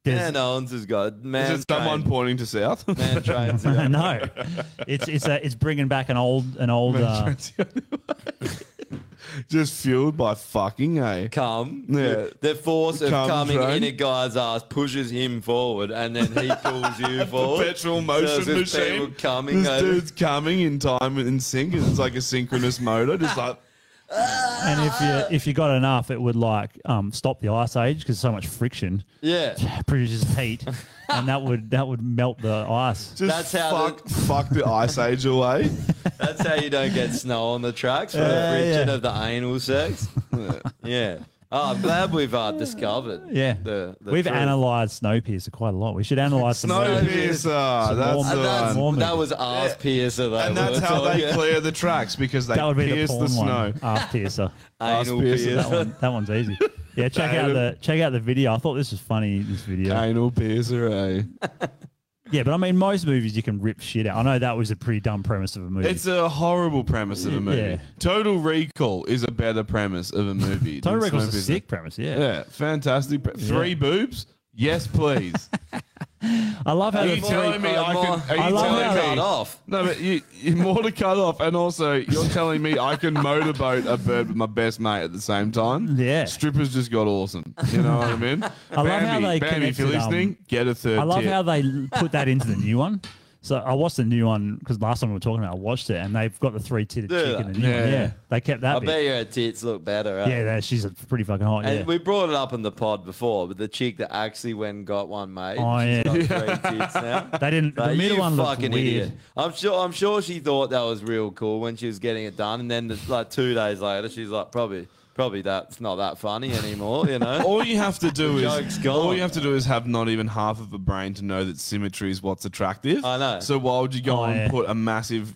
[SPEAKER 3] there's,
[SPEAKER 4] Dan Owens has got man.
[SPEAKER 2] is it someone
[SPEAKER 4] train.
[SPEAKER 2] pointing to south?
[SPEAKER 4] Man trains.
[SPEAKER 3] no, it's it's uh, it's bringing back an old an old.
[SPEAKER 2] Man
[SPEAKER 3] Uh,
[SPEAKER 2] trains Just fueled by fucking eh? a
[SPEAKER 4] Come.
[SPEAKER 2] Yeah.
[SPEAKER 4] The force of
[SPEAKER 2] Come
[SPEAKER 4] coming
[SPEAKER 2] train.
[SPEAKER 4] in a guy's ass pushes him forward, and then he pulls you forward.
[SPEAKER 2] Perpetual
[SPEAKER 4] So
[SPEAKER 2] motion
[SPEAKER 4] it's just people
[SPEAKER 2] machine.
[SPEAKER 4] coming eh?
[SPEAKER 2] this
[SPEAKER 4] over.
[SPEAKER 2] dude's coming in time and in sync. and It's like a synchronous motor. Just like
[SPEAKER 3] and if you if you got enough, it would like um stop the ice age because so much friction
[SPEAKER 4] Yeah.
[SPEAKER 3] produces heat, and that would that would melt the ice.
[SPEAKER 2] just
[SPEAKER 4] That's how
[SPEAKER 2] fuck, fuck the ice age away.
[SPEAKER 4] That's how you don't get snow on the tracks for the
[SPEAKER 3] Yeah,
[SPEAKER 4] friction
[SPEAKER 3] yeah.
[SPEAKER 4] of the anal sex. yeah. Oh, I'm glad we've uh, discovered.
[SPEAKER 3] yeah,
[SPEAKER 4] The, the
[SPEAKER 3] we've
[SPEAKER 4] truth.
[SPEAKER 3] analysed Snowpiercer quite a lot. We should analyse some more-
[SPEAKER 2] Snowpiercer,
[SPEAKER 3] some
[SPEAKER 2] that's
[SPEAKER 3] more-
[SPEAKER 2] the
[SPEAKER 3] some more
[SPEAKER 4] That's, that
[SPEAKER 3] movies.
[SPEAKER 4] was ass piercer though.
[SPEAKER 2] And that's
[SPEAKER 4] wasn't
[SPEAKER 2] how
[SPEAKER 4] it?
[SPEAKER 2] they clear the tracks because they
[SPEAKER 3] that would be
[SPEAKER 2] pierce
[SPEAKER 3] the
[SPEAKER 2] the,
[SPEAKER 3] porn
[SPEAKER 2] snow.
[SPEAKER 3] one. Ass piercer.
[SPEAKER 4] Anal
[SPEAKER 2] piercer.
[SPEAKER 3] That, one, that one's easy. Yeah, check out the check out the video. I thought this was funny. This video.
[SPEAKER 2] Anal piercer, eh?
[SPEAKER 3] Yeah, but I mean, most movies you can rip shit out. I know that was a pretty dumb premise of a movie.
[SPEAKER 2] It's a horrible premise of a movie.
[SPEAKER 3] Yeah.
[SPEAKER 2] Total Recall is a better premise of a movie.
[SPEAKER 3] Total
[SPEAKER 2] than
[SPEAKER 3] Recall's a
[SPEAKER 2] Snowpiercer.
[SPEAKER 3] sick premise. Yeah.
[SPEAKER 2] Yeah, fantastic. pre-
[SPEAKER 3] Yeah.
[SPEAKER 2] Three boobs? Yes, please.
[SPEAKER 3] I love how
[SPEAKER 2] Are
[SPEAKER 3] the
[SPEAKER 2] you telling me I
[SPEAKER 4] more-
[SPEAKER 2] can? Are you
[SPEAKER 3] I love
[SPEAKER 2] telling
[SPEAKER 3] how
[SPEAKER 2] me
[SPEAKER 4] cut off.
[SPEAKER 2] No, but you, you more to cut off, and also you're telling me I can motorboat a bird with my best mate at the same time.
[SPEAKER 3] Yeah.
[SPEAKER 2] strippers just got awesome. You know what I mean? I
[SPEAKER 3] love how they
[SPEAKER 2] Bambi, if
[SPEAKER 3] connected,
[SPEAKER 2] you're
[SPEAKER 3] um,
[SPEAKER 2] listening, get a third.
[SPEAKER 3] I love
[SPEAKER 2] tip.
[SPEAKER 3] how they l- put that into the new one. So I watched the new one because last time we were talking about, it, I watched it, and they've got the three titted
[SPEAKER 4] Do
[SPEAKER 3] chick
[SPEAKER 4] they?
[SPEAKER 3] in the new
[SPEAKER 4] Yeah.
[SPEAKER 3] one. Yeah, they kept
[SPEAKER 4] I
[SPEAKER 3] that. bit.
[SPEAKER 4] bet your tits look better. Right?
[SPEAKER 3] Yeah, that, she's a pretty fucking hot.
[SPEAKER 4] And
[SPEAKER 3] yeah.
[SPEAKER 4] we brought it up in the pod before, but the chick that actually went and got one made.
[SPEAKER 3] Oh,
[SPEAKER 4] she's
[SPEAKER 3] yeah.
[SPEAKER 4] got three tits now.
[SPEAKER 3] They didn't- the
[SPEAKER 4] Like,
[SPEAKER 3] middle
[SPEAKER 4] you
[SPEAKER 3] one looked
[SPEAKER 4] fucking
[SPEAKER 3] weird.
[SPEAKER 4] idiot. I'm sure. I'm sure she thought that was real cool when she was getting it done, and then the, like two days later, she's like, probably, probably that's not that funny anymore. You know.
[SPEAKER 3] Oh,
[SPEAKER 2] all you have to do
[SPEAKER 4] The
[SPEAKER 2] is
[SPEAKER 4] joke's gone.
[SPEAKER 2] all you have to do is have not even half of a brain to know that symmetry is what's attractive.
[SPEAKER 4] I know.
[SPEAKER 2] So why would you go
[SPEAKER 3] Oh,
[SPEAKER 2] and
[SPEAKER 3] yeah.
[SPEAKER 2] put a massive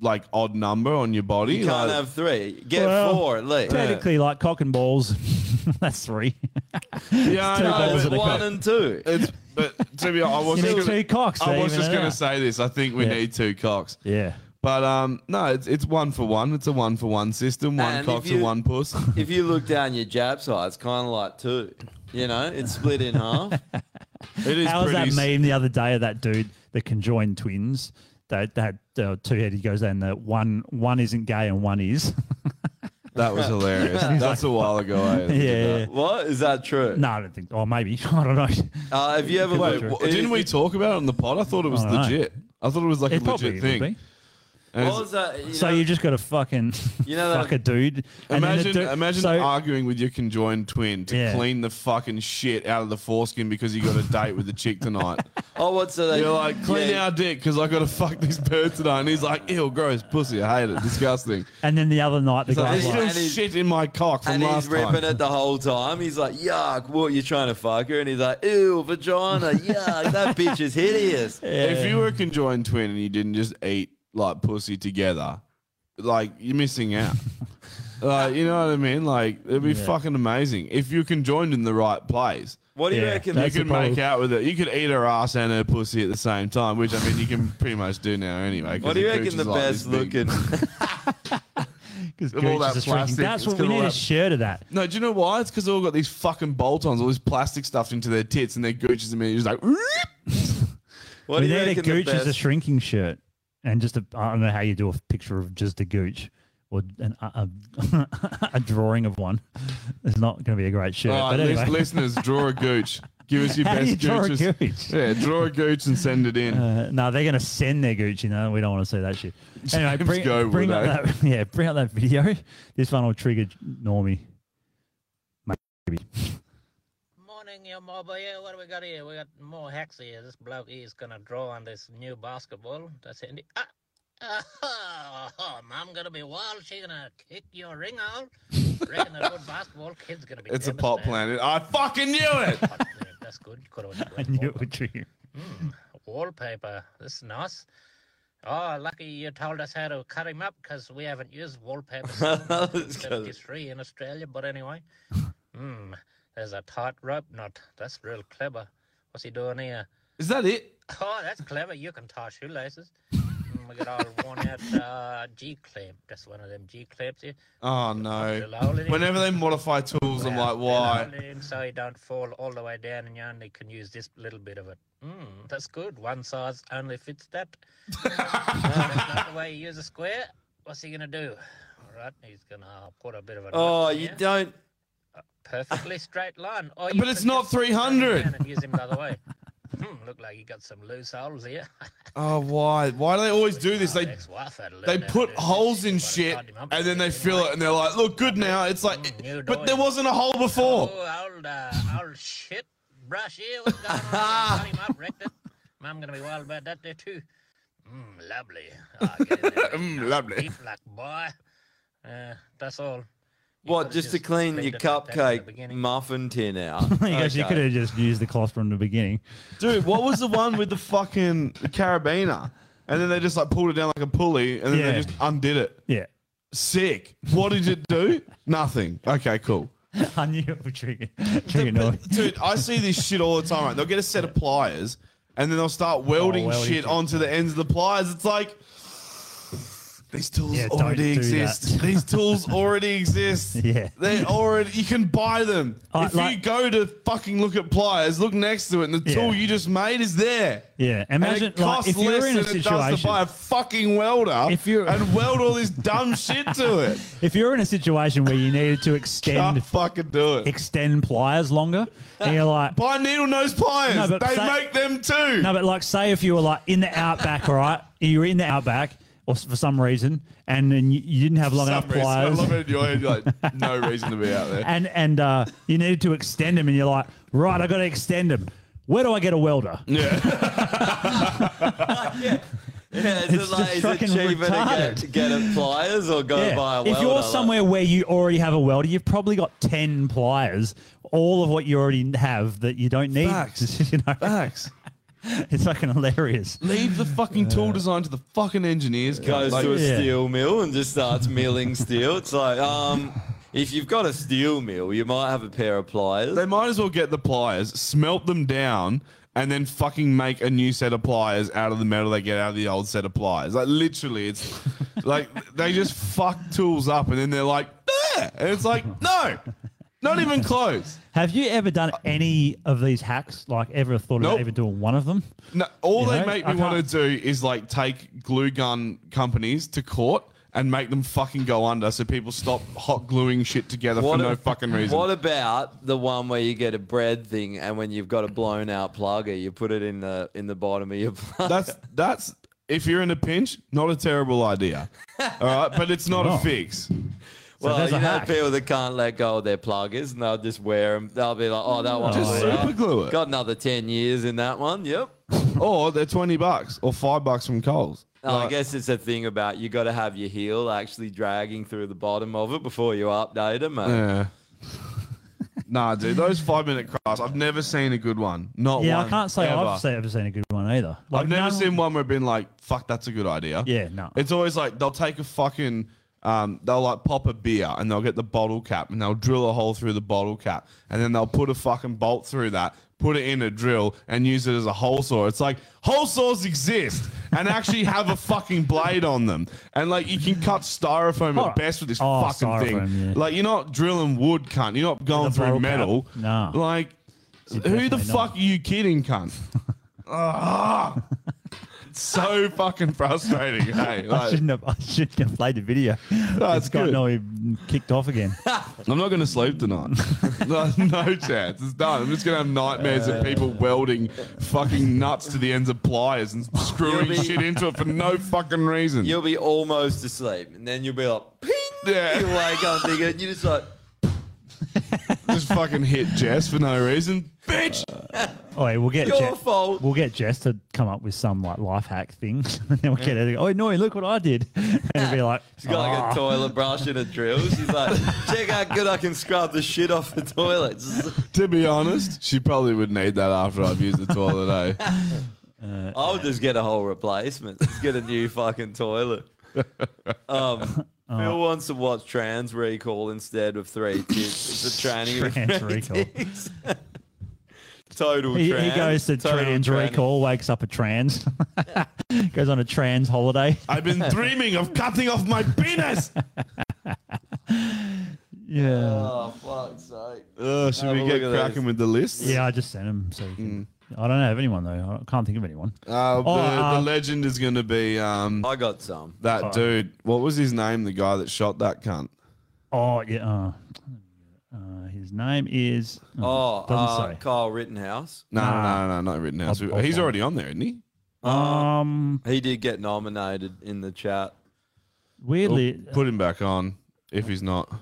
[SPEAKER 2] like odd number on your body?
[SPEAKER 4] You can't
[SPEAKER 2] Like,
[SPEAKER 4] have three. Get
[SPEAKER 3] Well,
[SPEAKER 4] four at least.
[SPEAKER 3] Technically, like cock and balls. That's three.
[SPEAKER 2] yeah,
[SPEAKER 3] two
[SPEAKER 2] I know,
[SPEAKER 3] balls
[SPEAKER 2] but
[SPEAKER 3] and a
[SPEAKER 4] one
[SPEAKER 3] cock.
[SPEAKER 4] and two.
[SPEAKER 2] It's but to be honest, I was
[SPEAKER 3] You
[SPEAKER 2] just
[SPEAKER 3] need
[SPEAKER 2] gonna,
[SPEAKER 3] two cocks to
[SPEAKER 2] I was
[SPEAKER 3] even
[SPEAKER 2] just
[SPEAKER 3] it
[SPEAKER 2] gonna
[SPEAKER 3] out.
[SPEAKER 2] say this. I think we
[SPEAKER 3] Yeah.
[SPEAKER 2] need two cocks.
[SPEAKER 3] Yeah.
[SPEAKER 2] But um, no, it's, it's one for one. It's a one for one system. One
[SPEAKER 4] And if
[SPEAKER 2] cock to
[SPEAKER 4] you-
[SPEAKER 2] one puss.
[SPEAKER 4] if you look down your jab side, it's kind of like two. You know, it's split in half.
[SPEAKER 2] It is
[SPEAKER 3] How was that
[SPEAKER 4] pretty s-
[SPEAKER 3] meme the other day of that dude, the conjoined twins? That that uh, two headed he goes down. The one one isn't gay and one is.
[SPEAKER 2] That was hilarious.
[SPEAKER 3] He's
[SPEAKER 2] That's a
[SPEAKER 3] like,
[SPEAKER 2] while ago. I
[SPEAKER 3] Yeah, yeah, yeah.
[SPEAKER 4] What is that true?
[SPEAKER 3] No, I don't think. Or maybe I don't know.
[SPEAKER 4] Uh, have you
[SPEAKER 3] Could
[SPEAKER 4] ever
[SPEAKER 3] be
[SPEAKER 2] Wait,
[SPEAKER 3] true.
[SPEAKER 2] w- didn't we talk about it on the pod? I thought it was
[SPEAKER 3] I don't know.
[SPEAKER 2] legit. I thought it was like
[SPEAKER 3] It
[SPEAKER 2] a
[SPEAKER 3] probably
[SPEAKER 2] legit
[SPEAKER 3] would
[SPEAKER 2] thing.
[SPEAKER 3] be.
[SPEAKER 2] And
[SPEAKER 4] What
[SPEAKER 2] it's-
[SPEAKER 4] was that? You
[SPEAKER 3] so
[SPEAKER 4] know-
[SPEAKER 3] you just got to fucking
[SPEAKER 4] You know that-
[SPEAKER 3] fuck a dude. and then the
[SPEAKER 2] Imagine,
[SPEAKER 3] dude-
[SPEAKER 2] imagine
[SPEAKER 3] so-
[SPEAKER 2] arguing with your conjoined twin to
[SPEAKER 3] Yeah.
[SPEAKER 2] clean the fucking shit out of the foreskin because you got a date with the chick tonight.
[SPEAKER 4] Oh, what's the?
[SPEAKER 2] You're like, clean
[SPEAKER 4] yeah.
[SPEAKER 2] our dick because I got to fuck this bird tonight. And he's like, ew, gross, pussy. I hate it. Disgusting.
[SPEAKER 3] and then the other night the
[SPEAKER 2] He's like,
[SPEAKER 3] guy's
[SPEAKER 2] "There's
[SPEAKER 3] like,
[SPEAKER 2] still shit in my cock from
[SPEAKER 4] And he's
[SPEAKER 2] last time.
[SPEAKER 4] ripping it the whole time. He's like, yuck, what, you trying to fuck her? And he's like, ew, vagina, yuck, that bitch is hideous.
[SPEAKER 2] If you were a conjoined twin and you didn't just eat like pussy together, like you're missing out. like you know what I mean? Like it'd be
[SPEAKER 4] Yeah.
[SPEAKER 2] fucking amazing if you're conjoined in the right place.
[SPEAKER 4] What do you Yeah, reckon-
[SPEAKER 2] You
[SPEAKER 4] that's
[SPEAKER 2] could
[SPEAKER 4] the
[SPEAKER 2] make
[SPEAKER 4] problem.
[SPEAKER 2] out with it. You could eat her ass and her pussy at the same time, which I mean you can pretty much do now anyway. 'cause
[SPEAKER 4] What do you
[SPEAKER 2] the
[SPEAKER 4] reckon the
[SPEAKER 2] cooch is like this
[SPEAKER 4] best looking?
[SPEAKER 3] because
[SPEAKER 2] Of all that
[SPEAKER 3] Gooch is a shrinking.
[SPEAKER 2] plastic,
[SPEAKER 3] That's
[SPEAKER 2] it's
[SPEAKER 3] what we
[SPEAKER 2] gonna
[SPEAKER 3] need a
[SPEAKER 2] lap-
[SPEAKER 3] shirt of that.
[SPEAKER 2] big- No, do you know why? It's because they all got these fucking bolt-ons, all this plastic stuffed into their tits and their gooches, and they're just like.
[SPEAKER 4] What
[SPEAKER 3] we
[SPEAKER 4] do you
[SPEAKER 3] need a
[SPEAKER 4] reckon the
[SPEAKER 3] Gooch as a
[SPEAKER 4] best-
[SPEAKER 3] shrinking shirt, and just a I don't know how you do a picture of just a Gooch or an, a, a, a drawing of one. It's not going to be a great shirt.
[SPEAKER 2] All right,
[SPEAKER 3] but
[SPEAKER 2] lis-
[SPEAKER 3] anyway.
[SPEAKER 2] listeners, draw a gooch. Give us your
[SPEAKER 3] How do
[SPEAKER 2] best
[SPEAKER 3] you draw a
[SPEAKER 2] gooches.
[SPEAKER 3] gooch?
[SPEAKER 2] Yeah, draw a gooch and send it in.
[SPEAKER 3] Uh, no, they're going to send their Gucci. No, we don't want to see that shit. Anyway,
[SPEAKER 2] James
[SPEAKER 3] bring,
[SPEAKER 2] Goble,
[SPEAKER 3] bring
[SPEAKER 2] though.
[SPEAKER 3] up that, yeah, bring up that video. This one will trigger Normie. Maybe.
[SPEAKER 8] Morning, your mobile. Yeah, what do we got here? We got more hacks here. This bloke is gonna draw on this new basketball. That's handy. Ah, ah, oh, mom gonna be wild. She gonna kick your ring out. Breaking a good basketball. Kid's gonna be.
[SPEAKER 2] It's a pot planet. I fucking knew it.
[SPEAKER 8] That's good. Could have
[SPEAKER 3] I knew it would trigger.
[SPEAKER 8] wallpaper. uh, This is nice. Oh, lucky you told us how to cut him up because we haven't used wallpaper since
[SPEAKER 4] That's
[SPEAKER 8] 1973 in Australia. But anyway, hmm, there's a tight rope knot. That's real clever. What's he doing here?
[SPEAKER 2] Is that it?
[SPEAKER 8] Oh, that's clever. You can tie shoelaces. Mm, we got all worn out uh, G clamp. That's one of them G clamps here.
[SPEAKER 2] Oh no. Whenever they modify tools, I'm like,
[SPEAKER 8] Hold
[SPEAKER 2] why?
[SPEAKER 8] it in So you don't fall all the way down, and you only can use this little bit of it. Mm, that's good. One size only fits that. that's not the way you use a square. What's he gonna do? All right, he's gonna uh, put a bit of a.
[SPEAKER 4] Oh,
[SPEAKER 8] nut in
[SPEAKER 4] you
[SPEAKER 8] there.
[SPEAKER 4] don't.
[SPEAKER 8] Perfectly straight line. Oh,
[SPEAKER 2] But it's not 300.
[SPEAKER 8] And use him the other way. Hmm, look like you got some loose holes here.
[SPEAKER 2] Oh, why? Why do they always do this? They
[SPEAKER 8] Ex-wife had a
[SPEAKER 2] they
[SPEAKER 8] little
[SPEAKER 2] put holes in shit and then they fill it and they're like, look good now. It's like, but there wasn't a hole before.
[SPEAKER 8] Oh, old, uh, old shit brush here. What's going on? Cut him up, wrecked it. Mum gonna be wild about that there too. Mm, lovely. Ah, get in there,
[SPEAKER 2] Mm, lovely.
[SPEAKER 8] Deep luck, boy. Uh, that's all.
[SPEAKER 4] What, just to clean your cupcake muffin tin out?
[SPEAKER 3] I guess you
[SPEAKER 4] Okay.
[SPEAKER 3] could have just used the cloth from the beginning.
[SPEAKER 2] Dude, what was the one with the fucking carabiner? And then they just like pulled it down like a pulley and then
[SPEAKER 3] Yeah.
[SPEAKER 2] they just undid it.
[SPEAKER 3] Yeah.
[SPEAKER 2] Sick. What did it do? Nothing. Okay, cool.
[SPEAKER 3] I knew it would trigger, trigger Normie.
[SPEAKER 2] Dude, I see this shit all the time. Right? They'll get a set of pliers and then they'll start welding,
[SPEAKER 3] Oh, welding
[SPEAKER 2] shit
[SPEAKER 3] shit.
[SPEAKER 2] onto the ends of the pliers. It's like these tools
[SPEAKER 3] Yeah, don't do
[SPEAKER 2] already
[SPEAKER 3] that.
[SPEAKER 2] exist. these tools already exist.
[SPEAKER 3] Yeah.
[SPEAKER 2] They already you can buy them.
[SPEAKER 3] I-
[SPEAKER 2] if you
[SPEAKER 3] like-
[SPEAKER 2] go to fucking look at pliers, look next to it, and the
[SPEAKER 3] Yeah.
[SPEAKER 2] tool you just made is there.
[SPEAKER 3] Yeah,
[SPEAKER 2] And
[SPEAKER 3] imagine
[SPEAKER 2] it
[SPEAKER 3] like,
[SPEAKER 2] costs
[SPEAKER 3] if you're
[SPEAKER 2] less
[SPEAKER 3] in a
[SPEAKER 2] than it does to
[SPEAKER 3] situation.
[SPEAKER 2] buy a fucking welder
[SPEAKER 3] If you're-
[SPEAKER 2] and weld all this dumb shit to it.
[SPEAKER 3] If you're in a situation where you needed to extend,
[SPEAKER 2] fucking do it.
[SPEAKER 3] Extend pliers longer, and you're like,
[SPEAKER 2] buy needle nose pliers. They make them too.
[SPEAKER 3] No, but like, say if you were like in the outback, all right, you were in the outback, or s- for some reason, and then you, you didn't have long
[SPEAKER 2] For
[SPEAKER 3] enough
[SPEAKER 2] some reason.
[SPEAKER 3] pliers,
[SPEAKER 2] I love it in your head, you're like, no reason to be out there.
[SPEAKER 3] and and uh, you needed to extend them, and you're like, right, I got to extend them. Where do I get a welder?
[SPEAKER 2] Yeah.
[SPEAKER 4] Yeah, is
[SPEAKER 3] It's
[SPEAKER 4] it like,
[SPEAKER 3] just
[SPEAKER 4] is it
[SPEAKER 3] fucking
[SPEAKER 4] cheaper to
[SPEAKER 3] retarded.
[SPEAKER 4] get, get a pliers or go
[SPEAKER 3] Yeah.
[SPEAKER 4] buy a welder?
[SPEAKER 3] if you're somewhere where you already have a welder, you've probably got ten pliers, all of what you already have that you don't need. Facts. You know?
[SPEAKER 2] Facts.
[SPEAKER 3] It's fucking hilarious.
[SPEAKER 2] Leave the fucking tool design to the fucking engineers.
[SPEAKER 4] goes
[SPEAKER 2] Like-
[SPEAKER 4] to a
[SPEAKER 2] Yeah.
[SPEAKER 4] steel mill and just starts milling steel. It's like, um, if you've got a steel mill, you might have a pair of pliers.
[SPEAKER 2] They might as well get the pliers, smelt them down, and then fucking make a new set of pliers out of the metal they get out of the old set of pliers. Like literally, it's like they just fuck tools up, and then they're like, there, and it's like, no, not even close.
[SPEAKER 3] Have you ever done any of these hacks? Like ever thought
[SPEAKER 2] Nope.
[SPEAKER 3] of even doing one of them?
[SPEAKER 2] No, all
[SPEAKER 3] You
[SPEAKER 2] they
[SPEAKER 3] know,
[SPEAKER 2] make
[SPEAKER 3] I
[SPEAKER 2] me want to do is like take glue gun companies to court and make them fucking go under, so people stop hot gluing shit together for
[SPEAKER 4] What
[SPEAKER 2] no
[SPEAKER 4] a-
[SPEAKER 2] fucking reason.
[SPEAKER 4] What about the one where you get a bread thing, and when you've got a blown out plugger, you put it in the in the bottom of your plug?
[SPEAKER 2] That's that's if you're in a pinch, not a terrible idea. All right, but it's not
[SPEAKER 4] No.
[SPEAKER 2] a fix.
[SPEAKER 4] well,
[SPEAKER 2] there's
[SPEAKER 4] you
[SPEAKER 2] a
[SPEAKER 4] know
[SPEAKER 2] hack.
[SPEAKER 4] people that can't let go of their pluggers, and they'll just wear them. They'll be like, "Oh, that one
[SPEAKER 2] Just
[SPEAKER 4] was out.
[SPEAKER 2] superglue it.
[SPEAKER 4] Got another ten years in that one. Yep.
[SPEAKER 2] or they're twenty bucks or five bucks from Coles.
[SPEAKER 4] No, I guess it's a thing about you got to have your heel actually dragging through the bottom of it before you update them.
[SPEAKER 2] Yeah. nah, dude, those five minute crafts, I've never seen a good one. Not
[SPEAKER 3] yeah,
[SPEAKER 2] one.
[SPEAKER 3] I can't say
[SPEAKER 2] ever.
[SPEAKER 3] I've se- ever seen a good one either.
[SPEAKER 2] I've never seen one where I've been like, fuck, that's a good idea.
[SPEAKER 3] Yeah, no.
[SPEAKER 2] It's always like they'll take a fucking, um, they'll like pop a beer and they'll get the bottle cap and they'll drill a hole through the bottle cap and then they'll put a fucking bolt through that, put it in a drill and use it as a hole saw. It's like hole saws exist and actually have a fucking blade on them. And like you can cut styrofoam at
[SPEAKER 3] Alright.
[SPEAKER 2] best with this
[SPEAKER 3] Oh,
[SPEAKER 2] fucking thing.
[SPEAKER 3] styrofoam, yeah.
[SPEAKER 2] Like you're not drilling wood, cunt. You're not
[SPEAKER 3] the
[SPEAKER 2] going through
[SPEAKER 3] bottle cap.
[SPEAKER 2] metal.
[SPEAKER 3] No.
[SPEAKER 2] Like, who the
[SPEAKER 3] definitely not.
[SPEAKER 2] fuck are you kidding, cunt? Ah. It's so fucking frustrating. hey,
[SPEAKER 3] I
[SPEAKER 2] like,
[SPEAKER 3] shouldn't have. I shouldn't have played the video.
[SPEAKER 2] That's
[SPEAKER 3] it's got
[SPEAKER 2] good.
[SPEAKER 3] no. He kicked off again.
[SPEAKER 2] I'm not going to sleep tonight. no, no chance. It's done. I'm just going to have nightmares of people welding fucking nuts to the ends of pliers and screwing
[SPEAKER 4] You'll be-
[SPEAKER 2] shit into it for no fucking reason.
[SPEAKER 4] You'll be almost asleep, and then you'll be like, ping.
[SPEAKER 2] Yeah.
[SPEAKER 4] You wake up and you just like,
[SPEAKER 2] just fucking hit Jess for no reason. Bitch!
[SPEAKER 3] Oh, we'll get
[SPEAKER 4] Your
[SPEAKER 3] Je-
[SPEAKER 4] fault.
[SPEAKER 3] We'll get Jess to come up with some like life hack thing, and then we'll get her. To go, oh no! Look what I did, and be like,
[SPEAKER 4] she's got like
[SPEAKER 3] "Ah."
[SPEAKER 4] a toilet brush and a drill. She's like, check how good I can scrub the shit off the toilet.
[SPEAKER 2] to be honest, she probably would need that after I've used the toilet, eh?
[SPEAKER 4] I'll just get a whole replacement. Let's get a new fucking toilet. Um,
[SPEAKER 3] Oh.
[SPEAKER 4] Phil wants to watch Trans Recall instead of Three Ticks. It's a training of
[SPEAKER 3] Trans
[SPEAKER 4] Three
[SPEAKER 3] Recall.
[SPEAKER 4] Ticks. Total
[SPEAKER 3] He, he
[SPEAKER 4] trans.
[SPEAKER 3] goes to
[SPEAKER 4] total
[SPEAKER 3] trans
[SPEAKER 4] tranny.
[SPEAKER 3] recall, wakes up a trans, goes on a trans holiday.
[SPEAKER 2] I've been dreaming of cutting off my penis!
[SPEAKER 3] Yeah.
[SPEAKER 4] Oh, fuck's sake.
[SPEAKER 2] Uh, should
[SPEAKER 4] Have a
[SPEAKER 2] we get
[SPEAKER 4] look at those.
[SPEAKER 2] cracking with the list?
[SPEAKER 3] Yeah, I just sent him. So you can, I don't have anyone though. I can't think of anyone.
[SPEAKER 2] Uh, the,
[SPEAKER 3] Oh,
[SPEAKER 2] the
[SPEAKER 3] um,
[SPEAKER 2] legend is going to be. Um,
[SPEAKER 4] I got some.
[SPEAKER 2] That
[SPEAKER 3] Alright.
[SPEAKER 2] dude. What was his name? The guy that shot that cunt.
[SPEAKER 3] Oh yeah. Uh, uh, his name is.
[SPEAKER 4] Oh,
[SPEAKER 3] Hmm. doesn't
[SPEAKER 4] uh,
[SPEAKER 3] say.
[SPEAKER 4] Kyle Rittenhouse.
[SPEAKER 2] No, no, no, no, not Rittenhouse.
[SPEAKER 3] I'll- I'll
[SPEAKER 2] He's
[SPEAKER 3] find
[SPEAKER 2] already on there, isn't he?
[SPEAKER 4] Oh.
[SPEAKER 3] Um,
[SPEAKER 4] He did get nominated in the chat.
[SPEAKER 3] weirdly,
[SPEAKER 2] We'll put him back on if he's not.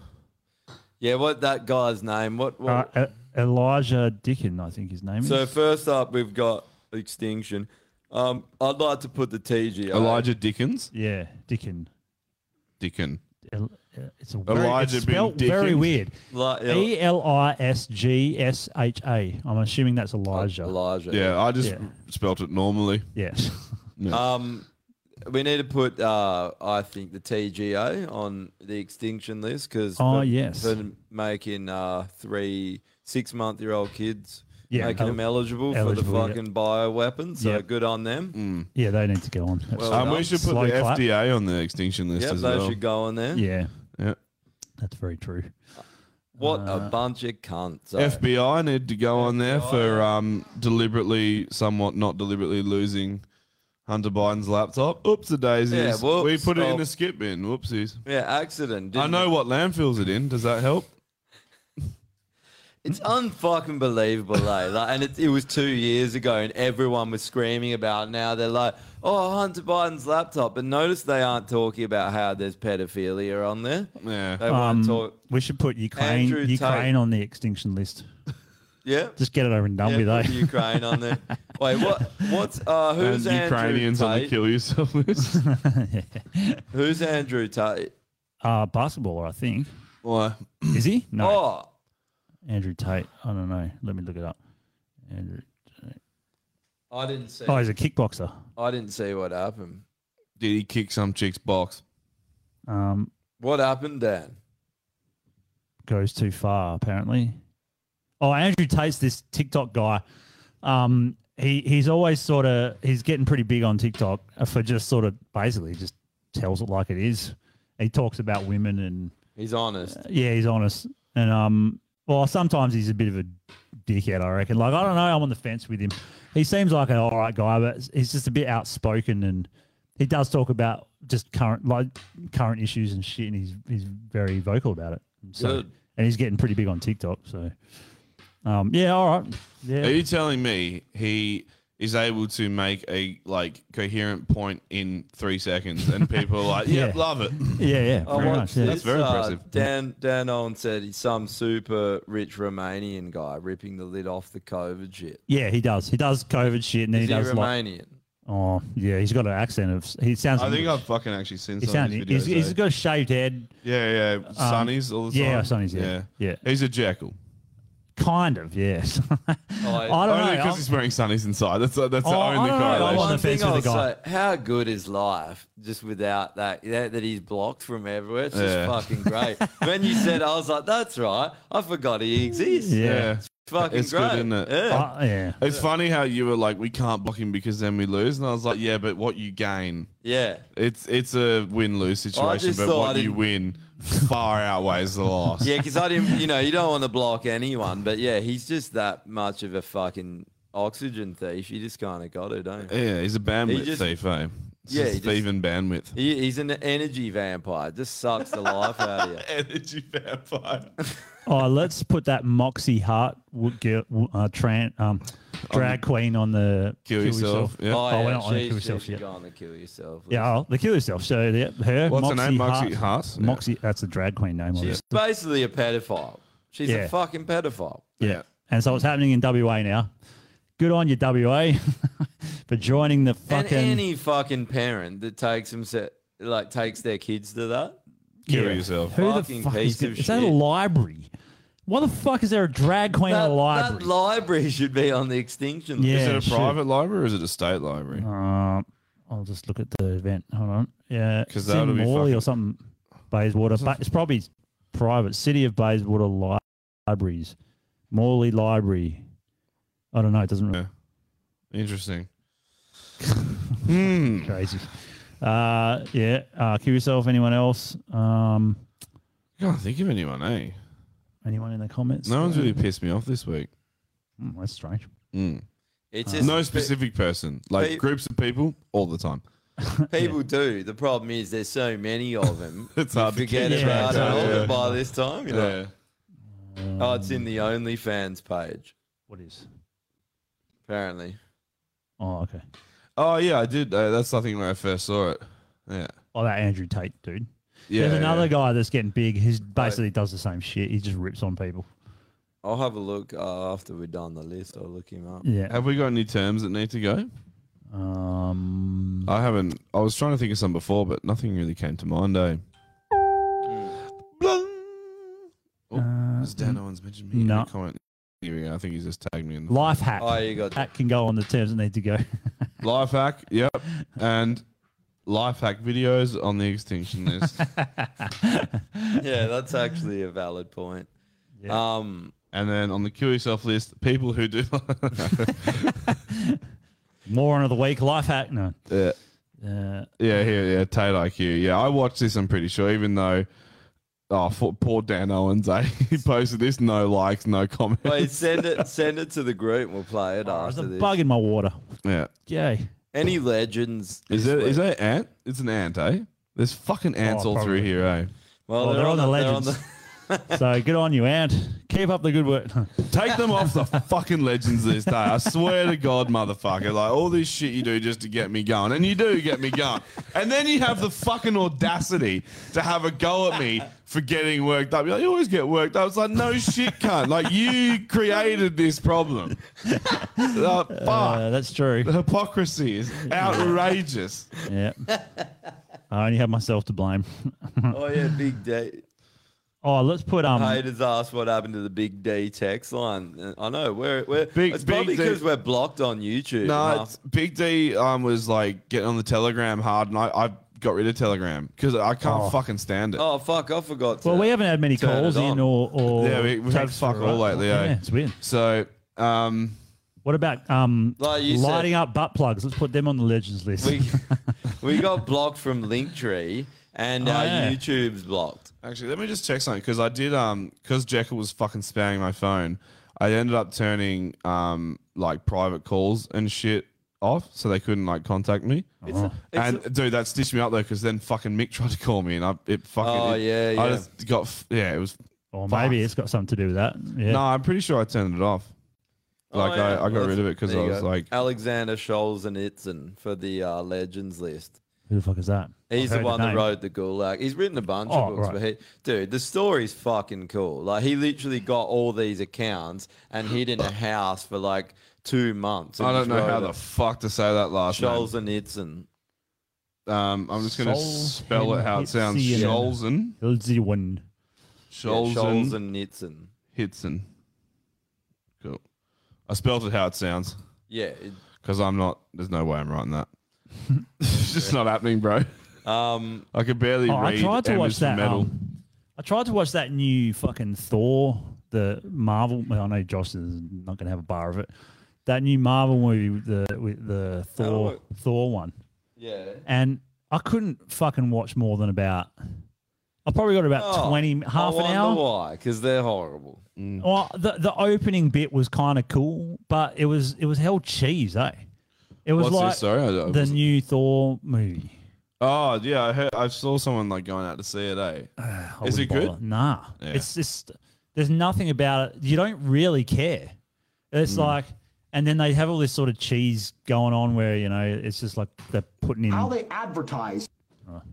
[SPEAKER 4] Yeah, what that guy's name? What?
[SPEAKER 3] uh,
[SPEAKER 4] what
[SPEAKER 3] E- Elijah Dickin, I think his name
[SPEAKER 4] Oh. so
[SPEAKER 3] is.
[SPEAKER 4] first up, we've got Extinction. Um, I'd like to put the TGA.
[SPEAKER 2] Elijah Dickens.
[SPEAKER 3] Yeah, Dickin.
[SPEAKER 2] Dickon.
[SPEAKER 3] El- uh, It's a very,
[SPEAKER 2] Elijah
[SPEAKER 3] it's
[SPEAKER 2] being
[SPEAKER 3] spelt very
[SPEAKER 2] Dickens?
[SPEAKER 3] weird.
[SPEAKER 4] Li- El-
[SPEAKER 3] E L I S G S H A. I'm assuming that's Elijah.
[SPEAKER 4] Elijah.
[SPEAKER 2] Yeah, I just
[SPEAKER 3] Yeah.
[SPEAKER 2] spelt it normally.
[SPEAKER 3] Yes.
[SPEAKER 4] Um, we need to put, uh, I think, the TGO on the extinction list because
[SPEAKER 3] Oh, yes.
[SPEAKER 4] for making uh, three six month year old kids
[SPEAKER 3] Yeah,
[SPEAKER 4] making
[SPEAKER 3] el-
[SPEAKER 4] them eligible,
[SPEAKER 3] eligible,
[SPEAKER 4] for
[SPEAKER 3] yeah.
[SPEAKER 4] the fucking bioweapons. So
[SPEAKER 3] Yeah.
[SPEAKER 4] good on them.
[SPEAKER 2] Mm,
[SPEAKER 3] Yeah, they need to go on.
[SPEAKER 4] Well
[SPEAKER 2] um, we
[SPEAKER 4] done.
[SPEAKER 2] should put
[SPEAKER 3] Slow
[SPEAKER 2] the
[SPEAKER 3] clap.
[SPEAKER 2] FDA on the extinction list
[SPEAKER 4] Yep,
[SPEAKER 2] as
[SPEAKER 4] they
[SPEAKER 2] well.
[SPEAKER 4] should go on there.
[SPEAKER 3] Yeah,
[SPEAKER 2] Yeah.
[SPEAKER 3] that's very true.
[SPEAKER 4] What
[SPEAKER 3] Uh,
[SPEAKER 4] a bunch of cunts. eh?
[SPEAKER 2] FBI need to go on there for um, deliberately, somewhat not deliberately losing Hunter Biden's laptop. Oops, daisies.
[SPEAKER 4] Yeah, whoops,
[SPEAKER 2] we put it
[SPEAKER 4] oh.
[SPEAKER 2] in the skip bin. Whoopsies.
[SPEAKER 4] yeah, accident.
[SPEAKER 2] I
[SPEAKER 4] didn't
[SPEAKER 2] know
[SPEAKER 4] it?
[SPEAKER 2] what landfills it in. Does that help?
[SPEAKER 4] It's unfucking believable, eh? Like, and it, it was two years ago, and everyone was screaming about. it. Now they're like, "Oh, Hunter Biden's laptop," but notice they aren't talking about how there's pedophilia on there.
[SPEAKER 2] Yeah,
[SPEAKER 4] they
[SPEAKER 3] Um,
[SPEAKER 4] won't talk.
[SPEAKER 3] we should put Ukraine
[SPEAKER 4] Andrew Tate.
[SPEAKER 3] Ukraine on the extinction list.
[SPEAKER 4] Yeah,
[SPEAKER 3] Just get it over and done with,
[SPEAKER 4] yeah,
[SPEAKER 3] eh?
[SPEAKER 4] put Ukraine on there. Wait, what? What's uh? Who's
[SPEAKER 2] and
[SPEAKER 4] Andrew
[SPEAKER 2] Ukrainians on the
[SPEAKER 4] Tate?
[SPEAKER 2] kill yourself list.
[SPEAKER 4] Who's Andrew Tate?
[SPEAKER 3] uh, basketballer, I think.
[SPEAKER 2] Why?
[SPEAKER 3] Is he? No.
[SPEAKER 4] Oh,
[SPEAKER 3] Andrew Tate. I don't know. Let me look it up. Andrew. Tate.
[SPEAKER 4] I didn't see.
[SPEAKER 3] Oh, he's a kickboxer.
[SPEAKER 4] I didn't see what happened.
[SPEAKER 2] Did he kick some chick's box?
[SPEAKER 3] Um,
[SPEAKER 4] What happened, Dan?
[SPEAKER 3] goes too far apparently. Oh, Andrew Tate's this TikTok guy. Um, he he's always sort of he's getting pretty big on TikTok for just sort of basically just tells it like it is. He talks about women and
[SPEAKER 4] He's honest.
[SPEAKER 3] yeah, he's honest. And um, well, sometimes he's a bit of a dickhead. I reckon. Like I don't know. I'm on the fence with him. He seems like an all right guy, but he's just a bit outspoken, and he does talk about just current like current issues and shit, and he's he's very vocal about it. So,
[SPEAKER 2] Good.
[SPEAKER 3] and he's getting pretty big on TikTok. So, um, yeah, all right. Yeah.
[SPEAKER 2] Are you telling me he is able to make a like coherent point in three seconds, and people are like,
[SPEAKER 3] Yeah.
[SPEAKER 2] "Yep, love it."
[SPEAKER 3] Yeah, yeah,
[SPEAKER 4] I watched
[SPEAKER 2] Oh, That's
[SPEAKER 4] Oh, this,
[SPEAKER 2] very
[SPEAKER 4] uh,
[SPEAKER 2] impressive.
[SPEAKER 4] Dan Dan Owen said he's some super rich Romanian guy ripping the lid off the COVID shit.
[SPEAKER 3] Yeah, he does. He does COVID shit, and then
[SPEAKER 4] Is
[SPEAKER 3] he
[SPEAKER 4] he
[SPEAKER 3] does like-
[SPEAKER 4] Romanian?
[SPEAKER 3] oh, yeah, he's got an accent of. He sounds.
[SPEAKER 2] I think I've fucking actually seen
[SPEAKER 3] He
[SPEAKER 2] some of
[SPEAKER 3] sounds.
[SPEAKER 2] his videos.
[SPEAKER 3] He's, he's
[SPEAKER 2] eh?
[SPEAKER 3] got a shaved head.
[SPEAKER 2] yeah, yeah,
[SPEAKER 3] um,
[SPEAKER 2] Sonny's all the time.
[SPEAKER 3] yeah, Sonny's, yeah. yeah,
[SPEAKER 2] He's a jackal.
[SPEAKER 3] Kind of, yes.
[SPEAKER 4] I
[SPEAKER 3] don't know,
[SPEAKER 2] Only because
[SPEAKER 3] I'm-
[SPEAKER 2] he's wearing Sonny's inside. That's that's the
[SPEAKER 3] Oh, I
[SPEAKER 2] only
[SPEAKER 3] don't know, I'm
[SPEAKER 2] correlation.
[SPEAKER 3] on the fence with the guy.
[SPEAKER 4] say, how good is life just without that, that? That he's blocked from everywhere. It's just
[SPEAKER 2] Yeah.
[SPEAKER 4] fucking great. when you said, I was like, that's right. I forgot he exists. It's fucking
[SPEAKER 2] it's
[SPEAKER 4] great.
[SPEAKER 2] good, isn't it?
[SPEAKER 3] Uh,
[SPEAKER 4] Yeah.
[SPEAKER 3] yeah.
[SPEAKER 2] It's funny how you were like, we can't block him because then we lose, and I was like, yeah, but what you gain?
[SPEAKER 4] Yeah.
[SPEAKER 2] It's it's a win lose situation,
[SPEAKER 4] just
[SPEAKER 2] but
[SPEAKER 4] thought I
[SPEAKER 2] what you
[SPEAKER 4] didn't-
[SPEAKER 2] win far outweighs the loss.
[SPEAKER 4] Yeah, because I didn't, you know, you don't want to block anyone, but yeah, he's just that much of a fucking oxygen thief. You just kind of got it, don't you?
[SPEAKER 2] Yeah, he's a bandwidth
[SPEAKER 4] He just-
[SPEAKER 2] thief, eh? It's
[SPEAKER 4] Yeah,
[SPEAKER 2] just
[SPEAKER 4] he just-
[SPEAKER 2] thieving bandwidth.
[SPEAKER 4] He, he's an energy vampire. Just sucks the life out of you.
[SPEAKER 2] energy vampire.
[SPEAKER 3] oh, let's put that Moxie Hart wo- ge- wo- uh, tran, um, drag queen on the
[SPEAKER 2] Kill Yourself, yeah.
[SPEAKER 3] we're
[SPEAKER 4] Oh, yeah,
[SPEAKER 3] not on the
[SPEAKER 4] she's-
[SPEAKER 3] kill yourself
[SPEAKER 4] she's
[SPEAKER 3] yet.
[SPEAKER 4] gone to kill yourself.
[SPEAKER 3] Yeah, oh, the kill yourself. So yeah, her
[SPEAKER 4] What's her
[SPEAKER 3] Moxie
[SPEAKER 4] name? Moxie
[SPEAKER 3] Hart.
[SPEAKER 4] Hart?
[SPEAKER 3] Moxie, that's the drag queen name. of
[SPEAKER 4] She's
[SPEAKER 3] it.
[SPEAKER 4] basically a pedophile. She's
[SPEAKER 3] Yeah.
[SPEAKER 4] a fucking pedophile.
[SPEAKER 3] Yeah. And so it's happening in WA now. Good on you, WA, for joining the fucking.
[SPEAKER 4] And any fucking parent that takes them like takes their kids to that,
[SPEAKER 3] Yeah. Who the
[SPEAKER 4] fucking
[SPEAKER 3] fuck
[SPEAKER 4] piece
[SPEAKER 3] is, gonna-
[SPEAKER 4] of
[SPEAKER 3] is
[SPEAKER 4] shit.
[SPEAKER 3] that a library? Why the fuck is there a drag queen
[SPEAKER 4] that,
[SPEAKER 3] in a library?
[SPEAKER 4] that library should be on the extinction list.
[SPEAKER 3] Yeah,
[SPEAKER 2] is it a
[SPEAKER 3] sure.
[SPEAKER 2] private library or is it a state library?
[SPEAKER 3] Um, I'll just look at the event. Hold on. Yeah,
[SPEAKER 2] 'Cause
[SPEAKER 3] it's
[SPEAKER 2] that
[SPEAKER 3] in
[SPEAKER 2] would be
[SPEAKER 3] Morley
[SPEAKER 2] fucking-
[SPEAKER 3] or something. Bayswater, but it's probably private. City of Bayswater li- libraries, Morley Library. I don't know. It doesn't. really
[SPEAKER 2] Interesting. Hmm.
[SPEAKER 3] Crazy. Uh, yeah. Uh, kill yourself. Anyone else? Um,
[SPEAKER 2] can't think of anyone, eh?
[SPEAKER 3] Anyone in the comments?
[SPEAKER 2] No one's
[SPEAKER 3] Uh,
[SPEAKER 2] really pissed me off this week.
[SPEAKER 3] Mm, that's strange.
[SPEAKER 2] Mm.
[SPEAKER 4] It's just
[SPEAKER 2] no
[SPEAKER 4] pe-
[SPEAKER 2] specific person, like
[SPEAKER 4] pe-
[SPEAKER 2] groups of people all the time.
[SPEAKER 4] People do. The problem is there's so many of them.
[SPEAKER 2] It's
[SPEAKER 4] you
[SPEAKER 2] hard to
[SPEAKER 4] forget
[SPEAKER 2] keep
[SPEAKER 4] about
[SPEAKER 2] track,
[SPEAKER 4] it all
[SPEAKER 2] yeah.
[SPEAKER 4] by this time. You know? Oh, it's in the OnlyFans page.
[SPEAKER 3] What is?
[SPEAKER 4] Apparently.
[SPEAKER 3] Oh, okay.
[SPEAKER 2] Oh yeah, I did. Uh, that's I think when I first saw it. Yeah.
[SPEAKER 3] Oh, that Andrew Tate dude.
[SPEAKER 2] Yeah,
[SPEAKER 3] There's another
[SPEAKER 2] yeah.
[SPEAKER 3] guy that's getting big. Who's basically does the same shit. He just rips on people.
[SPEAKER 4] I'll have a look uh, after we're done the list. I'll look him up.
[SPEAKER 3] Yeah.
[SPEAKER 2] Have we got any terms that need to go?
[SPEAKER 3] Um.
[SPEAKER 2] I haven't. I was trying to think of some before, but nothing really came to mind. Eh? Oh, has Dan Owens mentioned me in
[SPEAKER 3] no.
[SPEAKER 2] the comment? Here we go. I think he's just tagged me in the
[SPEAKER 3] Life hack.
[SPEAKER 4] Oh, you got
[SPEAKER 3] hack can go on the terms that need to go.
[SPEAKER 2] life hack. Yep, and life hack videos on the extinction list.
[SPEAKER 4] yeah, that's actually a valid point. Um,
[SPEAKER 2] and then on the kill yourself list, people who do.
[SPEAKER 3] Moron of the week. Life hack. No.
[SPEAKER 2] yeah.
[SPEAKER 3] Uh,
[SPEAKER 2] Yeah, here, yeah, Tate IQ. Yeah, I watched this. I'm pretty sure, even though, oh, for, poor Dan Owens, eh? he posted this, no likes, no comments.
[SPEAKER 4] wait, send it, send it to the group. and We'll play it
[SPEAKER 3] Oh, there's
[SPEAKER 4] after
[SPEAKER 3] a
[SPEAKER 4] this.
[SPEAKER 3] bug in my water.
[SPEAKER 2] Yeah,
[SPEAKER 3] Yay.
[SPEAKER 4] Any legends?
[SPEAKER 2] is
[SPEAKER 4] this
[SPEAKER 2] there
[SPEAKER 4] week?
[SPEAKER 2] is there an ant? It's an ant, eh? There's fucking ants
[SPEAKER 3] Oh,
[SPEAKER 2] all
[SPEAKER 3] probably.
[SPEAKER 2] through here, eh?
[SPEAKER 4] Well,
[SPEAKER 3] Well, Oh, they're, on the
[SPEAKER 4] they're
[SPEAKER 3] legends. so good on you, Ant. Keep up the good work.
[SPEAKER 2] Take them off the fucking legends this day. I swear to God, motherfucker. Like, all this shit you do just to get me going. And you do get me going. And then you have the fucking audacity to have a go at me for getting worked up. You're like, you always get worked up. It's like, no shit, cunt. Like, you created this problem. Uh, fuck.
[SPEAKER 3] Uh, that's true.
[SPEAKER 2] The hypocrisy is outrageous.
[SPEAKER 3] Yeah. I only have myself to blame.
[SPEAKER 4] Oh yeah, Big D.
[SPEAKER 3] oh, let's put um.
[SPEAKER 4] Haters asked what happened to the Big D text line. Uh, I know we're we're
[SPEAKER 2] Big-
[SPEAKER 4] it's probably
[SPEAKER 2] Big D-
[SPEAKER 4] because we're blocked on YouTube.
[SPEAKER 2] No,
[SPEAKER 4] Huh?
[SPEAKER 2] it's, Big D um, was like getting on the Telegram hard, and I, I got rid of Telegram because I can't
[SPEAKER 4] Oh.
[SPEAKER 2] fucking stand it.
[SPEAKER 4] oh fuck, I forgot. To
[SPEAKER 3] Well, we haven't had many
[SPEAKER 4] turn it
[SPEAKER 3] calls in
[SPEAKER 4] on.
[SPEAKER 3] or or
[SPEAKER 2] yeah, we, we've had
[SPEAKER 3] texts
[SPEAKER 2] fuck
[SPEAKER 3] for a
[SPEAKER 2] all
[SPEAKER 3] while.
[SPEAKER 2] lately. eh?
[SPEAKER 3] Yeah, it's weird.
[SPEAKER 2] So, um,
[SPEAKER 3] What about um,
[SPEAKER 4] Like you said-
[SPEAKER 3] lighting up butt plugs? Let's put them on the legends list.
[SPEAKER 4] We, we got blocked from Linktree and
[SPEAKER 2] Oh,
[SPEAKER 4] our
[SPEAKER 2] yeah.
[SPEAKER 4] YouTube's blocked.
[SPEAKER 2] Actually, let me just check something because I did um because Jekyll was fucking spamming my phone. I ended up turning um like private calls and shit off so they couldn't like contact me.
[SPEAKER 4] It's a-
[SPEAKER 2] and dude, that stitched me up though because then fucking Mick tried to call me and I it fucking
[SPEAKER 4] Oh,
[SPEAKER 2] it-
[SPEAKER 4] yeah, yeah.
[SPEAKER 2] I just got f- yeah it was.
[SPEAKER 3] Or maybe it's got something to do with that. Yeah.
[SPEAKER 2] No, I'm pretty sure I turned it off.
[SPEAKER 4] Oh,
[SPEAKER 2] Like
[SPEAKER 4] yeah.
[SPEAKER 2] I, I got
[SPEAKER 4] Well,
[SPEAKER 2] rid of it because
[SPEAKER 4] there
[SPEAKER 2] I
[SPEAKER 4] you
[SPEAKER 2] was
[SPEAKER 4] go.
[SPEAKER 2] like,
[SPEAKER 4] Alexander Scholes and Itzen for the uh, Legends list.
[SPEAKER 3] Who the fuck is that?
[SPEAKER 4] He's
[SPEAKER 3] I've
[SPEAKER 4] the
[SPEAKER 3] heard
[SPEAKER 4] one that
[SPEAKER 3] name.
[SPEAKER 4] wrote the Gulag. He's written a bunch
[SPEAKER 3] Oh,
[SPEAKER 4] of books,
[SPEAKER 3] right.
[SPEAKER 4] but he, dude, the story's fucking cool. Like he literally got all these accounts and hid in a house for like two months. and
[SPEAKER 2] I don't
[SPEAKER 4] just
[SPEAKER 2] know
[SPEAKER 4] wrote
[SPEAKER 2] how
[SPEAKER 4] it.
[SPEAKER 2] the fuck to say that last name.
[SPEAKER 4] Scholzenitzen.
[SPEAKER 2] Um, I'm just gonna spell it how it sounds. Scholzen.
[SPEAKER 3] Scholzen.
[SPEAKER 2] Scholzen.
[SPEAKER 4] Nitzen.
[SPEAKER 2] Hitson. Cool. I spelled it how it sounds.
[SPEAKER 4] Yeah, it-
[SPEAKER 2] Because I'm not. There's no way I'm writing that. it's just not happening, bro.
[SPEAKER 4] Um,
[SPEAKER 2] I could barely
[SPEAKER 3] Oh,
[SPEAKER 2] read.
[SPEAKER 3] I tried to
[SPEAKER 2] M
[SPEAKER 3] watch
[SPEAKER 2] is for
[SPEAKER 3] that.
[SPEAKER 2] Metal.
[SPEAKER 3] um, I tried to watch that new fucking Thor, the Marvel. well, I know Josh is not going to have a bar of it. That new Marvel movie, with the with the Thor
[SPEAKER 4] Oh.
[SPEAKER 3] Thor one.
[SPEAKER 4] Yeah.
[SPEAKER 3] And I couldn't fucking watch more than about. I probably got about
[SPEAKER 4] Oh,
[SPEAKER 3] twenty, half
[SPEAKER 4] I
[SPEAKER 3] an hour.
[SPEAKER 4] wonder why, because they're horrible.
[SPEAKER 3] Well, the the opening bit was kind of cool, but it was it was hell cheese, eh? It was
[SPEAKER 2] What's this?
[SPEAKER 3] like
[SPEAKER 2] Sorry, I- I
[SPEAKER 3] the
[SPEAKER 2] wasn't-
[SPEAKER 3] new Thor movie.
[SPEAKER 2] Oh yeah, I heard. I saw someone like going out to see it. Eh?
[SPEAKER 3] I
[SPEAKER 2] Is it
[SPEAKER 3] wouldn't
[SPEAKER 2] good?
[SPEAKER 3] bother. Nah,
[SPEAKER 2] Yeah.
[SPEAKER 3] it's just there's nothing about it. You don't really care. It's
[SPEAKER 2] Mm.
[SPEAKER 3] like, and then they have all this sort of cheese going on where you know it's just like they're putting in.
[SPEAKER 9] How they advertise.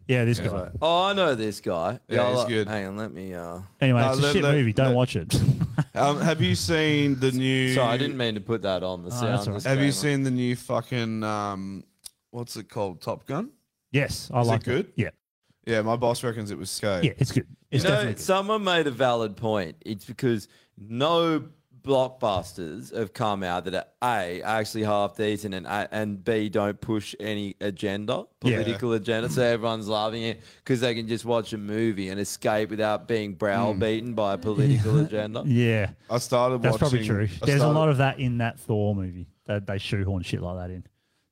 [SPEAKER 3] yeah, this
[SPEAKER 4] Yeah.
[SPEAKER 3] guy.
[SPEAKER 4] Oh, I know this guy.
[SPEAKER 2] Yeah,
[SPEAKER 4] I
[SPEAKER 2] he's
[SPEAKER 4] like-
[SPEAKER 2] good.
[SPEAKER 4] Hang on, let me. Uh...
[SPEAKER 3] Anyway, it's a shit movie. Don't watch it.
[SPEAKER 2] Um, have you seen the new?
[SPEAKER 4] Sorry, I didn't mean to put that on the
[SPEAKER 3] Oh,
[SPEAKER 4] sound.
[SPEAKER 3] that's all right.
[SPEAKER 2] Have
[SPEAKER 4] disclaimer.
[SPEAKER 2] you seen the new fucking um, what's it called? Top Gun.
[SPEAKER 3] Yes, I
[SPEAKER 2] Is
[SPEAKER 3] like
[SPEAKER 2] it good.
[SPEAKER 3] Yeah,
[SPEAKER 2] Yeah, my boss reckons it was scary.
[SPEAKER 3] yeah, it's good. It's
[SPEAKER 4] you know,
[SPEAKER 3] definitely
[SPEAKER 4] someone made a valid point. It's because no blockbusters have come out that are a actually half decent and a, and b don't push any agenda,
[SPEAKER 3] Yeah.
[SPEAKER 4] political agenda. So everyone's loving it because they can just watch a movie and escape without being browbeaten by a political
[SPEAKER 3] Mm.
[SPEAKER 4] agenda.
[SPEAKER 3] Yeah,
[SPEAKER 2] I started.
[SPEAKER 3] that's probably
[SPEAKER 4] watching-
[SPEAKER 3] true.
[SPEAKER 4] I
[SPEAKER 3] There's a
[SPEAKER 4] started-
[SPEAKER 3] lot of that in that Thor movie. That they shoehorn shit like that in,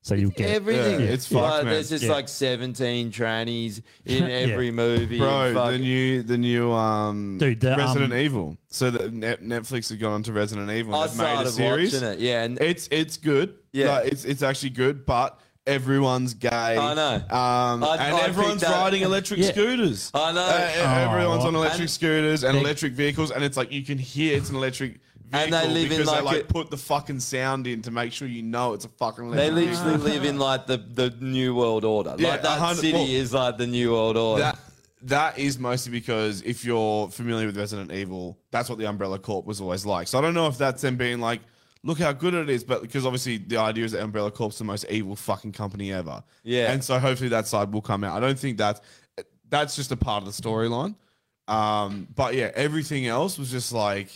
[SPEAKER 3] so you'll get it.
[SPEAKER 4] Everything.
[SPEAKER 3] Yeah, yeah.
[SPEAKER 4] like, There's just like 17 trannies in
[SPEAKER 3] Yeah.
[SPEAKER 4] every movie. and
[SPEAKER 2] Bro, the
[SPEAKER 4] fucking-
[SPEAKER 2] new the new um
[SPEAKER 3] Dude, the,
[SPEAKER 2] Resident
[SPEAKER 3] um,
[SPEAKER 2] Evil. So the Net- Netflix have gone onto Resident Evil.
[SPEAKER 4] I
[SPEAKER 2] And they've made a
[SPEAKER 4] started
[SPEAKER 2] series.
[SPEAKER 4] watching it, yeah, and-
[SPEAKER 2] it's it's good.
[SPEAKER 4] Yeah.
[SPEAKER 2] Like, it's it's actually good, but everyone's gay. I
[SPEAKER 4] know.
[SPEAKER 2] Um,
[SPEAKER 4] I-
[SPEAKER 2] and
[SPEAKER 4] I
[SPEAKER 2] everyone's
[SPEAKER 4] picked that-
[SPEAKER 2] riding electric
[SPEAKER 4] Yeah.
[SPEAKER 2] scooters.
[SPEAKER 4] I know.
[SPEAKER 2] Uh, e- everyone's on
[SPEAKER 4] Oh.
[SPEAKER 2] electric
[SPEAKER 4] And-
[SPEAKER 2] scooters and
[SPEAKER 4] They-
[SPEAKER 2] electric vehicles, and it's like you can hear it's an electric.
[SPEAKER 4] And they
[SPEAKER 2] vehicle
[SPEAKER 4] live in,
[SPEAKER 2] because
[SPEAKER 4] like,
[SPEAKER 2] they like
[SPEAKER 4] a-
[SPEAKER 2] put the fucking sound in to make sure you know it's a fucking.
[SPEAKER 4] They
[SPEAKER 2] electric
[SPEAKER 4] literally
[SPEAKER 2] vehicle.
[SPEAKER 4] live in like the, the New World Order.
[SPEAKER 2] Yeah,
[SPEAKER 4] like that
[SPEAKER 2] 100
[SPEAKER 4] city
[SPEAKER 2] well,
[SPEAKER 4] is like the New World Order.
[SPEAKER 2] That that is mostly because if you're familiar with Resident Evil, that's what the Umbrella Corp was always like. So I don't know if that's them being like, look how good it is, but because obviously the idea is that Umbrella Corp's the most evil fucking company ever.
[SPEAKER 4] Yeah.
[SPEAKER 2] And so hopefully that side will come out. I don't think that's that's just a part of the storyline. Um, but yeah, everything else was just like,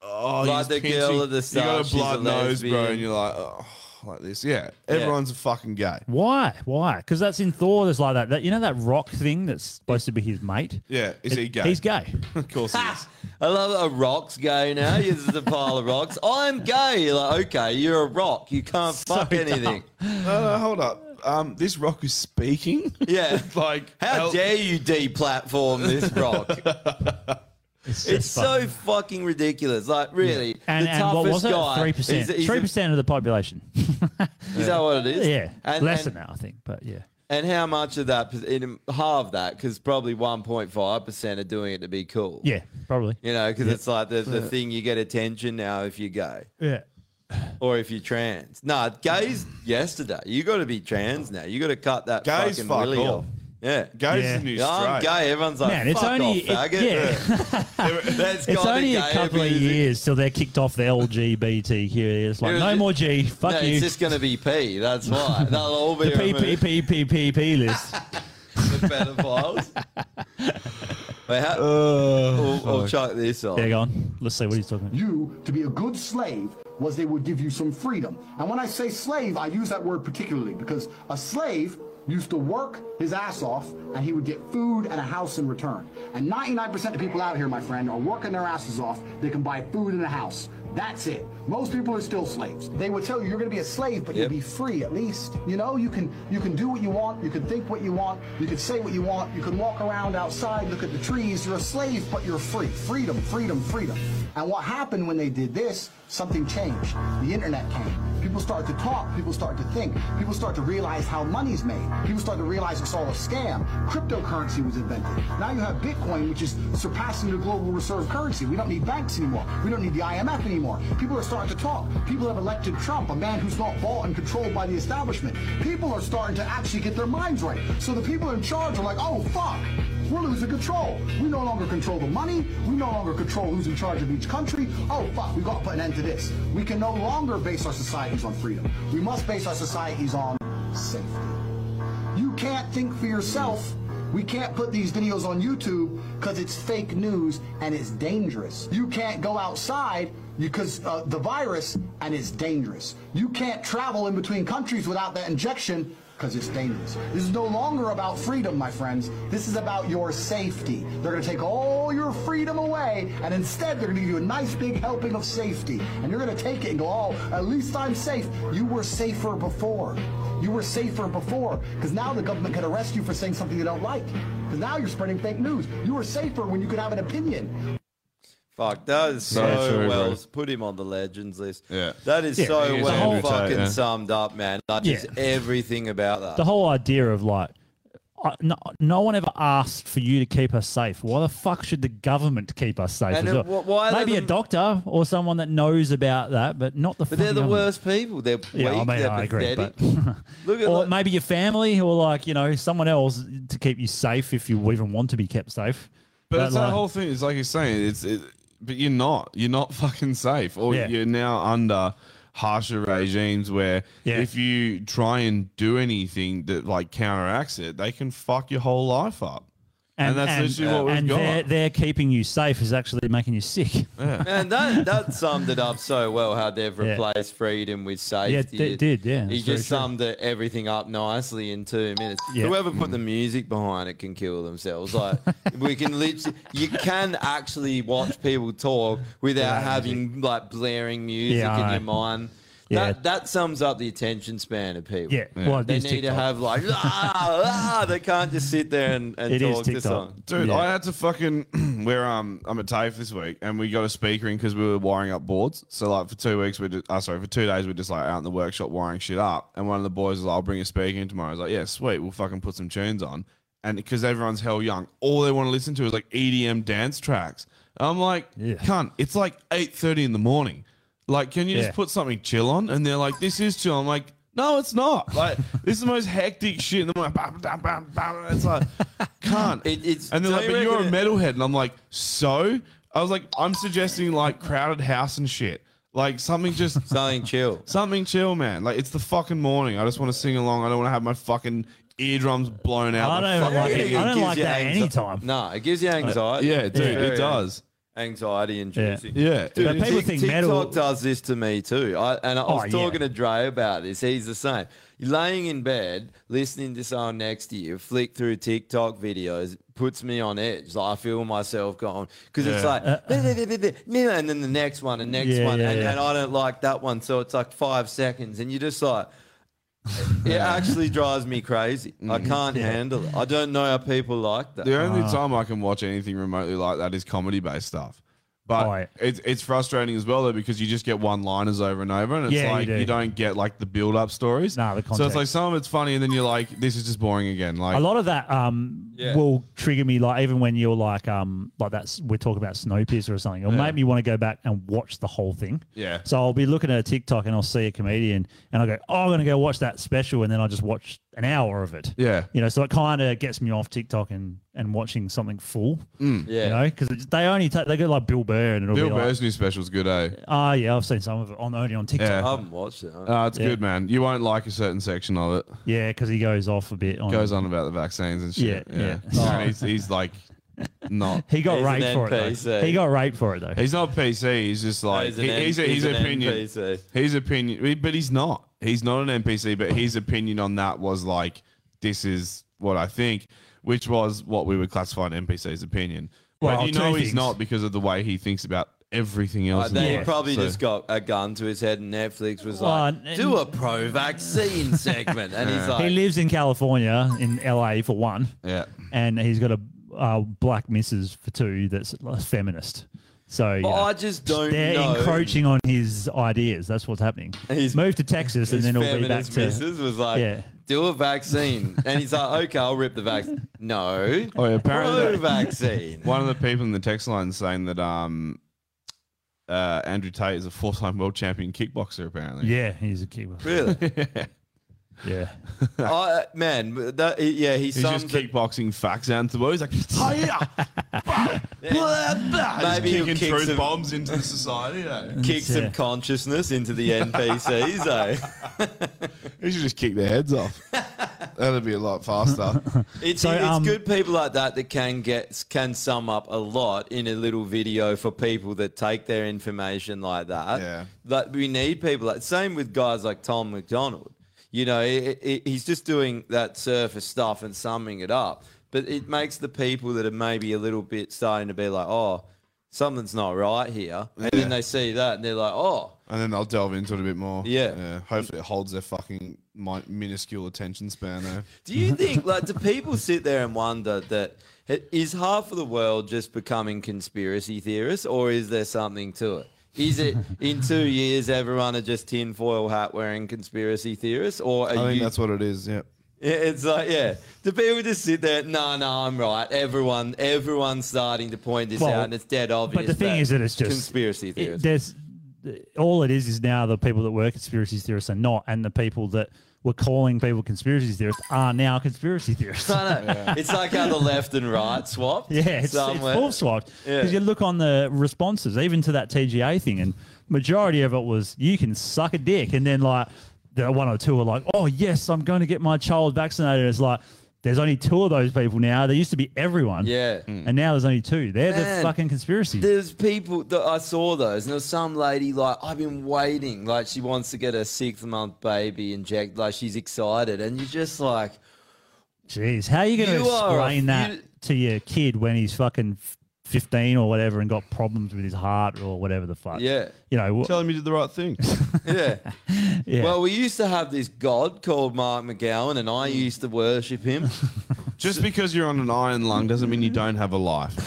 [SPEAKER 2] oh, you
[SPEAKER 4] Like
[SPEAKER 2] just
[SPEAKER 4] the
[SPEAKER 2] pinch-
[SPEAKER 4] girl
[SPEAKER 2] you-
[SPEAKER 4] at the
[SPEAKER 2] you got
[SPEAKER 4] start,
[SPEAKER 2] a
[SPEAKER 4] she's
[SPEAKER 2] blood
[SPEAKER 4] a
[SPEAKER 2] nose, bro,
[SPEAKER 4] lesbian.
[SPEAKER 2] and you're like, oh, like this. Yeah,
[SPEAKER 4] Yeah.
[SPEAKER 2] everyone's a fucking gay.
[SPEAKER 3] Why? Why? Because that's in Thor. There's like that. that. You know that rock thing that's supposed to be his mate.
[SPEAKER 2] Yeah, is
[SPEAKER 3] It-
[SPEAKER 2] he gay?
[SPEAKER 3] He's gay.
[SPEAKER 2] of course he is.
[SPEAKER 4] I love a rock's gay now. This is a pile of rocks. I'm gay. You're Like, okay, you're a rock. You can't fuck anything.
[SPEAKER 2] No, no, hold up. Um, this rock is speaking.
[SPEAKER 4] Yeah.
[SPEAKER 2] like,
[SPEAKER 4] how
[SPEAKER 2] hell-
[SPEAKER 4] dare you deplatform this rock? it's so fucking ridiculous. Like, really,
[SPEAKER 3] And,
[SPEAKER 4] the
[SPEAKER 3] and what
[SPEAKER 4] toughest
[SPEAKER 3] was it?
[SPEAKER 4] guy.
[SPEAKER 3] Three percent.
[SPEAKER 4] is- is-
[SPEAKER 3] Three percent of the population.
[SPEAKER 4] Is that what it is?
[SPEAKER 3] Yeah,
[SPEAKER 4] And-
[SPEAKER 3] less
[SPEAKER 4] and-
[SPEAKER 3] than that, I think. But yeah,
[SPEAKER 4] And how much of that? In half that, because probably 1.5 percent are doing it to be cool.
[SPEAKER 3] yeah, probably.
[SPEAKER 4] You know, because it's like the, the
[SPEAKER 3] Yeah.
[SPEAKER 4] thing you get attention now if you're gay
[SPEAKER 3] Yeah,
[SPEAKER 4] or if you're trans. Nah, gays yesterday. You got to be trans now. You got to cut that
[SPEAKER 2] Gays
[SPEAKER 4] fucking
[SPEAKER 2] fuck
[SPEAKER 4] willy
[SPEAKER 2] all.
[SPEAKER 4] off. Yeah,
[SPEAKER 2] Gays is the new
[SPEAKER 4] Yeah, I'm
[SPEAKER 2] straight.
[SPEAKER 4] gay. Everyone's like,
[SPEAKER 3] Man, it's
[SPEAKER 4] fuck
[SPEAKER 3] only- it-
[SPEAKER 4] off, faggot.
[SPEAKER 3] yeah. it's
[SPEAKER 4] That's gotta be
[SPEAKER 3] only a
[SPEAKER 4] gay
[SPEAKER 3] couple of
[SPEAKER 4] abuse.
[SPEAKER 3] years till they're kicked off the LGBTQ. It's like
[SPEAKER 4] It was
[SPEAKER 3] no
[SPEAKER 4] ju-
[SPEAKER 3] more G. Fuck
[SPEAKER 4] no,
[SPEAKER 3] you.
[SPEAKER 4] It's just gonna be P. That's why they'll all
[SPEAKER 3] the
[SPEAKER 4] be removed.
[SPEAKER 3] PPPPPP list.
[SPEAKER 4] the pedophiles. Wait, how,
[SPEAKER 3] Oh,
[SPEAKER 2] Uh,
[SPEAKER 4] we'll, we'll chuck this on.
[SPEAKER 3] Yeah, go on. Let's see what he's talking about.
[SPEAKER 9] You, to be a good slave, was they would give you some freedom. And when I say slave, I use that word particularly because a slave used to work his ass off and he would get food and a house in return. And 99% of people out here, my friend, are working their asses off. They can buy food and a house. That's it. Most people are still slaves. They would tell you you're going to be a slave, but
[SPEAKER 4] Yep.
[SPEAKER 9] you'll be free at least. You know, you can you can do what you want, you can think what you want, you can say what you want, you can walk around outside, look at the trees. You're a slave, but you're free. Freedom, freedom, freedom. And what happened when they did this? Something changed. The internet came. People start to talk. People start to think. People start to realize how money's made. People start to realize it's all a scam. Cryptocurrency was invented. Now you have Bitcoin, which is surpassing the global reserve currency. We don't need banks anymore. We don't need the IMF anymore. People are starting to talk. People have elected Trump, a man who's not bought and controlled by the establishment. People are starting to actually get their minds right. So the people in charge are like, oh, fuck. We're losing control. We no longer control the money. We no longer control who's in charge of each country. Oh, fuck, we got to put an end to this. We can no longer base our societies on freedom. We must base our societies on safety. You can't think for yourself. We can't put these videos on YouTube because it's fake news and it's dangerous. You can't go outside because uh, the virus and it's dangerous. You can't travel in between countries without that injection because it's dangerous. This is no longer about freedom, my friends. This is about your safety. They're going to take all your freedom away, and instead they're going to give you a nice big helping of safety. And you're going to take it and go, oh, at least I'm safe. You were safer before. You were safer before because now the government can arrest you for saying something you don't like. Because now you're spreading fake news. You were safer when you could have an opinion.
[SPEAKER 4] Fuck, that is so
[SPEAKER 2] Yeah, true,
[SPEAKER 4] well.
[SPEAKER 2] bro.
[SPEAKER 4] Put him on the legends list.
[SPEAKER 2] Yeah.
[SPEAKER 4] That is
[SPEAKER 2] Yeah,
[SPEAKER 4] so
[SPEAKER 2] he is
[SPEAKER 4] well
[SPEAKER 2] Andrew Tate,
[SPEAKER 4] fucking
[SPEAKER 2] yeah.
[SPEAKER 4] summed up, man. Like, just everything about that.
[SPEAKER 3] the whole idea of like I, no, no one ever asked for you to keep us safe. Why the fuck should the government keep us safe?
[SPEAKER 4] And
[SPEAKER 3] as
[SPEAKER 4] then
[SPEAKER 3] well?
[SPEAKER 4] wh- why are they
[SPEAKER 3] Maybe a
[SPEAKER 4] the-
[SPEAKER 3] doctor or someone that knows about that, but not the.
[SPEAKER 4] but they're the worst people. They're weak.
[SPEAKER 3] Yeah, I mean,
[SPEAKER 4] they're
[SPEAKER 3] I agree,
[SPEAKER 4] pathetic.
[SPEAKER 3] but or maybe your family, or like you know someone else to keep you safe if you even want to be kept safe.
[SPEAKER 2] But it's that
[SPEAKER 3] like-
[SPEAKER 2] whole thing. It's like you're saying. It's it, but you're not. You're not fucking safe, or
[SPEAKER 3] Yeah.
[SPEAKER 2] you're now under harsher regimes where
[SPEAKER 3] Yeah.
[SPEAKER 2] if you try and do anything that like counteracts it, they can fuck your whole life up. And, that's literally what we've
[SPEAKER 3] and
[SPEAKER 2] got.
[SPEAKER 3] They're, they're keeping you safe is actually making you sick.
[SPEAKER 4] Man, that, that summed it up so well how they've
[SPEAKER 3] Yeah.
[SPEAKER 4] replaced freedom with safety.
[SPEAKER 3] it did, yeah, that's
[SPEAKER 4] He
[SPEAKER 3] very
[SPEAKER 4] just
[SPEAKER 3] true.
[SPEAKER 4] summed it, everything up nicely in two minutes.
[SPEAKER 3] Yeah.
[SPEAKER 4] Whoever put the music behind it can kill themselves. Like we can literally, you can actually watch people talk without having like blaring music
[SPEAKER 3] Yeah,
[SPEAKER 4] in
[SPEAKER 3] I
[SPEAKER 4] your
[SPEAKER 3] know.
[SPEAKER 4] mind.
[SPEAKER 3] Yeah.
[SPEAKER 4] That that sums up the attention span of people.
[SPEAKER 3] Yeah, Yeah. well, it
[SPEAKER 4] they
[SPEAKER 3] is
[SPEAKER 4] need to
[SPEAKER 3] TikTok.
[SPEAKER 4] have like ah, ah they can't just sit there and, and
[SPEAKER 3] It is
[SPEAKER 4] talk to
[SPEAKER 3] TikTok.
[SPEAKER 4] someone.
[SPEAKER 2] Dude, I had to fucking we're um I'm at TAFE this week and we got a speaker in because we were wiring up boards. So like for two weeks we just uh, sorry for two days we're just like out in the workshop wiring shit up. And one of the boys was like, I'll bring a speaker in tomorrow. I was like, yeah, sweet, we'll fucking put some tunes on. And because everyone's hell young, all they want to listen to is like EDM dance tracks. I'm like, cunt, it's like eight thirty in the morning. Like, can you
[SPEAKER 3] Yeah.
[SPEAKER 2] just put something chill on? And they're like, this is chill. I'm like, no, it's not. Like, this is the most hectic shit. And they're like, bam, bam, bam, bam. It's like, can't. and they're
[SPEAKER 4] do
[SPEAKER 2] like,
[SPEAKER 4] you
[SPEAKER 2] but you're a
[SPEAKER 4] reckon
[SPEAKER 2] metalhead. And I'm like, so? I was like, I'm suggesting like crowded house and shit. Like something just
[SPEAKER 4] something chill.
[SPEAKER 2] Something chill, man. Like it's the fucking morning. I just want to sing along. I don't want to have my fucking eardrums blown out.
[SPEAKER 3] I
[SPEAKER 2] The
[SPEAKER 3] don't
[SPEAKER 2] fucking-
[SPEAKER 3] like it. I don't like that
[SPEAKER 4] anxi-
[SPEAKER 3] anytime.
[SPEAKER 4] No, it gives you anxiety.
[SPEAKER 2] Yeah, dude, it
[SPEAKER 4] Very
[SPEAKER 2] does.
[SPEAKER 4] Anxiety inducing.
[SPEAKER 2] Yeah. Yeah.
[SPEAKER 4] Dude,
[SPEAKER 2] But people
[SPEAKER 4] Tik-
[SPEAKER 2] think
[SPEAKER 4] TikTok
[SPEAKER 2] metal-
[SPEAKER 4] does this to me too. I, and I was
[SPEAKER 2] Oh, yeah.
[SPEAKER 4] talking to Dre about this. He's the same. You're laying in bed, listening to someone next to you, flick through TikTok videos, puts me on edge. Like I feel myself going because it's
[SPEAKER 2] Yeah.
[SPEAKER 4] like,
[SPEAKER 2] Uh,
[SPEAKER 4] and then the next one, and next
[SPEAKER 2] Yeah,
[SPEAKER 4] one,
[SPEAKER 2] yeah,
[SPEAKER 4] and,
[SPEAKER 2] yeah.
[SPEAKER 4] and I don't like that one. So it's like five seconds, and you just like. It actually drives me crazy. I
[SPEAKER 2] Mm-hmm.
[SPEAKER 4] can't handle it. I don't know how people like that.
[SPEAKER 2] The
[SPEAKER 3] Ah.
[SPEAKER 2] only time I can watch anything remotely like that is comedy based stuff. But it's it's frustrating as well though because you just get one liners over and over and it's
[SPEAKER 3] Yeah, you
[SPEAKER 2] like you,
[SPEAKER 3] do.
[SPEAKER 2] don't get like the build up stories.
[SPEAKER 3] Nah, the
[SPEAKER 2] So it's
[SPEAKER 3] context.
[SPEAKER 2] like some of it's funny and then you're like, this is just boring again. Like
[SPEAKER 3] a lot of that um
[SPEAKER 2] Yeah.
[SPEAKER 3] will trigger me like even when you're like um like that's we're talking about Snowpiercer or something. It'll
[SPEAKER 2] Yeah.
[SPEAKER 3] make me want to go back and watch the whole thing.
[SPEAKER 2] Yeah.
[SPEAKER 3] So I'll be looking at a TikTok and I'll see a comedian and I go, oh, I'm gonna go watch that special, and then I just watch an hour of it.
[SPEAKER 2] Yeah.
[SPEAKER 3] You know, so it kind of gets me off TikTok and and watching something full.
[SPEAKER 2] Mm.
[SPEAKER 3] You
[SPEAKER 4] Yeah.
[SPEAKER 3] know, because they only take they go like Bill Burr and it'll
[SPEAKER 2] Bill
[SPEAKER 3] be
[SPEAKER 2] Burr's
[SPEAKER 3] like,
[SPEAKER 2] new special's good, eh?
[SPEAKER 3] ah, yeah, I've seen some of it on only on TikTok.
[SPEAKER 2] Yeah.
[SPEAKER 4] I haven't watched it.
[SPEAKER 2] Uh, it's
[SPEAKER 3] Yeah.
[SPEAKER 2] good, man. You won't like a certain section of it.
[SPEAKER 3] Yeah, because he goes off a bit on
[SPEAKER 2] Goes on about the vaccines and shit.
[SPEAKER 3] Yeah, Oh. yeah.
[SPEAKER 2] And he's, he's like not.
[SPEAKER 3] He got raped for it. Though. He got raped for it though.
[SPEAKER 2] He's not PC. He's just like
[SPEAKER 4] he's
[SPEAKER 2] he's,
[SPEAKER 4] an
[SPEAKER 2] he,
[SPEAKER 4] N-
[SPEAKER 2] he's, a,
[SPEAKER 4] he's
[SPEAKER 2] he's,
[SPEAKER 4] an
[SPEAKER 2] opinion.
[SPEAKER 4] NPC.
[SPEAKER 2] He's opinion, but he's not. He's not an NPC. But his opinion on that was like, this is what I think, which was what we would classify an NPC's opinion.
[SPEAKER 3] Well,
[SPEAKER 2] but you
[SPEAKER 3] two
[SPEAKER 2] know he's
[SPEAKER 3] things.
[SPEAKER 2] not because of the way he thinks about everything
[SPEAKER 4] Uh,
[SPEAKER 2] else. in
[SPEAKER 4] then he
[SPEAKER 2] life,
[SPEAKER 4] probably
[SPEAKER 2] so-
[SPEAKER 4] just got a gun to his head, and Netflix was
[SPEAKER 3] Well,
[SPEAKER 4] like,
[SPEAKER 3] and-
[SPEAKER 4] "Do a pro vaccine segment," and he's
[SPEAKER 3] he
[SPEAKER 4] like,
[SPEAKER 3] lives in California, in LA for one.
[SPEAKER 2] Yeah.
[SPEAKER 3] And he's got a uh, black missus for two that's a feminist. So you
[SPEAKER 4] Well,
[SPEAKER 3] know,
[SPEAKER 4] I just don't
[SPEAKER 3] They're
[SPEAKER 4] know.
[SPEAKER 3] encroaching on his ideas. That's what's happening.
[SPEAKER 4] He's
[SPEAKER 3] moved to Texas and
[SPEAKER 4] his
[SPEAKER 3] then he'll be back
[SPEAKER 4] feminist
[SPEAKER 3] to.
[SPEAKER 4] missus was like,
[SPEAKER 3] yeah.
[SPEAKER 4] "Do a vaccine," and he's like, "Okay, I'll rip the vaccine." No,
[SPEAKER 2] Oh, yeah, apparently
[SPEAKER 4] pro vaccine.
[SPEAKER 2] One of the people in the text line is saying that um, uh, Andrew Tate is a four-time world champion kickboxer. Apparently,
[SPEAKER 3] Yeah, he's a keeper.
[SPEAKER 4] Really?
[SPEAKER 3] yeah.
[SPEAKER 4] I, man, that, yeah, he
[SPEAKER 2] He's
[SPEAKER 4] sums
[SPEAKER 2] just kickboxing facts out to the world. He's like,
[SPEAKER 4] Maybe he'll
[SPEAKER 2] kicking
[SPEAKER 4] kick
[SPEAKER 2] truth
[SPEAKER 4] some-
[SPEAKER 2] bombs into the society. eh?
[SPEAKER 4] kick some consciousness into the NPCs. eh?
[SPEAKER 2] He should just kick their heads off. That'd be a lot faster.
[SPEAKER 4] It's,
[SPEAKER 2] So,
[SPEAKER 4] it's
[SPEAKER 2] um,
[SPEAKER 4] good people like that that can get can sum up a lot in a little video for people that take their information like that. Yeah, like we need people like same with guys like Tom McDonald. You know, he- he- he's just doing that surface stuff and summing it up, but it makes the people that are maybe a little bit starting to be like, oh, something's not right here, and then they see that and they're like, oh,
[SPEAKER 2] And then they'll delve into it a bit more.
[SPEAKER 4] Yeah.
[SPEAKER 2] Hopefully, it holds their fucking mi- minuscule attention span. Eh?
[SPEAKER 4] Do you think, like, do people sit there and wonder that i- is half of the world just becoming conspiracy theorists, or is there something to it? Is it in two years everyone are just tinfoil hat wearing conspiracy theorists, or are
[SPEAKER 2] I think
[SPEAKER 4] you?
[SPEAKER 2] that's what it is. Yeah.
[SPEAKER 4] Yeah, It's like, yeah, do people just sit there? No, no, I'm right. Everyone, everyone's starting to point this
[SPEAKER 3] Well,
[SPEAKER 4] out, and it's dead
[SPEAKER 3] But
[SPEAKER 4] obvious.
[SPEAKER 3] the thing
[SPEAKER 4] that
[SPEAKER 3] is that it's just
[SPEAKER 4] conspiracy
[SPEAKER 3] it-
[SPEAKER 4] theorists.
[SPEAKER 3] there's all it is is now the people that were conspiracy theorists are not, and the people that were calling people conspiracy theorists are now conspiracy theorists.
[SPEAKER 4] No, no, It's like how the left and right swapped.
[SPEAKER 3] Yeah, it's, it's
[SPEAKER 4] somewhere.
[SPEAKER 3] full swapped. Because
[SPEAKER 4] Yeah.
[SPEAKER 3] you look on the responses, even to that TGA thing, and majority of it was you can suck a dick, and then like the one or two are like, oh yes, I'm going to get my child vaccinated. It's like there's only two of those people now. There used to be everyone.
[SPEAKER 4] Yeah.
[SPEAKER 2] Mm.
[SPEAKER 3] and now there's only two. They're
[SPEAKER 4] Man,
[SPEAKER 3] the fucking conspiracy.
[SPEAKER 4] There's people that I saw those, and there was some lady like I've been waiting, like she wants to get her sixth month baby injected, like she's excited, and you're just like,
[SPEAKER 3] Jeez, how are you going to
[SPEAKER 4] You are a
[SPEAKER 3] explain that
[SPEAKER 4] fu-
[SPEAKER 3] to your kid when he's fucking f- 15 or whatever and got problems with his heart or whatever the fuck?
[SPEAKER 4] Yeah.
[SPEAKER 3] You know, wh-
[SPEAKER 2] Tell him you did the right thing.
[SPEAKER 4] yeah.
[SPEAKER 3] Yeah.
[SPEAKER 4] Well, we used to have this god called Mark McGowan, and I used to worship him.
[SPEAKER 2] Just because you're on an iron lung doesn't mean you don't have a life,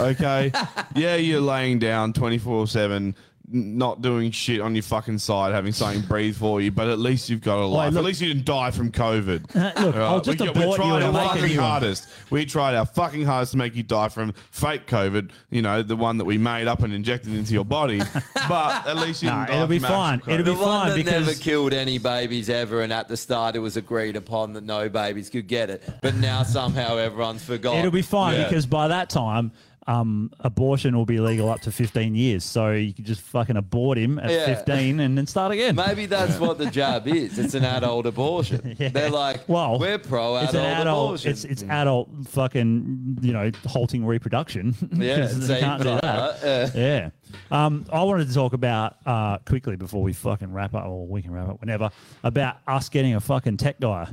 [SPEAKER 2] okay? yeah, you're laying down 24 7, not doing shit on your fucking side, having something breathe for you, but at least you've got a life. at
[SPEAKER 3] look-
[SPEAKER 2] least you didn't die from COVID.
[SPEAKER 3] Uh, look, I'll just
[SPEAKER 2] we,
[SPEAKER 3] abort you
[SPEAKER 2] tried
[SPEAKER 3] and
[SPEAKER 2] our
[SPEAKER 3] make a
[SPEAKER 2] fucking
[SPEAKER 3] new one.
[SPEAKER 2] hardest. We tried our fucking hardest to make you die from fake COVID, you know, the one that we made up and injected into your body, but at least you
[SPEAKER 3] Nah,
[SPEAKER 2] didn't die
[SPEAKER 3] it'll
[SPEAKER 2] from
[SPEAKER 3] be
[SPEAKER 2] actual
[SPEAKER 3] fine.
[SPEAKER 2] COVID.
[SPEAKER 3] It'll be
[SPEAKER 4] the one
[SPEAKER 3] fine
[SPEAKER 4] that never
[SPEAKER 3] because
[SPEAKER 4] killed any babies ever, and at the start it was agreed upon that no babies could get it, but now somehow everyone's forgotten.
[SPEAKER 3] it'll be fine
[SPEAKER 4] Oh, Yeah.
[SPEAKER 3] because by that time, um, abortion will be legal up to 15 years. So you can just fucking abort him at
[SPEAKER 4] Yeah.
[SPEAKER 3] 15 and then start again.
[SPEAKER 4] Maybe that's what the jab is. It's an adult abortion. They're like, well, we're pro adult,
[SPEAKER 3] It's an adult.
[SPEAKER 4] abortion.
[SPEAKER 3] It's it's adult fucking you know halting reproduction.
[SPEAKER 4] Yeah,
[SPEAKER 3] 'Cause
[SPEAKER 4] it
[SPEAKER 3] they
[SPEAKER 4] seems
[SPEAKER 3] can't do
[SPEAKER 4] like
[SPEAKER 3] that.
[SPEAKER 4] that,
[SPEAKER 3] Yeah. Um, I wanted to talk about uh, quickly before we fucking wrap up, or we can wrap up whenever, about us getting a fucking tech guy,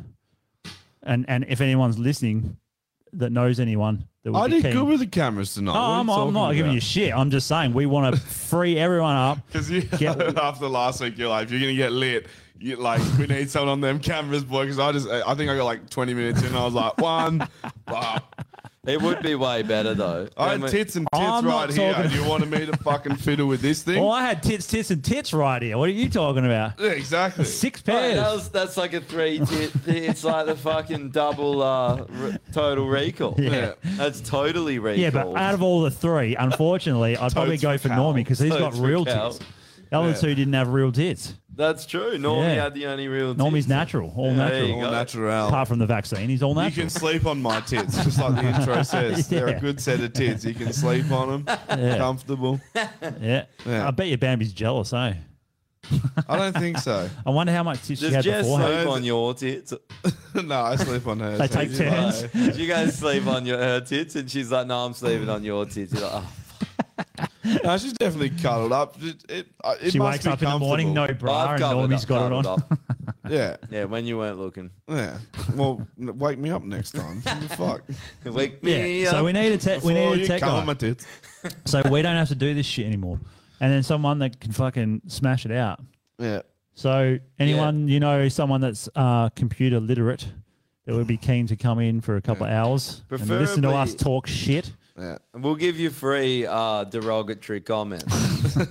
[SPEAKER 3] and and if anyone's listening that knows anyone that would
[SPEAKER 2] I
[SPEAKER 3] be
[SPEAKER 2] did
[SPEAKER 3] keen-
[SPEAKER 2] good with the cameras tonight.
[SPEAKER 3] Oh,
[SPEAKER 2] What are you
[SPEAKER 3] I'm, I'm
[SPEAKER 2] talking
[SPEAKER 3] not giving
[SPEAKER 2] about?
[SPEAKER 3] you shit. I'm just saying we want to free everyone up.
[SPEAKER 2] Because you after last week, you're like, if you're gonna get lit, you like we need someone on them cameras, boy. Because I just, I think I got like 20 minutes in, and I was like, one, wow.
[SPEAKER 4] it would be way better though.
[SPEAKER 2] I had Oh, tits and tits
[SPEAKER 3] I'm not
[SPEAKER 2] right here.
[SPEAKER 3] talking-
[SPEAKER 2] and You wanted me to fucking fiddle with this thing?
[SPEAKER 3] Well, Oh, I had tits, tits, and tits right here. What are you talking about?
[SPEAKER 2] yeah, exactly.
[SPEAKER 3] Six
[SPEAKER 4] Mate,
[SPEAKER 3] pairs.
[SPEAKER 4] that was, that's like a three. T- it's like the fucking double uh, r- total recall.
[SPEAKER 3] Yeah.
[SPEAKER 4] that's totally recall.
[SPEAKER 3] Yeah, but out of all the three, unfortunately, I'd probably
[SPEAKER 4] Totes
[SPEAKER 3] go for
[SPEAKER 4] Raquel.
[SPEAKER 3] Normie because he's got
[SPEAKER 4] Totes
[SPEAKER 3] real
[SPEAKER 4] Raquel.
[SPEAKER 3] tits. The other
[SPEAKER 4] Yeah.
[SPEAKER 3] two didn't have real tits.
[SPEAKER 4] that's true. Normie
[SPEAKER 3] Yeah.
[SPEAKER 4] had the only real.
[SPEAKER 3] Normie's natural, all
[SPEAKER 4] Yeah, there
[SPEAKER 3] natural,
[SPEAKER 4] you All go.
[SPEAKER 2] natural.
[SPEAKER 3] Apart from the vaccine, he's all
[SPEAKER 2] You
[SPEAKER 3] natural.
[SPEAKER 2] can sleep on my tits, just like the intro says. They're
[SPEAKER 3] Yeah.
[SPEAKER 2] a good set of tits. You can sleep on them,
[SPEAKER 3] Yeah.
[SPEAKER 2] comfortable.
[SPEAKER 3] yeah. I bet your Bambi's jealous, eh?
[SPEAKER 2] I don't think so.
[SPEAKER 3] I wonder how much tits she
[SPEAKER 4] Does
[SPEAKER 3] had
[SPEAKER 4] Jess sleep
[SPEAKER 3] beforehand.
[SPEAKER 4] on your tits?
[SPEAKER 2] no, I sleep on hers.
[SPEAKER 3] They take
[SPEAKER 2] She's like,
[SPEAKER 3] turns.
[SPEAKER 4] Did you guys sleep on your her tits? And she's like, "No, I'm sleeping on your tits." You're like, "Oh,
[SPEAKER 2] No, she's definitely cuddled up. It, it, uh, it
[SPEAKER 3] She
[SPEAKER 2] must
[SPEAKER 3] wakes
[SPEAKER 2] be
[SPEAKER 3] up in the morning, no
[SPEAKER 2] comfortable.
[SPEAKER 3] bra, and Normie's got it on.
[SPEAKER 2] Yeah.
[SPEAKER 4] Yeah, when you weren't looking.
[SPEAKER 2] Yeah. Well, n- wake me up next time. What the fuck?
[SPEAKER 4] Wake
[SPEAKER 3] Yeah,
[SPEAKER 4] me
[SPEAKER 3] so
[SPEAKER 4] up
[SPEAKER 3] we need a tech. We
[SPEAKER 2] Before
[SPEAKER 3] need a
[SPEAKER 2] you
[SPEAKER 3] tech
[SPEAKER 2] come,
[SPEAKER 3] guy.
[SPEAKER 2] my tits.
[SPEAKER 3] So we don't have to do this shit anymore. and then someone that can fucking smash it out.
[SPEAKER 10] Yeah.
[SPEAKER 3] So anyone you know, someone that's uh, computer literate, that would be keen to come in for a couple of hours and listen to us
[SPEAKER 4] Preferably-
[SPEAKER 3] talk shit.
[SPEAKER 10] Yeah.
[SPEAKER 4] And we'll give you free uh, derogatory comments. you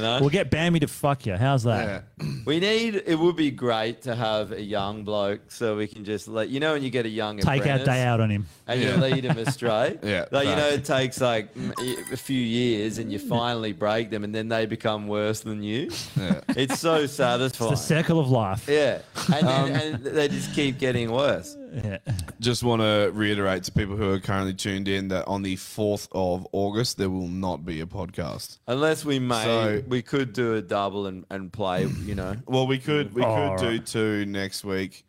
[SPEAKER 4] know?
[SPEAKER 3] We'll get Bammy to fuck you. How's that?
[SPEAKER 4] We need. It would be great to have a young bloke, so we can just let you know when you get a young
[SPEAKER 3] Take out
[SPEAKER 4] apprentice
[SPEAKER 3] day out on him.
[SPEAKER 4] and
[SPEAKER 3] Yeah.
[SPEAKER 4] you lead him astray.
[SPEAKER 3] Yeah,
[SPEAKER 4] like you know,
[SPEAKER 3] facts.
[SPEAKER 4] it takes like mm, y- a few years, and you finally break them, and then they become worse than you.
[SPEAKER 10] Yeah.
[SPEAKER 4] It's so
[SPEAKER 3] It's
[SPEAKER 4] satisfying.
[SPEAKER 3] the circle of life.
[SPEAKER 4] yeah, and, then,
[SPEAKER 3] Um,
[SPEAKER 4] and they just keep getting worse.
[SPEAKER 3] Yeah.
[SPEAKER 2] Just want to reiterate to people who are currently tuned in that on the 4th of August, there will not be a podcast.
[SPEAKER 4] Unless we may,
[SPEAKER 2] So-
[SPEAKER 4] we could do a double and, and play. You know,
[SPEAKER 2] Well, we could we
[SPEAKER 4] Oh,
[SPEAKER 2] could do
[SPEAKER 4] alright.
[SPEAKER 2] two next week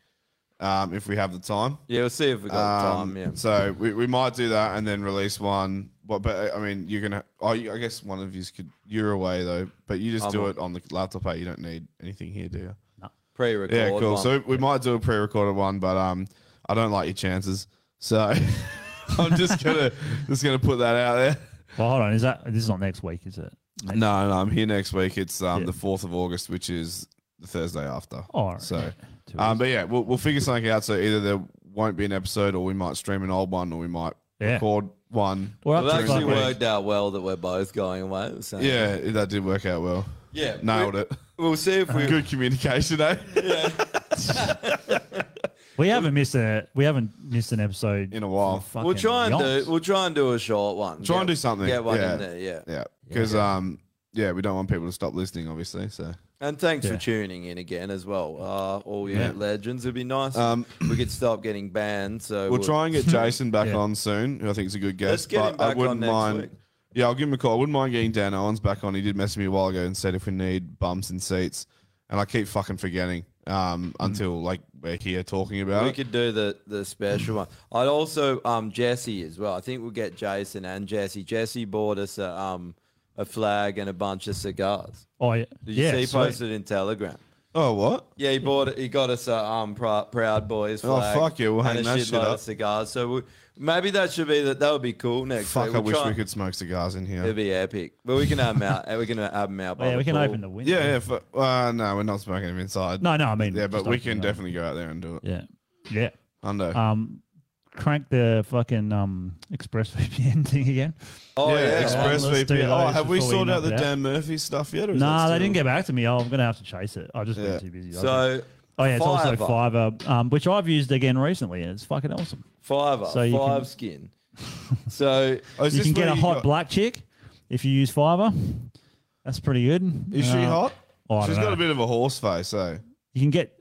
[SPEAKER 2] um, if we have the time.
[SPEAKER 4] Yeah, we'll see if we got time, yeah.
[SPEAKER 2] Um, So we, we might do that and then release one. But but I mean, you're gonna. Oh, you- I guess one of you could. You're away though, but you just
[SPEAKER 4] I'm
[SPEAKER 2] do
[SPEAKER 4] a-
[SPEAKER 2] it on the laptop. eh? You don't need anything here, do you? No.
[SPEAKER 4] Pre-record
[SPEAKER 2] Yeah, cool.
[SPEAKER 4] one.
[SPEAKER 2] So we might do a pre-recorded one, but um, I don't like your chances. So I'm just gonna just gonna put that out there.
[SPEAKER 3] Well, hold on. Is that this is not next week? Is it?
[SPEAKER 2] No, no, I'm here next week. It's um the fourth of August, which is the Thursday after.
[SPEAKER 3] All right.
[SPEAKER 2] So, um, but yeah, we'll we'll figure something out. So either there won't be an episode, or we might stream an old one, or we might
[SPEAKER 3] Yeah.
[SPEAKER 2] record one.
[SPEAKER 4] Well, it
[SPEAKER 2] during the
[SPEAKER 4] actually
[SPEAKER 2] week.
[SPEAKER 4] worked out well that we're both going away. So.
[SPEAKER 2] Yeah, that did work out well.
[SPEAKER 4] Yeah,
[SPEAKER 2] nailed
[SPEAKER 4] we-
[SPEAKER 2] it.
[SPEAKER 4] We'll see if we
[SPEAKER 2] good communication, eh?
[SPEAKER 3] We haven't missed a we haven't missed an episode
[SPEAKER 2] in a while.
[SPEAKER 4] We'll try and do. We'll try and do a short one.
[SPEAKER 2] Try and
[SPEAKER 4] Get-
[SPEAKER 2] do something.
[SPEAKER 4] Get one
[SPEAKER 2] yeah.
[SPEAKER 4] in there. Yeah.
[SPEAKER 2] Yeah. Because um, yeah, we don't want people to stop listening, obviously. So.
[SPEAKER 4] And thanks
[SPEAKER 2] Yeah.
[SPEAKER 4] for tuning in again as well. Uh, all you
[SPEAKER 2] Yeah.
[SPEAKER 4] legends, it'd be nice.
[SPEAKER 2] Um,
[SPEAKER 4] we could stop getting banned. So
[SPEAKER 2] We'll try and get Jason back
[SPEAKER 4] Yeah.
[SPEAKER 2] on soon, who I think is a good guest.
[SPEAKER 4] Let's get
[SPEAKER 2] but
[SPEAKER 4] him back
[SPEAKER 2] I
[SPEAKER 4] on
[SPEAKER 2] wouldn't
[SPEAKER 4] next
[SPEAKER 2] mind.
[SPEAKER 4] week.
[SPEAKER 2] Yeah, I'll give him a call. I wouldn't mind getting Dan Owens back on. He did message me a while ago and said if we need bumps and seats, and I keep fucking forgetting um,
[SPEAKER 3] Mm.
[SPEAKER 2] until like we're here talking about
[SPEAKER 4] We
[SPEAKER 2] it.
[SPEAKER 4] could do the the special one. I'd also um Jesse as well. I think we'll get Jason and Jesse. Jesse bought us a um a flag and a bunch of cigars.
[SPEAKER 3] Oh yeah.
[SPEAKER 4] Did you
[SPEAKER 3] yeah,
[SPEAKER 4] see
[SPEAKER 3] sweet.
[SPEAKER 4] posted in Telegram?
[SPEAKER 2] Oh what?
[SPEAKER 4] Yeah, he bought it. He got us a um Prou- proud boys
[SPEAKER 2] Oh,
[SPEAKER 4] flag.
[SPEAKER 2] fuck yeah, we'll
[SPEAKER 4] and
[SPEAKER 2] hang
[SPEAKER 4] a
[SPEAKER 2] that
[SPEAKER 4] shitload
[SPEAKER 2] shit up.
[SPEAKER 4] Of cigars. So we, maybe that should be that. That would be cool next.
[SPEAKER 2] Fuck!
[SPEAKER 4] week.
[SPEAKER 2] I
[SPEAKER 4] We'll
[SPEAKER 2] wish
[SPEAKER 4] try-
[SPEAKER 2] we could smoke cigars in here.
[SPEAKER 4] It'd be epic. But we can have them out. We can have them
[SPEAKER 3] Oh,
[SPEAKER 4] out. by the pool.
[SPEAKER 2] Yeah, yeah. For, uh, no, we're not smoking them inside.
[SPEAKER 3] No, no, I mean,
[SPEAKER 2] yeah, but
[SPEAKER 3] just
[SPEAKER 2] we
[SPEAKER 3] open
[SPEAKER 2] can
[SPEAKER 3] it up.
[SPEAKER 2] definitely go out there and do it.
[SPEAKER 3] Yeah. Yeah.
[SPEAKER 2] Hundo.
[SPEAKER 3] Um, crank the fucking um Express VPN thing again.
[SPEAKER 2] Oh, yeah,
[SPEAKER 3] let's do
[SPEAKER 2] ExpressVPN. Oh,
[SPEAKER 3] those
[SPEAKER 2] have we
[SPEAKER 3] before
[SPEAKER 2] sorted
[SPEAKER 3] knock
[SPEAKER 2] out the
[SPEAKER 3] it
[SPEAKER 2] Dan Murphy stuff yet? Or is
[SPEAKER 3] Nah,
[SPEAKER 2] that
[SPEAKER 3] they didn't
[SPEAKER 2] still-
[SPEAKER 3] get back to me. Oh, I'm gonna have to chase it. I just been too busy. I
[SPEAKER 4] So,
[SPEAKER 3] think. oh yeah, it's also
[SPEAKER 4] Fiverr.
[SPEAKER 3] Fiverr, um, which I've used again recently, and it's fucking awesome.
[SPEAKER 4] Fiverr.
[SPEAKER 3] So you
[SPEAKER 4] five
[SPEAKER 3] can-
[SPEAKER 4] skin. So
[SPEAKER 2] Oh,
[SPEAKER 3] you can get a hot black chick if you use Fiverr. That's pretty good.
[SPEAKER 2] Is she
[SPEAKER 3] Uh,
[SPEAKER 2] hot?
[SPEAKER 3] Oh, I
[SPEAKER 2] She's
[SPEAKER 3] don't
[SPEAKER 2] got
[SPEAKER 3] know.
[SPEAKER 2] a bit of a horse face, eh? so.
[SPEAKER 3] You can get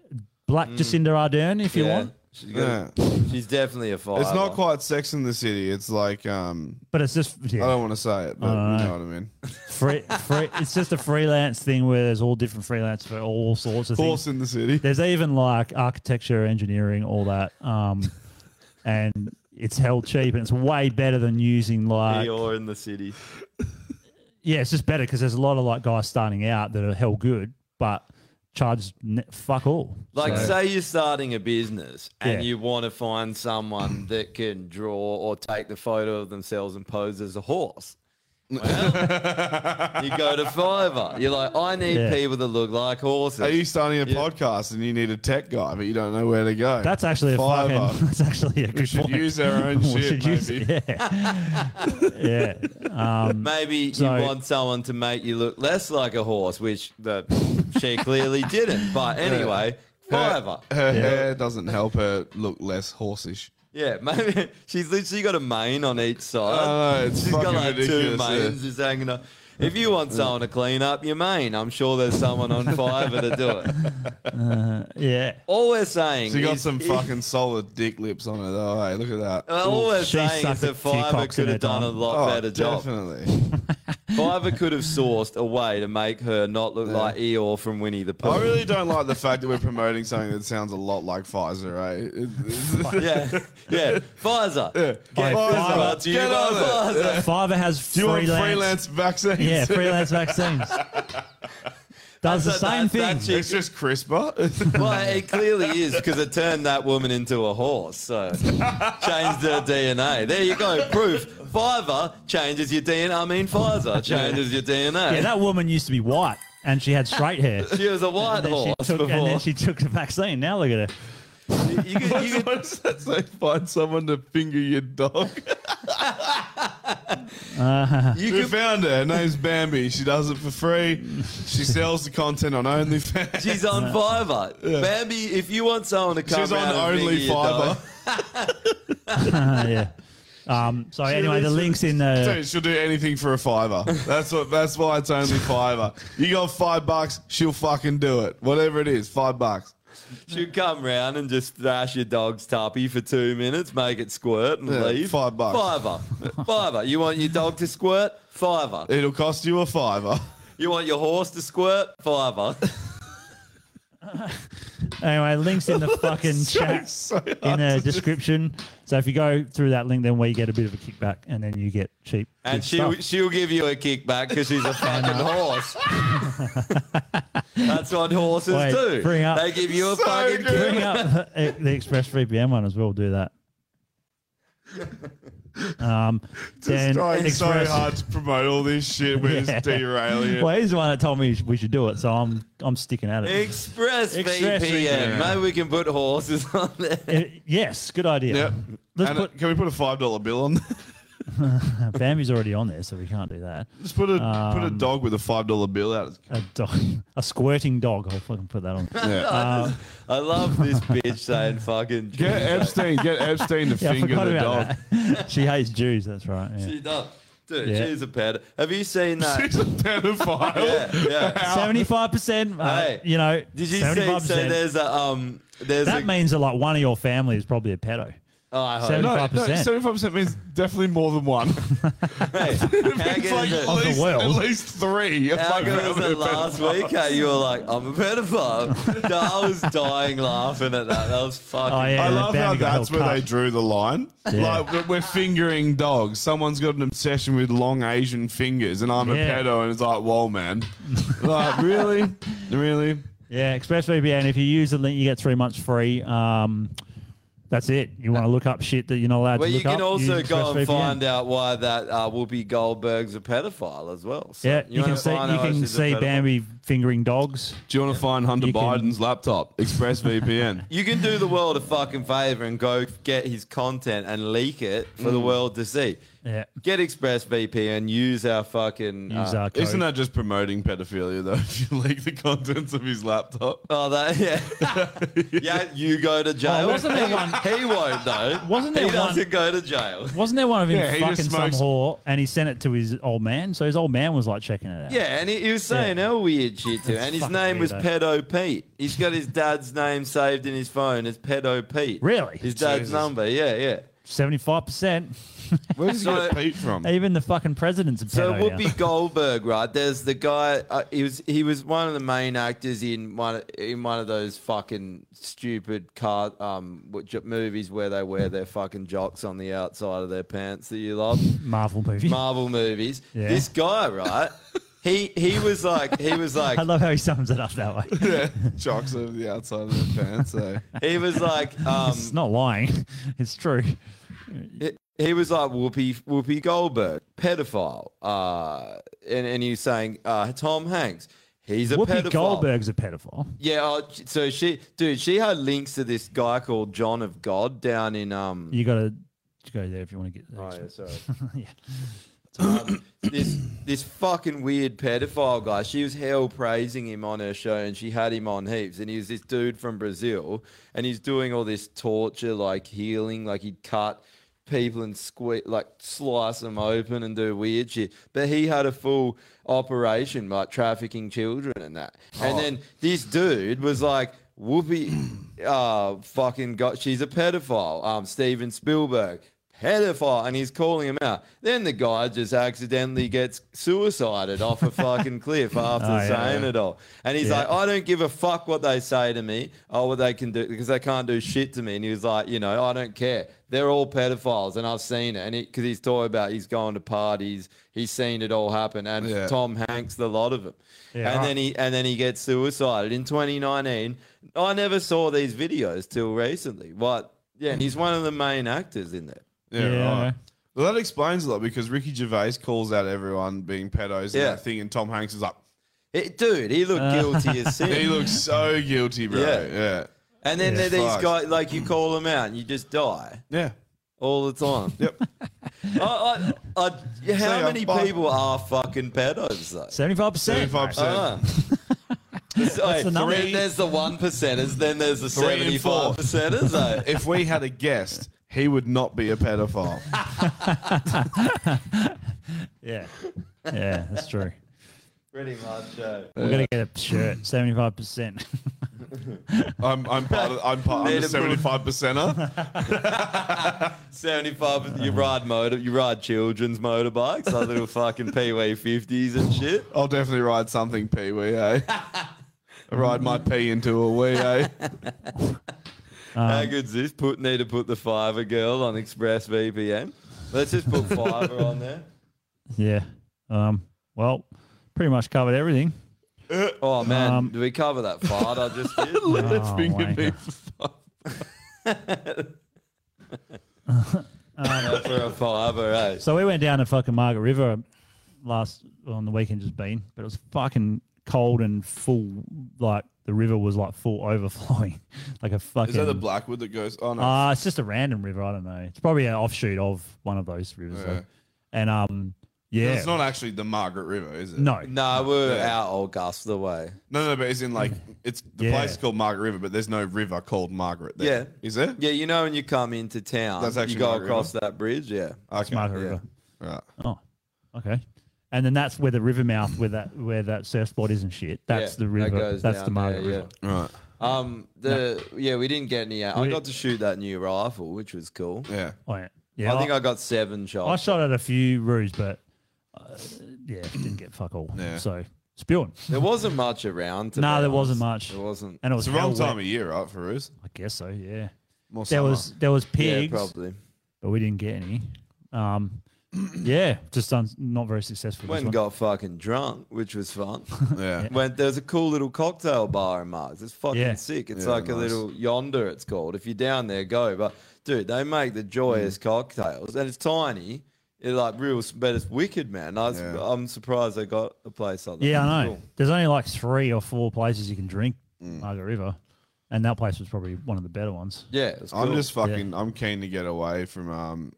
[SPEAKER 3] black
[SPEAKER 4] Mm.
[SPEAKER 3] Jacinda Ardern if you
[SPEAKER 2] Yeah.
[SPEAKER 3] want.
[SPEAKER 4] She's, got- she's definitely a fiver.
[SPEAKER 2] It's not quite Sex in the City. It's like, um,
[SPEAKER 3] But it's just yeah.
[SPEAKER 2] I
[SPEAKER 4] Oh.
[SPEAKER 2] don't want to say it, but
[SPEAKER 3] I don't
[SPEAKER 2] you
[SPEAKER 3] know.
[SPEAKER 2] know what I mean.
[SPEAKER 3] free, free, it's just a freelance thing where there's all different freelance for all sorts of
[SPEAKER 2] Horse
[SPEAKER 3] things.
[SPEAKER 2] in the city.
[SPEAKER 3] There's even like architecture, engineering, all that. Um, and it's held cheap and it's way better than using like
[SPEAKER 4] Eeyore in the city.
[SPEAKER 3] yeah, it's just better because there's a lot of like guys starting out that are hell good, but charge ne- fuck all.
[SPEAKER 4] Like,
[SPEAKER 3] So-
[SPEAKER 4] say you're starting a business and
[SPEAKER 3] Yeah.
[SPEAKER 4] you want to find someone that can draw or take the photo of themselves and pose as a horse. Well, you go to Fiverr. You're like, I need
[SPEAKER 2] Yeah.
[SPEAKER 4] people that look like horses.
[SPEAKER 2] Are you starting a podcast and you need a tech guy, but you don't know where to go?
[SPEAKER 3] that's actually a
[SPEAKER 2] Fiverr.
[SPEAKER 3] fucking. That's actually a good
[SPEAKER 2] We should
[SPEAKER 3] point.
[SPEAKER 2] use our own
[SPEAKER 3] We
[SPEAKER 2] shit,
[SPEAKER 3] should use-
[SPEAKER 2] maybe.
[SPEAKER 3] yeah, yeah. Um,
[SPEAKER 4] Maybe
[SPEAKER 3] so-
[SPEAKER 4] you want someone to make you look less like a horse, which the, she clearly didn't. But anyway,
[SPEAKER 2] Her,
[SPEAKER 4] Fiverr.
[SPEAKER 2] her hair doesn't help her look less horseish.
[SPEAKER 4] Yeah, maybe she's literally got a mane on each side.
[SPEAKER 2] I know, it's
[SPEAKER 4] she's got
[SPEAKER 2] fucking
[SPEAKER 4] like two
[SPEAKER 2] ridiculous,
[SPEAKER 4] manes
[SPEAKER 2] yeah.
[SPEAKER 4] just hanging up. If you want someone to clean up your mane, I'm sure there's someone on Fiverr to do it.
[SPEAKER 3] uh, yeah.
[SPEAKER 4] All we're saying
[SPEAKER 2] She got
[SPEAKER 4] is-
[SPEAKER 2] some
[SPEAKER 4] is-
[SPEAKER 2] fucking solid dick lips on her, though. Hey, look at that.
[SPEAKER 4] Well, all we're saying is that Fiverr could have done a lot
[SPEAKER 2] Oh,
[SPEAKER 4] better job.
[SPEAKER 2] Definitely.
[SPEAKER 4] Fiverr could have sourced a way to make her not look like Eeyore from Winnie the Pooh.
[SPEAKER 2] I Oh, really don't like the fact that we're promoting something that sounds a lot like Pfizer, eh? right?
[SPEAKER 4] yeah, yeah. Pfizer.
[SPEAKER 2] Get, Pfizer.
[SPEAKER 4] brought to you
[SPEAKER 2] Get
[SPEAKER 4] by
[SPEAKER 2] on it.
[SPEAKER 4] Pfizer.
[SPEAKER 2] Yeah.
[SPEAKER 3] Fiverr has
[SPEAKER 2] Do you want
[SPEAKER 3] freelance,
[SPEAKER 2] freelance vaccines?
[SPEAKER 3] Yeah, freelance vaccines. Does the
[SPEAKER 4] That's a-
[SPEAKER 3] same
[SPEAKER 4] that's-
[SPEAKER 3] thing.
[SPEAKER 4] that's it.
[SPEAKER 2] It's just crisper.
[SPEAKER 4] Well, it clearly is because it turned that woman into a horse. So changed her DNA. There you go. Proof. Pfizer changes your DNA. I mean, Pfizer changes your DNA.
[SPEAKER 3] Yeah, that woman used to be white and she had straight hair.
[SPEAKER 4] She was a white
[SPEAKER 3] And then she
[SPEAKER 4] horse
[SPEAKER 3] took- And
[SPEAKER 4] before.
[SPEAKER 3] then she took the vaccine. Now look at her.
[SPEAKER 2] What does that say? Find someone to finger your dog.
[SPEAKER 3] Uh-huh.
[SPEAKER 2] you found her. Her name's Bambi. She does it for free. She sells the content on OnlyFans.
[SPEAKER 4] She's on Fiverr. Bambi, if you want someone to come
[SPEAKER 2] She's on
[SPEAKER 4] round and finger
[SPEAKER 2] Only
[SPEAKER 4] your dog-
[SPEAKER 2] Fiverr.
[SPEAKER 3] Uh, yeah. Um, so
[SPEAKER 2] She
[SPEAKER 3] anyway, the
[SPEAKER 2] literally-
[SPEAKER 3] links in the.
[SPEAKER 2] Dude, she'll do anything for a fiver. That's what. That's why it's only fiver. You got five bucks, she'll fucking do it. Whatever it is, five bucks.
[SPEAKER 4] She'll come round and just thrash your dog's tuppy for two minutes, make it squirt and
[SPEAKER 2] Yeah,
[SPEAKER 4] leave.
[SPEAKER 2] five bucks.
[SPEAKER 4] Fiver. Fiver. You want your dog to squirt? Fiver.
[SPEAKER 2] It'll cost you a fiver.
[SPEAKER 4] You want your horse to squirt? Fiver.
[SPEAKER 3] Anyway, links in the fucking
[SPEAKER 4] So-
[SPEAKER 3] chat
[SPEAKER 4] so hard
[SPEAKER 3] in
[SPEAKER 4] to
[SPEAKER 3] the
[SPEAKER 4] do.
[SPEAKER 3] description. So if you go through that link, then we get a bit of a kickback, and then you get cheap.
[SPEAKER 4] And
[SPEAKER 3] good
[SPEAKER 4] she'll,
[SPEAKER 3] stuff.
[SPEAKER 4] she'll give you a kickback because she's a fucking horse. That's what horses
[SPEAKER 3] Wait,
[SPEAKER 4] do.
[SPEAKER 3] bring up-
[SPEAKER 4] They give you a
[SPEAKER 3] So
[SPEAKER 4] fucking
[SPEAKER 3] bring
[SPEAKER 4] kickback.
[SPEAKER 3] up the, the Express VPN one as well. Do that. Um,
[SPEAKER 2] It's
[SPEAKER 3] then
[SPEAKER 2] trying so
[SPEAKER 3] Express-
[SPEAKER 2] hard to promote all this shit. We're just derailing it.
[SPEAKER 3] Well, he's the one that told me we should do it, so I'm I'm sticking at it.
[SPEAKER 4] Express,
[SPEAKER 3] Express VPN.
[SPEAKER 4] VPN. Maybe we can put horses on there.
[SPEAKER 3] Eh, yes, good idea.
[SPEAKER 2] Yep.
[SPEAKER 3] Let's
[SPEAKER 2] And, uh, can we put a five dollar bill on? there?
[SPEAKER 3] Bambi's already on there, so we can't do that.
[SPEAKER 2] Just put a put a dog with a five dollar bill out.
[SPEAKER 3] A dog, a squirting dog. I'll fucking put that on.
[SPEAKER 2] Yeah.
[SPEAKER 3] Uh,
[SPEAKER 4] I love this bitch saying fucking.
[SPEAKER 2] Get Epstein. Get Epstein to
[SPEAKER 3] yeah, I
[SPEAKER 2] finger
[SPEAKER 3] forgot
[SPEAKER 2] the dog.
[SPEAKER 3] about that. she hates Jews. That's right. yeah.
[SPEAKER 4] She does. Dude,
[SPEAKER 3] Yeah.
[SPEAKER 4] she's a ped. Have you seen that?
[SPEAKER 2] She's a pedophile.
[SPEAKER 4] yeah, yeah.
[SPEAKER 3] Seventy-five percent. uh,
[SPEAKER 4] Hey,
[SPEAKER 3] You know,
[SPEAKER 4] Did you see?
[SPEAKER 3] 75%.
[SPEAKER 4] So there's a um. There's
[SPEAKER 3] that
[SPEAKER 4] a,
[SPEAKER 3] means that like one of your family is probably a pedo.
[SPEAKER 4] Oh, I hope.
[SPEAKER 3] Seventy-five percent.
[SPEAKER 2] Seventy five percent means definitely more than one. it's like
[SPEAKER 4] is it?
[SPEAKER 2] at
[SPEAKER 4] Of the
[SPEAKER 2] least,
[SPEAKER 4] world.
[SPEAKER 2] at least three. are
[SPEAKER 4] How
[SPEAKER 2] fucking
[SPEAKER 4] good was it
[SPEAKER 2] pedophiles.
[SPEAKER 4] last week? How you were like, I'm a pedophile. No, I was dying laughing at that. That was
[SPEAKER 3] Oh,
[SPEAKER 4] fucking.
[SPEAKER 2] I love how that's where they drew the line.
[SPEAKER 4] Yeah.
[SPEAKER 2] Like we're- we're fingering dogs. Someone's got an obsession with long Asian fingers, and I'm
[SPEAKER 3] Yeah.
[SPEAKER 2] a pedo, and it's like, whoa, man. like really, really.
[SPEAKER 3] Yeah, ExpressVPN. If you use the link, you get three months free. Um, that's it. You want to look up shit that you're not allowed
[SPEAKER 4] Well,
[SPEAKER 3] to
[SPEAKER 4] you
[SPEAKER 3] look
[SPEAKER 4] can
[SPEAKER 3] up. use
[SPEAKER 4] also go and
[SPEAKER 3] ExpressVPN.
[SPEAKER 4] find out why that uh, Whoopi Goldberg's a pedophile as well. So
[SPEAKER 3] yeah, you,
[SPEAKER 4] wanna
[SPEAKER 3] can see you
[SPEAKER 4] find out why
[SPEAKER 3] can
[SPEAKER 4] she's a
[SPEAKER 3] see
[SPEAKER 4] pedophile.
[SPEAKER 3] Bambi fingering dogs.
[SPEAKER 2] Do you want to find Hunter
[SPEAKER 3] You can-
[SPEAKER 2] Biden's laptop? ExpressVPN.
[SPEAKER 4] You can do the world a fucking favor and go get his content and leak it for the
[SPEAKER 2] Mm.
[SPEAKER 4] world to see.
[SPEAKER 3] Yeah.
[SPEAKER 4] Get ExpressVPN. Use our fucking. uh,
[SPEAKER 2] Isn't that just promoting pedophilia though? If you leak the contents of his laptop.
[SPEAKER 4] Oh, that yeah. yeah, you go to
[SPEAKER 3] Oh,
[SPEAKER 4] jail.
[SPEAKER 3] wasn't there one-
[SPEAKER 4] He won't though.
[SPEAKER 3] Wasn't
[SPEAKER 4] he
[SPEAKER 3] there one-
[SPEAKER 4] doesn't go to jail.
[SPEAKER 3] Wasn't there one of him
[SPEAKER 4] Yeah, he just
[SPEAKER 3] fucking some
[SPEAKER 4] smokes-
[SPEAKER 3] whore and he sent it to his old man? So his old man was like checking it out.
[SPEAKER 4] Yeah, and he, he was saying how weird shit too.
[SPEAKER 3] That's
[SPEAKER 4] And his
[SPEAKER 3] fucking
[SPEAKER 4] name was
[SPEAKER 3] weirdo.
[SPEAKER 4] Pedo Pete. He's got his dad's name saved in his phone as Pedo Pete.
[SPEAKER 3] Really?
[SPEAKER 4] His dad's
[SPEAKER 3] Jesus.
[SPEAKER 4] number, yeah, yeah.
[SPEAKER 3] 75%.
[SPEAKER 2] Where
[SPEAKER 4] does he So- get Pete
[SPEAKER 2] from?
[SPEAKER 3] Even the fucking president's a
[SPEAKER 4] So
[SPEAKER 3] pedo now.
[SPEAKER 4] Whoopi Goldberg, right? There's the guy. Uh, he was he was one of the main actors in one in one of those fucking stupid car um what- j- movies where they wear their fucking jocks on the outside of their pants that you love.
[SPEAKER 3] Marvel movie.
[SPEAKER 4] Marvel movies.
[SPEAKER 3] Yeah.
[SPEAKER 4] This guy, right? He he was like he was like
[SPEAKER 3] I love how he sums it up that way.
[SPEAKER 2] yeah, jocks over the outside of their pants. eh? So.
[SPEAKER 4] he was like um
[SPEAKER 3] it's not lying. It's true.
[SPEAKER 4] he- he was like Whoopi Whoopi Goldberg, pedophile. Uh, and and he was saying uh, Tom Hanks, he's a
[SPEAKER 3] Whoopi
[SPEAKER 4] pedophile.
[SPEAKER 3] Goldberg's a pedophile.
[SPEAKER 4] Yeah, oh, so she, dude, she had links to this guy called John of God down in um.
[SPEAKER 3] You got to go there if you want to get there.
[SPEAKER 4] Oh, yeah, sorry. um, this this fucking weird pedophile guy. She was hell praising him on her show, and she had him on heaps. And he was this dude from Brazil, and he's doing all this torture, like healing, like he'd cut people and squeeze, like slice them open and do weird shit. But he had a full operation, like trafficking children and that. And
[SPEAKER 2] Oh.
[SPEAKER 4] then this dude was like. Whoopi, uh, fucking got. She's a pedophile. Um, Steven Spielberg, pedophile and he's calling him out. Then the guy just accidentally gets suicided off a fucking cliff after
[SPEAKER 2] Oh, yeah,
[SPEAKER 4] saying
[SPEAKER 2] yeah.
[SPEAKER 4] it all. And he's
[SPEAKER 2] Yeah.
[SPEAKER 4] like, I don't give a fuck what they say to me or what they can do because they can't do shit to me. And he was like, you know, I don't care. They're all pedophiles and I've seen it. And because he's talking about he's going to parties, he's seen it all happen. And
[SPEAKER 2] Yeah.
[SPEAKER 4] Tom Hanks, the lot of them.
[SPEAKER 2] Yeah.
[SPEAKER 4] And then he and then he gets suicided in 2019. I never saw these videos till recently. What? Yeah, and he's one of the main actors in there.
[SPEAKER 2] Yeah, right. Well, that explains a lot because Ricky Gervais calls out everyone being pedos and
[SPEAKER 4] Yeah.
[SPEAKER 2] that thing, and Tom Hanks is like,
[SPEAKER 4] It, dude, he looked
[SPEAKER 3] Uh,
[SPEAKER 4] guilty as sin.
[SPEAKER 2] He looks so guilty, bro. Yeah.
[SPEAKER 4] And then
[SPEAKER 2] Yeah.
[SPEAKER 4] there these
[SPEAKER 2] Fuck.
[SPEAKER 4] guys, like you call them out and you just die.
[SPEAKER 2] Yeah.
[SPEAKER 4] All the time. yep. I, I, I, how
[SPEAKER 3] ya,
[SPEAKER 4] many
[SPEAKER 3] bye.
[SPEAKER 4] people are fucking pedos, though?
[SPEAKER 3] 75%. 75%.
[SPEAKER 4] Ah. There's,
[SPEAKER 3] the
[SPEAKER 4] the
[SPEAKER 3] number.
[SPEAKER 4] then there's the one percenters, then there's the
[SPEAKER 2] Three and four.
[SPEAKER 4] 75 percenters. Though.
[SPEAKER 2] if we had a guest, he would not be a pedophile.
[SPEAKER 3] Yeah. Yeah, that's true.
[SPEAKER 4] Pretty much. Uh,
[SPEAKER 3] We're going to get a shirt, 75%.
[SPEAKER 2] I'm, I'm part of, I'm part of
[SPEAKER 4] Need
[SPEAKER 2] the
[SPEAKER 4] a book.
[SPEAKER 2] 75 percenter.
[SPEAKER 4] 75 you ride motor you ride children's motorbikes like little fucking pee-wee 50s and shit
[SPEAKER 2] i'll definitely ride something pee-wee eh? ride my pee into a wee eh?
[SPEAKER 3] Um,
[SPEAKER 4] how good's this put need to put the fiver girl on express vpn let's just put fiver on there
[SPEAKER 3] yeah. Um, well, pretty much covered everything.
[SPEAKER 4] oh man
[SPEAKER 3] Um,
[SPEAKER 4] did we cover that fart i just did
[SPEAKER 3] Let's Oh, bring it wanker.
[SPEAKER 4] Go Ah, for a fiver eh?
[SPEAKER 3] So we went down to fucking Margaret River last on the weekend just been, but it was fucking cold and full. Like the river was like full overflowing, like a fucking.
[SPEAKER 2] Is that the Blackwood that goes? Oh no,
[SPEAKER 3] Uh, it's just a random river. I don't know. It's probably an offshoot of one of those rivers. though.
[SPEAKER 2] Yeah.
[SPEAKER 3] And um, yeah,
[SPEAKER 2] It's not actually the Margaret River, is it?
[SPEAKER 3] No.
[SPEAKER 4] no we're
[SPEAKER 2] Yeah.
[SPEAKER 4] out augusta way
[SPEAKER 2] No, no, but it's in like
[SPEAKER 3] Mm.
[SPEAKER 2] it's the
[SPEAKER 4] Yeah.
[SPEAKER 2] place called Margaret River, but there's no river called Margaret. There.
[SPEAKER 4] yeah
[SPEAKER 2] is there
[SPEAKER 4] yeah you know when you come into town
[SPEAKER 2] That's actually
[SPEAKER 4] you go
[SPEAKER 2] Margaret
[SPEAKER 4] across
[SPEAKER 2] River.
[SPEAKER 4] that bridge yeah
[SPEAKER 2] That's
[SPEAKER 3] Margaret River.
[SPEAKER 2] Right.
[SPEAKER 3] Oh, okay. And then that's where the river mouth, where that where that surf spot is and shit. That's the
[SPEAKER 4] Yeah, that
[SPEAKER 3] river.
[SPEAKER 4] goes
[SPEAKER 3] that's
[SPEAKER 4] down
[SPEAKER 3] the Margaret
[SPEAKER 4] there, yeah.
[SPEAKER 3] River.
[SPEAKER 2] Right.
[SPEAKER 4] Um, the yeah, we didn't get any. I
[SPEAKER 3] We-
[SPEAKER 4] got to shoot that new rifle, which was cool.
[SPEAKER 2] Yeah,
[SPEAKER 3] Oh, yeah. Yeah,
[SPEAKER 4] I think
[SPEAKER 3] I-
[SPEAKER 4] I got seven
[SPEAKER 3] I
[SPEAKER 4] shots.
[SPEAKER 3] shot at a few roos, but uh, yeah, didn't get fuck all.
[SPEAKER 4] Yeah.
[SPEAKER 3] So spewing.
[SPEAKER 4] there wasn't much around. To
[SPEAKER 3] No,
[SPEAKER 4] be
[SPEAKER 3] there wasn't
[SPEAKER 4] honest.
[SPEAKER 3] much.
[SPEAKER 4] There wasn't,
[SPEAKER 3] And it was It's the wrong hell time wet.
[SPEAKER 2] of year, right, for us?
[SPEAKER 3] I guess so. Yeah.
[SPEAKER 2] More
[SPEAKER 3] there was
[SPEAKER 4] summer.
[SPEAKER 3] there was
[SPEAKER 4] Yeah,
[SPEAKER 3] pigs,
[SPEAKER 4] probably.
[SPEAKER 3] but we didn't get any. Um, yeah, just un- not very successful.
[SPEAKER 4] Went
[SPEAKER 3] this
[SPEAKER 4] and
[SPEAKER 3] one.
[SPEAKER 4] got fucking drunk, which was fun.
[SPEAKER 2] Yeah.
[SPEAKER 4] Went there's a cool little cocktail bar in Mars. It's fucking
[SPEAKER 3] Yeah.
[SPEAKER 4] sick. It's
[SPEAKER 3] Yeah,
[SPEAKER 4] like a
[SPEAKER 3] nice.
[SPEAKER 4] little yonder. It's called. If you're down there, go. But dude, they make the joyous
[SPEAKER 2] Mm.
[SPEAKER 4] cocktails, and it's tiny. It's like real, s- but it's wicked, man. I was, I'm surprised they got a place like that.
[SPEAKER 3] Yeah, I
[SPEAKER 4] It's
[SPEAKER 3] know.
[SPEAKER 4] cool. Mm.
[SPEAKER 3] There's only like three or four places you can drink Margaret River, and that place was probably one of the better ones.
[SPEAKER 2] I'm just fucking. I'm keen to get away from um,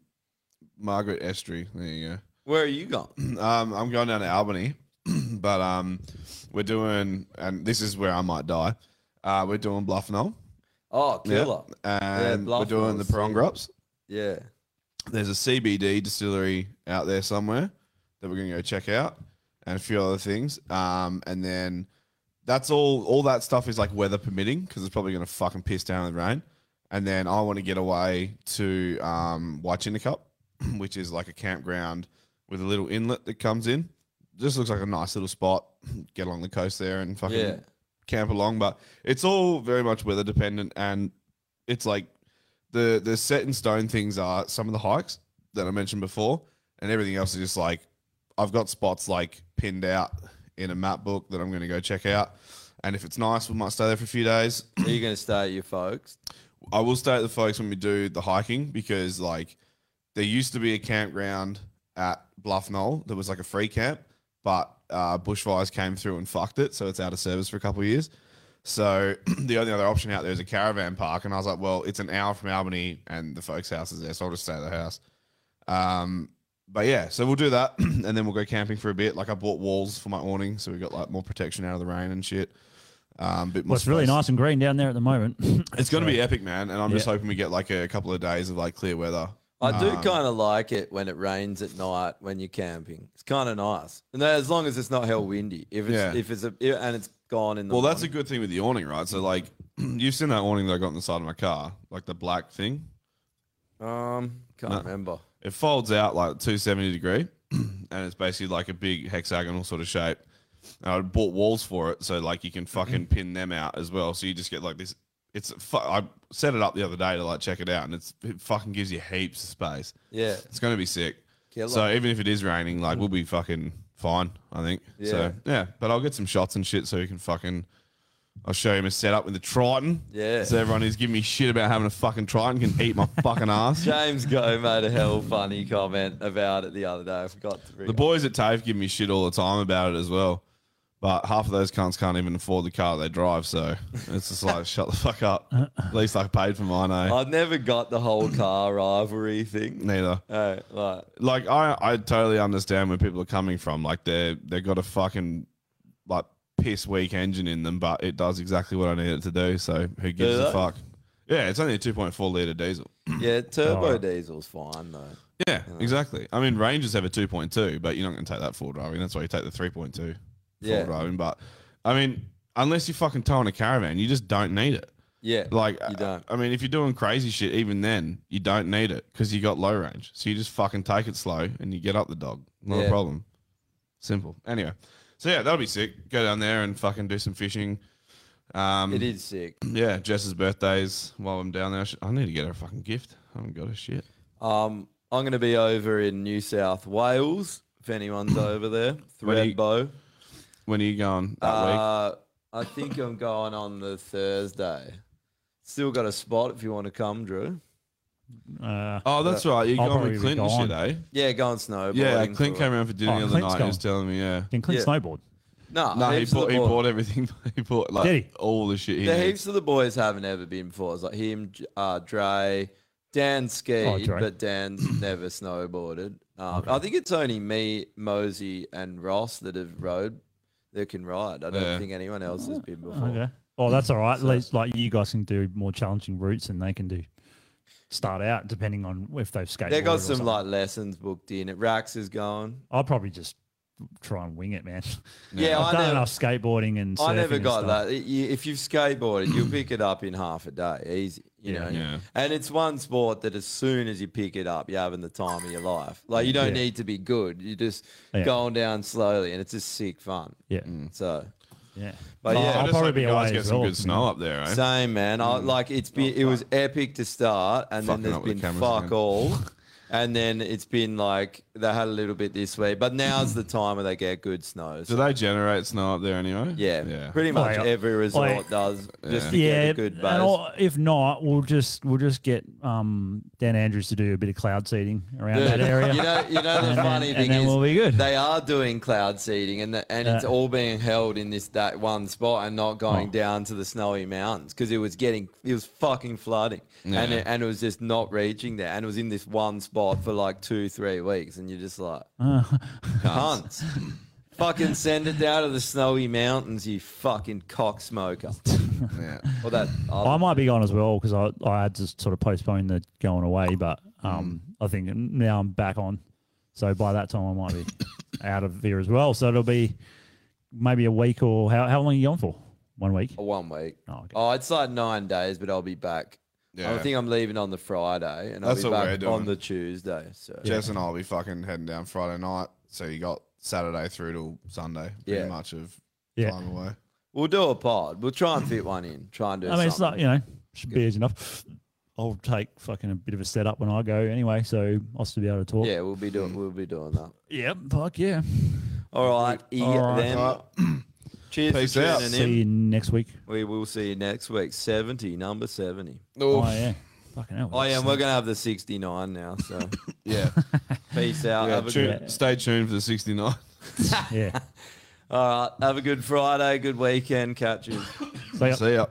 [SPEAKER 2] Margaret Estrie. There you go.
[SPEAKER 4] Where are you going?
[SPEAKER 2] um, I'm going down to Albany, but um, we're doing, and this is where I might die. Uh, we're doing Bluff Knoll.
[SPEAKER 4] Oh,
[SPEAKER 2] Yeah.
[SPEAKER 4] killer. Yeah,
[SPEAKER 2] And we're
[SPEAKER 4] Bluff
[SPEAKER 2] doing the
[SPEAKER 4] Knoll's
[SPEAKER 2] prong
[SPEAKER 4] sick.
[SPEAKER 2] Grops.
[SPEAKER 4] Yeah.
[SPEAKER 2] There's a CBD distillery out there somewhere that we're gonna go check out, and a few other things. Um, and then that's all. All that stuff is like weather permitting, because it's probably gonna fucking piss down in the rain. And then I want to get away to um, Wachinicop, which is like a campground with a little inlet that comes in. Just looks like a nice little spot. Get along the coast there and fucking
[SPEAKER 4] Yeah.
[SPEAKER 2] camp along. But it's all very much weather dependent, and it's like the the set in stone things are some of the hikes that I mentioned before, and everything else is just like I've got spots like pinned out in a map book that I'm going to go check out. And if it's nice, we might stay there for a few days.
[SPEAKER 4] Are you going to stay at your folks?
[SPEAKER 2] I will stay at the folks when we do the hiking because, like, there used to be a campground at Bluff Knoll that was like a free camp, but uh, bushfires came through and fucked it, so it's out of service for a couple of years. So the only other option out there is a caravan park, and I was like, well, it's an hour from Albany, and the folks' house is there, so I'll just stay at the house. Um, but yeah, so we'll do that, and then we'll go camping for a bit. Like I bought walls for my awning, so we got like more protection out of the rain and shit. Um, bit more
[SPEAKER 3] Well, it's really
[SPEAKER 2] space.
[SPEAKER 3] nice and green down there at the moment.
[SPEAKER 2] It's going to be
[SPEAKER 3] So-
[SPEAKER 2] epic, man. And I'm just
[SPEAKER 3] Yeah.
[SPEAKER 2] hoping we get like a couple of days of like clear weather.
[SPEAKER 4] I do
[SPEAKER 2] Um,
[SPEAKER 4] kind of like it when it rains at night when you're camping. It's kind of nice, and that- as long as it's not hell windy. If it's
[SPEAKER 2] Yeah.
[SPEAKER 4] if it's a, i- and it's gone in the
[SPEAKER 2] Well, that's a good thing with the awning, right? So, like, you've seen that awning that I got on the side of my car, like the black thing.
[SPEAKER 4] um can't
[SPEAKER 2] No.
[SPEAKER 4] remember.
[SPEAKER 2] It folds out like 270 degree, and it's basically like a big hexagonal sort of shape. And I bought walls for it, so like you can fucking pin them out as well. So you just get like this. It's fu- I set it up the other day to like check it out, and it's it fucking gives you heaps of space.
[SPEAKER 4] Yeah.
[SPEAKER 2] it's gonna be sick.
[SPEAKER 4] Killer.
[SPEAKER 2] So even if it is raining, like we'll be fucking fine. I think. So
[SPEAKER 4] Yeah.
[SPEAKER 2] yeah, but I'll get some shots and shit so we can fucking I'll show him a setup with the Triton.
[SPEAKER 4] Yeah.
[SPEAKER 2] So everyone who's giving me shit about having a fucking Triton can eat my fucking ass.
[SPEAKER 4] James Go made a hell funny comment about it the other day. I forgot to bring
[SPEAKER 2] The boys at TAFE give me shit all the time about it as well. But half of those cunts can't even afford the car they drive, so it's just like shut the fuck up. At least I paid for mine, eh?
[SPEAKER 4] I've never got the whole car rivalry thing. Uh,
[SPEAKER 2] Neither.
[SPEAKER 4] like,
[SPEAKER 2] like I, I totally understand where people are coming from. Like they they got a fucking like piss weak engine in them, but it does exactly what I need it to do. So who gives
[SPEAKER 4] they?
[SPEAKER 2] a fuck? Yeah, it's only a two point four liter diesel.
[SPEAKER 4] Yeah, turbo
[SPEAKER 2] Oh.
[SPEAKER 4] diesel's fine though.
[SPEAKER 2] Yeah, exactly. I mean, Rangers have a two point two, but you're not going to take that for driving. That's why you take the three point two
[SPEAKER 4] Yeah.
[SPEAKER 2] for driving. But I mean, unless you're fucking towing a caravan, you just don't need it.
[SPEAKER 4] Yeah,
[SPEAKER 2] like uh, you don't. I mean, if you're doing crazy shit, even then you don't need it because you got low range. So you just fucking take it slow and you get up the dog. Not
[SPEAKER 4] Yeah.
[SPEAKER 2] a problem. Simple. Anyway, so yeah, that'll be sick. Go down there and fucking do some fishing. Um,
[SPEAKER 4] It is sick.
[SPEAKER 2] Yeah, Jess's birthday's while I'm down there. I, should, I need to get her a fucking gift. I haven't got a shit.
[SPEAKER 4] Um, I'm going to be over in New South Wales if anyone's over there.
[SPEAKER 2] When are you-
[SPEAKER 4] Threadbow.
[SPEAKER 2] When are you going that week?
[SPEAKER 4] Uh, I think I'm going on the Thursday. Still got a spot if you want to come, Drew.
[SPEAKER 3] Uh,
[SPEAKER 2] Oh, that's right. You're
[SPEAKER 3] I'll
[SPEAKER 2] going
[SPEAKER 3] probably
[SPEAKER 2] with
[SPEAKER 3] be
[SPEAKER 2] Clint and shit,
[SPEAKER 3] gone.
[SPEAKER 2] eh?
[SPEAKER 4] Yeah, going snowboarding.
[SPEAKER 2] Yeah, Clint
[SPEAKER 4] for-
[SPEAKER 2] came around for dinner
[SPEAKER 3] Oh,
[SPEAKER 2] the other
[SPEAKER 3] Clint's
[SPEAKER 2] night. He was
[SPEAKER 3] gone.
[SPEAKER 2] telling me, yeah.
[SPEAKER 3] Can Clint
[SPEAKER 4] Yeah.
[SPEAKER 3] snowboard?
[SPEAKER 4] No,
[SPEAKER 2] no, he
[SPEAKER 4] heaps of
[SPEAKER 2] bought,
[SPEAKER 4] the
[SPEAKER 2] he
[SPEAKER 4] boys-
[SPEAKER 2] bought everything. he bought like
[SPEAKER 4] Did he?
[SPEAKER 2] all the shit he
[SPEAKER 4] the
[SPEAKER 2] needs.
[SPEAKER 4] heaps of the boys haven't ever been before. It's like him, J- uh, Dre, Dan skied,
[SPEAKER 2] Oh, Dre.
[SPEAKER 4] but Dan's never snowboarded. Um, I think it's only me, Mosey, and Ross that have rode that can ride. I don't
[SPEAKER 3] Yeah.
[SPEAKER 4] think anyone else has been before.
[SPEAKER 3] Okay. Oh, that's all right. At least like you guys can do more challenging routes, and they can do start out depending on if they've skateboarded.
[SPEAKER 4] They
[SPEAKER 3] or
[SPEAKER 4] got some
[SPEAKER 3] something.
[SPEAKER 4] like lessons booked in. It Rax is going.
[SPEAKER 3] I'll probably just try and wing it, man.
[SPEAKER 4] Yeah,
[SPEAKER 3] I've
[SPEAKER 4] I
[SPEAKER 3] done
[SPEAKER 4] never-
[SPEAKER 3] enough skateboarding and.
[SPEAKER 4] I
[SPEAKER 3] surfing
[SPEAKER 4] never
[SPEAKER 3] and
[SPEAKER 4] got
[SPEAKER 3] stuff.
[SPEAKER 4] that. It- you- If you've skateboarded, you'll pick it up in half a day, easy. You
[SPEAKER 3] Yeah.
[SPEAKER 4] know,
[SPEAKER 3] Yeah.
[SPEAKER 4] and it's one sport that as soon as you pick it up, you're having the time of your life. Like you don't
[SPEAKER 3] Yeah.
[SPEAKER 4] need to be good. You're just
[SPEAKER 3] Yeah.
[SPEAKER 4] going down slowly, and it's just sick fun.
[SPEAKER 3] Yeah.
[SPEAKER 4] So.
[SPEAKER 3] Yeah.
[SPEAKER 4] Mm. But
[SPEAKER 3] Oh,
[SPEAKER 4] yeah,
[SPEAKER 3] I'll I'd just probably hope be you guys away get as some well, good to be snow honest.
[SPEAKER 2] up there, eh?
[SPEAKER 4] Same man. I, like it's been, it was epic to start, and
[SPEAKER 2] Fucking
[SPEAKER 4] then
[SPEAKER 2] up
[SPEAKER 4] there's
[SPEAKER 2] with
[SPEAKER 4] been
[SPEAKER 2] the cameras
[SPEAKER 4] fuck
[SPEAKER 2] again.
[SPEAKER 4] all, and then it's been like they had a little bit this week, but now's the time where they get good snows.
[SPEAKER 2] Do they generate snow up there anyway?
[SPEAKER 4] Yeah,
[SPEAKER 2] yeah.
[SPEAKER 4] Pretty much
[SPEAKER 3] Like-
[SPEAKER 4] every resort
[SPEAKER 3] like-
[SPEAKER 4] does. Just to
[SPEAKER 3] yeah,
[SPEAKER 4] get a good buzz.
[SPEAKER 3] and all, if not, we'll just we'll just get um, Dan Andrews to do a bit of cloud seeding around
[SPEAKER 4] Dude,
[SPEAKER 3] that area.
[SPEAKER 4] You know, you know the
[SPEAKER 3] And then-
[SPEAKER 4] funny
[SPEAKER 3] and
[SPEAKER 4] thing
[SPEAKER 3] then
[SPEAKER 4] is
[SPEAKER 3] we'll be good.
[SPEAKER 4] they are doing cloud seeding, and the, and it's
[SPEAKER 3] Yeah.
[SPEAKER 4] all being held in this that one spot and not
[SPEAKER 2] Oh.
[SPEAKER 4] going down to the snowy mountains because it was getting it was fucking flooding, and
[SPEAKER 2] Yeah.
[SPEAKER 4] it, and it was just not reaching there, and it was in this one spot for like two three weeks, and you're just like cunts. Fucking send it down to the snowy mountains, you fucking cocksmoker.
[SPEAKER 2] Yeah.
[SPEAKER 4] Or that other-
[SPEAKER 3] I might be gone as well because I, I had to sort of postpone the going away, but um,
[SPEAKER 4] Hmm.
[SPEAKER 3] I think now I'm back on. So by that time, I might be out of here as well. So it'll be maybe a week or how, how long are you gone for? One week?
[SPEAKER 4] Oh, One week. Oh, it's like nine days, but I'll be back. I
[SPEAKER 2] Yeah.
[SPEAKER 4] think I'm leaving on the Friday, and
[SPEAKER 2] That's
[SPEAKER 4] I'll
[SPEAKER 2] what
[SPEAKER 4] be
[SPEAKER 2] we're
[SPEAKER 4] back
[SPEAKER 2] doing.
[SPEAKER 4] on the Tuesday. So
[SPEAKER 2] Jess and I will be fucking heading down Friday night. So you got Saturday through till Sunday, pretty
[SPEAKER 4] Yeah.
[SPEAKER 2] much of
[SPEAKER 3] Yeah.
[SPEAKER 2] time away.
[SPEAKER 4] we'll do a pod. We'll try and fit one in. Try and do.
[SPEAKER 3] I mean, it's
[SPEAKER 4] something.
[SPEAKER 3] not, you know, should be easy enough. I'll take fucking a bit of a setup when I go anyway, so I'll still be able to talk.
[SPEAKER 4] Yeah, we'll be
[SPEAKER 2] Mm.
[SPEAKER 4] doing. We'll be doing that.
[SPEAKER 3] Yep, fuck yeah.
[SPEAKER 4] All right.
[SPEAKER 3] All
[SPEAKER 4] Yeah,
[SPEAKER 3] right.
[SPEAKER 4] then.
[SPEAKER 3] All
[SPEAKER 4] Cheers for
[SPEAKER 3] Peace out.
[SPEAKER 4] tuning
[SPEAKER 3] See
[SPEAKER 4] in.
[SPEAKER 3] you next week.
[SPEAKER 4] We will see you next week. Seventy, number seventy.
[SPEAKER 3] Oh, yeah. Fucking hell.
[SPEAKER 4] Oh yeah, and we're gonna have the sixty-nine now. So
[SPEAKER 2] yeah.
[SPEAKER 4] Peace out.
[SPEAKER 2] Yeah,
[SPEAKER 4] have a
[SPEAKER 2] tune-
[SPEAKER 4] good.
[SPEAKER 2] Stay tuned for the 69.
[SPEAKER 3] yeah.
[SPEAKER 4] All right. Have a good Friday. Good weekend. Catch you.
[SPEAKER 2] See ya.